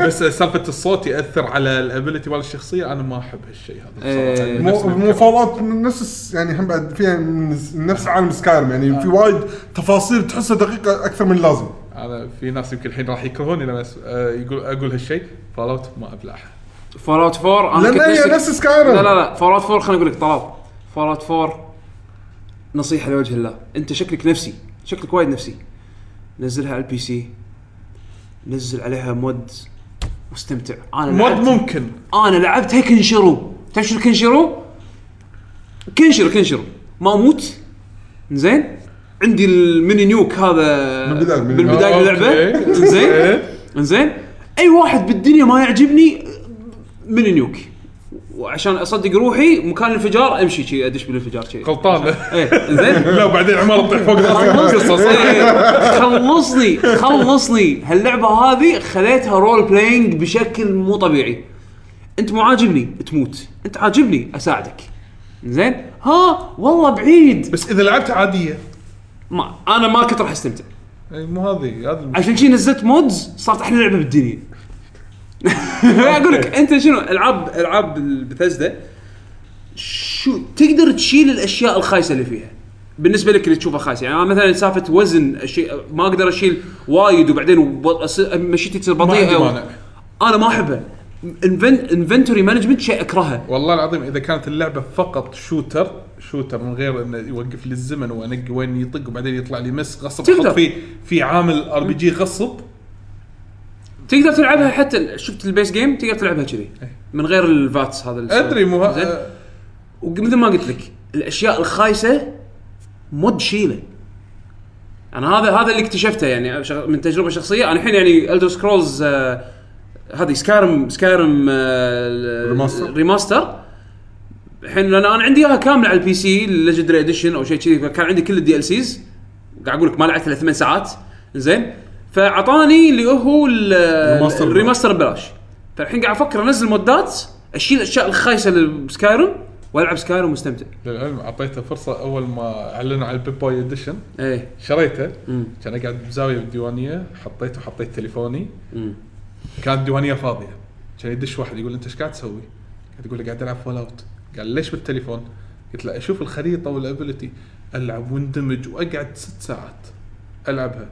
Speaker 4: بس سالفه الصوت ياثر على الابيلتي مال الشخصيه انا ما احب هالشيء هذا
Speaker 3: إيه.
Speaker 4: بصراحه نفس
Speaker 2: مو مو
Speaker 4: الفكرة.
Speaker 2: فولات من نفس الس- يعني هم بعد فيها من س- نفس عالم سكايرم يعني في وايد تفاصيل تحسها دقيقه اكثر من اللازم
Speaker 4: انا في ناس يمكن الحين راح يكرهوني لما أس- آه، يقول اقول هالشيء فولات ما ابلعها
Speaker 3: فول اوت 4 انا
Speaker 2: لأن
Speaker 3: كنت
Speaker 2: هي
Speaker 3: نفسي-
Speaker 2: نفس سكايرم.
Speaker 3: لا لا لا فول اوت 4 خليني اقول لك طلال فول اوت 4 نصيحه لوجه الله انت شكلك نفسي شكلك وايد نفسي نزلها على البي سي نزل عليها مود واستمتع انا
Speaker 4: مود
Speaker 3: لعبت-
Speaker 4: ممكن
Speaker 3: انا لعبتها كنشرو تعرف شنو كنشرو؟ كنشرو كنشرو ما اموت زين عندي الميني نيوك هذا
Speaker 2: من البداية- من-
Speaker 3: بالبدايه اللعبه
Speaker 4: أوكي.
Speaker 3: زين زين اي واحد بالدنيا ما يعجبني ميني نيوك وعشان اصدق روحي مكان الانفجار امشي شي ادش بالانفجار شي
Speaker 4: غلطان
Speaker 3: ايه زين
Speaker 4: لا وبعدين عمر تطيح فوق راسك
Speaker 3: خلص-
Speaker 4: قصص
Speaker 3: إيه، خلصني خلصني هاللعبه هذه خليتها رول بلاينج بشكل مو طبيعي انت مو عاجبني تموت انت عاجبني اساعدك زين ها والله بعيد
Speaker 4: بس اذا لعبت عاديه
Speaker 3: ما انا ما كنت راح استمتع
Speaker 4: إيه، مو هذه هذه الم-
Speaker 3: عشان شي نزلت مودز صارت احلى لعبه بالدنيا اقول لك انت شنو العاب العاب بثزدا شو تقدر تشيل الاشياء الخايسه اللي فيها بالنسبه لك اللي تشوفها خايسه يعني أنا مثلا سالفه وزن الشيء ما اقدر اشيل وايد وبعدين وب- أصير- مشيتي تصير
Speaker 4: ما عندي
Speaker 3: بطيئه و...
Speaker 4: مانع.
Speaker 3: انا ما احبها انفنتوري مانجمنت شيء اكرهه
Speaker 4: والله العظيم اذا كانت اللعبه فقط شوتر شوتر من غير انه يوقف لي الزمن وانقي وين يطق وبعدين يطلع لي مس غصب
Speaker 3: تقدر.
Speaker 4: حط في في عامل ار بي جي غصب
Speaker 3: تقدر تلعبها حتى شفت البيس جيم تقدر تلعبها كذي من غير الفاتس هذا اللي-
Speaker 4: ادري إيه. مو آه،
Speaker 3: زين.
Speaker 4: ها-
Speaker 3: ومثل ما قلت لك الاشياء الخايسه مود شيله انا هذا هذا اللي اكتشفته يعني شغ- من تجربه شخصيه انا الحين يعني الدر سكرولز هذه سكارم سكارم
Speaker 2: ريماستر.
Speaker 3: ريماستر الحين لان انا عندي اياها كامله على البي سي الليجندري اديشن او شيء كذي فكان عندي كل الدي ال سيز قاعد اقول لك ما لعبت الا ثمان ساعات زين فاعطاني اللي هو ال-
Speaker 2: الريماستر ببلاش.
Speaker 3: الريماستر ببلاش فالحين قاعد افكر انزل مودات اشيل الاشياء الخايسه لسكايروم والعب سكايروم مستمتع
Speaker 4: للعلم اعطيته فرصه اول ما اعلنوا على البيب بوي اديشن
Speaker 3: ايه
Speaker 4: شريته
Speaker 3: مم.
Speaker 4: كان قاعد بزاويه بالديوانيه حطيته حطيت تليفوني كانت الديوانيه فاضيه كان يدش واحد يقول انت ايش قاعد تسوي؟ قاعد يقول لي قاعد العب فول اوت قال ليش بالتليفون؟ قلت له اشوف الخريطه والابيلتي العب واندمج واقعد ست ساعات العبها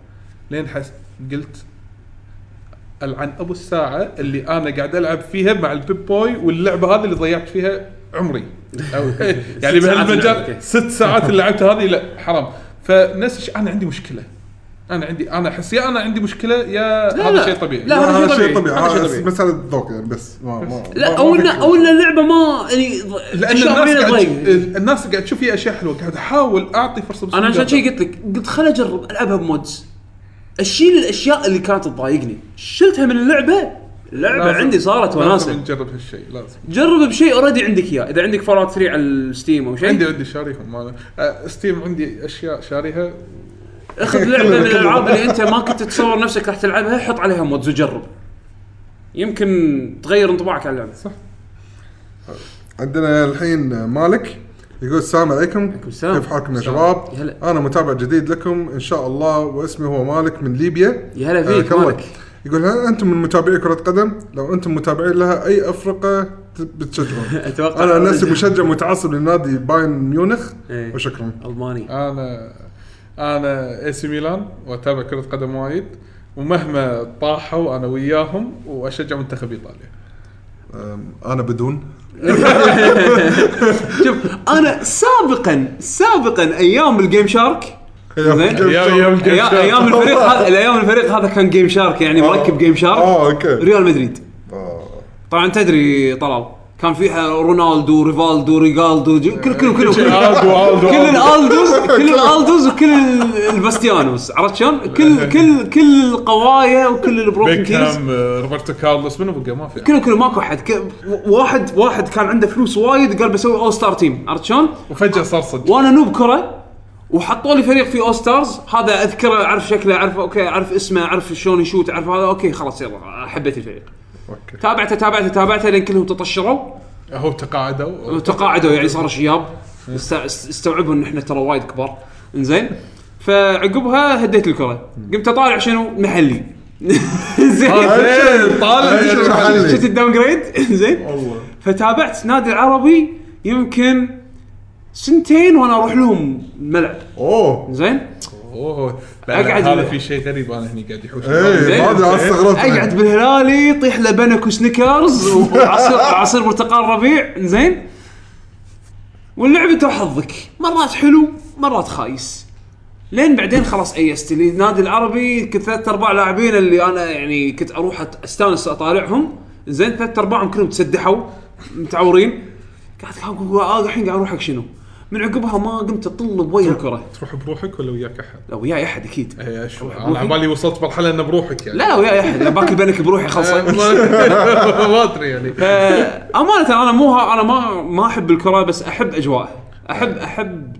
Speaker 4: لين حس قلت العن ابو الساعه اللي انا قاعد العب فيها مع البيب بوي واللعبه هذه اللي ضيعت فيها عمري أو يعني
Speaker 3: ست ساعات اللعب،
Speaker 4: بهالمجال
Speaker 3: أوكي.
Speaker 4: ست ساعات اللي لعبتها هذه لا حرام فنفس الشيء انا عندي مشكله انا عندي انا احس يا انا عندي مشكله يا
Speaker 3: لا،
Speaker 4: هذا
Speaker 3: لا.
Speaker 4: شيء طبيعي
Speaker 3: لا، هذا شيء طبيعي. هذا شيء
Speaker 2: هذا
Speaker 3: طبيعي.
Speaker 2: شيء مساله ذوق يعني بس ما ما
Speaker 3: لا
Speaker 2: ما-
Speaker 3: او
Speaker 2: ما
Speaker 3: ان
Speaker 2: في
Speaker 3: او ان اللعبه ما يعني
Speaker 4: لان
Speaker 3: أشياء
Speaker 4: الناس
Speaker 3: معينة
Speaker 4: قاعد إيه،
Speaker 3: تضايق.
Speaker 4: الناس قاعد تشوف فيها اشياء حلوه قاعد احاول اعطي فرصه بس
Speaker 3: انا عشان
Speaker 4: مجرد.
Speaker 3: شي قلت لك قلت خل اجرب العبها بمودز اشيل الاشياء اللي كانت تضايقني شلتها من اللعبه اللعبه
Speaker 4: لازم-
Speaker 3: عندي صارت
Speaker 4: لازم
Speaker 3: وناسه
Speaker 4: نجرب هالشيء لازم
Speaker 3: جرب بشيء اوريدي عندك اياه اذا عندك فول 3 على الستيم او
Speaker 4: عندي
Speaker 3: شيء
Speaker 4: عندي شاريهم ما آه، ستيم عندي اشياء شاريها
Speaker 3: اخذ لعبه من الالعاب اللي انت ما كنت تتصور نفسك راح تلعبها حط عليها مودز وجرب يمكن تغير انطباعك على اللعبه
Speaker 2: عندنا الحين مالك يقول السلام عليكم
Speaker 3: السلام.
Speaker 2: كيف حالكم يا
Speaker 3: السلام.
Speaker 2: شباب؟
Speaker 3: يا هلا.
Speaker 2: انا متابع جديد لكم ان شاء الله واسمي هو مالك من ليبيا
Speaker 3: يا هلا
Speaker 2: آه،
Speaker 3: فيك،
Speaker 2: كمان.
Speaker 3: مالك.
Speaker 2: يقول هل انتم من متابعي كرة قدم؟ لو انتم متابعين لها اي افرقة ت- بتشجعون؟
Speaker 3: أتوقع
Speaker 2: انا عن نفسي
Speaker 3: أوريجن.
Speaker 2: مشجع متعصب لنادي بايرن ميونخ
Speaker 3: إيه.
Speaker 2: وشكرا
Speaker 3: الماني
Speaker 4: انا انا اي سي ميلان واتابع كره قدم وايد ومهما طاحوا انا وياهم واشجع منتخب ايطاليا
Speaker 2: أم، انا بدون
Speaker 3: شوف انا سابقا سابقا ايام الجيم شارك زين.
Speaker 4: يا يا الجيم
Speaker 3: أيا-
Speaker 4: شارك.
Speaker 3: ايام الفريق هذا الايام الفريق هذا كان
Speaker 2: آه،
Speaker 3: جيم شارك يعني مركب جيم شارك
Speaker 2: اه اوكي
Speaker 3: ريال مدريد
Speaker 2: آه. آه.
Speaker 3: طبعا تدري طلال كان فيها رونالدو ريفالدو ريجالدو ج- كل كل كل كل
Speaker 4: الدو الدو
Speaker 3: كل الالدوز كل الالدوز وكل ال- الباستيانوس عرفت شلون؟ كل كل كل القوايا وكل البروكن كيز
Speaker 4: بيكهام آه، روبرتو كارلوس منو بقى ما في
Speaker 3: كله كله ماكو احد ك- و- واحد واحد كان عنده فلوس وايد قال بسوي اول ستار تيم عرفت شلون؟
Speaker 4: وفجاه صار صدق
Speaker 3: وانا نوب كره وحطوا لي فريق فيه اول ستارز هذا اذكره اعرف شكله اعرف اوكي اعرف اسمه اعرف شلون يشوت اعرف هذا اوكي خلاص يلا حبيت الفريق
Speaker 4: أوكي.
Speaker 3: تابعته تابعته تابعته لين كلهم تطشروا
Speaker 4: هو تقاعدوا
Speaker 3: تقاعدوا يعني صاروا شياب است- است- استوعبوا ان احنا ترى وايد كبار انزين فعقبها هديت الكره قمت اطالع شنو محلي زين
Speaker 4: زين، طالع
Speaker 2: إيش محلي؟
Speaker 3: شفت الداون جريد زين
Speaker 2: والله
Speaker 3: فتابعت نادي العربي يمكن سنتين وانا اروح لهم الملعب
Speaker 2: اوه
Speaker 3: زين
Speaker 4: اوه
Speaker 3: أقعد
Speaker 4: اقعد هذا
Speaker 3: بال-
Speaker 4: في شيء غريب انا هني قاعد يحوش إيه.
Speaker 2: ايه
Speaker 3: زين. إيه.
Speaker 2: ما ادري أنا استغربت
Speaker 3: اقعد بالهلالي يطيح له بنك وسنيكرز وعصير عصير برتقال ربيع زين واللعبه تو حظك مرات حلو مرات خايس لين بعدين خلاص ايست لي النادي العربي كنت ثلاث ارباع لاعبين اللي انا يعني كنت اروح أت- استانس اطالعهم زين ثلاث ارباعهم كلهم تسدحوا متعورين قاعد اقول آه، الحين قاعد اروح حق شنو من عقبها ما قمت اطل بوجه الكره
Speaker 4: تروح بروحك ولا وياك احد؟
Speaker 3: لا وياي احد اكيد
Speaker 4: اي اشوف انا على بالي وصلت مرحله انه بروحك يعني
Speaker 3: لا وياي احد لا باكل بنك بروحي خلصان
Speaker 4: ما- ما ادري يعني
Speaker 3: آه، امانه انا مو ها- انا ما ما احب الكره بس احب اجواءها احب احب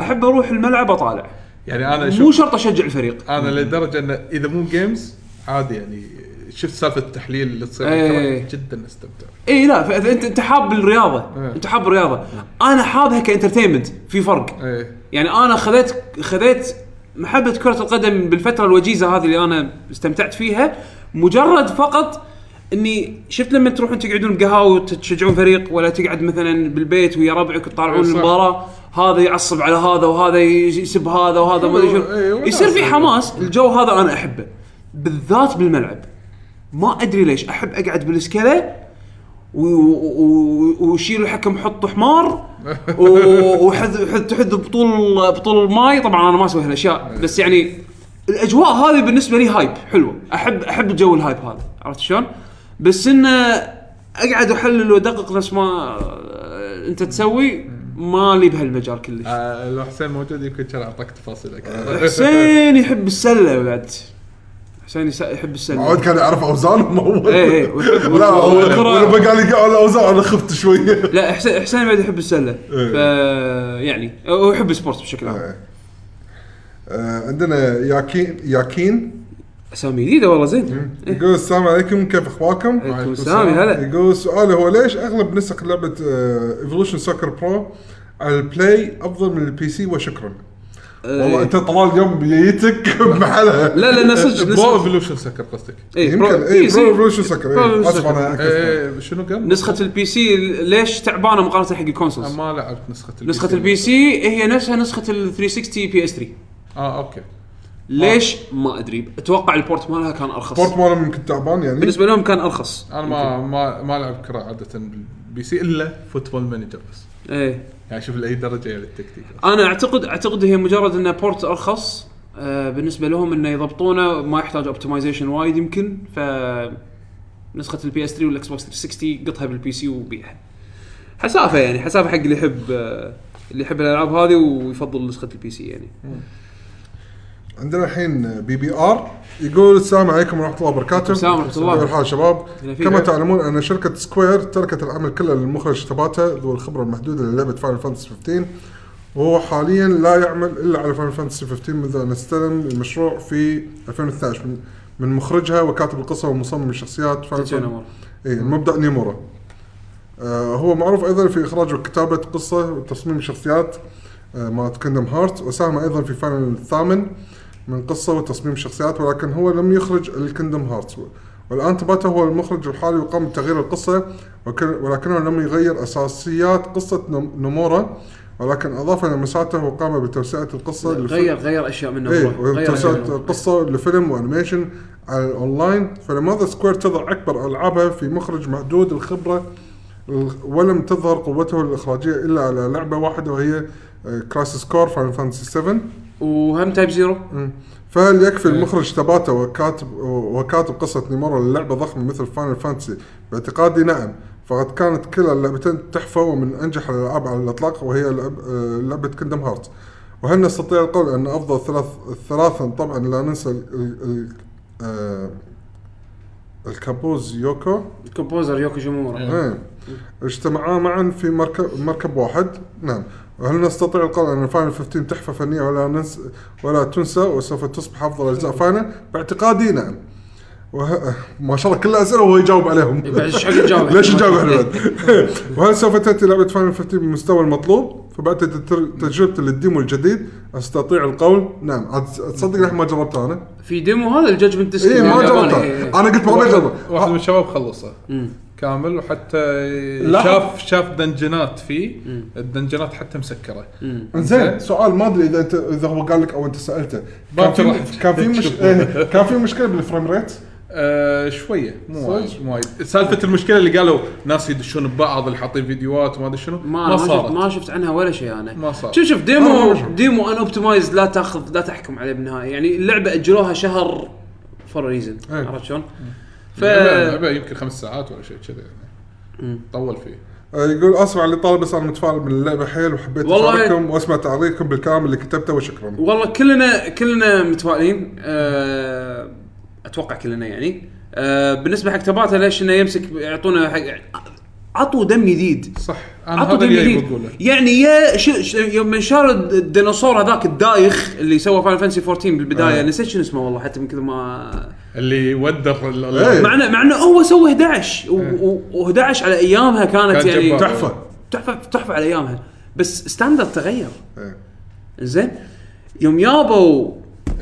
Speaker 3: احب اروح الملعب اطالع
Speaker 4: يعني انا
Speaker 3: مو
Speaker 4: اشوف
Speaker 3: شرط اشجع الفريق
Speaker 4: انا لدرجه انه اذا مو جيمز عادي يعني شفت سالفه التحليل اللي تصير
Speaker 3: إيه.
Speaker 4: ترى جدا استمتع
Speaker 3: اي لا فإذا انت انت حاب الرياضه انت حاب الرياضه انا حابها كانترتينمنت في فرق
Speaker 4: ايه
Speaker 3: يعني انا خذيت خذيت محبه كره القدم بالفتره الوجيزه هذه اللي انا استمتعت فيها مجرد فقط اني شفت لما تروحون تقعدون بقهاوي وتشجعون فريق ولا تقعد مثلا بالبيت ويا ربعك
Speaker 4: إي
Speaker 3: تطالعون
Speaker 4: صح.
Speaker 3: المباراه هذا يعصب على هذا وهذا يسب هذا وهذا ما ادري
Speaker 4: إي
Speaker 3: شنو
Speaker 4: وناس
Speaker 3: يصير في
Speaker 4: يعني.
Speaker 3: حماس الجو هذا انا احبه بالذات بالملعب ما ادري ليش احب اقعد بالسكله و- و- و- وشيل الحكم حطه حمار و- وحذ حذ تحذ بطول بطول الماي طبعا انا ما اسوي هالاشياء بس يعني الاجواء هذه بالنسبه لي هايب حلوه احب احب جو الهايب هذا عرفت شلون؟ بس انه اقعد احلل وادقق نفس ما انت تسوي مالي بهالمجال كلش
Speaker 4: آه، لو حسين موجود يمكن كان اعطاك تفاصيل اكثر
Speaker 3: إيه. حسين يحب السله بعد حسين يس- يحب السله
Speaker 2: عود كان يعرف اوزانهم اول
Speaker 3: إيه، إيه، ويحب-
Speaker 2: لا هو-
Speaker 3: والكرة.
Speaker 2: ولما قال لي قال الاوزان انا خفت شويه
Speaker 3: لا حسين حسين بعد يحب السله ف يعني هو يحب السبورت بشكل
Speaker 2: إيه.
Speaker 3: عام
Speaker 2: آه، عندنا ياكين ياكين
Speaker 3: اسامي جديده والله زين
Speaker 2: يقول السلام عليكم كيف اخباركم؟
Speaker 3: عليكم السلام يا هلا
Speaker 2: يقول سؤالي هو ليش اغلب نسخ آه، لعبه ايفولوشن سوكر برو على البلاي افضل من البي سي وشكرا. والله انت طلال اليوم جيتك بمحلها
Speaker 3: إيه. لا لا نسج
Speaker 4: برو
Speaker 3: نسخه
Speaker 4: ايفولوشن سكر قصدك
Speaker 3: إيه،
Speaker 2: يمكن
Speaker 3: برو-
Speaker 2: اي
Speaker 3: إيه،
Speaker 2: برو
Speaker 3: زين.
Speaker 2: ايفولوشن سكر
Speaker 3: Evolution
Speaker 2: اسف
Speaker 3: Soccer. إيه،
Speaker 2: انا أكثر.
Speaker 4: ايه شنو قال؟
Speaker 3: نسخه البي سي ليش تعبانه مقارنه حق الكونسولز
Speaker 4: ما لعبت نسخه البي
Speaker 3: نسخه
Speaker 4: سي.
Speaker 3: البي سي هي نفسها نسخه ال 360 بي اس 3
Speaker 4: اه اوكي
Speaker 3: ليش ما ادري اتوقع البورت مالها كان ارخص
Speaker 2: بورت ماله ممكن تعبان يعني
Speaker 3: بالنسبه لهم كان ارخص
Speaker 4: انا ما ما ما العب كره عاده بالبي سي الا فوتبول مانجر بس
Speaker 3: ايه
Speaker 4: يعني شوف لاي درجه يعني التكتيك
Speaker 3: انا اعتقد اعتقد هي مجرد انها بورت ارخص آه بالنسبه لهم انه يضبطونه ما يحتاج اوبتمايزيشن وايد يمكن ف نسخه البي اس 3 والاكس بوكس 360 قطها بالبي سي وبيعها حسافه يعني حسافه حق اللي يحب آه، اللي يحب الالعاب هذه ويفضل نسخه البي سي يعني
Speaker 2: عندنا الحين بي بي ار يقول السلام عليكم ورحمه الله وبركاته
Speaker 3: السلام ورحمة الله.
Speaker 2: كيف الحال شباب
Speaker 3: هلا فيك.
Speaker 2: كما تعلمون ان شركه سكوير تركت العمل كله للمخرج تباتا ذو الخبره المحدوده للعبه فاينل فانتسي 15 وهو حاليا لا يعمل الا على فاينل فانتسي 15 منذ ان استلم المشروع في 2012 من من مخرجها وكاتب القصه ومصمم الشخصيات Final
Speaker 3: تيتشينا
Speaker 2: Fantasy-
Speaker 3: مورا.
Speaker 2: اي المبدع إيه، نيمورا آه هو معروف ايضا في اخراج وكتابه قصه وتصميم شخصيات آه مالت كندم هارت وساهم ايضا في فاينل الثامن من قصه وتصميم شخصيات ولكن هو لم يخرج الكندم هارت والان تباتا هو المخرج الحالي وقام بتغيير القصه وك- ولكنه لم يغير اساسيات قصه نم- نمورا ولكن اضاف لمساته وقام بتوسعه القصه لف-
Speaker 3: غير غير اشياء منه
Speaker 2: ايه
Speaker 3: بروح. غير أشياء
Speaker 2: وتوسعت
Speaker 3: منه بروح.
Speaker 2: قصه لفيلم وانيميشن على الاونلاين فلماذا سكوير تضع اكبر العابها في مخرج محدود الخبره ال- ولم آه، تظهر قوته الاخراجيه الا على لعبه واحده وهي كراس سكور فاينل فانتسي 7
Speaker 3: وهم تايب زيرو
Speaker 2: فليكفي المخرج تباته وكاتب وكاتب قصه نيمورو للعبه ضخمه مثل فاينل فانتسي باعتقادي نعم فقد كانت كلا اللعبتين تحفه ومن انجح الالعاب على الاطلاق وهي لعب- آه، لعبه كندم هارت وهل نستطيع القول ان افضل ثلاث الثلاثا طبعا لا ننسى ال ال ال الكابوز يوكو
Speaker 3: كومبوزر يوكو شيمورا
Speaker 2: إيه. اجتمعا معا في مركب مركب واحد نعم وهل نستطيع القول ان فاينل 15 تحفه فنيه ولا ننس ولا تنسى وسوف تصبح افضل اجزاء فاينل باعتقادي نعم وه... ما شاء الله كل الاسئله وهو يجاوب عليهم
Speaker 3: إيه، بعد ايش حق الجواب
Speaker 2: ليش نجاوب احنا بعد؟ وهل سوف تاتي لعبه فاينل 15 بالمستوى المطلوب؟ فبعد تتر- تجربتي للديمو الجديد استطيع القول نعم عاد تصدق نحن ما جربتها انا؟
Speaker 3: في ديمو هذا يعني الججمنت ديسك
Speaker 2: اي إيه، ما
Speaker 3: إيه.
Speaker 2: جربتها انا قلت بغير
Speaker 3: آه،
Speaker 4: واحد من
Speaker 2: اجربها
Speaker 4: الشباب خلصه كامل وحتى
Speaker 2: لاحظ.
Speaker 4: شاف شاف دنجنات فيه الدنجنات حتى مسكره
Speaker 2: زين سؤال ما ادري اذا انت اذا هو قال لك او انت سالته
Speaker 4: ما
Speaker 2: كان في
Speaker 4: جربت.
Speaker 2: كان في مش... إيه، كان في مشكله بالفريم ريت
Speaker 4: آه شويه مو
Speaker 2: صدق؟
Speaker 4: وايد مو وايد سالفه المشكله اللي قالوا ناس يدشون ببعض اللي حاطين فيديوهات وما ادري شنو
Speaker 3: ما ما
Speaker 4: ما,
Speaker 3: شفت
Speaker 4: صارت
Speaker 3: ما شفت عنها ولا شيء انا
Speaker 4: ما صارت.
Speaker 3: شوف شوف ديمو ديمو ان اوبتمايز لا تاخذ لا تحكم عليه بالنهايه يعني اللعبه اجلوها شهر فور ريزن
Speaker 2: إيه.
Speaker 3: عرفت شلون؟ ف
Speaker 4: لعبة- لعبة يمكن خمس ساعات ولا شيء كذا يعني طول فيه
Speaker 2: آه، يقول اسف على الاطاله بس انا متفائل من اللعبه حيل وحبيت
Speaker 3: والله-
Speaker 2: اشارككم واسمع تعليقكم بالكلام اللي كتبته وشكرا
Speaker 3: والله كلنا كلنا متفائلين أه اتوقع كلنا يعني أه بالنسبه حق تباتا ليش انه يمسك يعطونا حق عطوا دم جديد
Speaker 4: صح انا
Speaker 3: عطوا
Speaker 4: هذا
Speaker 3: دم
Speaker 4: اللي
Speaker 3: جديد
Speaker 4: بقوله
Speaker 3: يعني يا ش... ش... يوم شاروا الديناصور هذاك الدايخ اللي سوى فاينل فانسي 14 بالبدايه نسيت شنو اسمه والله حتى من كثر ما
Speaker 4: اللي ودر ال- ال-
Speaker 2: إيه.
Speaker 3: مع انه مع انه هو سوى 11 و11 على ايامها كانت
Speaker 4: كان
Speaker 3: يعني
Speaker 4: جبار.
Speaker 2: تحفه
Speaker 3: تحفه تحفه على ايامها بس ستاندرد تغير
Speaker 2: إيه.
Speaker 3: زين يوم يابوا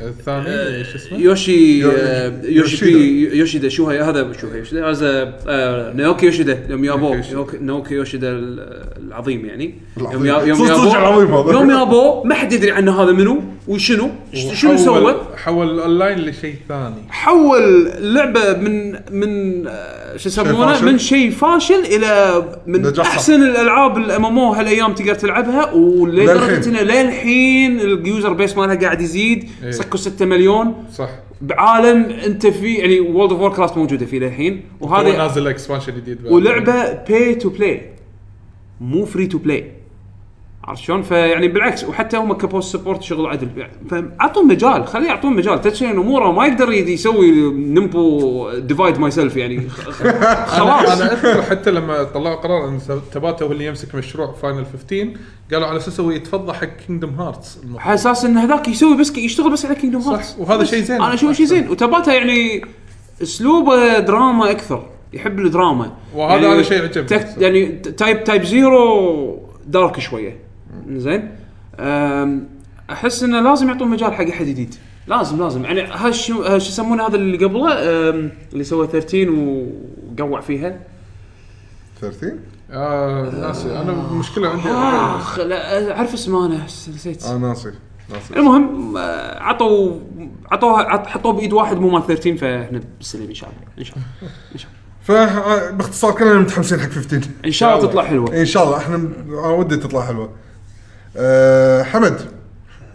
Speaker 4: الثاني اللي شو اسمه
Speaker 3: يوشي
Speaker 2: يو-
Speaker 3: آه، يوشي
Speaker 2: يوشيدا.
Speaker 3: بي يوشيدا شو هي هذا شو هي يوشيدا هذا آه، ناوكي يوشيدا يوم يابو
Speaker 4: ناوكي يوشيدا.
Speaker 3: يوك- ناوكي يوشيدا ال- العظيم يعني يوم
Speaker 2: العظيم.
Speaker 3: يا- يوم
Speaker 2: صدق- صدق العظيم
Speaker 3: يابو
Speaker 2: هذا.
Speaker 3: يوم يابو ما حد يدري عنه هذا منو وشنو شنو سوى
Speaker 4: حول- حول الاونلاين لشيء ثاني
Speaker 3: حول لعبه من من آه، شو يسمونه
Speaker 2: فاشل.
Speaker 3: من شيء فاشل الى من
Speaker 2: نجاح صح.
Speaker 3: احسن الالعاب الام ام او هالايام تقدر تلعبها ولدرجه
Speaker 2: للحين.
Speaker 3: انه للحين اليوزر بيس مالها قاعد يزيد
Speaker 4: إيه.
Speaker 3: سكوا 6 مليون
Speaker 4: صح
Speaker 3: بعالم انت فيه يعني وولد اوف وور كرافت موجوده فيه للحين
Speaker 4: هذا
Speaker 3: وهذا
Speaker 4: نازل اكسبانشن جديد بعد.
Speaker 3: ولعبه باي تو بلاي مو فري تو بلاي عرفت شلون؟ فيعني بالعكس وحتى هم كبوست سبورت شغل عدل يعني فاعطوهم مجال خليه يعطون مجال تتشين اموره ما يقدر يد- يسوي نمبو ديفايد ماي سيلف يعني خ- خ-
Speaker 4: انا
Speaker 3: خلاص
Speaker 4: أنا اذكر حتى لما طلعوا قرار ان س- تباتا هو اللي يمسك مشروع فاينل 15 قالوا على اساس هو يتفضى حق كينجدم هارتس
Speaker 3: على اساس ان هذاك يسوي بس يشتغل بس على كينجدم هارتس
Speaker 4: صح وهذا شيء زين
Speaker 3: انا اشوف شيء زين وتباتا يعني اسلوبه دراما اكثر يحب الدراما
Speaker 4: وهذا
Speaker 3: يعني
Speaker 4: أنا شيء عجبني.
Speaker 3: تك يعني ت- تايب تايب زيرو دارك شويه زين أم، احس انه لازم يعطون مجال حق احد جديد لازم لازم يعني هاش شو هاش يسمونه هذا اللي قبله أم، اللي سوى 13 وقوع فيها
Speaker 2: 30
Speaker 4: آه ناسي انا مشكله عندي
Speaker 3: اخ لا اعرف اسمه انا بس
Speaker 4: آه،
Speaker 3: نسيت
Speaker 2: انا آه، ناسي ناسي
Speaker 3: المهم آه، عطوا عطوها عط- حطوه بايد واحد مو مال 13 فاحنا بالسليم ان شاء الله ان شاء الله ان شاء الله
Speaker 2: فباختصار آه، كلنا متحمسين حق 15
Speaker 3: ان شاء الله تطلع حلوه
Speaker 2: ان شاء الله احنا انا ودي تطلع حلوه أه حمد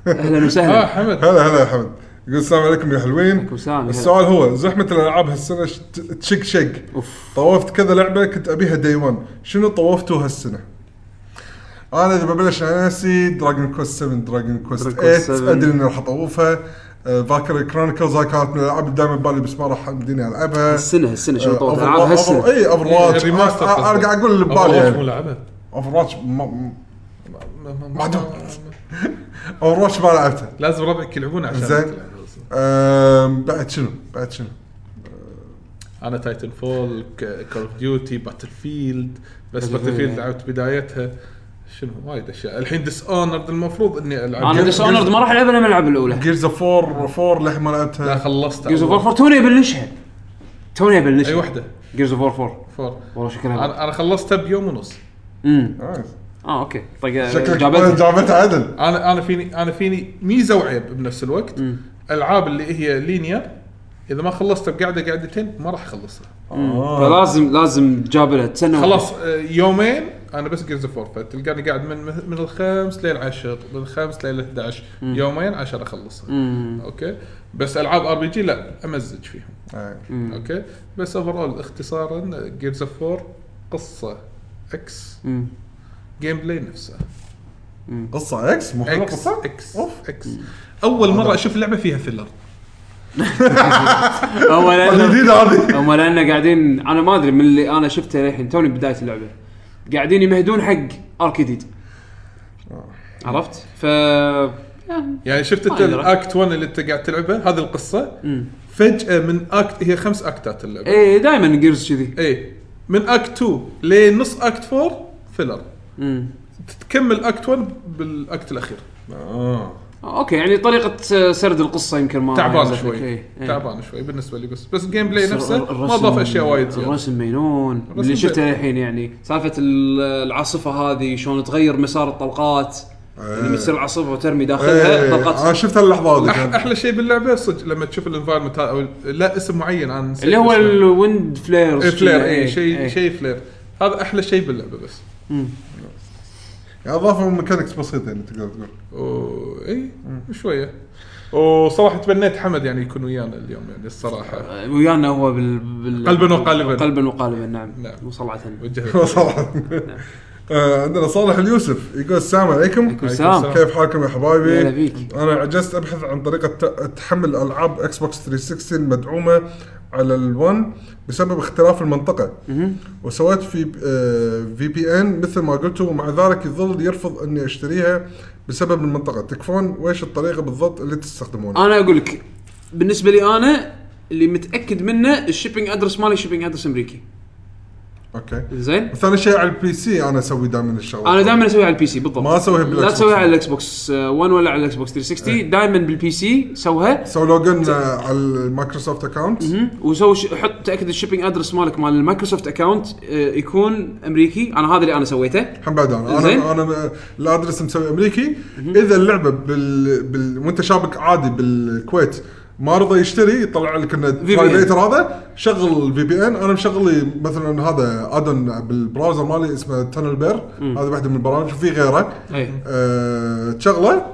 Speaker 3: اهلا
Speaker 4: اه
Speaker 3: وسهلا
Speaker 4: حمد
Speaker 2: هلا هلا يا حمد يقول السلام عليكم يا حلوين
Speaker 3: السلام، هلا.
Speaker 2: السؤال هو زحمه الالعاب هالسنه ش- تشق شق
Speaker 3: اوف
Speaker 2: طوفت كذا لعبه كنت ابيها داي 1 شنو طوفتوا هالسنه؟ انا اذا ببلش على نفسي دراجون كوست 7 دراجون كوست
Speaker 3: Dragon Quest
Speaker 2: 8
Speaker 3: 7.
Speaker 2: ادري اني راح اطوفها فاكر كرونيكلز هاي كانت من الالعاب اللي دائما ببالي بس ما راح آه، امديني العبها
Speaker 3: السنه السنه شنو طولت
Speaker 2: أوفر-
Speaker 3: العاب
Speaker 2: أوفر-
Speaker 3: هالسنه
Speaker 2: اي اوفر واتش انا
Speaker 4: الريماستر
Speaker 2: إيه، أنا- أنا قاعد اقول اللي ببالي
Speaker 4: آه، مو
Speaker 2: يعني
Speaker 4: لعبه
Speaker 2: اوفر واتش ما اوفر واتش ما لعبته
Speaker 4: لازم ربعك يلعبون عشان
Speaker 2: زين.
Speaker 4: تلعب.
Speaker 2: أم، بعد شنو بعد شنو
Speaker 4: انا تايتن فول كول اوف ديوتي باتل فيلد بس باتل فيلد لعبت بدايتها شنو وايد اشياء الحين ديس اونرد المفروض اني العب
Speaker 3: انا ديس اونرد ما راح العبها لما العب الاولى
Speaker 2: جيرز اوف 4 4 للحين ما
Speaker 4: لا
Speaker 2: لعبتها
Speaker 4: خلصت
Speaker 3: جيرز اوف وور توني ابلشها توني ابلشها
Speaker 4: اي وحده
Speaker 3: جيرز اوف وور 4
Speaker 4: فور
Speaker 3: والله شكلها
Speaker 4: انا أنا خلصتها بيوم ونص
Speaker 3: امم
Speaker 2: آه،
Speaker 3: اه اوكي طق
Speaker 2: شكلك
Speaker 3: جابت
Speaker 2: جابتها عدل
Speaker 4: انا انا فيني انا فيني ميزه وعيب بنفس الوقت العاب اللي هي لينير اذا ما خلصتها بقعده قعدتين ما راح اخلصها
Speaker 2: آه.
Speaker 3: فلازم لازم جابلها تسنى
Speaker 4: خلاص آه، يومين انا بس جيرز اوف فتلقاني قاعد من من الخامس للعشر من الخامس لل 11 يومين عشان اخلصها
Speaker 3: مم.
Speaker 4: اوكي بس العاب ار بي جي لا امزج فيهم
Speaker 2: آه.
Speaker 4: اوكي بس اوفرول اختصارا جيرز اوف 4 قصه اكس
Speaker 3: مم.
Speaker 4: جيم بلاي نفسه
Speaker 2: قصه اكس مو حلوه
Speaker 4: اكس
Speaker 2: قصه
Speaker 4: اكس
Speaker 2: اوف
Speaker 4: اكس اول مره اشوف لعبه فيها فيلر
Speaker 3: هو لأنه-
Speaker 2: الجديده هذه
Speaker 3: هم لان قاعدين انا ما ادري من اللي انا شفته للحين توني بدايه اللعبه قاعدين يمهدون حق اركيديد عرفت؟ ف
Speaker 4: يعني شفت انت
Speaker 3: ما أدري.
Speaker 4: الاكت 1 اللي انت قاعد تلعبه هذه القصه فجاه من اكت هي خمس اكتات اللعبه
Speaker 3: اي دائما جيرز إيه، كذي
Speaker 4: اي من اكت 2 لنص اكت 4 فيلر
Speaker 3: مم.
Speaker 4: تكمل اكت 1 بالاكت الاخير
Speaker 2: آه.
Speaker 3: اوكي يعني طريقه سرد القصه يمكن ما
Speaker 4: تعبان
Speaker 3: عجبتك.
Speaker 4: شوي
Speaker 3: إي، إي.
Speaker 4: تعبان شوي بالنسبه لي بس بس الجيم بلاي
Speaker 3: إيه. بس
Speaker 4: نفسه
Speaker 3: الر-
Speaker 4: ما ضاف اشياء وايد زياده
Speaker 3: الرسم مينون اللي شفته الحين يعني سالفه ال- العاصفه هذه شلون تغير مسار الطلقات
Speaker 2: يعني
Speaker 3: لما تصير العاصفه وترمي
Speaker 2: آه. إيه،
Speaker 3: داخلها
Speaker 2: انا
Speaker 3: طلقات
Speaker 2: شفت اللحظه هذه
Speaker 4: أح
Speaker 2: كان.
Speaker 4: احلى شيء باللعبه صدق لما تشوف الانفايرمنت او لا اسم معين انا نسيت
Speaker 3: اللي هو
Speaker 4: اسمه.
Speaker 3: الويند فليرز
Speaker 4: إيه، فلير
Speaker 3: إي،
Speaker 4: اي شيء
Speaker 3: إي.
Speaker 4: شيء فلير هذا احلى شيء باللعبه بس
Speaker 2: يعني اضافوا ميكانكس بسيطه يعني تقدر تقول
Speaker 4: و- اي شويه وصراحه تمنيت حمد يعني يكون ويانا اليوم يعني الصراحه
Speaker 3: ويانا هو بال... بال...
Speaker 4: قلباً وقالباً.
Speaker 3: قلبا وقالبا نعم,
Speaker 4: نعم.
Speaker 3: وصلعة
Speaker 4: وجهه
Speaker 2: صراحه آه، عندنا صالح اليوسف يقول السلام عليكم
Speaker 3: سلام
Speaker 2: كيف حالكم يا حبايبي؟
Speaker 3: هلا بيك.
Speaker 2: انا عجزت ابحث عن طريقه ت- تحمل العاب اكس بوكس 360 المدعومه على الون بسبب اختلاف المنطقه وسويت في آه، في بي ان مثل ما قلتوا ومع ذلك يظل يرفض اني اشتريها بسبب المنطقه تكفون ويش الطريقه بالضبط اللي تستخدمونها؟
Speaker 3: انا اقول لك بالنسبه لي انا اللي متاكد منه الشيبنج ادرس مالي شيبنج ادرس امريكي
Speaker 2: اوكي
Speaker 3: زين
Speaker 2: ثاني شيء على البي سي انا اسوي دائما الشغله
Speaker 3: انا دائما اسويها على البي سي بالضبط
Speaker 2: ما أسويها بالإكس
Speaker 3: لا
Speaker 2: بوكس.
Speaker 3: تسويها على الاكس بوكس 1 ولا على الاكس بوكس
Speaker 4: إيه.
Speaker 3: 360 دائما بالبي سي سوها
Speaker 2: سو لوجن آه، على المايكروسوفت اكونت
Speaker 3: مهم. وسوي ش- حط تاكد الشيبنج ادرس مالك مال المايكروسوفت اكونت يكون امريكي انا هذا اللي انا سويته
Speaker 2: الحين بعد انا
Speaker 3: زين.
Speaker 2: انا انا الادرس مسوي امريكي اذا اللعبه بال, بال... وانت شابك عادي بالكويت ما رضى يشتري يطلع لك انه
Speaker 3: VPN.
Speaker 2: فايليتر هذا شغل الفي بي ان انا مشغل لي مثلا هذا ادون بالبراوزر مالي اسمه تنل بير هذا واحده من البرامج وفي غيره
Speaker 4: إيه.
Speaker 3: اي
Speaker 2: أه... تشغله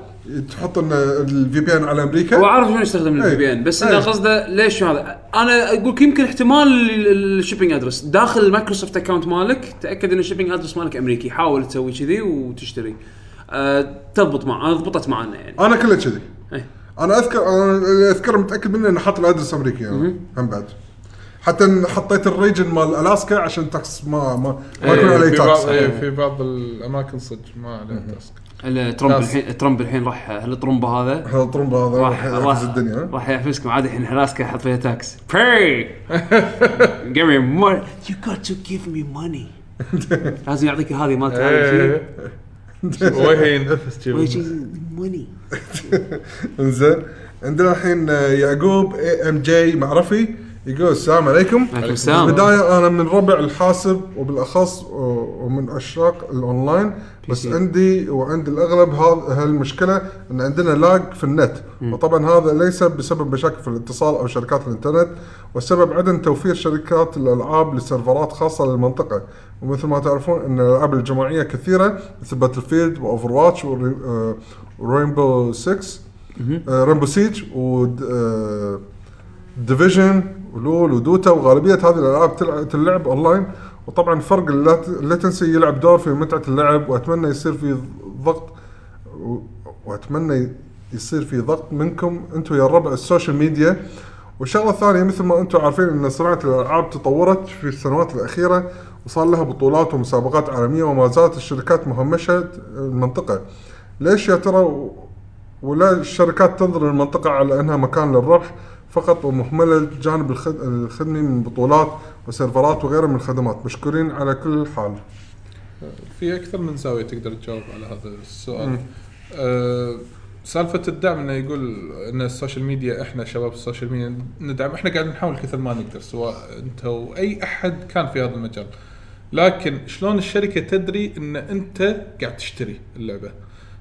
Speaker 2: تحط انه الفي بي ان على امريكا
Speaker 3: هو عارف شلون يستخدم الفي
Speaker 2: أي.
Speaker 3: بي ان بس
Speaker 2: أي.
Speaker 3: انه قصده ليش هذا انا اقول يمكن احتمال الشيبنج ادرس داخل المايكروسوفت اكونت مالك تاكد ان الشيبنج ادرس مالك امريكي حاول تسوي كذي وتشتري أه تضبط مع انا ضبطت معانا يعني
Speaker 2: انا كله كذي
Speaker 3: إيه.
Speaker 2: انا اذكر انا اللي اذكر متاكد منه انه حاط الادرس امريكي انا هم بعد حتى إن حطيت الريجن مال الاسكا عشان تاكس ما ما,
Speaker 4: إيه.
Speaker 2: ما يكون عليه
Speaker 4: في بعض
Speaker 2: تاكس
Speaker 4: إيه، في بعض الاماكن صدق ما عليها تاسك
Speaker 3: ال- ترامب
Speaker 4: ناس.
Speaker 3: الحين ترامب الحين راح هالطرمبه هذا
Speaker 2: هذا الطرمبه هذا
Speaker 3: راح راح
Speaker 2: يحفز الدنيا
Speaker 3: راح يحفزكم عادي الحين هلاسكا حط فيها تاكس pray give me more you got to give me money لازم يعطيك هذه مالت عالم
Speaker 4: إيه. وهي ينفس
Speaker 3: شي.
Speaker 4: جيب
Speaker 3: money
Speaker 2: انزين عندنا الحين آه، يعقوب اي ام جي معرفي يقول السلام عليكم
Speaker 3: عليكم السلام.
Speaker 2: بالبدايه انا من ربع الحاسب وبالاخص و- ومن عشاق الاونلاين بس عندي وعند الاغلب هذا- هالمشكله ان عندنا لاج في النت وطبعا هذا ليس بسبب مشاكل في الاتصال او شركات الانترنت والسبب عدم توفير شركات الالعاب لسيرفرات خاصه للمنطقه ومثل ما تعرفون ان الالعاب الجماعيه كثيره مثل باتل فيلد واوفر واتش آه، ورينبو 6 رامبو سيج آه، و آه، ديفيجن ولول ودوتا وغالبيه هذه الالعاب تلعب تلعب اونلاين وطبعا فرق اللات- اللاتنسي يلعب دور في متعه اللعب واتمنى يصير في ضغط و- واتمنى يصير في ضغط منكم انتم يا الربع السوشيال ميديا والشغله الثانيه مثل ما انتم عارفين ان صناعه الالعاب تطورت في السنوات الاخيره وصار لها بطولات ومسابقات عالميه وما زالت الشركات مهمشه المنطقه ليش يا ترى ولا الشركات تنظر للمنطقة على أنها مكان للربح فقط ومهملة الجانب الخد- الخدمي من بطولات وسيرفرات وغيرها من الخدمات مشكورين على كل حال
Speaker 4: في اكثر من زاويه تقدر تجاوب على هذا السؤال أه سالفه الدعم انه يقول ان السوشيال ميديا احنا شباب السوشيال ميديا ندعم احنا قاعد نحاول كثر ما نقدر سواء انت او اي احد كان في هذا المجال لكن شلون الشركه تدري ان انت قاعد تشتري اللعبه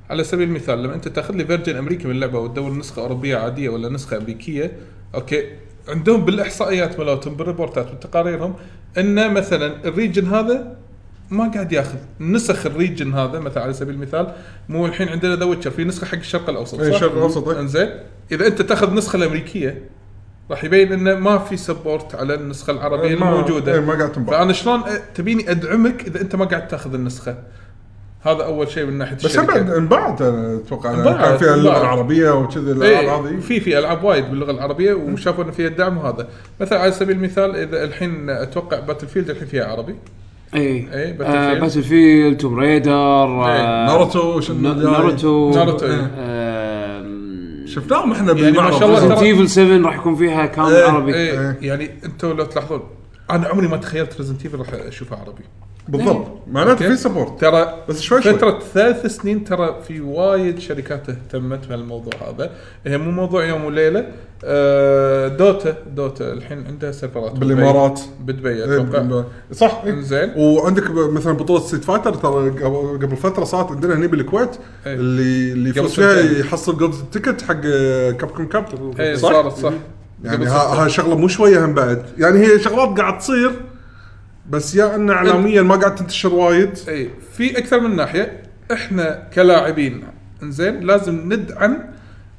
Speaker 4: على سبيل المثال لما انت تاخذ لي فيرجن امريكي من اللعبه وتدور نسخه اوروبيه عاديه ولا نسخه امريكيه اوكي عندهم بالاحصائيات مالتهم بالريبورتات وتقاريرهم ان مثلا الريجن هذا ما قاعد ياخذ نسخ الريجن هذا مثلا على سبيل المثال مو الحين عندنا ذا ويتشر في نسخه حق الشرق الاوسط
Speaker 2: إيه،
Speaker 4: صح؟
Speaker 2: الشرق الأوسط، إيه.
Speaker 4: انزين اذا انت تاخذ النسخه الامريكيه راح يبين انه ما في سبورت على النسخه العربيه
Speaker 2: إيه، ما-
Speaker 4: الموجوده
Speaker 2: إيه، ما قاعد تنباع.
Speaker 4: فانا شلون أ- تبيني ادعمك اذا انت ما قاعد تاخذ النسخه هذا اول شيء من ناحيه
Speaker 2: بس
Speaker 4: الشركة.
Speaker 2: بعد انباعت أنا اتوقع
Speaker 4: انباعت،
Speaker 2: كان فيها اللغه
Speaker 4: انباعت.
Speaker 2: العربيه وكذي الالعاب
Speaker 4: ايه
Speaker 2: هذه
Speaker 4: في في العاب وايد باللغه العربيه وشافوا ان فيها دعم وهذا مثلا على سبيل المثال اذا الحين اتوقع باتل فيلد الحين فيها عربي إيه،
Speaker 3: اي
Speaker 4: Battlefield.
Speaker 3: باتل فيلد توم ريدر
Speaker 4: إيه،
Speaker 2: ناروتو شنو
Speaker 3: آه، نا-
Speaker 2: جاي؟
Speaker 3: ناروتو.
Speaker 4: ناروتو، إيه.
Speaker 2: شفناهم احنا
Speaker 4: يعني ما
Speaker 2: بالمعرض
Speaker 4: شاء الله
Speaker 2: بالضبط.
Speaker 4: ترى-
Speaker 3: ايفل 7 راح يكون فيها كامل
Speaker 2: إيه،
Speaker 3: عربي
Speaker 4: ايه
Speaker 2: إيه.
Speaker 4: يعني انتم لو تلاحظون انا عمري ما تخيلت ريزنت ايفل راح اشوفها عربي
Speaker 2: بالضبط معناته
Speaker 4: أوكي.
Speaker 2: في سبورت
Speaker 4: ترى
Speaker 2: بس شوي شوي
Speaker 4: فترة ثلاث سنين ترى في وايد شركات اهتمت بهالموضوع هذا، هي مو موضوع يوم وليله، آه، دوتا دوتا الحين عندها سيرفرات بدبي.
Speaker 2: بالامارات
Speaker 4: بدبي
Speaker 2: إيه،
Speaker 4: اتوقع
Speaker 2: بالإمارات. صح إيه.
Speaker 4: إنزين.
Speaker 2: وعندك ب- مثلا بطوله ستيت فايتر ترى قبل- قبل فتره صارت عندنا هنا بالكويت
Speaker 4: إيه.
Speaker 2: اللي اللي
Speaker 4: قبل
Speaker 2: يفوز فيها
Speaker 4: سنتين.
Speaker 2: يحصل جولد تيكت حق كاب كوم كاب
Speaker 4: اي صارت إيه، صح
Speaker 2: يعني ها- هاي شغله مو شويه هم بعد يعني هي شغلات قاعد تصير بس يا ان اعلاميا ما قاعد تنتشر وايد
Speaker 4: اي إيه، في اكثر من ناحيه احنا كلاعبين انزين لازم ندعم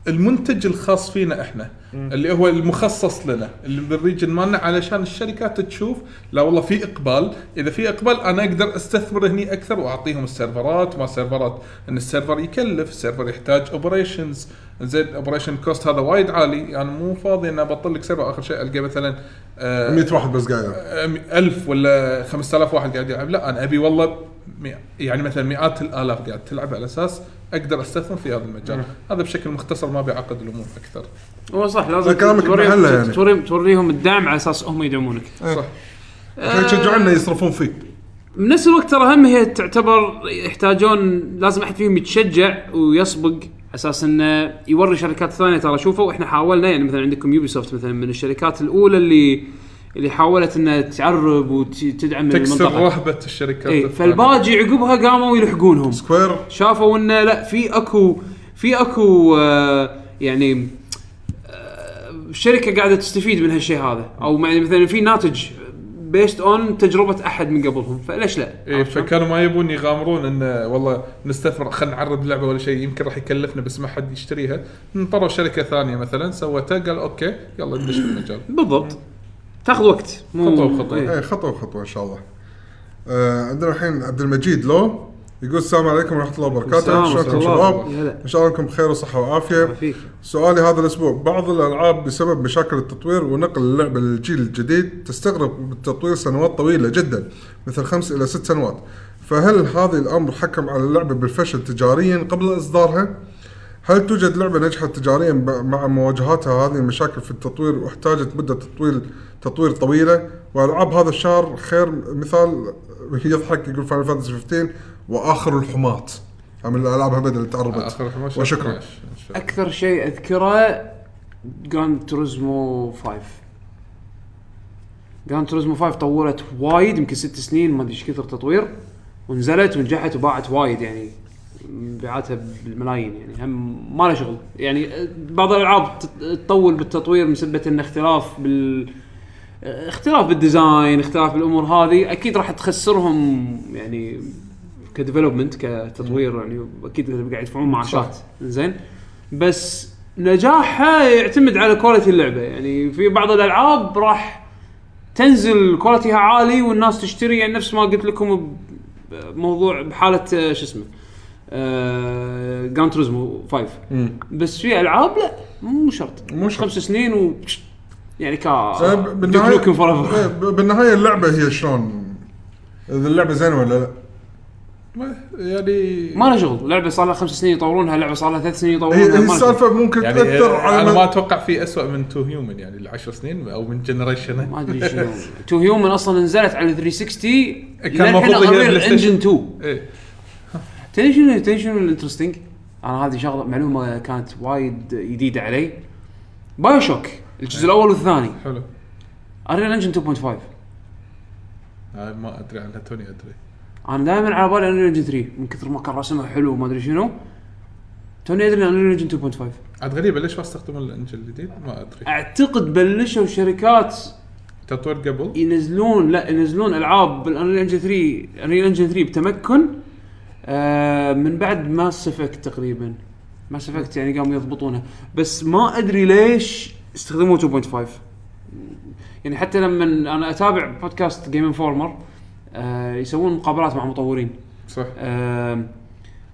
Speaker 4: المنتج الخاص فينا احنا اللي هو المخصص لنا اللي بالريجن مالنا علشان الشركات تشوف لا والله في اقبال اذا في اقبال انا اقدر استثمر هني اكثر واعطيهم السيرفرات وما سيرفرات ان السيرفر يكلف السيرفر يحتاج اوبريشنز زين اوبريشن كوست هذا وايد عالي انا يعني مو فاضي اني ابطل لك سيرفر اخر شيء القى مثلا آه،
Speaker 2: 100 واحد بس قاعد
Speaker 4: أم- ألف ولا 5000 واحد قاعد يلعب لا انا ابي والله مي- يعني مثلا مئات الالاف قاعد تلعب على اساس اقدر استثمر في هذا المجال هذا بشكل مختصر ما بيعقد الامور اكثر
Speaker 3: هو صح لازم
Speaker 2: كلامك
Speaker 3: توريهم
Speaker 2: محله يعني.
Speaker 3: توريهم توريهم الدعم على اساس هم يدعمونك
Speaker 4: صح
Speaker 2: عشان يشجعونا يصرفون فيه
Speaker 3: بنفس الوقت ترى هم هي تعتبر يحتاجون لازم احد فيهم يتشجع ويسبق اساس انه يوري شركات ثانيه ترى شوفوا احنا حاولنا يعني مثلا عندكم يوبي سوفت مثلا من الشركات الاولى اللي اللي حاولت انها تعرب وتدعم
Speaker 4: تكسر
Speaker 3: المنطقه
Speaker 4: رهبه الشركات
Speaker 3: اي
Speaker 4: الثانية.
Speaker 3: إيه، فالباجي عقبها قاموا يلحقونهم
Speaker 2: سكوير
Speaker 3: شافوا انه لا في اكو في اكو آه يعني آه شركه قاعده تستفيد من هالشيء هذا او يعني مثلا في ناتج بيست اون تجربه احد من قبلهم فليش لا؟
Speaker 4: اي إيه، فكانوا ما يبون يغامرون ان والله نستثمر خلينا نعرض لعبه ولا شيء يمكن راح يكلفنا بس ما حد يشتريها انطروا شركه ثانيه مثلا سوتها قال اوكي يلا ندش في المجال
Speaker 3: بالضبط تاخذ وقت مو
Speaker 4: خطوة بخطوة.
Speaker 3: إيه.
Speaker 2: اي خطوه بخطوه ان شاء الله آه عندنا الحين عبد المجيد لو يقول السلام عليكم ورحمه الله وبركاته
Speaker 3: السلام
Speaker 2: شلونكم
Speaker 3: ورحمة الله.
Speaker 2: شباب
Speaker 3: يا هلا.
Speaker 2: ان شاء الله انكم بخير وصحه وعافيه
Speaker 3: فيك
Speaker 2: سؤالي هذا الاسبوع بعض الالعاب بسبب مشاكل التطوير ونقل اللعبه للجيل الجديد تستغرق بالتطوير سنوات طويله جدا مثل خمس الى ست سنوات فهل هذا الامر حكم على اللعبه بالفشل تجاريا قبل اصدارها؟ هل توجد لعبه نجحت تجاريا ب- مع مواجهتها هذه المشاكل في التطوير واحتاجت مده تطوير تطوير طويله؟ والعاب هذا الشهر خير مثال يضحك يقول فاينل فانتسي 15 واخر الحماط من الالعاب ابدا اللي تعربت
Speaker 4: اخر 11
Speaker 2: وشكرا
Speaker 4: 12.
Speaker 3: اكثر شيء اذكره جراند توريزمو 5 جراند توريزمو 5 طورت وايد يمكن ست سنين ما ادري ايش كثر تطوير ونزلت ونجحت وباعت وايد يعني مبيعاتها بالملايين يعني هم ما له شغل يعني بعض الالعاب تت- تطول بالتطوير بسبه ان اختلاف بال اختلاف بالديزاين اختلاف بالامور هذه اكيد راح تخسرهم يعني كديفلوبمنت كتطوير يعني اكيد قاعد يدفعون معاشات زين بس نجاحها يعتمد على كواليتي اللعبه يعني في بعض الالعاب راح تنزل كواليتيها عالي والناس تشتري يعني نفس ما قلت لكم بموضوع بحاله آه، شو اسمه آه جان تريزمو 5 بس في العاب لا مو شرط
Speaker 2: مو شرط.
Speaker 3: خمس سنين و يعني كا
Speaker 2: آه، ب- بالنهايه
Speaker 3: Duke Nukem Forever.
Speaker 2: إيه، ب- بالنهايه اللعبه هي شلون اذا اللعبه زينه ولا لا
Speaker 4: ما- يعني
Speaker 3: ما له شغل لعبه صار لها خمس سنين يطورونها لعبه صار لها ثلاث سنين يطورونها
Speaker 2: هي
Speaker 3: ما
Speaker 2: هي
Speaker 3: له شغل.
Speaker 2: السالفه ممكن
Speaker 4: يعني
Speaker 2: تاثر على
Speaker 4: انا ما
Speaker 2: ما
Speaker 4: اتوقع في اسوء من تو هيومن يعني العشر سنين او من جنريشن
Speaker 3: ما ادري شنو تو هيومن اصلا نزلت على 360 كان
Speaker 4: المفروض هي بلاي ستيشن.
Speaker 3: انجن 2
Speaker 4: ايه
Speaker 3: تدري شنو تدري شنو الانترستنج؟ انا هذه شغله معلومه كانت وايد جديده علي بايو شوك الجزء الاول والثاني
Speaker 4: حلو
Speaker 3: اريل انجن 2.5
Speaker 4: هاي آه، ما ادري عنها توني ادري
Speaker 3: انا دائما على بالي انريل انجن 3 من كثر ما كان رسمها حلو وما ادري شنو توني ادري انريل انجن 2.5
Speaker 4: عاد غريبه ليش ما استخدموا الانجل الجديد ما ادري
Speaker 3: اعتقد بلشوا شركات
Speaker 4: تطوير قبل
Speaker 3: ينزلون لا ينزلون العاب بالانريل انجن 3 انريل انجن 3 بتمكن آه من بعد ماس افكت تقريبا ماس افكت يعني قاموا يضبطونها بس ما ادري ليش استخدموا 2.5 يعني حتى لما انا اتابع بودكاست جيم انفورمر آه يسوون مقابلات مع مطورين
Speaker 4: صح
Speaker 3: آم،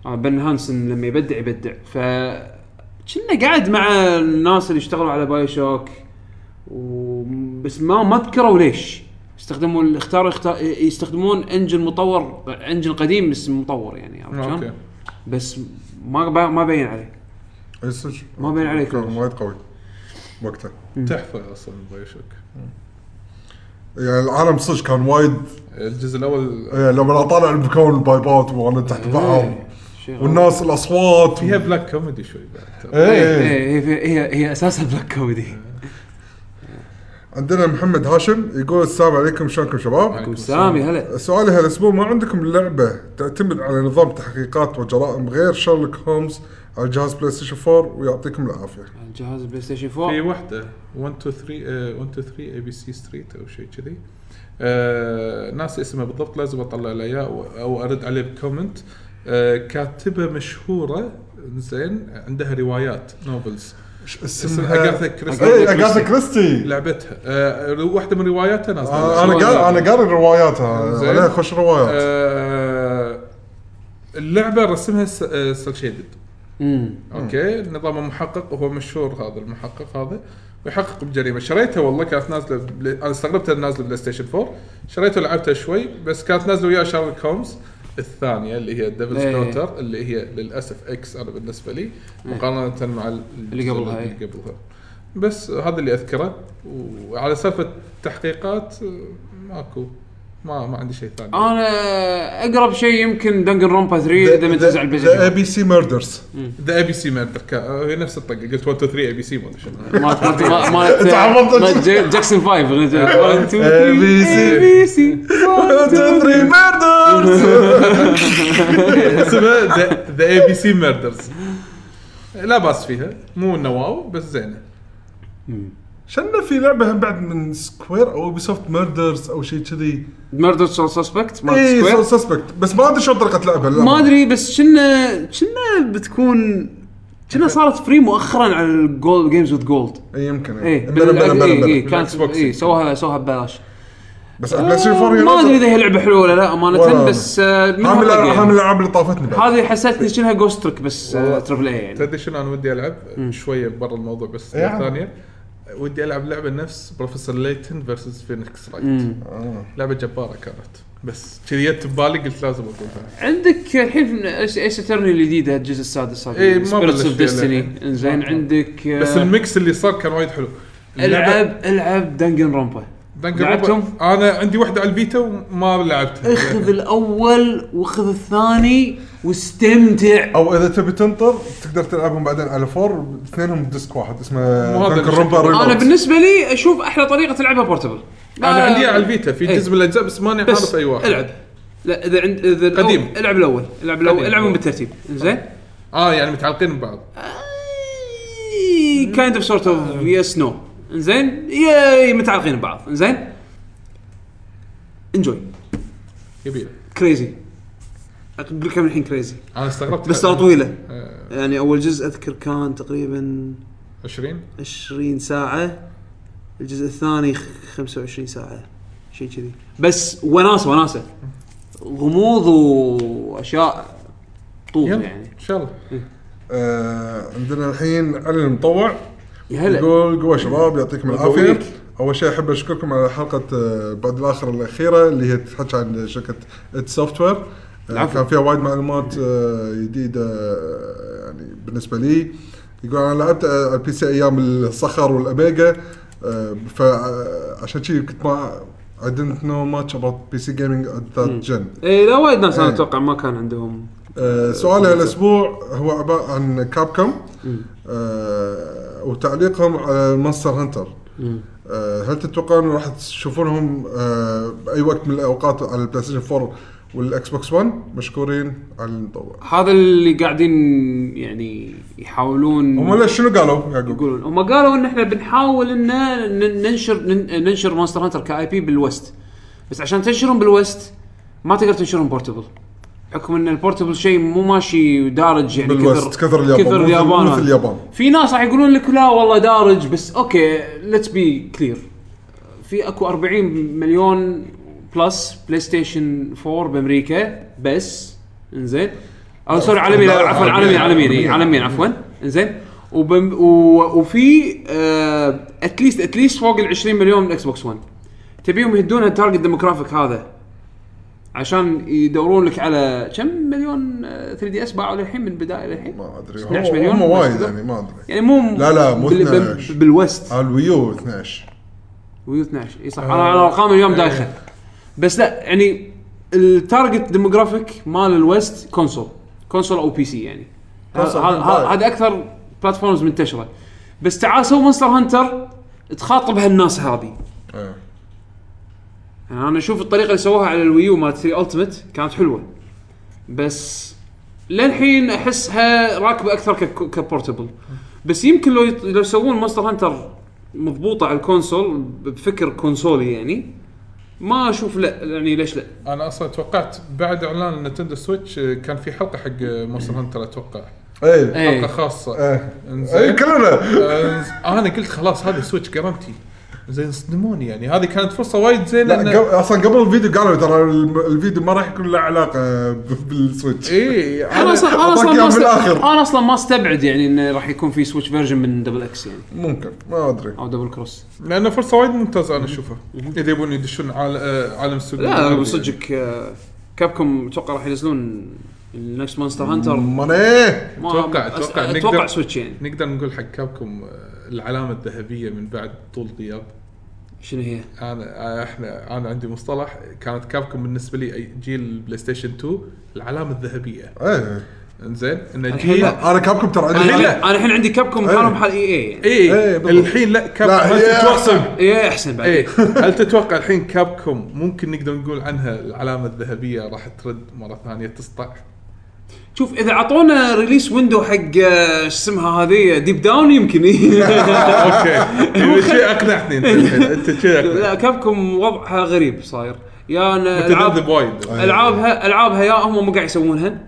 Speaker 3: آه، بن هانسن لما يبدع يبدع ف كنا قاعد مع الناس اللي اشتغلوا على باي شوك و... بس ما ما ذكروا ليش استخدموا ال- اختاروا اختار يستخدمون انجن مطور انجن قديم بس مطور يعني عرفت
Speaker 4: اوكي
Speaker 3: شلون؟ بس ما ب- ما بين عليه
Speaker 2: اي إيه، صدق
Speaker 3: ما بين عليك.
Speaker 2: كان وايد قوي وقتها
Speaker 4: تحفه اصلا بايشوك
Speaker 2: يعني العالم صدق كان وايد
Speaker 4: الجزء الاول
Speaker 2: إيه، لما اطالع البكون البايبات وانا تحت
Speaker 3: إيه.
Speaker 2: بعض
Speaker 3: شيء غريب.
Speaker 2: والناس الاصوات
Speaker 4: فيها بلاك كوميدي شوي بعد ترى.
Speaker 3: إيه،
Speaker 2: ايه
Speaker 3: إيه، هي هي هي اساسها بلاك كوميدي
Speaker 2: عندنا محمد هاشم يقول السلام عليكم شلونكم شباب؟
Speaker 4: عليكم
Speaker 3: سلام يا هلا
Speaker 2: سؤالي هالاسبوع ما عندكم لعبه تعتمد على نظام تحقيقات وجرائم غير شارلوك هومز على جهاز بلاي ستيشن 4 ويعطيكم العافيه.
Speaker 3: الجهاز بلاي ستيشن
Speaker 4: في
Speaker 3: 4
Speaker 4: واحده 1 2 3 1 2 3 اي بي سي ستريت او شيء كذي آه، ناس اسمها بالضبط لازم اطلع له اياه أو- او ارد عليه بكومنت آه، كاتبه مشهوره زين عندها روايات نوفلز
Speaker 2: ش-
Speaker 4: اسمها اغاثا كريستي
Speaker 2: ايه اجاثا كريستي
Speaker 4: لعبتها آه، واحده من رواياتها نازله
Speaker 2: آه، انا قاري انا قاري رواياتها
Speaker 4: زين.
Speaker 2: عليها خوش روايات
Speaker 4: آه، اللعبه رسمها آه، سيل شيدد
Speaker 3: امم
Speaker 4: اوكي نظام محقق وهو مشهور هذا المحقق هذا ويحقق بجريمه شريته والله كانت نازله بلاي... انا استغربت انها نازله بلاي ستيشن 4 شريته لعبتها شوي بس كانت نازله ويا شارلوك هومز الثانيه اللي هي ديفلز
Speaker 3: إيه.
Speaker 4: دوتر اللي هي للاسف اكس انا بالنسبه لي مقارنه مع ال-
Speaker 3: اللي قبلها،
Speaker 4: اللي
Speaker 3: إيه.
Speaker 4: قبلها بس هذا اللي اذكره وعلى سالفه تحقيقات ماكو ما ما عندي شيء ثاني
Speaker 3: انا اقرب شيء يمكن دنجن رومبا 3 اذا من تزعل البلاي
Speaker 2: ذا اي
Speaker 3: ستيشن
Speaker 2: بي سي ميردرز
Speaker 4: ذا اي بي سي ميردر هي نفس الطقه قلت 1 2 3 اي بي سي ما ادري شنو
Speaker 3: مالت مالت مالت- مالت
Speaker 2: تعمقت.
Speaker 3: مالت جا- جاكسون 5 غنيت
Speaker 2: A, B, C.
Speaker 3: بي سي
Speaker 2: ميردرز
Speaker 4: اسمها ذا اي بي سي ميردرز لا باس فيها مو انه واو بس زينه
Speaker 2: شنو في لعبه هم بعد من سكوير او بي سوفت ميردرز او شيء كذي
Speaker 3: ميردر سول سسبكت مالت
Speaker 2: اي
Speaker 4: إيه،
Speaker 3: سكوير
Speaker 2: سسبكت بس ما ادري شلون طريقه لعبها للأمانة.
Speaker 3: ما ادري بس كنا كنا بتكون كنا صارت فري مؤخرا على الجولد جيمز وذ جولد
Speaker 2: اي إيه، يمكن اي
Speaker 4: إيه،
Speaker 3: اي
Speaker 2: بلا بلا بلا بلا
Speaker 3: إيه، كانت
Speaker 4: بالإكس بوكس.
Speaker 3: اي سووها سووها ببلاش
Speaker 2: بس على بلاي ستيشن 4 هي
Speaker 3: ما
Speaker 2: نازلة.
Speaker 3: ادري اذا هي لعبه حلوه ولا لا امانه
Speaker 2: ولا
Speaker 3: بس آه، منها
Speaker 2: هاي من الألعاب-
Speaker 3: طقة
Speaker 2: هاي من
Speaker 3: يعني.
Speaker 2: الالعاب اللي طافتني بعد
Speaker 3: هذه حسيتني شنها جوست تريك بس آه، تربل اي يعني
Speaker 4: تدري شنو انا ودي العب شويه برا الموضوع بس
Speaker 2: إيه عم.
Speaker 4: ثانيه ودي العب لعبه نفس بروفيسور ليتن فيرسز فينيكس رايت
Speaker 3: مم.
Speaker 2: آه.
Speaker 4: لعبه جباره كانت بس كذي جت ببالي قلت لازم اقولها
Speaker 3: عندك الحين ايس اترني الجديده الجزء السادس هذا
Speaker 4: إيه، ما
Speaker 3: سبيرتس
Speaker 4: بلش
Speaker 3: اوف
Speaker 4: فيها
Speaker 3: ديستني
Speaker 4: للحين.
Speaker 3: انزين عندك آه،
Speaker 4: بس الميكس اللي صار كان وايد حلو
Speaker 3: العب العب دنجن رومبا لعبتهم؟ إيه.
Speaker 4: لعبتهم انا عندي واحده على البيتا وما لعبتها
Speaker 3: اخذ الاول واخذ الثاني واستمتع
Speaker 2: او اذا تبي تنطر تقدر تلعبهم بعدين على 4 اثنينهم ديسك واحد
Speaker 4: مو
Speaker 2: اسمه
Speaker 4: هذا
Speaker 2: دنك
Speaker 4: اللي
Speaker 2: الرمبا
Speaker 4: شكله.
Speaker 3: انا
Speaker 2: ريلود.
Speaker 3: بالنسبه لي اشوف احلى طريقه تلعبها بورتبل
Speaker 4: انا عندي على البيتا في
Speaker 3: إيه.
Speaker 4: جزء من الاجزاء بس ماني
Speaker 3: بس
Speaker 4: عارف اي واحد
Speaker 3: العب لا اذا عند اذا الأول-
Speaker 4: قديم.
Speaker 3: العب الاول العب الاول
Speaker 4: قديم.
Speaker 3: العبهم بالترتيب زين
Speaker 4: اه يعني متعلقين ببعض
Speaker 3: كايند اوف سورت اوف يس نو زين ياي متعلقين ببعض زين انجوي
Speaker 4: يبيله
Speaker 3: كريزي اقول لكم الحين كريزي
Speaker 4: انا استغربت
Speaker 3: بس ترى طويله
Speaker 4: آه،
Speaker 3: يعني اول جزء اذكر كان تقريبا
Speaker 4: 20
Speaker 3: 20 ساعه الجزء الثاني خ- 25 ساعه شيء كذي بس وناسه وناسه غموض واشياء طول
Speaker 4: يلا
Speaker 3: يعني
Speaker 4: ان شاء الله
Speaker 2: آه، عندنا الحين علي المطوع
Speaker 3: يا هلا
Speaker 2: يقول قوة شباب يعطيكم العافية
Speaker 3: يقويك.
Speaker 2: أول شيء أحب أشكركم على حلقة آه، بعد الآخر الأخيرة اللي هي تحكي عن شركة ات سوفت وير
Speaker 3: العفو.
Speaker 2: كان فيها وايد معلومات آه، جديدة آه، يعني بالنسبة لي يقول أنا لعبت آه، على البي سي أيام الصخر والأميجا آه، فعشان كذي كنت ما I didn't know much about PC gaming at that gen.
Speaker 3: اي لا وايد ناس انا
Speaker 2: إيه.
Speaker 3: اتوقع ما كان عندهم
Speaker 2: آه، سؤالي هالاسبوع هو عبارة عن كابكم آه وتعليقهم على مونستر هنتر آه هل تتوقعون راح تشوفونهم آه باي وقت من الاوقات على البلاي ستيشن 4 والاكس بوكس 1 مشكورين على المطور
Speaker 3: هذا اللي قاعدين يعني يحاولون
Speaker 2: هم ليش شنو قالوا يعقوب؟
Speaker 3: يقولون هم قالوا ان احنا بنحاول ان ن- ننشر نن- ننشر مونستر هانتر كاي بي بالوست بس عشان تنشرهم بالوست ما تقدر تنشرهم بورتبل حكم ان البورتبل شيء مو ماشي ودارج يعني
Speaker 2: بالوست كثر اليابان
Speaker 3: كثر
Speaker 2: مثل-
Speaker 3: اليابان
Speaker 2: مثل
Speaker 3: هذا.
Speaker 2: اليابان.
Speaker 3: في ناس راح يقولون لك لا والله دارج بس اوكي ليتس بي كلير في اكو 40 مليون بلس بلاي ستيشن 4 بامريكا بس آه، انزين او سوري عالميا لا، عفوا عالميا عالميا إي، عالميا عفوا انزين وبم و... وفي آه، اتليست اتليست فوق ال 20 مليون من اكس بوكس 1 تبيهم يهدون التارجت ديموغرافيك هذا عشان يدورون لك على كم مليون آه، 3 دي اس باعوا للحين من البدايه للحين
Speaker 2: ما ادري
Speaker 3: 12
Speaker 2: هو
Speaker 3: مليون
Speaker 2: هم وايد
Speaker 3: بس.
Speaker 2: يعني ما ادري
Speaker 3: يعني مو
Speaker 2: لا لا، مو
Speaker 3: بال...
Speaker 2: 12.
Speaker 3: بال... بالوست
Speaker 2: على الويو 12
Speaker 3: ويو 12 اي صح انا على الارقام اليوم دايخه بس لا يعني التارجت ديموغرافيك مال الويست كونسول كونسول او بي سي يعني هذا-
Speaker 2: كونسول،
Speaker 3: هذا
Speaker 2: طيب.
Speaker 3: هذا اكثر بلاتفورمز منتشره بس تعال سوي مونستر هانتر تخاطب هالناس هذه
Speaker 2: إيه.
Speaker 3: يعني انا اشوف الطريقه اللي سووها على الويو مال 3 التمت كانت حلوه بس للحين احسها راكبه اكثر ك- كبورتبل بس يمكن لو يط... لو يسوون مونستر هانتر مضبوطه على الكونسول بفكر كونسولي يعني ما اشوف لا يعني ليش لا
Speaker 4: انا اصلا توقعت بعد اعلان نتندو سويتش آه، كان في حلقه حق مونستر هانتر اتوقع
Speaker 2: ايه
Speaker 4: حلقه
Speaker 3: ايه
Speaker 4: خاصه
Speaker 2: ايه ايه
Speaker 4: انزين
Speaker 2: كلنا
Speaker 4: آه، انا قلت خلاص هذا سويتش جرانتي زين صدموني يعني هذه كانت فرصه وايد زينه
Speaker 2: لا
Speaker 4: إن-
Speaker 2: قبل اصلا قبل الفيديو قالوا ترى الم- الفيديو ما راح يكون له علاقه ب-
Speaker 3: إيه.
Speaker 2: بالسويتش
Speaker 4: اي
Speaker 3: انا اصلا انا
Speaker 2: أعطاك
Speaker 3: اصلا
Speaker 2: إياها
Speaker 3: ما
Speaker 2: من
Speaker 3: است-
Speaker 2: الآخر.
Speaker 3: انا اصلا ما استبعد يعني انه راح يكون في سويتش فيرجن من دبل اكس يعني
Speaker 2: ممكن ما ادري
Speaker 3: او دبل كروس
Speaker 4: لانه فرصه وايد ممتازه انا اشوفها اذا يبون يدشون عال- آه، عالم السوق
Speaker 3: لا صدقك آه، كابكم اتوقع راح ينزلون النكست مونستر هانتر
Speaker 2: امال ايه
Speaker 3: ما-
Speaker 4: أتوقع-
Speaker 3: أس-
Speaker 4: أتوقع نقدر-
Speaker 3: اتوقع سويتش يعني
Speaker 4: نقدر نقول حق كابكم آه، العلامه الذهبيه من بعد طول غياب
Speaker 3: شنو هي؟
Speaker 4: انا احنا انا عندي مصطلح كانت كابكم بالنسبه لي أي جيل بلاي ستيشن 2 العلامه الذهبيه
Speaker 2: ايه
Speaker 4: انزين ان
Speaker 3: الحين
Speaker 4: جيل
Speaker 3: لا.
Speaker 2: انا كابكم ترى
Speaker 3: انا
Speaker 2: عندي
Speaker 4: لا. أيوه.
Speaker 3: انا الحين عندي كاب كوم حالهم حال اي اي يعني
Speaker 4: اي
Speaker 2: إيه، بالضبط.
Speaker 4: الحين لا
Speaker 2: لا،
Speaker 4: كابكم
Speaker 2: هي
Speaker 4: هل
Speaker 2: أحسن.
Speaker 4: تتوقع
Speaker 3: اي احسن بعد
Speaker 4: اي هل تتوقع الحين كابكم ممكن نقدر نقول عنها العلامه الذهبيه راح ترد مره ثانيه تسطع
Speaker 3: شوف اذا اعطونا ريليس ويندو حق آه، شو اسمها هذه ديب داون يمكن
Speaker 4: اوكي يعني شيء اقنعتني انت الحين انت شيء
Speaker 3: لا
Speaker 4: اقنعتني
Speaker 3: كاب كوم وضعها غريب صاير يا أنا
Speaker 4: متذبذب
Speaker 3: العاب إيه.
Speaker 4: وايد
Speaker 3: العابها العابها يا هم ما قاعد يسوونها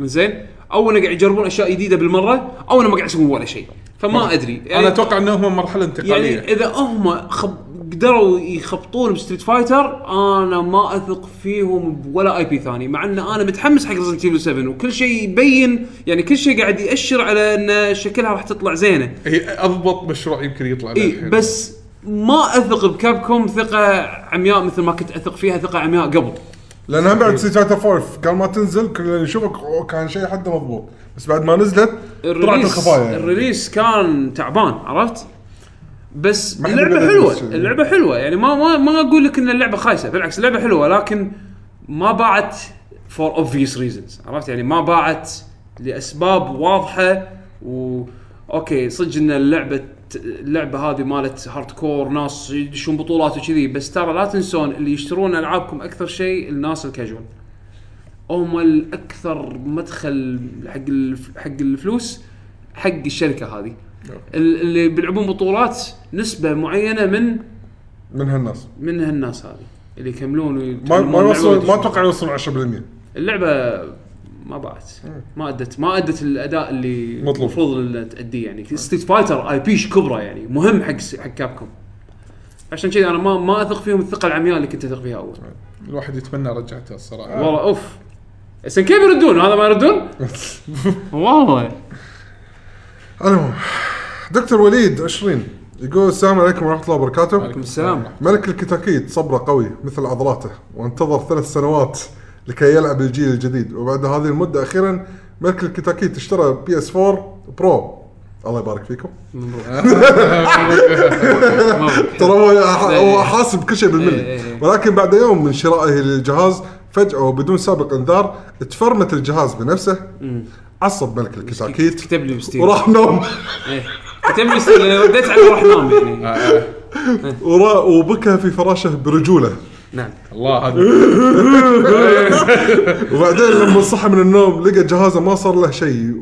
Speaker 3: زين او انه قاعد يجربون اشياء جديده بالمره او انه ما قاعد يسوون ولا شيء فما يعني ادري
Speaker 4: انا اتوقع انهم مرحله انتقاليه
Speaker 3: يعني اذا هم خب... قدروا يخبطون بستريت فايتر انا ما اثق فيهم ولا اي بي ثاني مع ان انا متحمس حق ريزنت ايفل 7 وكل شيء يبين يعني كل شيء قاعد ياشر على ان شكلها راح تطلع زينه
Speaker 4: هي اضبط مشروع يمكن يطلع
Speaker 2: طيب،
Speaker 3: اي
Speaker 4: للحين.
Speaker 3: إيه، بس ما اثق بكابكوم ثقه عمياء مثل ما كنت اثق فيها ثقه عمياء قبل
Speaker 2: لان هم بعد سيت فايتر 4 كان ما تنزل كنا نشوفك أوه، كان شيء حده مضبوط بس بعد ما نزلت طلعت
Speaker 3: الريليس-
Speaker 2: الخفايا يعني.
Speaker 3: الريليس كان تعبان عرفت؟ بس
Speaker 2: ما حد
Speaker 3: اللعبه
Speaker 2: بدأ
Speaker 3: حلوه
Speaker 2: بالريليس.
Speaker 3: اللعبه حلوه يعني ما ما ما اقول لك ان اللعبه خايسه بالعكس اللعبه حلوه لكن ما باعت فور اوبفيوس ريزونز عرفت يعني ما باعت لاسباب واضحه و اوكي صدق ان اللعبه اللعبه هذه مالت هارد كور ناس يدشون بطولات وكذي بس ترى لا تنسون اللي يشترون العابكم اكثر شيء الناس الكاجوال هم الاكثر مدخل حق الف- حق الفلوس حق الشركه هذه ال- اللي بيلعبون بطولات نسبه معينه من
Speaker 2: من هالناس
Speaker 3: من هالناس هذه اللي يكملون
Speaker 2: ما
Speaker 3: ويتعلمون
Speaker 2: ما
Speaker 3: اللعبة
Speaker 2: يوصل ما
Speaker 3: ويدشون.
Speaker 2: اتوقع يوصل 10%
Speaker 3: اللعبه ما باعت ما ادت ما ادت الاداء اللي
Speaker 2: مطلوب.
Speaker 3: المفروض إنها تاديه يعني ستيت فايتر اي بي كبرى يعني مهم حق س- حق كابكم عشان كذا انا ما ما اثق فيهم الثقه العمياء اللي كنت اثق فيها اول
Speaker 4: الواحد يتمنى رجعته الصراحه
Speaker 3: والله اوف اس ان كيف يردون هذا ما يردون والله
Speaker 2: المهم دكتور وليد 20 يقول السلام عليكم ورحمه الله وبركاته
Speaker 3: السلام
Speaker 2: ملك الكتاكيت صبره قوي مثل عضلاته وانتظر ثلاث سنوات لكي يلعب الجيل الجديد وبعد هذه المده اخيرا ملك الكتاكيت اشترى بي اس 4 برو الله يبارك فيكم ترى هو هو حاسب كل شيء بالملي ولكن بعد يوم من شرائه للجهاز فجأة وبدون سابق انذار تفرمت الجهاز بنفسه عصب ملك الكتاكيت
Speaker 3: كتب لي بستيل
Speaker 2: وراح نوم
Speaker 3: إيه. كتب لي بستيل رديت عليه وراح نام يعني
Speaker 2: ورا- وبكى في فراشه برجوله
Speaker 3: نعم
Speaker 4: الله هذا
Speaker 2: وبعدين لما صحى من النوم لقى جهازه ما صار له شيء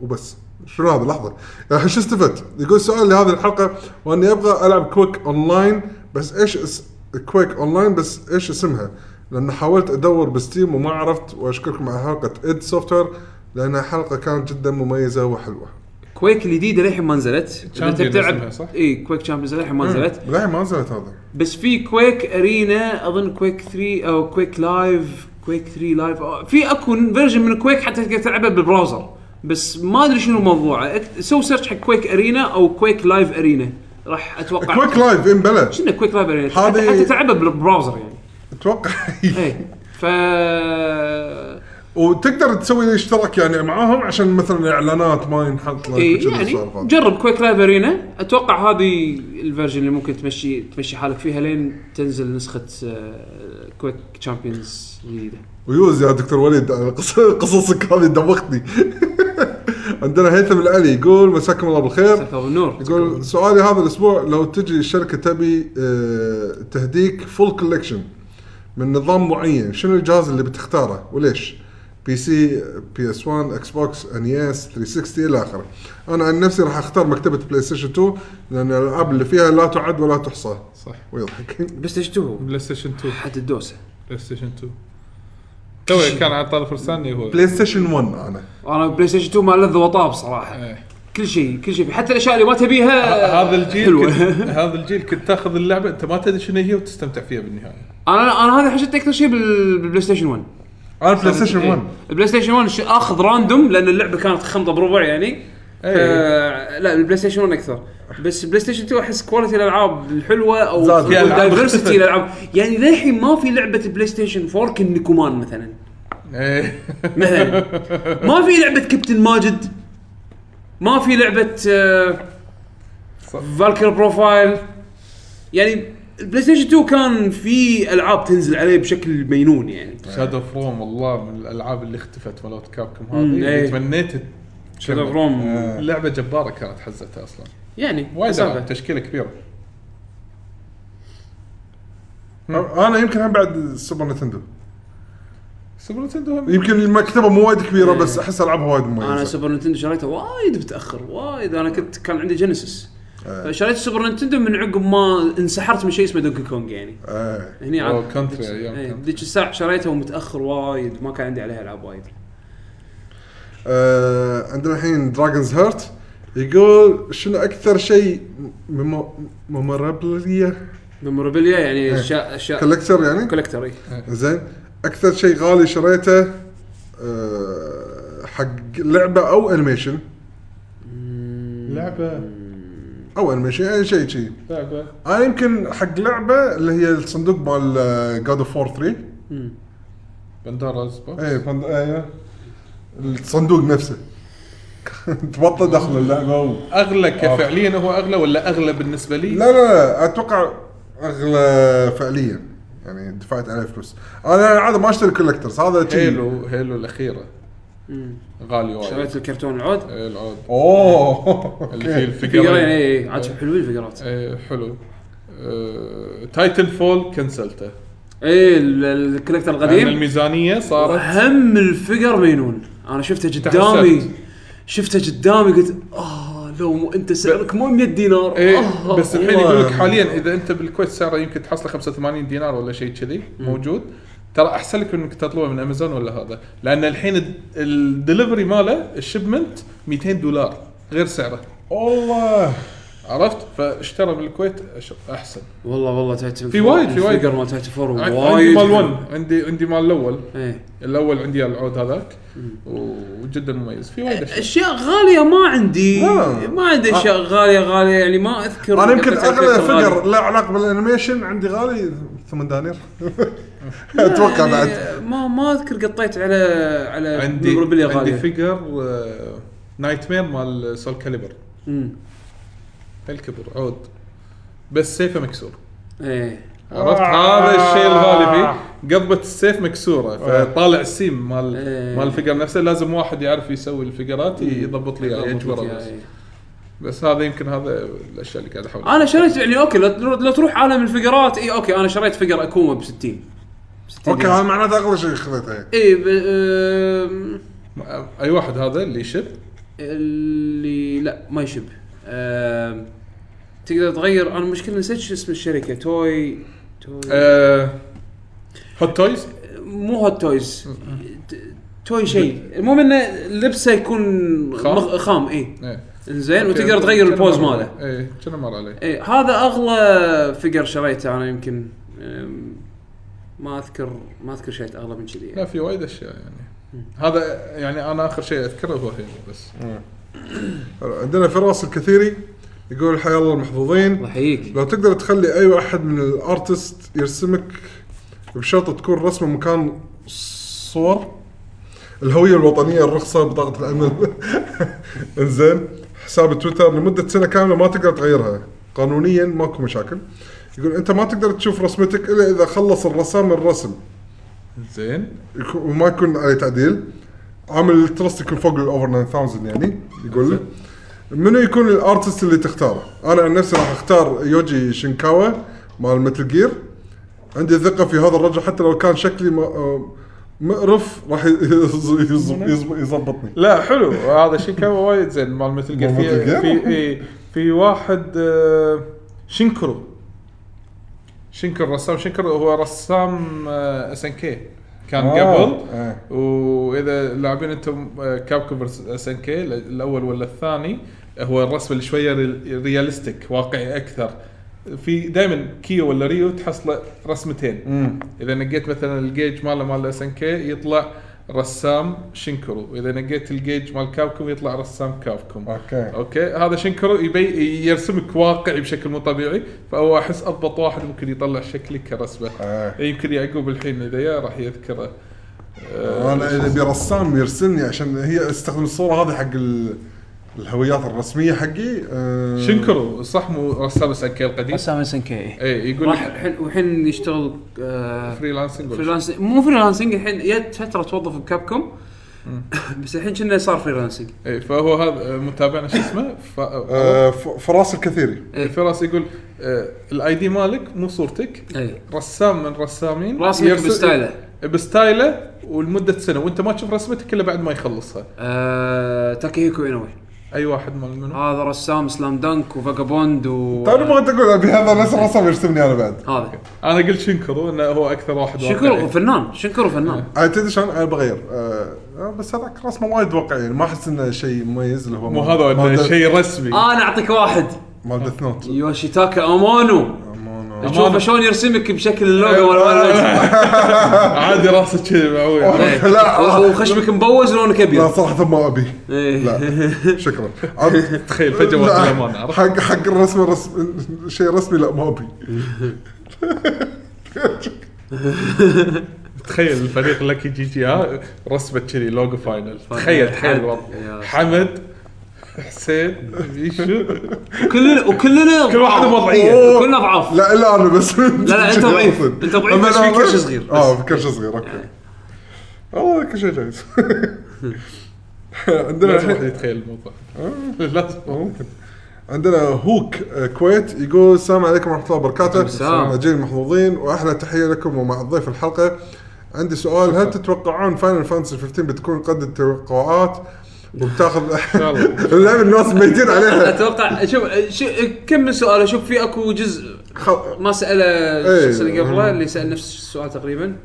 Speaker 2: وبس شنو هذا لحظه الحين شو استفدت؟ يقول سؤال لهذه الحلقه واني ابغى العب كويك اونلاين بس ايش اس... كويك اونلاين بس ايش اسمها؟ لان حاولت ادور بستيم وما عرفت واشكركم على حلقه اد سوفت وير لانها حلقه كانت جدا مميزه وحلوه.
Speaker 3: كويك الجديده للحين ما نزلت إذا
Speaker 4: Champion
Speaker 3: انت بتلعب
Speaker 4: اسمها، صح؟
Speaker 3: اي كويك شامبيونز للحين ما نزلت
Speaker 2: لا ما نزلت هذا
Speaker 3: بس في كويك ارينا اظن كويك 3 او كويك لايف كويك 3 لايف أو- في اكو فيرجن من كويك حتى تقدر تلعبه بالبراوزر بس ما ادري شنو موضوعه اكت- سو سيرش حق كويك ارينا او كويك لايف ارينا راح اتوقع
Speaker 2: كويك لايف ان بلا
Speaker 3: شنو كويك لايف ارينا
Speaker 2: هذه-
Speaker 3: حتى, حتى تلعبه بالبراوزر يعني
Speaker 2: اتوقع
Speaker 3: ايه ف
Speaker 2: وتقدر تسوي اشتراك يعني معاهم عشان مثلا اعلانات ما ينحط لك
Speaker 3: اي
Speaker 2: وكذي
Speaker 3: يعني
Speaker 2: السوالف هذه.
Speaker 3: جرب كويك لايف ارينا اتوقع هذه الفيرجن اللي ممكن تمشي تمشي حالك فيها لين تنزل نسخه آه، كويك تشامبيونز الجديده
Speaker 2: ويوز يا دكتور وليد قص- قصصك هذه دوختني عندنا هيثم العلي يقول مساكم الله بالخير
Speaker 3: مساك الله بالنور
Speaker 2: يقول سؤالي هذا الاسبوع لو تجي الشركه تبي آه، تهديك فول كولكشن من نظام معين شنو الجهاز اللي بتختاره وليش؟ بي سي بي اس 1 اكس بوكس ان اس 360 الى اخره. انا عن نفسي راح اختار مكتبه بلاي ستيشن 2 لان الالعاب اللي فيها لا تعد ولا تحصى
Speaker 4: صح
Speaker 2: ويضحك
Speaker 3: بلاي ستيشن 2
Speaker 4: بلاي ستيشن 2
Speaker 3: حتى الدوسه
Speaker 4: بلاي ستيشن 2 تو كان على طرف لساني هو
Speaker 2: بلاي ستيشن 1 انا
Speaker 3: انا بلاي ستيشن 2 ما لذ وطاب صراحه
Speaker 4: إيه.
Speaker 3: كل شيء كل شيء حتى الاشياء اللي ما تبيها
Speaker 4: هذا الجيل
Speaker 3: آه، حلوة.
Speaker 4: كنت- هذا الجيل كنت تاخذ اللعبه انت ما تدري شنو هي وتستمتع فيها بالنهايه
Speaker 3: انا انا هذا حشت اكثر شيء بال- بالبلاي ستيشن 1
Speaker 2: انا بلاي ستيشن
Speaker 3: إيه.
Speaker 2: 1
Speaker 3: البلاي ستيشن 1 ش- اخذ راندوم لان اللعبه كانت خمطه بربع يعني
Speaker 4: إيه.
Speaker 3: آه لا البلاي ستيشن 1 اكثر بس بلاي ستيشن 2 احس كواليتي الالعاب الحلوه او
Speaker 2: زاد. في
Speaker 4: ألعاب اختفت.
Speaker 3: الدايفرستي الالعاب يعني للحين ما في لعبه بلاي ستيشن 4 كنكومان مثلا
Speaker 4: ايه
Speaker 3: مثلا ما في لعبه كابتن ماجد ما في لعبه آه فالكر بروفايل يعني البلاي ستيشن 2 كان في العاب تنزل عليه بشكل مينون يعني
Speaker 4: شادو اوف روم والله من الالعاب اللي اختفت مالت كابكم هذه
Speaker 3: مم،
Speaker 4: اللي
Speaker 3: إيه.
Speaker 4: تمنيت
Speaker 3: شادو اوف روم
Speaker 4: لعبه جباره كانت حزتها اصلا
Speaker 3: يعني
Speaker 4: وايد
Speaker 3: مسافة.
Speaker 4: ألعاب، تشكيله كبيره
Speaker 2: انا يمكن هم بعد سوبر نتندو
Speaker 4: سوبر نتندو
Speaker 3: إيه.
Speaker 4: هم-
Speaker 2: يمكن المكتبه مو وايد كبيره بس احس العابها وايد إيه. مميزه
Speaker 3: انا سوبر نينتندو شريته وايد متاخر وايد انا كنت كان عندي جينيسيس
Speaker 4: آه.
Speaker 3: فشريت سوبر نينتندو من عقب ما انسحرت من شيء اسمه دونكي كونج يعني
Speaker 2: آه.
Speaker 3: هني
Speaker 4: أو
Speaker 3: عاد-
Speaker 4: كونتري،
Speaker 3: ذيك-
Speaker 4: أيام
Speaker 3: إيه،
Speaker 4: كونتري.
Speaker 3: ذيك الساعه شريته ومتاخر وايد ما كان عندي عليها العاب وايد
Speaker 2: آه. عندنا الحين دراجونز هيرت يقول شنو اكثر شيء ممربليه
Speaker 3: ميمورابيليا يعني
Speaker 4: إيه.
Speaker 3: اشياء اشياء
Speaker 2: كولكتر يعني
Speaker 3: كولكتر اي
Speaker 2: زين اكثر شيء غالي شريته آه. حق لعبه او انيميشن
Speaker 4: لعبه
Speaker 2: او انيميشن يعني شيء شيء
Speaker 4: لعبه
Speaker 2: انا يمكن حق لعبه اللي هي الصندوق مال آه، جاد اوف 4 3
Speaker 4: بندارا
Speaker 3: إيه.
Speaker 4: زبا
Speaker 2: ايه فند... ايوه الصندوق نفسه تبطل داخل اللعبه و...
Speaker 4: اغلى كفعليا هو اغلى ولا اغلى بالنسبه لي؟
Speaker 2: لا لا لا اتوقع اغلى فعليا يعني دفعت عليه فلوس انا عاده ما اشتري كولكترز هذا شيء
Speaker 4: هيلو هيلو الاخيره غالي وايد
Speaker 3: شريت الكرتون العود
Speaker 4: إيه، العود
Speaker 2: اوه
Speaker 4: اللي فيه
Speaker 2: اوكي
Speaker 3: فيجرين
Speaker 4: الفيجرين
Speaker 3: اي إيه، عاد شوف حلوين الفيجرات
Speaker 4: إيه، حلو آه، تايتن فول كنسلته
Speaker 3: اي إيه، ال- الكولكتر
Speaker 4: لان
Speaker 3: القديم
Speaker 4: الميزانيه صارت
Speaker 3: هم الفقر مينون انا شفته قدامي
Speaker 4: تحسبت.
Speaker 3: شفته قدامي قلت اه لو مو انت سعرك مو 100 دينار
Speaker 4: ايه
Speaker 3: آه،
Speaker 4: بس الحين
Speaker 2: والله.
Speaker 4: يقول لك حاليا اذا انت بالكويت سعره يمكن تحصله 85 دينار ولا شيء كذي موجود ترى احسن لك انك تطلبه من امازون ولا هذا لان الحين الد- الدليفري ماله الشipment 200 دولار غير سعره
Speaker 2: والله
Speaker 4: عرفت فاشترى بالكويت أش- احسن
Speaker 3: والله والله تايتن
Speaker 4: في وايد- في وايد.
Speaker 3: الفقر مال تايتن فور
Speaker 4: ع-
Speaker 3: وايد
Speaker 4: عندي مال 1 عندي عندي مال الاول
Speaker 3: ايه
Speaker 4: الاول عندي العود هذاك و- وجدا مميز في وايد اشياء
Speaker 3: اشياء غاليه ما عندي
Speaker 2: آه.
Speaker 3: ما عندي اشياء غاليه غاليه يعني ما اذكر
Speaker 2: انا يمكن
Speaker 3: قطعة كرة
Speaker 2: اغلى فقر
Speaker 3: غالية.
Speaker 2: لا علاقه بالانيميشن عندي غالي 8 دنانير اتوقع
Speaker 3: يعني
Speaker 2: بعد
Speaker 3: ما ما اذكر قطيت على على
Speaker 4: عندي
Speaker 3: memorabilia
Speaker 4: عندي
Speaker 3: غاليه
Speaker 4: فيجر نايت مير مال سول كاليبر
Speaker 3: مم.
Speaker 4: الكبر عود بس سيفه مكسور
Speaker 3: ايه
Speaker 4: عرفت هذا الشيء الغالي فيه قضبه السيف مكسوره فطالع السيم مال
Speaker 3: آه. إيه.
Speaker 4: مال الفقر نفسه لازم واحد يعرف يسوي الفقرات يضبط لي اياها يجبرها بس
Speaker 3: إيه.
Speaker 4: بس هذا يمكن هذا الاشياء اللي قاعد احاول
Speaker 3: انا شريت يعني اوكي لا تر- لا تروح عالم الفقرات اي اوكي انا شريت فقر اكوما ب 60
Speaker 2: اوكي هذا معناته اغلى شيء خذيته يعني.
Speaker 3: اي إيه، ب... آم،
Speaker 4: اي واحد هذا اللي يشب
Speaker 3: اللي لا ما يشب آم، تقدر تغير انا المشكله نسيت شو اسم الشركه توي توي
Speaker 4: آه، هوت تويز
Speaker 3: مو هوت تويز ت- توي شيء المهم انه لبسه يكون
Speaker 4: خام؟
Speaker 3: مخ- خام اي
Speaker 4: إيه.
Speaker 3: زين
Speaker 4: أوكي،
Speaker 3: وتقدر تغير
Speaker 4: كان
Speaker 3: البوز
Speaker 4: مر
Speaker 3: ماله
Speaker 4: علي. ايه كنا مر علي
Speaker 3: اي إيه، هذا اغلى فيجر شريته انا يمكن أم، ما اذكر ما اذكر شيء اغلى من كذي
Speaker 4: لا في وايد اشياء يعني هذا يعني انا اخر شيء اذكره هو هنا بس
Speaker 2: حلو. عندنا فراس الكثيري يقول حيا الله المحظوظين
Speaker 3: الله يحييك
Speaker 2: لو تقدر تخلي اي واحد من الارتست يرسمك بشرط تكون رسمه مكان صور الهويه الوطنيه الرخصه بطاقه العمل انزين حساب تويتر لمده سنه كامله ما تقدر تغيرها قانونيا ماكو مشاكل يقول انت ما تقدر تشوف رسمتك الا اذا خلص الرسام الرسم
Speaker 4: زين
Speaker 2: يكون- وما يكون عليه تعديل عامل الترست يكون فوق الاوفر 9000 يعني يقول لي منو يكون الارتست اللي تختاره؟ انا عن نفسي راح اختار يوجي شينكاوا مال متل جير عندي ثقه في هذا الرجل حتى لو كان شكلي م- آه، مقرف راح يز- يز- يز- يزبطني
Speaker 4: لا حلو هذا شيء كان وايد زين مال مثل جير
Speaker 2: مال
Speaker 4: في
Speaker 2: Metal Gear؟
Speaker 4: في إيه، في واحد آه، شينكرو شينكرو رسام شينكرو هو رسام آه، اس ان كي كان
Speaker 2: آه،
Speaker 4: قبل
Speaker 2: آه.
Speaker 4: واذا لاعبين آه، انتم كاب فيرس اس ان كي الاول ولا الثاني هو الرسم اللي شويه ريال- رياليستيك واقعي اكثر في دائما كيو ولا ريو تحصله رسمتين
Speaker 2: مم.
Speaker 4: اذا نقيت مثلا الجيج ماله مال اس ان كي يطلع رسام شينكرو اذا نقيت الجيج مال كابكوم يطلع رسام كابكوم
Speaker 2: اوكي
Speaker 4: اوكي هذا شينكرو يبي يرسمك واقعي بشكل مو طبيعي فهو احس اضبط واحد ممكن يطلع شكلي كرسمه
Speaker 2: آه.
Speaker 4: يمكن يعقوب الحين اذا جاء راح يذكره آه،
Speaker 2: انا اذا برسام يرسمني عشان هي استخدم الصوره هذه حق ال- الهويات الرسميه حقي آه،
Speaker 4: شنكرو صح مو رسام اس ان كي القديم
Speaker 3: بس اس ان كي
Speaker 4: اي يقول
Speaker 3: راح
Speaker 4: لك
Speaker 3: الحين والحين يشتغل آه،
Speaker 4: فريلانسنج ولا
Speaker 3: فريلانسنج مو فريلانسنج الحين جت فتره توظف بكابكوم بس الحين كنا صار فريلانسنج
Speaker 4: شيء. اي فهو هذا آه، متابعنا شو اسمه ف... آه،
Speaker 2: آه، ف- فراس الكثيري
Speaker 3: إيه.
Speaker 4: فراس يقول آه، الاي دي مالك مو صورتك
Speaker 3: اي
Speaker 4: رسام من رسامين
Speaker 3: راسمك
Speaker 4: يرسم-
Speaker 3: بستايله
Speaker 4: بستايله ولمده سنه وانت ما تشوف رسمتك الا بعد ما يخلصها
Speaker 3: آه، تاكيهيكو انوي
Speaker 4: اي واحد مال منو
Speaker 3: هذا رسام سلام دنك وفاجابوند و
Speaker 2: توني بغيت اقول ابي هذا نفس الرسام يرسمني انا بعد
Speaker 3: هذا
Speaker 4: انا قلت شنكرو انه هو اكثر واحد
Speaker 3: شكرا
Speaker 4: واقعي.
Speaker 3: فنان شكرا فنان
Speaker 2: انا تدري شلون انا بغير آه، آه، بس هذاك رسمه وايد واقعي يعني ما احس انه شيء مميز اللي هو
Speaker 4: مو هذا ولا شيء رسمي
Speaker 3: انا اعطيك واحد
Speaker 2: مال ديث نوت
Speaker 3: يوشيتاكا امونو تشوفه أه. شلون يرسمك بشكل
Speaker 2: أه.
Speaker 3: اللوجو ورا الوجه
Speaker 4: عادي راسك كذي معوي
Speaker 3: إيه.
Speaker 2: لا.
Speaker 3: و- وخشمك مبوز لونك
Speaker 2: لا
Speaker 3: ابيض
Speaker 2: صراحه ما ابي
Speaker 3: إيه.
Speaker 2: لا شكرا عاد-
Speaker 4: تخيل فجاه
Speaker 2: لا،
Speaker 4: وقت الامان عرفت؟
Speaker 2: حق حق الرسم الرسم شيء رسمي لا ما ابي
Speaker 4: تخيل الفريق لكي جي جي ها رسمه كذي لوجو فاينل تخيل تخيل الوضع. حمد حسين بيشو
Speaker 3: كلنا وكلنا
Speaker 4: كل واحد وضعيه
Speaker 2: أوه.
Speaker 3: كلنا ضعاف
Speaker 2: لا الا انا بس
Speaker 3: لا، لا، أنت ضعيف. أنت ضعيف بس في كرش صغير، بس.
Speaker 2: اه في كرش صغير اوكي والله كل شيء جايز عندنا
Speaker 4: لازم
Speaker 2: الحين-
Speaker 4: واحد يتخيل الموضوع لازم
Speaker 2: آه. ممكن عندنا هوك آه، كويت يقول السلام عليكم ورحمه الله وبركاته
Speaker 3: السلام.
Speaker 2: جيل محظوظين واحلى تحيه لكم ومع ضيف الحلقه عندي سؤال هل تتوقعون فاينل فانتسي 15 بتكون قد التوقعات وبتاخذ
Speaker 4: شاء
Speaker 2: اللعبه الناس ميتين عليها
Speaker 3: اتوقع شوف شو- كمل سؤال اشوف في اكو جزء
Speaker 2: خ-
Speaker 3: ما ساله
Speaker 2: إيه.
Speaker 3: الشخص اللي قبله اللي سال نفس السؤال تقريبا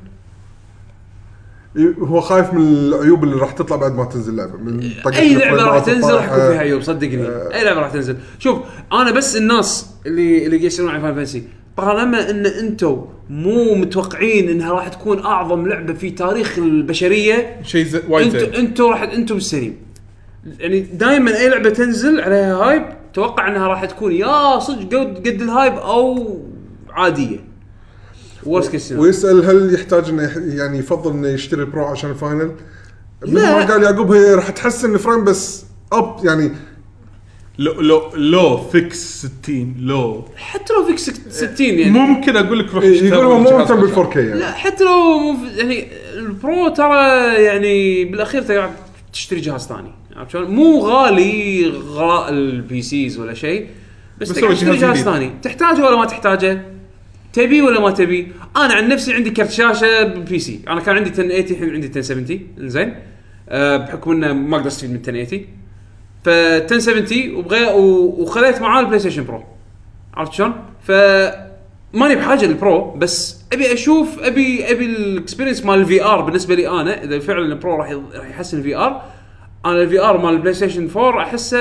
Speaker 2: هو خايف من العيوب اللي راح تطلع بعد ما تنزل اللعبه من طقة
Speaker 3: اي لعبه راح
Speaker 2: البلايمات
Speaker 3: تنزل راح يكون
Speaker 2: الطايحة.
Speaker 3: فيها عيوب صدقني
Speaker 2: إيه.
Speaker 3: اي لعبه راح تنزل شوف انا بس الناس اللي اللي قاعد يشتغلون على فاين فانسي طالما ان انتم مو متوقعين انها راح تكون اعظم لعبه في تاريخ البشريه
Speaker 4: شيء زي- وايد
Speaker 3: انتم
Speaker 4: زين
Speaker 3: انتم راح انتم السليم يعني دائما اي لعبه تنزل عليها هايب توقع انها راح تكون يا صدق قد قد الهايب او عاديه ورست كيس
Speaker 2: ويسال هل يحتاج انه يح- يعني يفضل انه يشتري برو عشان الفاينل؟ مثل
Speaker 3: لا.
Speaker 2: ما قال يعقوب هي راح تحسن الفريم بس اب يعني
Speaker 4: لو لو لو فيكس 60 لو
Speaker 3: حتى لو فيك 60 يعني
Speaker 4: ممكن اقول لك روح اشتري
Speaker 2: يقول إيه، هو مو
Speaker 4: الجهاز
Speaker 2: مهتم بال
Speaker 4: عشان.
Speaker 2: 4K يعني
Speaker 3: لا حتى لو مو في- يعني البرو ترى يعني بالاخير تقعد تشتري جهاز ثاني عرفت شلون؟ مو غالي غلاء البي سيز ولا شيء بس,
Speaker 4: بس
Speaker 3: تقعد
Speaker 4: هو
Speaker 3: تشتري
Speaker 4: جهاز
Speaker 3: جهاز
Speaker 4: جديد.
Speaker 3: ثاني تحتاجه ولا ما تحتاجه؟ تبي ولا ما تبي؟ انا عن نفسي عندي كرت شاشه بي سي، انا كان عندي 1080 الحين عندي 1070 انزين أه بحكم انه ما اقدر استفيد من 1080 ف 1070 وبغي و- وخذيت معاه البلاي ستيشن برو عرفت شلون؟ ف ماني بحاجه للبرو بس ابي اشوف ابي ابي الاكسبيرينس مال الفي ار بالنسبه لي انا اذا فعلا البرو راح يض- راح يحسن الفي ار انا الفي ار مال البلاي ستيشن 4 احسه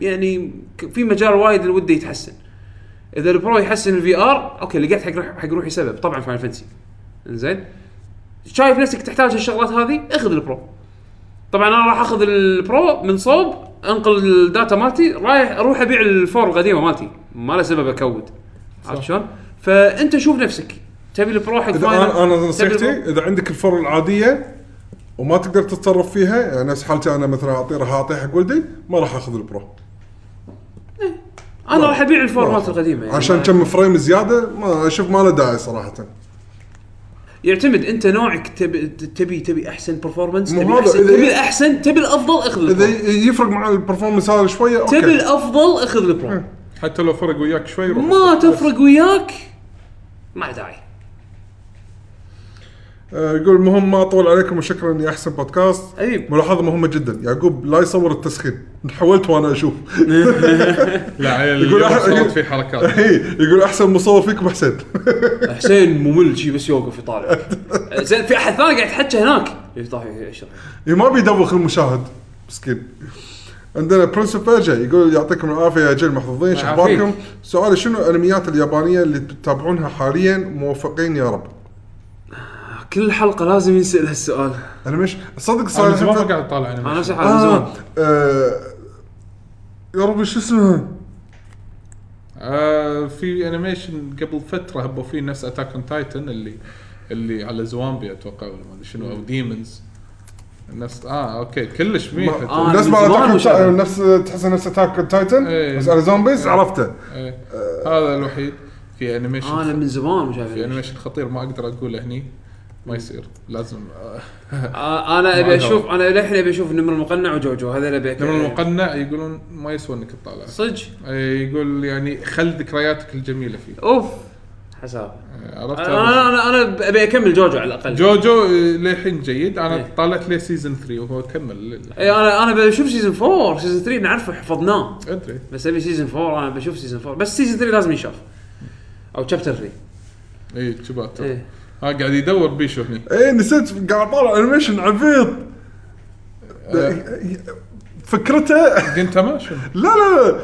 Speaker 3: يعني ك- في مجال وايد ودي يتحسن اذا البرو يحسن الفي ار اوكي لقيت حق روح- حق روحي سبب طبعا فاينل فانتسي زين شايف نفسك تحتاج الشغلات هذه اخذ البرو طبعا انا راح اخذ البرو من صوب انقل الداتا مالتي رايح اروح ابيع الفور القديمه مالتي ما له سبب اكود عرفت شلون؟ فانت شوف نفسك تبي البرو حق
Speaker 2: اذا
Speaker 3: فاينل،
Speaker 2: انا
Speaker 3: تبي
Speaker 2: انا
Speaker 3: البرو؟
Speaker 2: نصيحتي اذا عندك الفر العاديه وما تقدر تتصرف فيها يعني نفس حالتي انا مثلا اعطي راح اعطيه حق ولدي ما راح اخذ البرو
Speaker 3: إيه. انا راح ابيع الفور مالتي القديمه يعني
Speaker 2: عشان كم فريم زياده ما اشوف ما له داعي صراحه
Speaker 3: يعتمد انت نوعك تبي تبي تبي احسن برفورمانس
Speaker 2: مو
Speaker 3: تبي
Speaker 2: هذا،
Speaker 3: احسن
Speaker 2: إذا-
Speaker 3: تبي الاحسن تبي الافضل اخذ
Speaker 2: اذا
Speaker 3: البرو
Speaker 2: يفرق مع البرفورمنس هذا شويه اوكي
Speaker 3: تبي الافضل اخذ البرو
Speaker 4: حتى لو فرق وياك شوي روح.
Speaker 3: ما تفرق وياك ما له داعي
Speaker 2: آه، يقول مهم ما اطول عليكم وشكرا يا احسن بودكاست
Speaker 3: أيب.
Speaker 2: ملاحظه مهمه جدا يعقوب لا يصور التسخين حاولت وانا اشوف
Speaker 4: لا عيل
Speaker 2: يقول
Speaker 4: اليوم
Speaker 2: أح-
Speaker 4: صارت في حركات
Speaker 2: إيه، يقول احسن مصور فيكم حسين
Speaker 3: حسين ممل شي بس يوقف يطالع زين في احد ثاني قاعد يتحكى هناك يفتح يشرح
Speaker 2: إيه، ما بيدوخ المشاهد مسكين عندنا برنس اوف يقول يعطيكم العافيه يا جيل محظوظين شو
Speaker 4: يعافيك.
Speaker 2: اخباركم؟ سؤالي شنو الانميات اليابانيه اللي تتابعونها حاليا موفقين يا رب؟
Speaker 3: آه، كل حلقه لازم ينسال هالسؤال
Speaker 2: انا مش صدق
Speaker 4: انا
Speaker 2: صار
Speaker 4: من زمان ما
Speaker 2: حتى-
Speaker 4: قاعد اطالع
Speaker 3: انا
Speaker 4: انمي
Speaker 3: نفس الحال من
Speaker 2: آه
Speaker 3: زمان
Speaker 2: آه، يا ربي شو اسمها؟
Speaker 4: آه، في انيميشن قبل فتره هبوا فيه نفس اتاك اون تايتن اللي اللي على زوامبي اتوقع ولا ما ادري شنو او ديمونز نفس اه اوكي كلش ميح
Speaker 3: آه،
Speaker 2: نفس
Speaker 3: من
Speaker 2: ما
Speaker 3: زمان
Speaker 2: أتاك-
Speaker 3: مشاهدة.
Speaker 2: نفس تحس نفس اتاك تايتن
Speaker 4: إيه.
Speaker 2: بس على زومبيز عرفته
Speaker 4: إيه. هذا الوحيد في انيميشن
Speaker 3: انا من زمان مش
Speaker 4: في
Speaker 3: عارف
Speaker 4: انيميشن خطير ما اقدر اقوله هني ما يصير لازم آه،
Speaker 3: آه، انا
Speaker 4: ما
Speaker 3: ابي اشوف
Speaker 4: أدري.
Speaker 3: انا للحين ابي اشوف النمر المقنع وجوجو هذا اللي ابي أك-
Speaker 4: لما المقنع يقولون ما يسوى انك تطالع
Speaker 3: صدق
Speaker 4: إيه، يقول يعني خل ذكرياتك الجميله فيه
Speaker 3: اوف حساب
Speaker 4: إيه، عرفت هذا؟
Speaker 3: انا انا انا ابي اكمل جوجو على الاقل
Speaker 4: جوجو آه، للحين جيد انا
Speaker 3: إيه.
Speaker 4: طالعت ليه سيزون 3 وهو كمل للحين.
Speaker 3: اي انا انا بشوف سيزون 4 سيزون 3 نعرفه حفظناه
Speaker 4: ادري
Speaker 3: بس ابي سيزون 4 انا بشوف سيزون 4 بس سيزون 3 لازم يشاف او شابتر 3
Speaker 4: اي تشباتو
Speaker 3: إيه.
Speaker 4: ها قاعد يدور بيشو هني
Speaker 2: ايه نسيت قاعد اطالع انيميشن عبيط إيه.
Speaker 4: إيه.
Speaker 2: فكرته
Speaker 4: جنتاما آه، شنو؟
Speaker 2: لا لا لا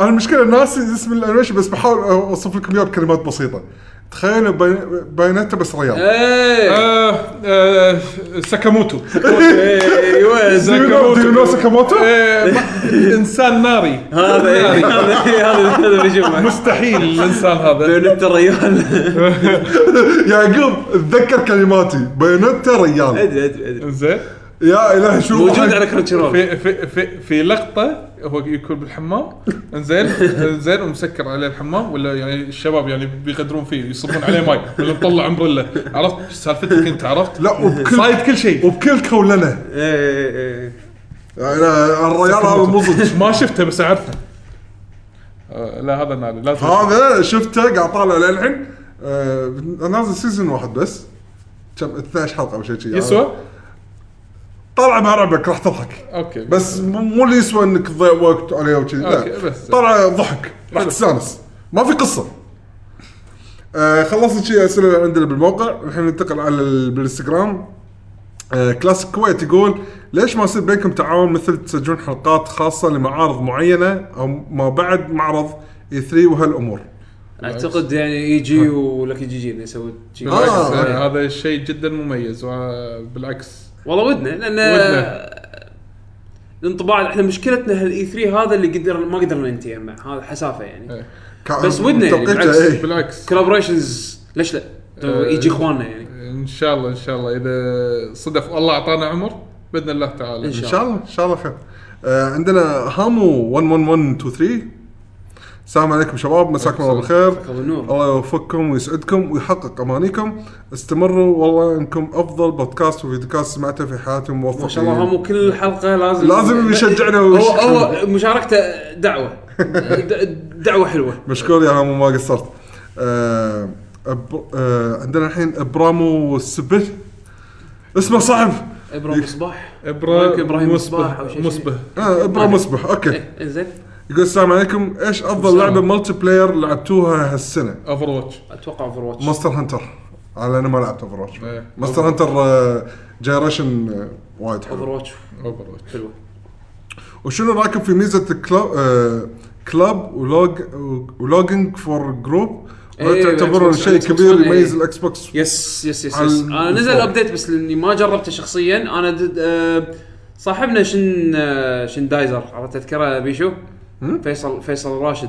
Speaker 2: انا المشكله ناسي اسم الانيميشن بس بحاول اوصف لكم اياه بكلمات بسيطه تخيلوا باي- بايونيتا بس
Speaker 4: إيه،
Speaker 2: ريال
Speaker 3: ايه
Speaker 4: آه، آه، ساكاموتو
Speaker 3: ايوه
Speaker 2: Do you know- do you know Sakamoto؟
Speaker 4: إيه، ما- انسان ناري
Speaker 3: هذا إيه، هذا إيه، هذا هذا بيشوفه
Speaker 4: مستحيل الانسان هذا
Speaker 3: بيونتا ريال
Speaker 2: يعقوب اتذكر كلماتي بايونيتا ريال
Speaker 4: إيه.
Speaker 3: ادري ادري ادري
Speaker 4: زين
Speaker 2: يا اله شو
Speaker 3: موجود على كرتش رول
Speaker 4: في في في في لقطه هو يكون بالحمام انزين انزين ومسكر عليه الحمام ولا يعني الشباب يعني بيغدرون فيه يصرفون عليه ماي ولا مطلع امبريلا عرفت سالفتك انت عرفت؟
Speaker 2: لا وبكل
Speaker 4: صايد كل شيء
Speaker 2: وبكل كولنا
Speaker 3: ايه ايه
Speaker 2: يعني الريال هذا مو صدق.
Speaker 4: ما شفته بس اعرفه آه، لا هذا ناري لازم
Speaker 2: هذا شفته قاعد طالع للحين آه، نازل سيزون واحد بس كم 12 حلقه او شيء شي.
Speaker 4: يسوى
Speaker 2: طالع مع ربك راح تضحك
Speaker 4: اوكي
Speaker 2: بس مو مو اللي يسوى انك تضيع وقت عليه وكذي
Speaker 4: أوكي،
Speaker 2: لا
Speaker 4: بس.
Speaker 2: طلع ضحك راح
Speaker 4: حلو.
Speaker 2: تستانس ما في قصه آه خلصنا شيء اسئله اللي عندنا بالموقع الحين ننتقل على ال- بالانستغرام آه كلاسيك كويت يقول ليش ما يصير بينكم تعاون مثل تسجلون حلقات خاصه لمعارض معينه او ما بعد معرض E اي 3 وهالامور
Speaker 3: اعتقد يعني يجي ولك يجي يجينا يسوي شي.
Speaker 4: بالعكس
Speaker 2: آه.
Speaker 4: يعني هذا شيء جدا مميز وبالعكس
Speaker 3: والله ودنا لان
Speaker 4: ودنا.
Speaker 3: الانطباع احنا مشكلتنا هالاي 3 هذا اللي قدر ما قدرنا ننتهي معه هذا حسافه يعني
Speaker 4: إيه.
Speaker 2: كا-
Speaker 3: بس ودنا يعني
Speaker 2: توقيته،
Speaker 3: بالعكس.
Speaker 2: إيه.
Speaker 4: بالعكس
Speaker 3: كولابوريشنز ليش لا؟
Speaker 4: آه.
Speaker 3: يجي اخواننا يعني
Speaker 4: ان شاء الله ان شاء الله اذا صدف الله اعطانا عمر باذن الله تعالى
Speaker 3: إن
Speaker 2: ان شاء الله ان شاء الله خير آه عندنا هامو 11123 السلام عليكم شباب مساكم الله بالخير
Speaker 3: مساكم النور.
Speaker 2: الله يوفقكم ويسعدكم ويحقق امانيكم استمروا والله انكم افضل بودكاست وفيديوكاست سمعته في حياتي موفقين
Speaker 3: ما شاء الله هم كل حلقه لازم
Speaker 2: لازم يشجعنا
Speaker 3: هو
Speaker 2: ويشجعنا.
Speaker 3: هو مشاركته دعوه د- دعوه حلوه
Speaker 2: مشكور يا هم ما قصرت آه أب... آه عندنا الحين ابرامو السبل اسمه صعب
Speaker 3: ابراهيم مصباح
Speaker 4: ابراهيم
Speaker 3: إبراهيم
Speaker 4: ابراهيم
Speaker 3: مصباح
Speaker 4: مصبح
Speaker 3: أو شيء-
Speaker 4: مصبح
Speaker 2: آه ابرامو مصبح اوكي
Speaker 3: إيه، زين
Speaker 2: يقول السلام عليكم ايش افضل لعبه ملتي بلاير لعبتوها هالسنه؟
Speaker 4: اوفر واتش
Speaker 3: اتوقع اوفر واتش
Speaker 2: ماستر هانتر على انا ما لعبت اوفر واتش
Speaker 4: إيه.
Speaker 2: ماستر هانتر جنريشن آه، وايد
Speaker 3: اوفر
Speaker 2: حلو
Speaker 3: واتش
Speaker 4: اوفر واتش
Speaker 3: حلوه
Speaker 2: وشنو رايكم في ميزه كلاب كلاب ولوج ولوجينج فور جروب
Speaker 3: إيه،
Speaker 2: تعتبرون
Speaker 3: Xbox-
Speaker 2: شيء
Speaker 3: Xbox
Speaker 2: كبير
Speaker 3: One، إيه.
Speaker 2: يميز الاكس بوكس
Speaker 3: يس يس يس,
Speaker 2: على
Speaker 3: يس. انا نزل
Speaker 2: الفور.
Speaker 3: ابديت بس لاني ما جربته شخصيا انا د- آه، صاحبنا شن آه، شن دايزر عرفت تذكره بيشو فيصل فيصل راشد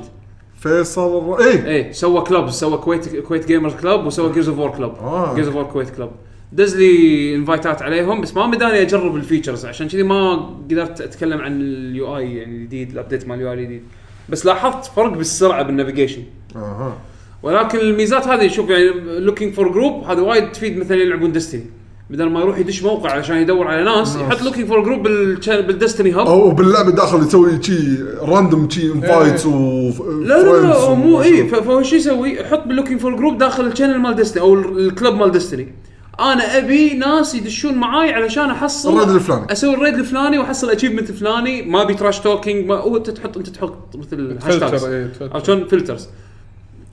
Speaker 2: فيصل الر... ايه
Speaker 3: ايه سوى كلب سوى كويت كويت جيمرز كلب وسوى جيرز اوف وور كلب
Speaker 2: آه.
Speaker 3: جيرز اوف وور كويت كلب دز لي انفايتات عليهم بس ما بداني اجرب الفيتشرز عشان كذي ما قدرت اتكلم عن اليو اي يعني الجديد الابديت مال اليو اي الجديد بس لاحظت فرق بالسرعه بالنافيجيشن
Speaker 2: اها
Speaker 3: ولكن الميزات هذه شوف يعني لوكينج فور جروب هذا وايد تفيد مثلا يلعبون ديستني بدل ما يروح يدش موقع عشان يدور على ناس يحط لوكينج فور جروب بالدستني هب
Speaker 2: او باللعبه داخل يسوي شي راندوم شي انفايتس و
Speaker 3: إيه. لا لا لا هو مو إيه، اي ف- فهو شو يسوي؟ يحط باللوكينج فور جروب داخل الشانل مال ديستني او ال- الكلب مال ديستني. انا ابي ناس يدشون معاي علشان احصل
Speaker 2: الريد الفلاني.
Speaker 3: اسوي الريد الفلاني واحصل اتشيفمنت الفلاني ما ابي تراش توكينج ما هو انت تحط انت تحط مثل
Speaker 4: تفلتر، إيه،
Speaker 3: هاشتاجز
Speaker 4: تفلتر.
Speaker 3: او شلون فلترز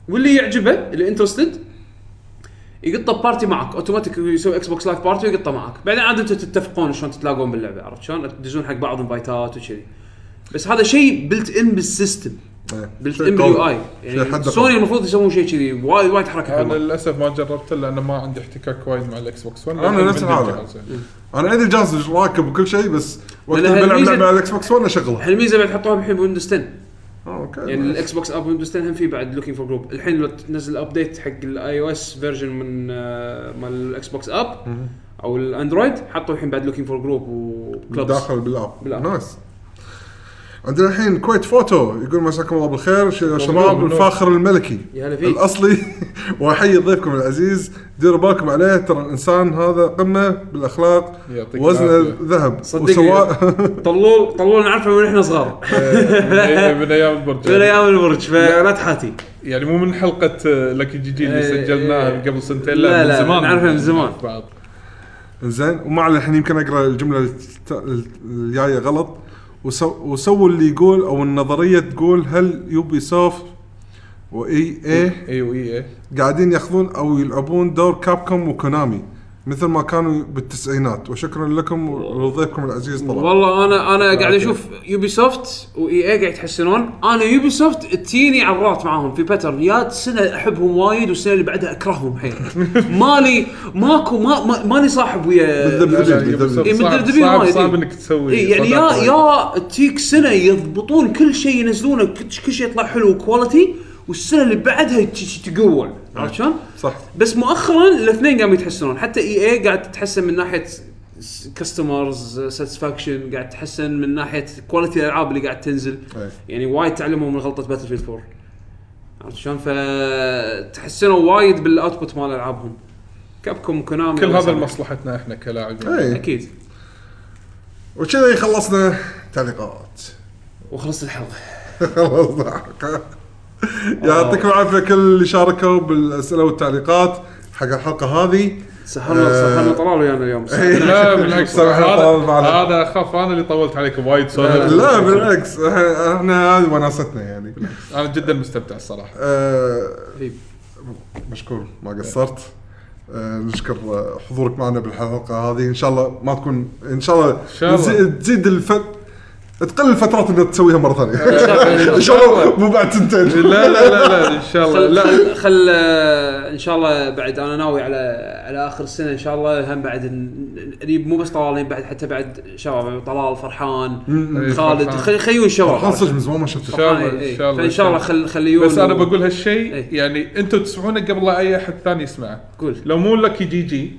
Speaker 3: واللي يعجبه اللي انترستد يقطه بارتي معك اوتوماتيك يسوي اكس بوكس لايف بارتي ويقطه معك بعدين عاد انتم تتفقون شلون تتلاقون باللعبه عرفت شلون تدزون حق بعض انفايتات وكذي بس هذا شيء بلت ان بالسيستم
Speaker 2: إيه.
Speaker 3: بالت ان باليو اي يعني سوني المفروض يسوون شيء كذي وايد وايد حركه
Speaker 4: انا
Speaker 3: حلوه
Speaker 4: للاسف ما جربته لانه ما عندي احتكاك وايد مع الاكس بوكس 1
Speaker 2: أنا نفس الحالة. انا عندي جهاز راكب وكل شيء بس وقت
Speaker 3: لأن
Speaker 2: بلعب
Speaker 3: هالميزة-
Speaker 2: لعبه على الاكس بوكس 1 اشغله
Speaker 3: هالميزه بعد حطوها الحين بويندوز 10
Speaker 2: آه، اوكي
Speaker 3: يعني الاكس بوكس اب ويندوز 10 هم في بعد لوكينج فور جروب الحين لو تنزل ابديت حق الاي او اس فيرجن من آه، مال الاكس بوكس اب او الاندرويد حطوا الحين بعد لوكينج فور جروب وكلبز
Speaker 2: داخل بالاب
Speaker 3: بالآب.
Speaker 2: نايس عندنا الحين كويت فوتو يقول مساكم الله بالخير ش- يا شباب
Speaker 4: بالنور.
Speaker 2: الفاخر الملكي
Speaker 3: يا هلا فيك.
Speaker 2: الاصلي واحيي ضيفكم العزيز ديروا بالكم عليه ترى الانسان هذا قمه بالاخلاق
Speaker 3: إيه.
Speaker 4: يعطيك
Speaker 2: وزنه
Speaker 4: العافية.
Speaker 2: ذهب
Speaker 3: صدقني. طلول طلول نعرفه من احنا صغار
Speaker 4: إيه، من ايام البرج
Speaker 3: من ايام البرج فلا تحاتي
Speaker 4: يعني مو من حلقه لكن جي جي اللي
Speaker 3: إيه، إيه.
Speaker 4: سجلناها قبل سنتين
Speaker 3: لا،
Speaker 4: من
Speaker 3: لا،
Speaker 4: زمان
Speaker 3: نعرفها من زمان.
Speaker 4: بعض
Speaker 2: زين وما عليه الحين يمكن اقرا الجمله الت- الجايه غلط وسو- وسووا اللي يقول او النظريه تقول هل يوبي سوفت واي
Speaker 3: إيه.
Speaker 2: اي
Speaker 4: اي واي اي
Speaker 2: إيه قاعدين ياخذون او يلعبون دور كابكوم وكونامي مثل ما كانوا بالتسعينات وشكرا لكم ولضيفكم العزيز طلال
Speaker 3: والله انا انا قاعد اشوف يوبي سوفت واي اي إيه قاعد يتحسنون انا يوبي سوفت تجيني عرات معاهم في باترن يا سنه احبهم وايد والسنه اللي بعدها اكرههم حيل مالي ماكو ما ما- ماني صاحب ويا
Speaker 2: بالذبذب.
Speaker 4: لا، لا، يبي
Speaker 2: بالذبذب.
Speaker 4: صعب-
Speaker 3: إيه،
Speaker 4: صعب
Speaker 3: مدبدبين
Speaker 4: صعب-
Speaker 3: وايد،
Speaker 4: صعب
Speaker 3: إيه.
Speaker 4: انك تسوي
Speaker 3: إيه يعني يا
Speaker 4: صداقة.
Speaker 3: يا تجيك سنه يضبطون كل شيء ينزلونه كل كل شيء يطلع حلو وكواليتي والسنه اللي بعدها ت- ت- تقوى
Speaker 4: آه.
Speaker 3: عرفت شلون؟
Speaker 2: صح
Speaker 3: بس مؤخرا الاثنين قاموا يتحسنون حتى اي اي قاعد تتحسن من ناحيه كاستمرز ساتسفاكشن قاعد تتحسن من ناحيه كواليتي الالعاب اللي قاعد تنزل
Speaker 2: أي.
Speaker 3: يعني وايد تعلموا من غلطه باتل فيلد 4 عرفت شلون فتحسنوا وايد بالاوتبوت مال العابهم كابكم كونامي
Speaker 4: كل هذا
Speaker 3: وسامع.
Speaker 4: لمصلحتنا احنا كلاعبين
Speaker 2: اي
Speaker 3: اكيد
Speaker 2: وكذا خلصنا تعليقات
Speaker 3: وخلصت الحلقه
Speaker 2: خلاص ضحك.
Speaker 4: آه.
Speaker 2: يعطيكم العافيه كل اللي شاركوا بالاسئله والتعليقات حق الحلقه هذه
Speaker 3: سهرنا
Speaker 2: آه.
Speaker 3: سهرنا طلال ويانا اليوم
Speaker 4: إيه. لا بالعكس
Speaker 2: صراحة طول
Speaker 4: هذا
Speaker 2: بالك.
Speaker 4: هذا اخاف انا اللي طولت عليكم وايد سؤال
Speaker 2: لا بالعكس احنا إحنا هذه وناستنا يعني
Speaker 4: انا جدا مستمتع الصراحه
Speaker 2: آه،
Speaker 3: حبيبي.
Speaker 2: مشكور ما قصرت آه، نشكر آه، حضورك معنا بالحلقه هذه ان شاء الله ما تكون ان شاء الله,
Speaker 4: شاء الله.
Speaker 2: نزي- تزيد الفت تقل الفترات اللي تسويها مره ثانيه ان شاء الله مو بعد سنتين
Speaker 4: لا لا لا لا ان شاء الله
Speaker 3: خل
Speaker 4: لا
Speaker 3: خل, خل آه، ان شاء الله بعد انا ناوي على على اخر السنه ان شاء الله هم بعد ن- نجيب مو بس طلال نجيب بعد حتى بعد شباب يعني طلال فرحان خالد
Speaker 4: إيه، فرحان.
Speaker 3: خل خيون
Speaker 2: خلاص
Speaker 3: شباب
Speaker 2: صدق من زمان ما شفته
Speaker 4: إن شاء الله، إن شاء الله،
Speaker 3: فان شاء الله خل خليون
Speaker 4: بس انا
Speaker 3: و-
Speaker 4: بقول
Speaker 3: إيه.
Speaker 4: هالشيء يعني انتم تسمعونه قبل لا اي احد ثاني يسمعه
Speaker 3: قول
Speaker 4: لو مو لك جي جي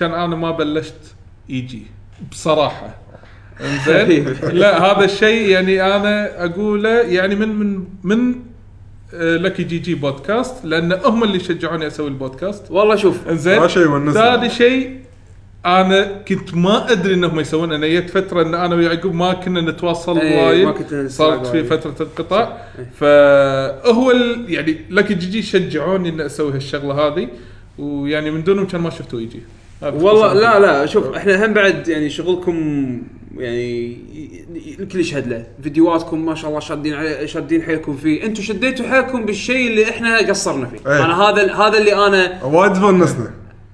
Speaker 4: كان انا ما بلشت اي جي بصراحه انزين
Speaker 3: حبيبي.
Speaker 4: لا هذا الشيء يعني انا اقوله يعني من من من آه، لكي جي جي بودكاست لان هم اللي شجعوني اسوي البودكاست
Speaker 3: والله شوف
Speaker 4: انزين
Speaker 2: ما شيء يونسنا.
Speaker 4: ثاني شيء انا كنت ما ادري انهم يسوون انا جت فتره ان انا ويعقوب ما كنا نتواصل
Speaker 3: إيه، ما
Speaker 4: وايد
Speaker 3: كنت نتواصل
Speaker 4: صارت في
Speaker 3: وايد. إيه.
Speaker 4: فتره انقطاع فهو ال- يعني لكي جي جي شجعوني ان اسوي هالشغله هذه ويعني من دونهم كان ما شفته يجي هذا
Speaker 3: والله
Speaker 4: باختصار.
Speaker 3: لا لا شوف احنا هم بعد يعني شغلكم يعني ي- ي- الكل يشهد له فيديوهاتكم ما شاء الله شادين علي شادين حيلكم فيه انتم شديتوا حيلكم بالشيء اللي احنا قصرنا فيه
Speaker 2: إيه.
Speaker 3: انا هذا هذا اللي انا
Speaker 2: وايد تونسنا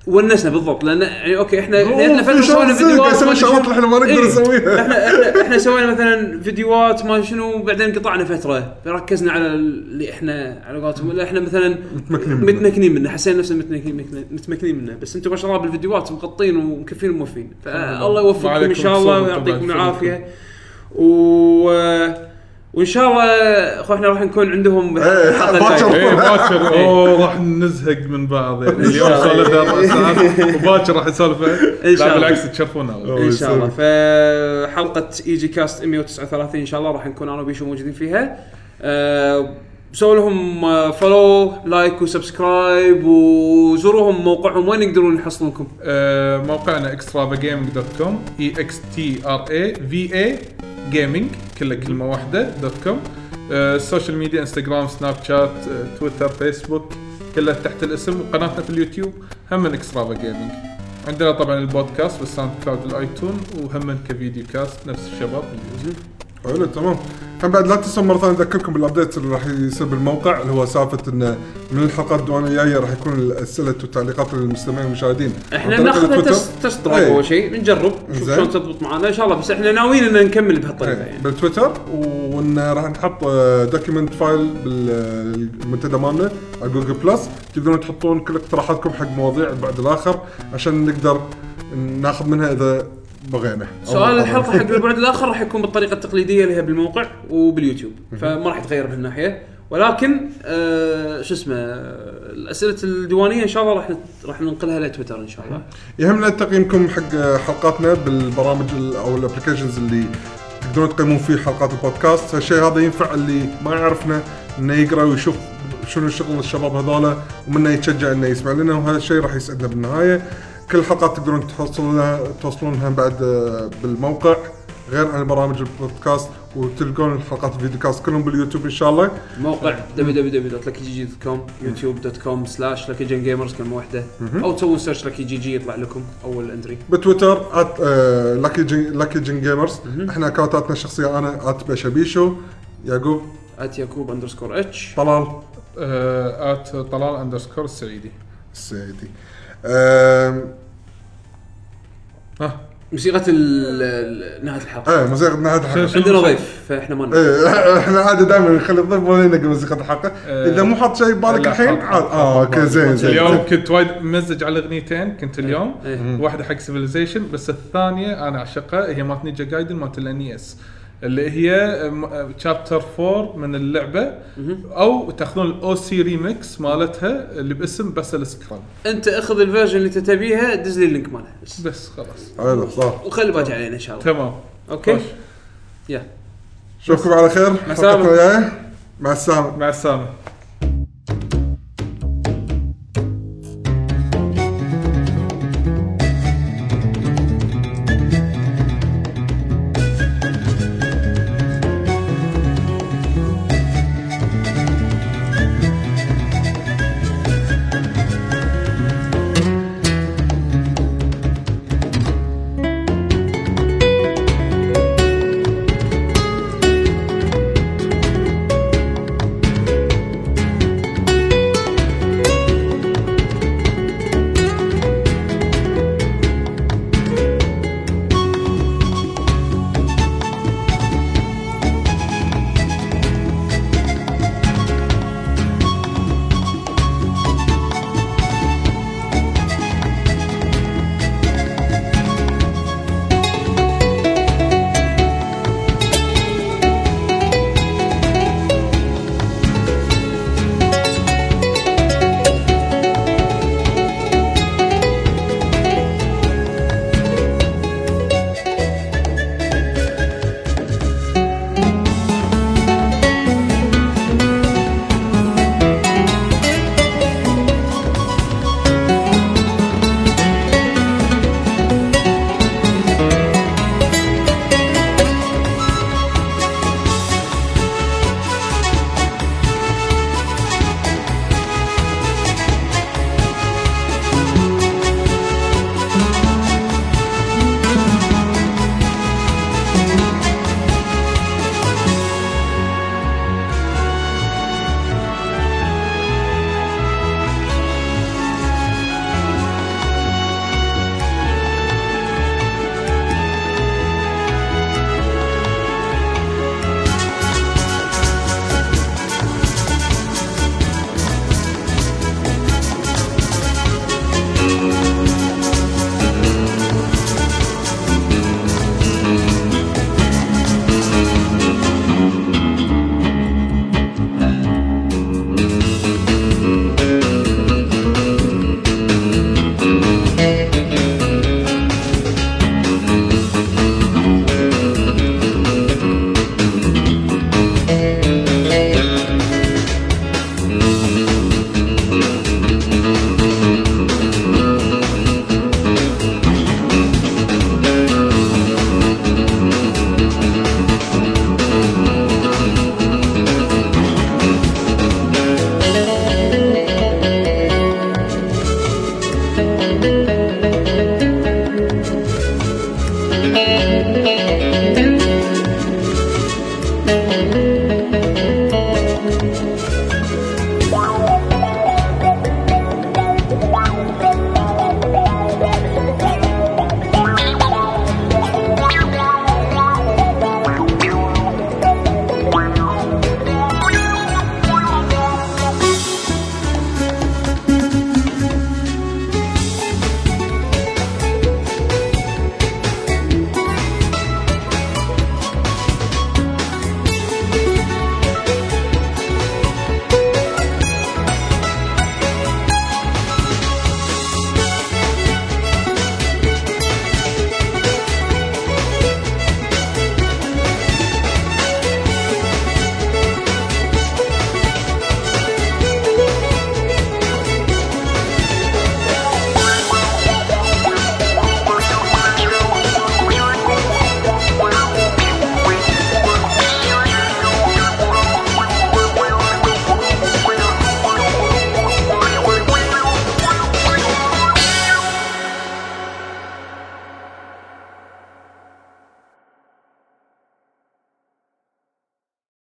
Speaker 3: ونسنا بالضبط لان يعني اوكي احنا
Speaker 2: أوه،
Speaker 3: لأننا
Speaker 2: في
Speaker 3: فتره
Speaker 2: شغل
Speaker 3: سوينا
Speaker 2: زين، قاعد
Speaker 3: فيديوهات
Speaker 2: يسوي
Speaker 3: ما شنو-
Speaker 2: شغلات احنا ما نقدر
Speaker 3: إيه.
Speaker 2: نسويها.
Speaker 3: احنا احنا, احنا سوينا مثلا فيديوهات ما شنو بعدين قطعنا فتره ركزنا على اللي احنا على قولتهم اللي احنا مثلا
Speaker 2: متمكنين منه.
Speaker 3: متمكنين منه حسينا نفسنا متمكنين متمكنين منه بس انتم ما شاء الله بالفيديوات مغطين ومكفين وموفين فالله يوفقكم ان
Speaker 4: وعليكم
Speaker 3: شاء
Speaker 4: الصبر
Speaker 3: الله
Speaker 4: طبعاً،
Speaker 3: ويعطيكم
Speaker 4: شكراً.
Speaker 3: العافيه و وان شاء الله اخو احنا راح نكون عندهم
Speaker 2: إيه،
Speaker 3: حلقة
Speaker 2: باكر.
Speaker 3: جاية.
Speaker 4: ايه باكر اوه راح نزهق من بعض يعني اليوم
Speaker 3: إيه. شاء الله.
Speaker 4: سولفنا اربع ساعات وباكر راح نسولف
Speaker 3: إن شاء الله.
Speaker 4: لا بالعكس تشرفونا
Speaker 3: ان شاء الله فحلقه اي جي كاست 139 ان شاء الله راح نكون انا وبيشو موجودين فيها أه سووا لهم آه، فولو لايك وسبسكرايب وزوروهم موقعهم وين يقدرون يحصلونكم
Speaker 4: آه، موقعنا دوت كوم اي اكس تي ار اي في اي جيمنج كله كلمه واحده دوت كوم آه، السوشيال ميديا انستغرام سناب شات آه، تويتر فيسبوك كلها تحت الاسم وقناتنا في اليوتيوب هم اكسترافا جيمنج عندنا طبعا البودكاست بالساوند كلاود الايتون وهم كفيديو كاست نفس الشباب
Speaker 2: حلو تمام هم بعد لا تنسوا مره ثانيه اذكركم بالابديت اللي راح يصير بالموقع اللي هو سالفه انه من الحلقات الديوانيه الجايه راح يكون الاسئله والتعليقات للمستمعين والمشاهدين
Speaker 3: احنا ناخذها تست تست درايف
Speaker 2: إيه.
Speaker 3: اول شيء نجرب نشوف
Speaker 2: زين.
Speaker 3: شلون تضبط معنا ان شاء الله بس احنا ناويين ان نكمل بهالطريقه
Speaker 2: إيه،
Speaker 3: يعني
Speaker 2: بالتويتر وان راح نحط دوكيمنت فايل بالمنتدى مالنا على جوجل بلس تقدرون تحطون كل اقتراحاتكم حق مواضيع بعد الاخر عشان نقدر ناخذ منها اذا بغينا أو
Speaker 3: سؤال
Speaker 2: طبعاً.
Speaker 3: الحلقه حق البعد الاخر راح يكون بالطريقه التقليديه اللي هي بالموقع وباليوتيوب فما راح يتغير بهالناحيه ولكن آه شو اسمه آه، اسئله الديوانيه ان شاء الله راح نت- راح ننقلها لتويتر ان شاء الله
Speaker 2: يهمنا تقييمكم حق حلقاتنا بالبرامج ال- او الابلكيشنز اللي تقدرون تقيمون فيه حلقات البودكاست هالشيء هذا ينفع اللي ما يعرفنا انه يقرا ويشوف شنو شغل الشباب هذولا ومنه يتشجع انه يسمع لنا وهذا الشيء راح يسعدنا بالنهايه كل الحلقات تقدرون تحصلونها توصلونها بعد آه، بالموقع غير عن برامج البودكاست وتلقون الحلقات الفيديو كاست كلهم باليوتيوب ان شاء الله
Speaker 3: موقع www.luckyGG.com youtube.com/luckygengamers كلمه واحده او تسوون سيرش لكي جي جي يطلع لكم اول اندري
Speaker 2: بتويتر آه، ات لاكي جين لاكي جين جيمرز احنا اكونتاتنا الشخصيه انا ات بشبيشو يعقوب
Speaker 3: @يعقوب اندرسكور اتش
Speaker 2: طلال
Speaker 4: ات آه، طلال اندرسكور السعيدي
Speaker 2: السعيدي آم،
Speaker 4: ها
Speaker 3: موسيقى ال- ال- نهايه الحلقه
Speaker 2: ايه موسيقى نهايه الحلقه
Speaker 3: عندنا ضيف فاحنا ما نقدر.
Speaker 2: ايه احنا عاده دائما نخلي الضيف ولا نلقى موسيقى الحلقه
Speaker 4: آه،
Speaker 2: اذا مو حاط شيء ببالك
Speaker 4: لا،
Speaker 2: الحين
Speaker 4: حاط-
Speaker 2: عاد اه اوكي زين زين
Speaker 4: اليوم
Speaker 2: زين.
Speaker 4: كنت وايد ممزج على اغنيتين كنت اليوم
Speaker 3: إيه.
Speaker 4: واحده حق سيفيلايزيشن بس الثانيه انا اعشقها هي مالت نينجا جايدن مالت الاني اس اللي هي تشابتر 4 من اللعبه او تاخذون الاو سي ريمكس مالتها اللي باسم باسل سكرام
Speaker 3: انت اخذ الفيرجن اللي انت تبيها دز لي اللينك مالها بس
Speaker 4: بس خلاص
Speaker 2: حلو صح
Speaker 3: وخلي الباقي علينا ان شاء الله
Speaker 4: تمام
Speaker 3: اوكي
Speaker 4: خوش.
Speaker 3: يلا
Speaker 2: اشوفكم على خير
Speaker 3: السلامة.
Speaker 2: حلقتنا الجاية. مع السلامه
Speaker 4: مع السلامه